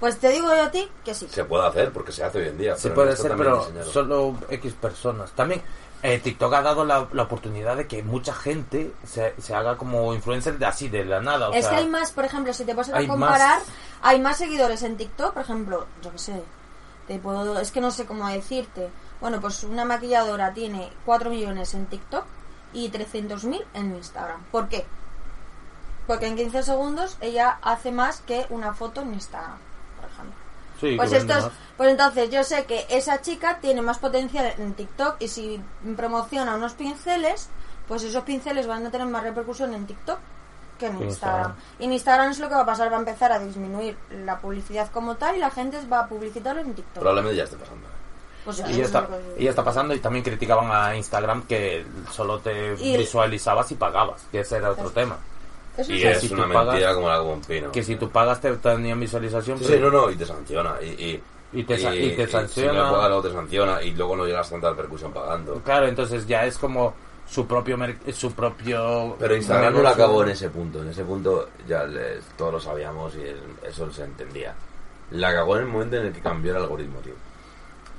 Speaker 5: Pues te digo yo a ti que sí.
Speaker 4: Se puede hacer porque se hace hoy en día.
Speaker 3: Sí
Speaker 4: no
Speaker 3: puede
Speaker 4: está
Speaker 3: ser,
Speaker 4: tan bien
Speaker 3: pero
Speaker 4: diseñado.
Speaker 3: solo X personas. También eh, TikTok ha dado la, la oportunidad de que mucha gente se, se haga como influencer de así, de la nada. O
Speaker 5: es
Speaker 3: sea,
Speaker 5: que hay más, por ejemplo, si te vas a
Speaker 3: hay
Speaker 5: comparar,
Speaker 3: más.
Speaker 5: hay más seguidores en TikTok, por ejemplo, yo qué sé, te puedo, es que no sé cómo decirte. Bueno, pues una maquilladora tiene 4 millones en TikTok y 300.000 en Instagram. ¿Por qué? Porque en 15 segundos ella hace más que una foto en Instagram, por ejemplo.
Speaker 3: sí,
Speaker 5: Pues,
Speaker 3: que venden
Speaker 5: estos,
Speaker 3: más.
Speaker 5: pues entonces yo sé que esa chica tiene más potencial en TikTok y si promociona unos pinceles, pues esos pinceles van a tener más repercusión en TikTok que en
Speaker 3: Que en
Speaker 5: Instagram.
Speaker 3: Instagram.
Speaker 5: Y en Instagram es lo que va a pasar, va a empezar a disminuir la publicidad como tal y la gente va a publicitarlo en TikTok.
Speaker 4: Probablemente ya esté pasando.
Speaker 5: Pues
Speaker 3: Y
Speaker 5: eso
Speaker 3: ya,
Speaker 5: es
Speaker 3: está,
Speaker 5: lo que-
Speaker 3: y ya está pasando y también criticaban a Instagram que solo te
Speaker 5: Y-
Speaker 3: visualizabas y pagabas, que ese era otro tema.
Speaker 5: Eso
Speaker 4: Y
Speaker 5: es
Speaker 4: es
Speaker 5: así.
Speaker 3: si
Speaker 4: una
Speaker 3: tú pagas-
Speaker 4: mentira como la como un pino.
Speaker 3: Que si tú pagas te tenían visualización
Speaker 4: Sí,
Speaker 3: pero-
Speaker 4: sí, no, no, y te sanciona. Y, y,
Speaker 3: Y te sa- y te
Speaker 4: Si
Speaker 3: sanciona.
Speaker 4: no pagas, luego te sanciona y luego no llegas a tanta repercusión pagando.
Speaker 3: Claro, entonces ya es como su propio... mer- su propio
Speaker 4: Pero Instagram no lo
Speaker 3: negocio.
Speaker 4: acabó en ese punto. En ese punto ya le- todos lo sabíamos y el- eso se entendía. La cagó en el momento en el que cambió el algoritmo, tío.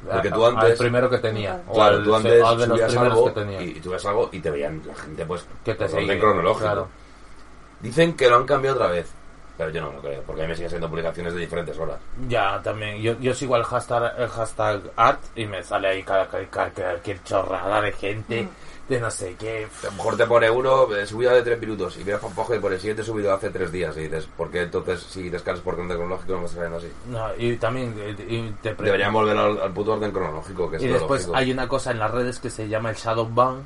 Speaker 4: Porque tú
Speaker 3: Ah, Al
Speaker 4: antes-
Speaker 3: primero que tenía. o
Speaker 4: Claro,
Speaker 3: al-
Speaker 4: tú antes
Speaker 3: al de los
Speaker 4: subías
Speaker 3: primeros
Speaker 4: algo
Speaker 3: que tenía.
Speaker 4: y, y tú ves algo y te veían la gente pues
Speaker 3: Que te
Speaker 4: por orden
Speaker 3: sigue,
Speaker 4: cronológico.
Speaker 3: claro.
Speaker 4: Dicen que lo han cambiado otra vez, pero yo no lo creo, porque a mí me siguen siendo publicaciones de diferentes horas.
Speaker 3: Ya, también. Yo, yo sigo el hashtag, el hashtag art y me sale ahí cada- cada- cada- cualquier chorrada de gente, de no sé qué.
Speaker 4: A lo mejor te pone uno eh, subida de tres minutos y miras para abajo y por el siguiente subido hace tres días y dices, ¿por qué entonces si descansas por orden cronológico no me está saliendo así?
Speaker 3: No, y también eh, y te pre-
Speaker 4: Deberían volver al, al puto orden cronológico, que es
Speaker 3: Y después
Speaker 4: lógico.
Speaker 3: hay una cosa en las redes que se llama el shadow ban,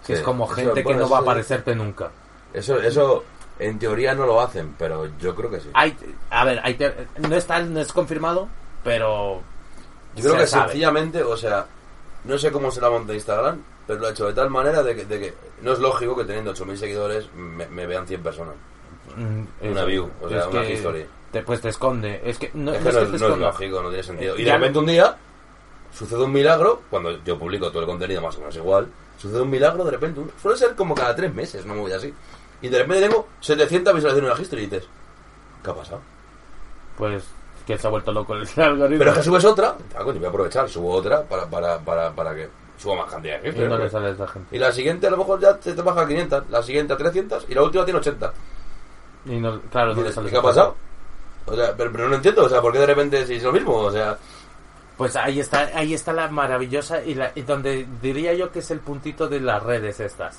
Speaker 3: que
Speaker 4: Sí,
Speaker 3: es como
Speaker 4: eso,
Speaker 3: gente que
Speaker 4: bueno,
Speaker 3: no va a
Speaker 4: eso-
Speaker 3: aparecerte nunca.
Speaker 4: Eso, eso en teoría no lo hacen, pero yo creo que sí.
Speaker 3: Hay, a ver, hay te- no está, no es confirmado, pero
Speaker 4: Yo creo
Speaker 3: se
Speaker 4: que
Speaker 3: sabe.
Speaker 4: sencillamente, o sea, no sé cómo se la monta Instagram, pero lo ha hecho de tal manera de que, de que no es lógico que teniendo 8.000 seguidores me, me vean 100 personas.
Speaker 3: Mm,
Speaker 4: Una
Speaker 3: es-
Speaker 4: view, o sea,
Speaker 3: es
Speaker 4: una
Speaker 3: que
Speaker 4: history.
Speaker 3: te- pues te esconde. Es que no
Speaker 4: Es
Speaker 3: no
Speaker 4: que
Speaker 3: es que
Speaker 4: no, es-
Speaker 3: te
Speaker 4: no es
Speaker 3: esconda.
Speaker 4: lógico, no tiene sentido. Y de
Speaker 3: Ya-
Speaker 4: repente un día sucede un milagro, cuando yo publico todo el contenido más o menos igual, sucede un milagro de repente, un- suele ser como cada 3 meses, una movida así. Y de repente tengo 700 visualizaciones en la history y dices, ¿qué ha pasado?
Speaker 3: Pues que se ha vuelto loco el algoritmo.
Speaker 4: Pero es que subes otra, ah, coño, voy a aprovechar, subo otra para, para, para, para que suba más cantidad de
Speaker 3: Y
Speaker 4: gente.
Speaker 3: no le sale a esa gente.
Speaker 4: Y la siguiente a lo mejor ya se te baja a 500, la siguiente a 300 y la última tiene 80.
Speaker 3: Y no- claro, no le
Speaker 4: Dices,
Speaker 3: sale
Speaker 4: ¿Qué
Speaker 3: esa
Speaker 4: ha
Speaker 3: gente.
Speaker 4: pasado? O sea, pero, pero no entiendo, o sea, ¿por qué de repente si es lo mismo? O sea,
Speaker 3: Pues ahí está, ahí está la maravillosa y, la, y donde diría yo que es el puntito de las redes estas.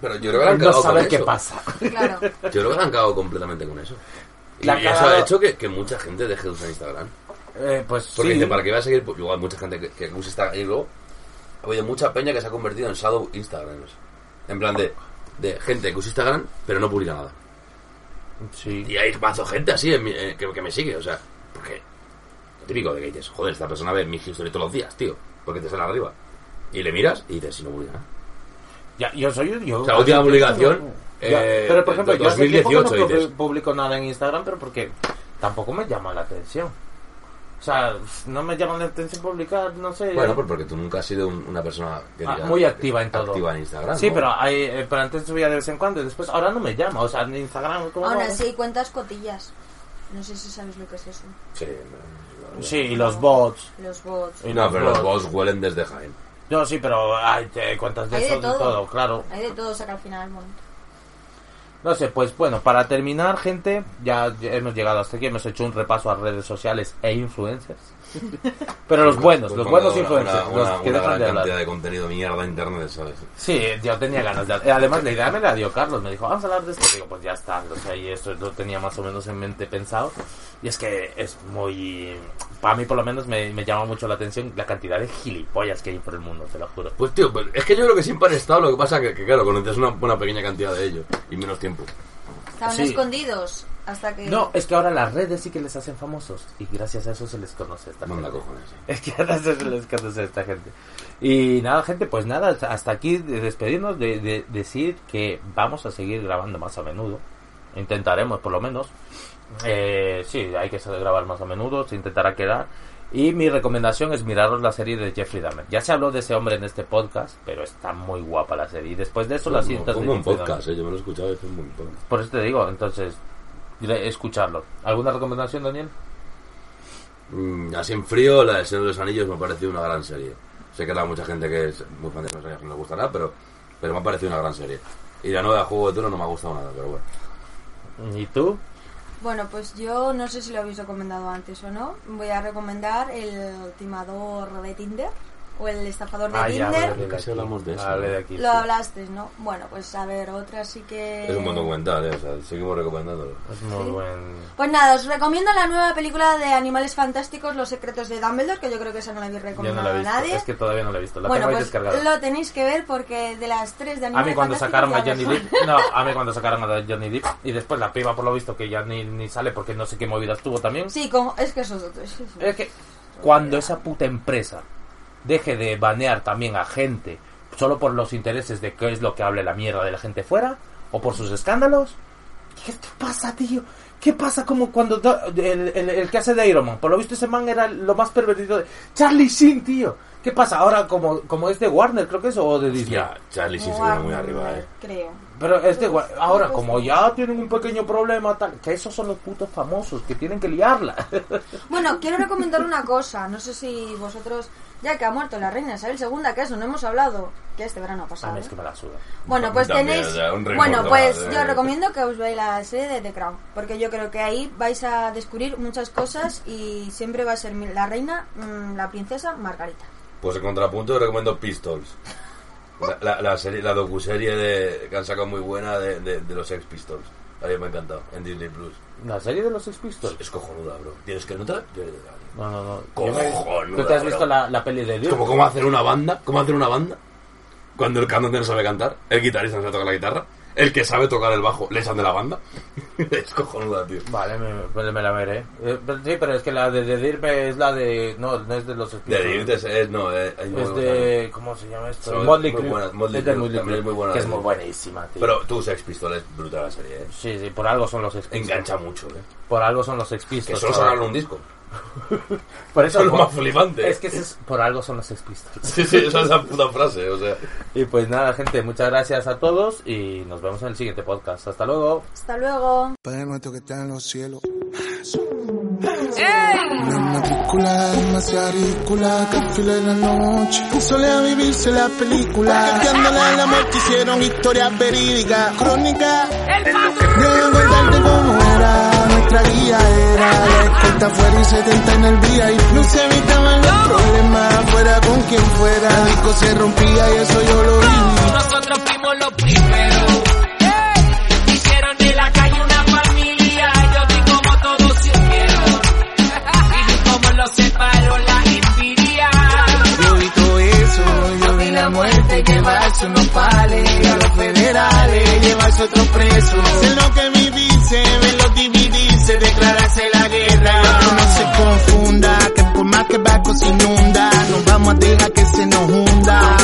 Speaker 4: pero yo creo que la han
Speaker 3: no
Speaker 4: cagado
Speaker 3: saber
Speaker 4: con
Speaker 3: qué
Speaker 4: eso.
Speaker 3: pasa.
Speaker 5: Claro.
Speaker 4: Yo creo que la han cagado completamente con eso. Y
Speaker 3: La han
Speaker 4: eso ha
Speaker 3: cagado.
Speaker 4: hecho que, que mucha gente deje de usar Instagram.
Speaker 3: Eh, pues
Speaker 4: Porque
Speaker 3: sí.
Speaker 4: dice, ¿para qué va a seguir? Pues, igual mucha gente que, que usa Instagram. Y luego, ha habido mucha peña que se ha convertido en shadow Instagramers. En plan de, de gente que usa Instagram, pero no publica nada.
Speaker 3: Sí.
Speaker 4: Y hay mazo gente así en mi- eh, que, que me sigue, o sea, porque lo típico de que dices, joder, esta persona ve mi history todos los días, tío, porque te sale arriba. Y le miras y dices, si no publica nada.
Speaker 3: Ya, yo soy. Yo,
Speaker 4: O sea, última publicación.
Speaker 3: Ya,
Speaker 4: eh,
Speaker 3: pero por ejemplo, yo hace tiempo que no
Speaker 4: 2018 dices.
Speaker 3: publi- publico nada en Instagram, pero porque tampoco me llama la atención. O sea, no me llama la atención publicar, no sé.
Speaker 4: Bueno, pues porque tú nunca has sido un- una persona que
Speaker 3: Ah,
Speaker 4: diga-
Speaker 3: muy activa en todo.
Speaker 4: Activa en Instagram.
Speaker 3: Sí,
Speaker 4: ¿no?
Speaker 3: pero, hay, eh, pero antes subía de vez en cuando y después ahora no me llama. O sea, en Instagram. ¿cómo
Speaker 5: Ahora
Speaker 3: hago?
Speaker 5: sí hay cuentas cotillas. No sé si sabes lo que es eso.
Speaker 4: Sí, no, no, no.
Speaker 3: Sí, y los bots.
Speaker 5: Los bots.
Speaker 3: y
Speaker 4: No, pero los bots huelen desde Jaén.
Speaker 3: No, sí, pero hay te- cuentas de
Speaker 5: Hay de
Speaker 3: eso, de
Speaker 5: todo.
Speaker 3: todo, claro.
Speaker 5: Hay de todo, saca al final, bueno.
Speaker 3: No sé, pues bueno, para terminar, gente, ya hemos llegado hasta aquí, hemos hecho un repaso a redes sociales e influencers. Pero los buenos, los
Speaker 4: Pues
Speaker 3: buenos
Speaker 4: una-
Speaker 3: influencers,
Speaker 4: Una, una-
Speaker 3: los que
Speaker 4: una
Speaker 3: dejan
Speaker 4: gran
Speaker 3: de
Speaker 4: cantidad
Speaker 3: hablar.
Speaker 4: de contenido mierda en internet, ¿sabes?
Speaker 3: Sí, yo tenía ganas de eh, Además, la idea me la dio Carlos, me dijo, vamos a hablar de esto. Digo, pues ya está, o sea, y esto lo tenía más o menos en mente pensado. Y es que es muy. Para mí, por lo menos, me, me llama mucho la atención la cantidad de gilipollas que hay por el mundo, te lo juro.
Speaker 4: Pues tío, pues, es que yo creo que siempre han estado, lo que pasa que, que claro, conoces una, una pequeña cantidad de ellos y menos tiempo.
Speaker 5: Estaban
Speaker 3: Sí.
Speaker 5: escondidos hasta que...
Speaker 3: No, es que ahora las redes sí que les hacen famosos y gracias a eso se les conoce esta
Speaker 4: Manda
Speaker 3: gente.
Speaker 4: cojones.
Speaker 3: Es que ahora se les conoce a esta gente. Y nada, gente, pues nada, hasta- hasta aquí de- despedirnos de, de- decir que vamos a seguir grabando más a menudo. Intentaremos, por lo menos. Eh, sí, hay que saber grabar más a menudo, se intentará quedar. Y mi recomendación es miraros la serie de Jeffrey Dahmer. Ya se habló de ese hombre en este podcast, pero está muy guapa la serie. Y después de eso, las cintas de
Speaker 4: pongo un
Speaker 3: Jeffrey Dahmer.
Speaker 4: podcast, eh, yo me lo he escuchado y es un buen podcast.
Speaker 3: Por eso te digo, entonces, re- escucharlo. ¿Alguna recomendación, Daniel?
Speaker 4: Mm, así en frío, la de Señor de los Anillos me ha parecido una gran serie. Sé que habrá mucha gente que es muy fan de los anillos que no le gusta nada, pero, pero me ha parecido una gran serie. Y la nueva Juego de Tronos no me ha gustado nada, pero bueno.
Speaker 3: ¿Y tú?
Speaker 5: Bueno, pues yo no sé si lo habéis recomendado antes o no. Voy a recomendar el timador de Tinder o el estafador de
Speaker 3: Ah, ya,
Speaker 5: Tinder.
Speaker 3: hablé de
Speaker 4: Casi
Speaker 3: aquí.
Speaker 4: hablamos de eso,
Speaker 3: Hablé
Speaker 4: ¿no?
Speaker 3: de aquí,
Speaker 5: Lo
Speaker 3: sí.
Speaker 5: hablaste, ¿no? Bueno, pues a ver, otra sí que...
Speaker 4: Es un buen documental, eh, o sea, seguimos recomendándolo.
Speaker 3: Es muy
Speaker 5: Sí.
Speaker 3: buen.
Speaker 5: Pues nada, os recomiendo la nueva película de Animales Fantásticos, Los Secretos de Dumbledore, que yo creo que esa no la habéis
Speaker 3: Yo no
Speaker 5: recomendado
Speaker 3: la he
Speaker 5: a
Speaker 3: visto.
Speaker 5: nadie.
Speaker 3: Es que todavía no la he visto. La
Speaker 5: bueno,
Speaker 3: tengo ahí
Speaker 5: pues
Speaker 3: descargada.
Speaker 5: lo tenéis que ver porque de las tres de
Speaker 3: A
Speaker 5: Animales
Speaker 3: mí cuando sacaron
Speaker 5: Fantásticos
Speaker 3: a
Speaker 5: la
Speaker 3: Johnny
Speaker 5: mejor.
Speaker 3: Depp, no, a mí cuando sacaron a Johnny Depp y después la piba por lo visto que ya ni, ni sale porque no sé qué movidas tuvo también.
Speaker 5: Sí, como, es que esos otros.
Speaker 3: Es que cuando esa puta empresa deje de banear también a gente solo por los intereses de qué es lo que hable la mierda de la gente fuera o por sus escándalos, ¿qué te pasa, tío? ¿Qué pasa como cuando do- el, el- el que hace de Iron Man? Por lo visto ese man era lo más pervertido de... Charlie Sheen, tío. ¿Qué pasa ahora como, como es de Warner, creo que es, o de Disney?
Speaker 4: Ya, Charlie sí se viene muy arriba, eh.
Speaker 5: Creo.
Speaker 3: Pero es de Warner. Ahora, como ya tienen un pequeño problema, tal, que esos son los putos famosos que tienen que liarla.
Speaker 5: Bueno, quiero recomendar una cosa. No sé si vosotros, ya que ha muerto la reina Isabel II, que eso no hemos hablado, que este verano ha
Speaker 3: A
Speaker 5: pasado.
Speaker 3: mí es que me la suda.
Speaker 5: Bueno, pues
Speaker 4: También,
Speaker 5: tenéis.
Speaker 4: o sea, un remoto
Speaker 5: bueno, pues
Speaker 4: más,
Speaker 5: yo
Speaker 4: eh.
Speaker 5: os recomiendo que os veáis la serie de The Crown, porque yo creo que ahí vais a descubrir muchas cosas y siempre va a ser mi- la reina, mm, la princesa Margarita.
Speaker 4: Pues en contrapunto yo recomiendo Pistols. La, la, la serie, la docuserie de, que han sacado muy buena de, de, de los ex Pistols. A mí me ha encantado, en Disney Plus.
Speaker 3: ¿La serie de los Sex Pistols?
Speaker 4: Es cojonuda, bro. Tienes que notar.
Speaker 3: No, no, no. Yo me-
Speaker 4: Cojonuda.
Speaker 3: ¿Tú te has
Speaker 4: bro.
Speaker 3: visto la, la peli de
Speaker 4: Es
Speaker 3: Dios?
Speaker 4: como cómo hacer una banda. ¿Cómo hacer una banda? Cuando el cantante no sabe cantar, el guitarrista no sabe tocar la guitarra, el que sabe tocar el bajo le echan de la banda. es cojonuda, tío.
Speaker 3: Vale, me, me- me la veré. Eh, pero sí, pero es que la de The Deer me es la de... No, no es de los Sex
Speaker 4: De
Speaker 3: Pistols.
Speaker 4: Dirtes es, no, eh, hay
Speaker 3: Es
Speaker 4: muy buena.
Speaker 3: de... ¿Cómo se llama esto?
Speaker 4: Son
Speaker 3: Motley
Speaker 4: muy
Speaker 3: Crue.
Speaker 4: buenas, Motley
Speaker 3: Es de
Speaker 4: Crue,
Speaker 3: Motley
Speaker 4: también es muy buena
Speaker 3: Que
Speaker 4: la
Speaker 3: es muy
Speaker 4: serie.
Speaker 3: buenísima, tío.
Speaker 4: Pero tus ex pistoles, brutal la serie, eh.
Speaker 3: Sí, sí, por algo son los Sex Pistols.
Speaker 4: Engancha mucho, eh.
Speaker 3: Por algo son los Sex
Speaker 4: Que
Speaker 3: Pistols.
Speaker 4: solo
Speaker 3: chaval.
Speaker 4: sacaron un disco.
Speaker 3: Por
Speaker 4: Eso es lo
Speaker 3: por-
Speaker 4: más flipante.
Speaker 3: Es que ese es- por algo son los Sex Pistols.
Speaker 4: Sí, sí, esa es la puta frase, o sea.
Speaker 3: Y pues nada, gente, muchas gracias a todos y nos vemos en el siguiente podcast. Hasta luego.
Speaker 5: Hasta luego.
Speaker 7: Padre nuestro que está en los cielos. Una matrícula demasiado ridícula que fila en la noche. Solía vivirse la película. Cambiándola la muerte hicieron historias verídicas. Crónica. Deben contarte cómo era. Nuestra guía era la escolta afuera y 70 en el día. Y no se evitaban los problemas. Fuera con quien fuera. El disco se rompía y eso yo lo vi.
Speaker 9: Nosotros fuimos los primeros. Hicieron de la calle una familia. Yo vi como todos se unieron. Y vi como los separó la envidia.
Speaker 7: Yo vi todo eso, yo vi la muerte, llevarse unos pales, a los federales, llevarse otros presos. Sé lo que me dice, verlos dividirse, declararse la guerra. Pero no se confunda, que por más que barco se inunda, no vamos a dejar que se nos hunda.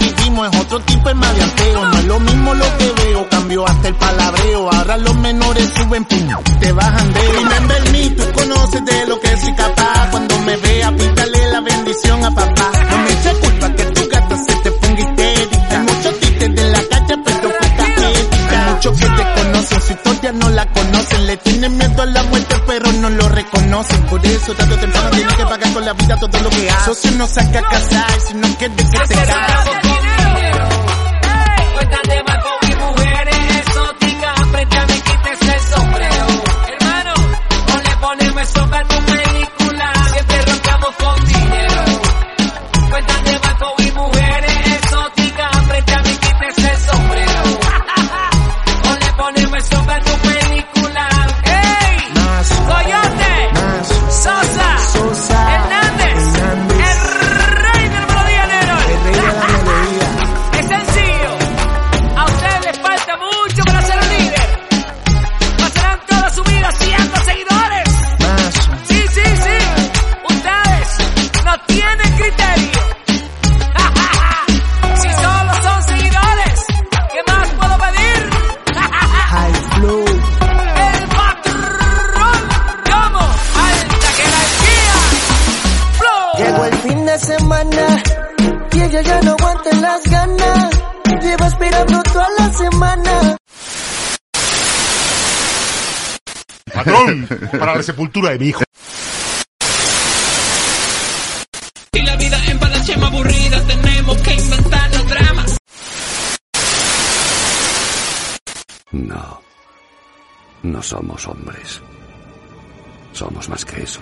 Speaker 10: Este no es otro tipo de maleanteo. No es lo mismo lo que veo, cambió hasta el palabreo. Ahora los menores suben pum, te bajan de Remember me, tú conoces de lo que soy capaz. Cuando me vea, pídale la bendición a papá. No me eches culpa que tu gata se te ponga histérica. Hay muchos títeres de la calle, pero poca ética. Hay muchos que te conocen, su historia no la conocen. Le tienen miedo a la muerte, pero no lo reconocen. Por eso, tanto temprano tienes que pagar con la vida todo lo que haces. Socio no saca a casar, si no quieres que te case.
Speaker 9: Cuentas de banco y mujeres exóticas, frente a mí quites el sombrero. Hermano, o le ponemos sombra a tu película, siempre roncamos con dinero. Cuentas de banco y mujeres exóticas, frente a mí quites el sombrero. O le ponemos sombra a tu película. ¡Ey!
Speaker 10: Más,
Speaker 9: ¡Coyote!
Speaker 10: más,
Speaker 9: ¡Sosa!
Speaker 10: Sosa,
Speaker 9: ¡Hernández!
Speaker 10: Hernández.
Speaker 9: ¡El rey del melodía negro!
Speaker 10: el rey de la melodía.
Speaker 9: Es sencillo. A ustedes les falta mucho para ser un líder. Pasarán toda su vida siendo seguidores.
Speaker 10: Más,
Speaker 9: Sí, sí, sí. Ustedes no tienen criterio. Ja, ja, ja. Si solo son seguidores, ¿qué más puedo pedir? Ja, ja, ja.
Speaker 10: high flow.
Speaker 9: El patrón como alta jerarquía. Flow.
Speaker 11: Llegó el fin de semana y ella ya no aguanta las ganas. Lleva esperando toda la semana.
Speaker 12: Patrón, para la sepultura de mi hijo.
Speaker 9: Y la vida en Padachema aburrida, tenemos que inventar los dramas.
Speaker 2: No. No somos hombres. Somos más que eso.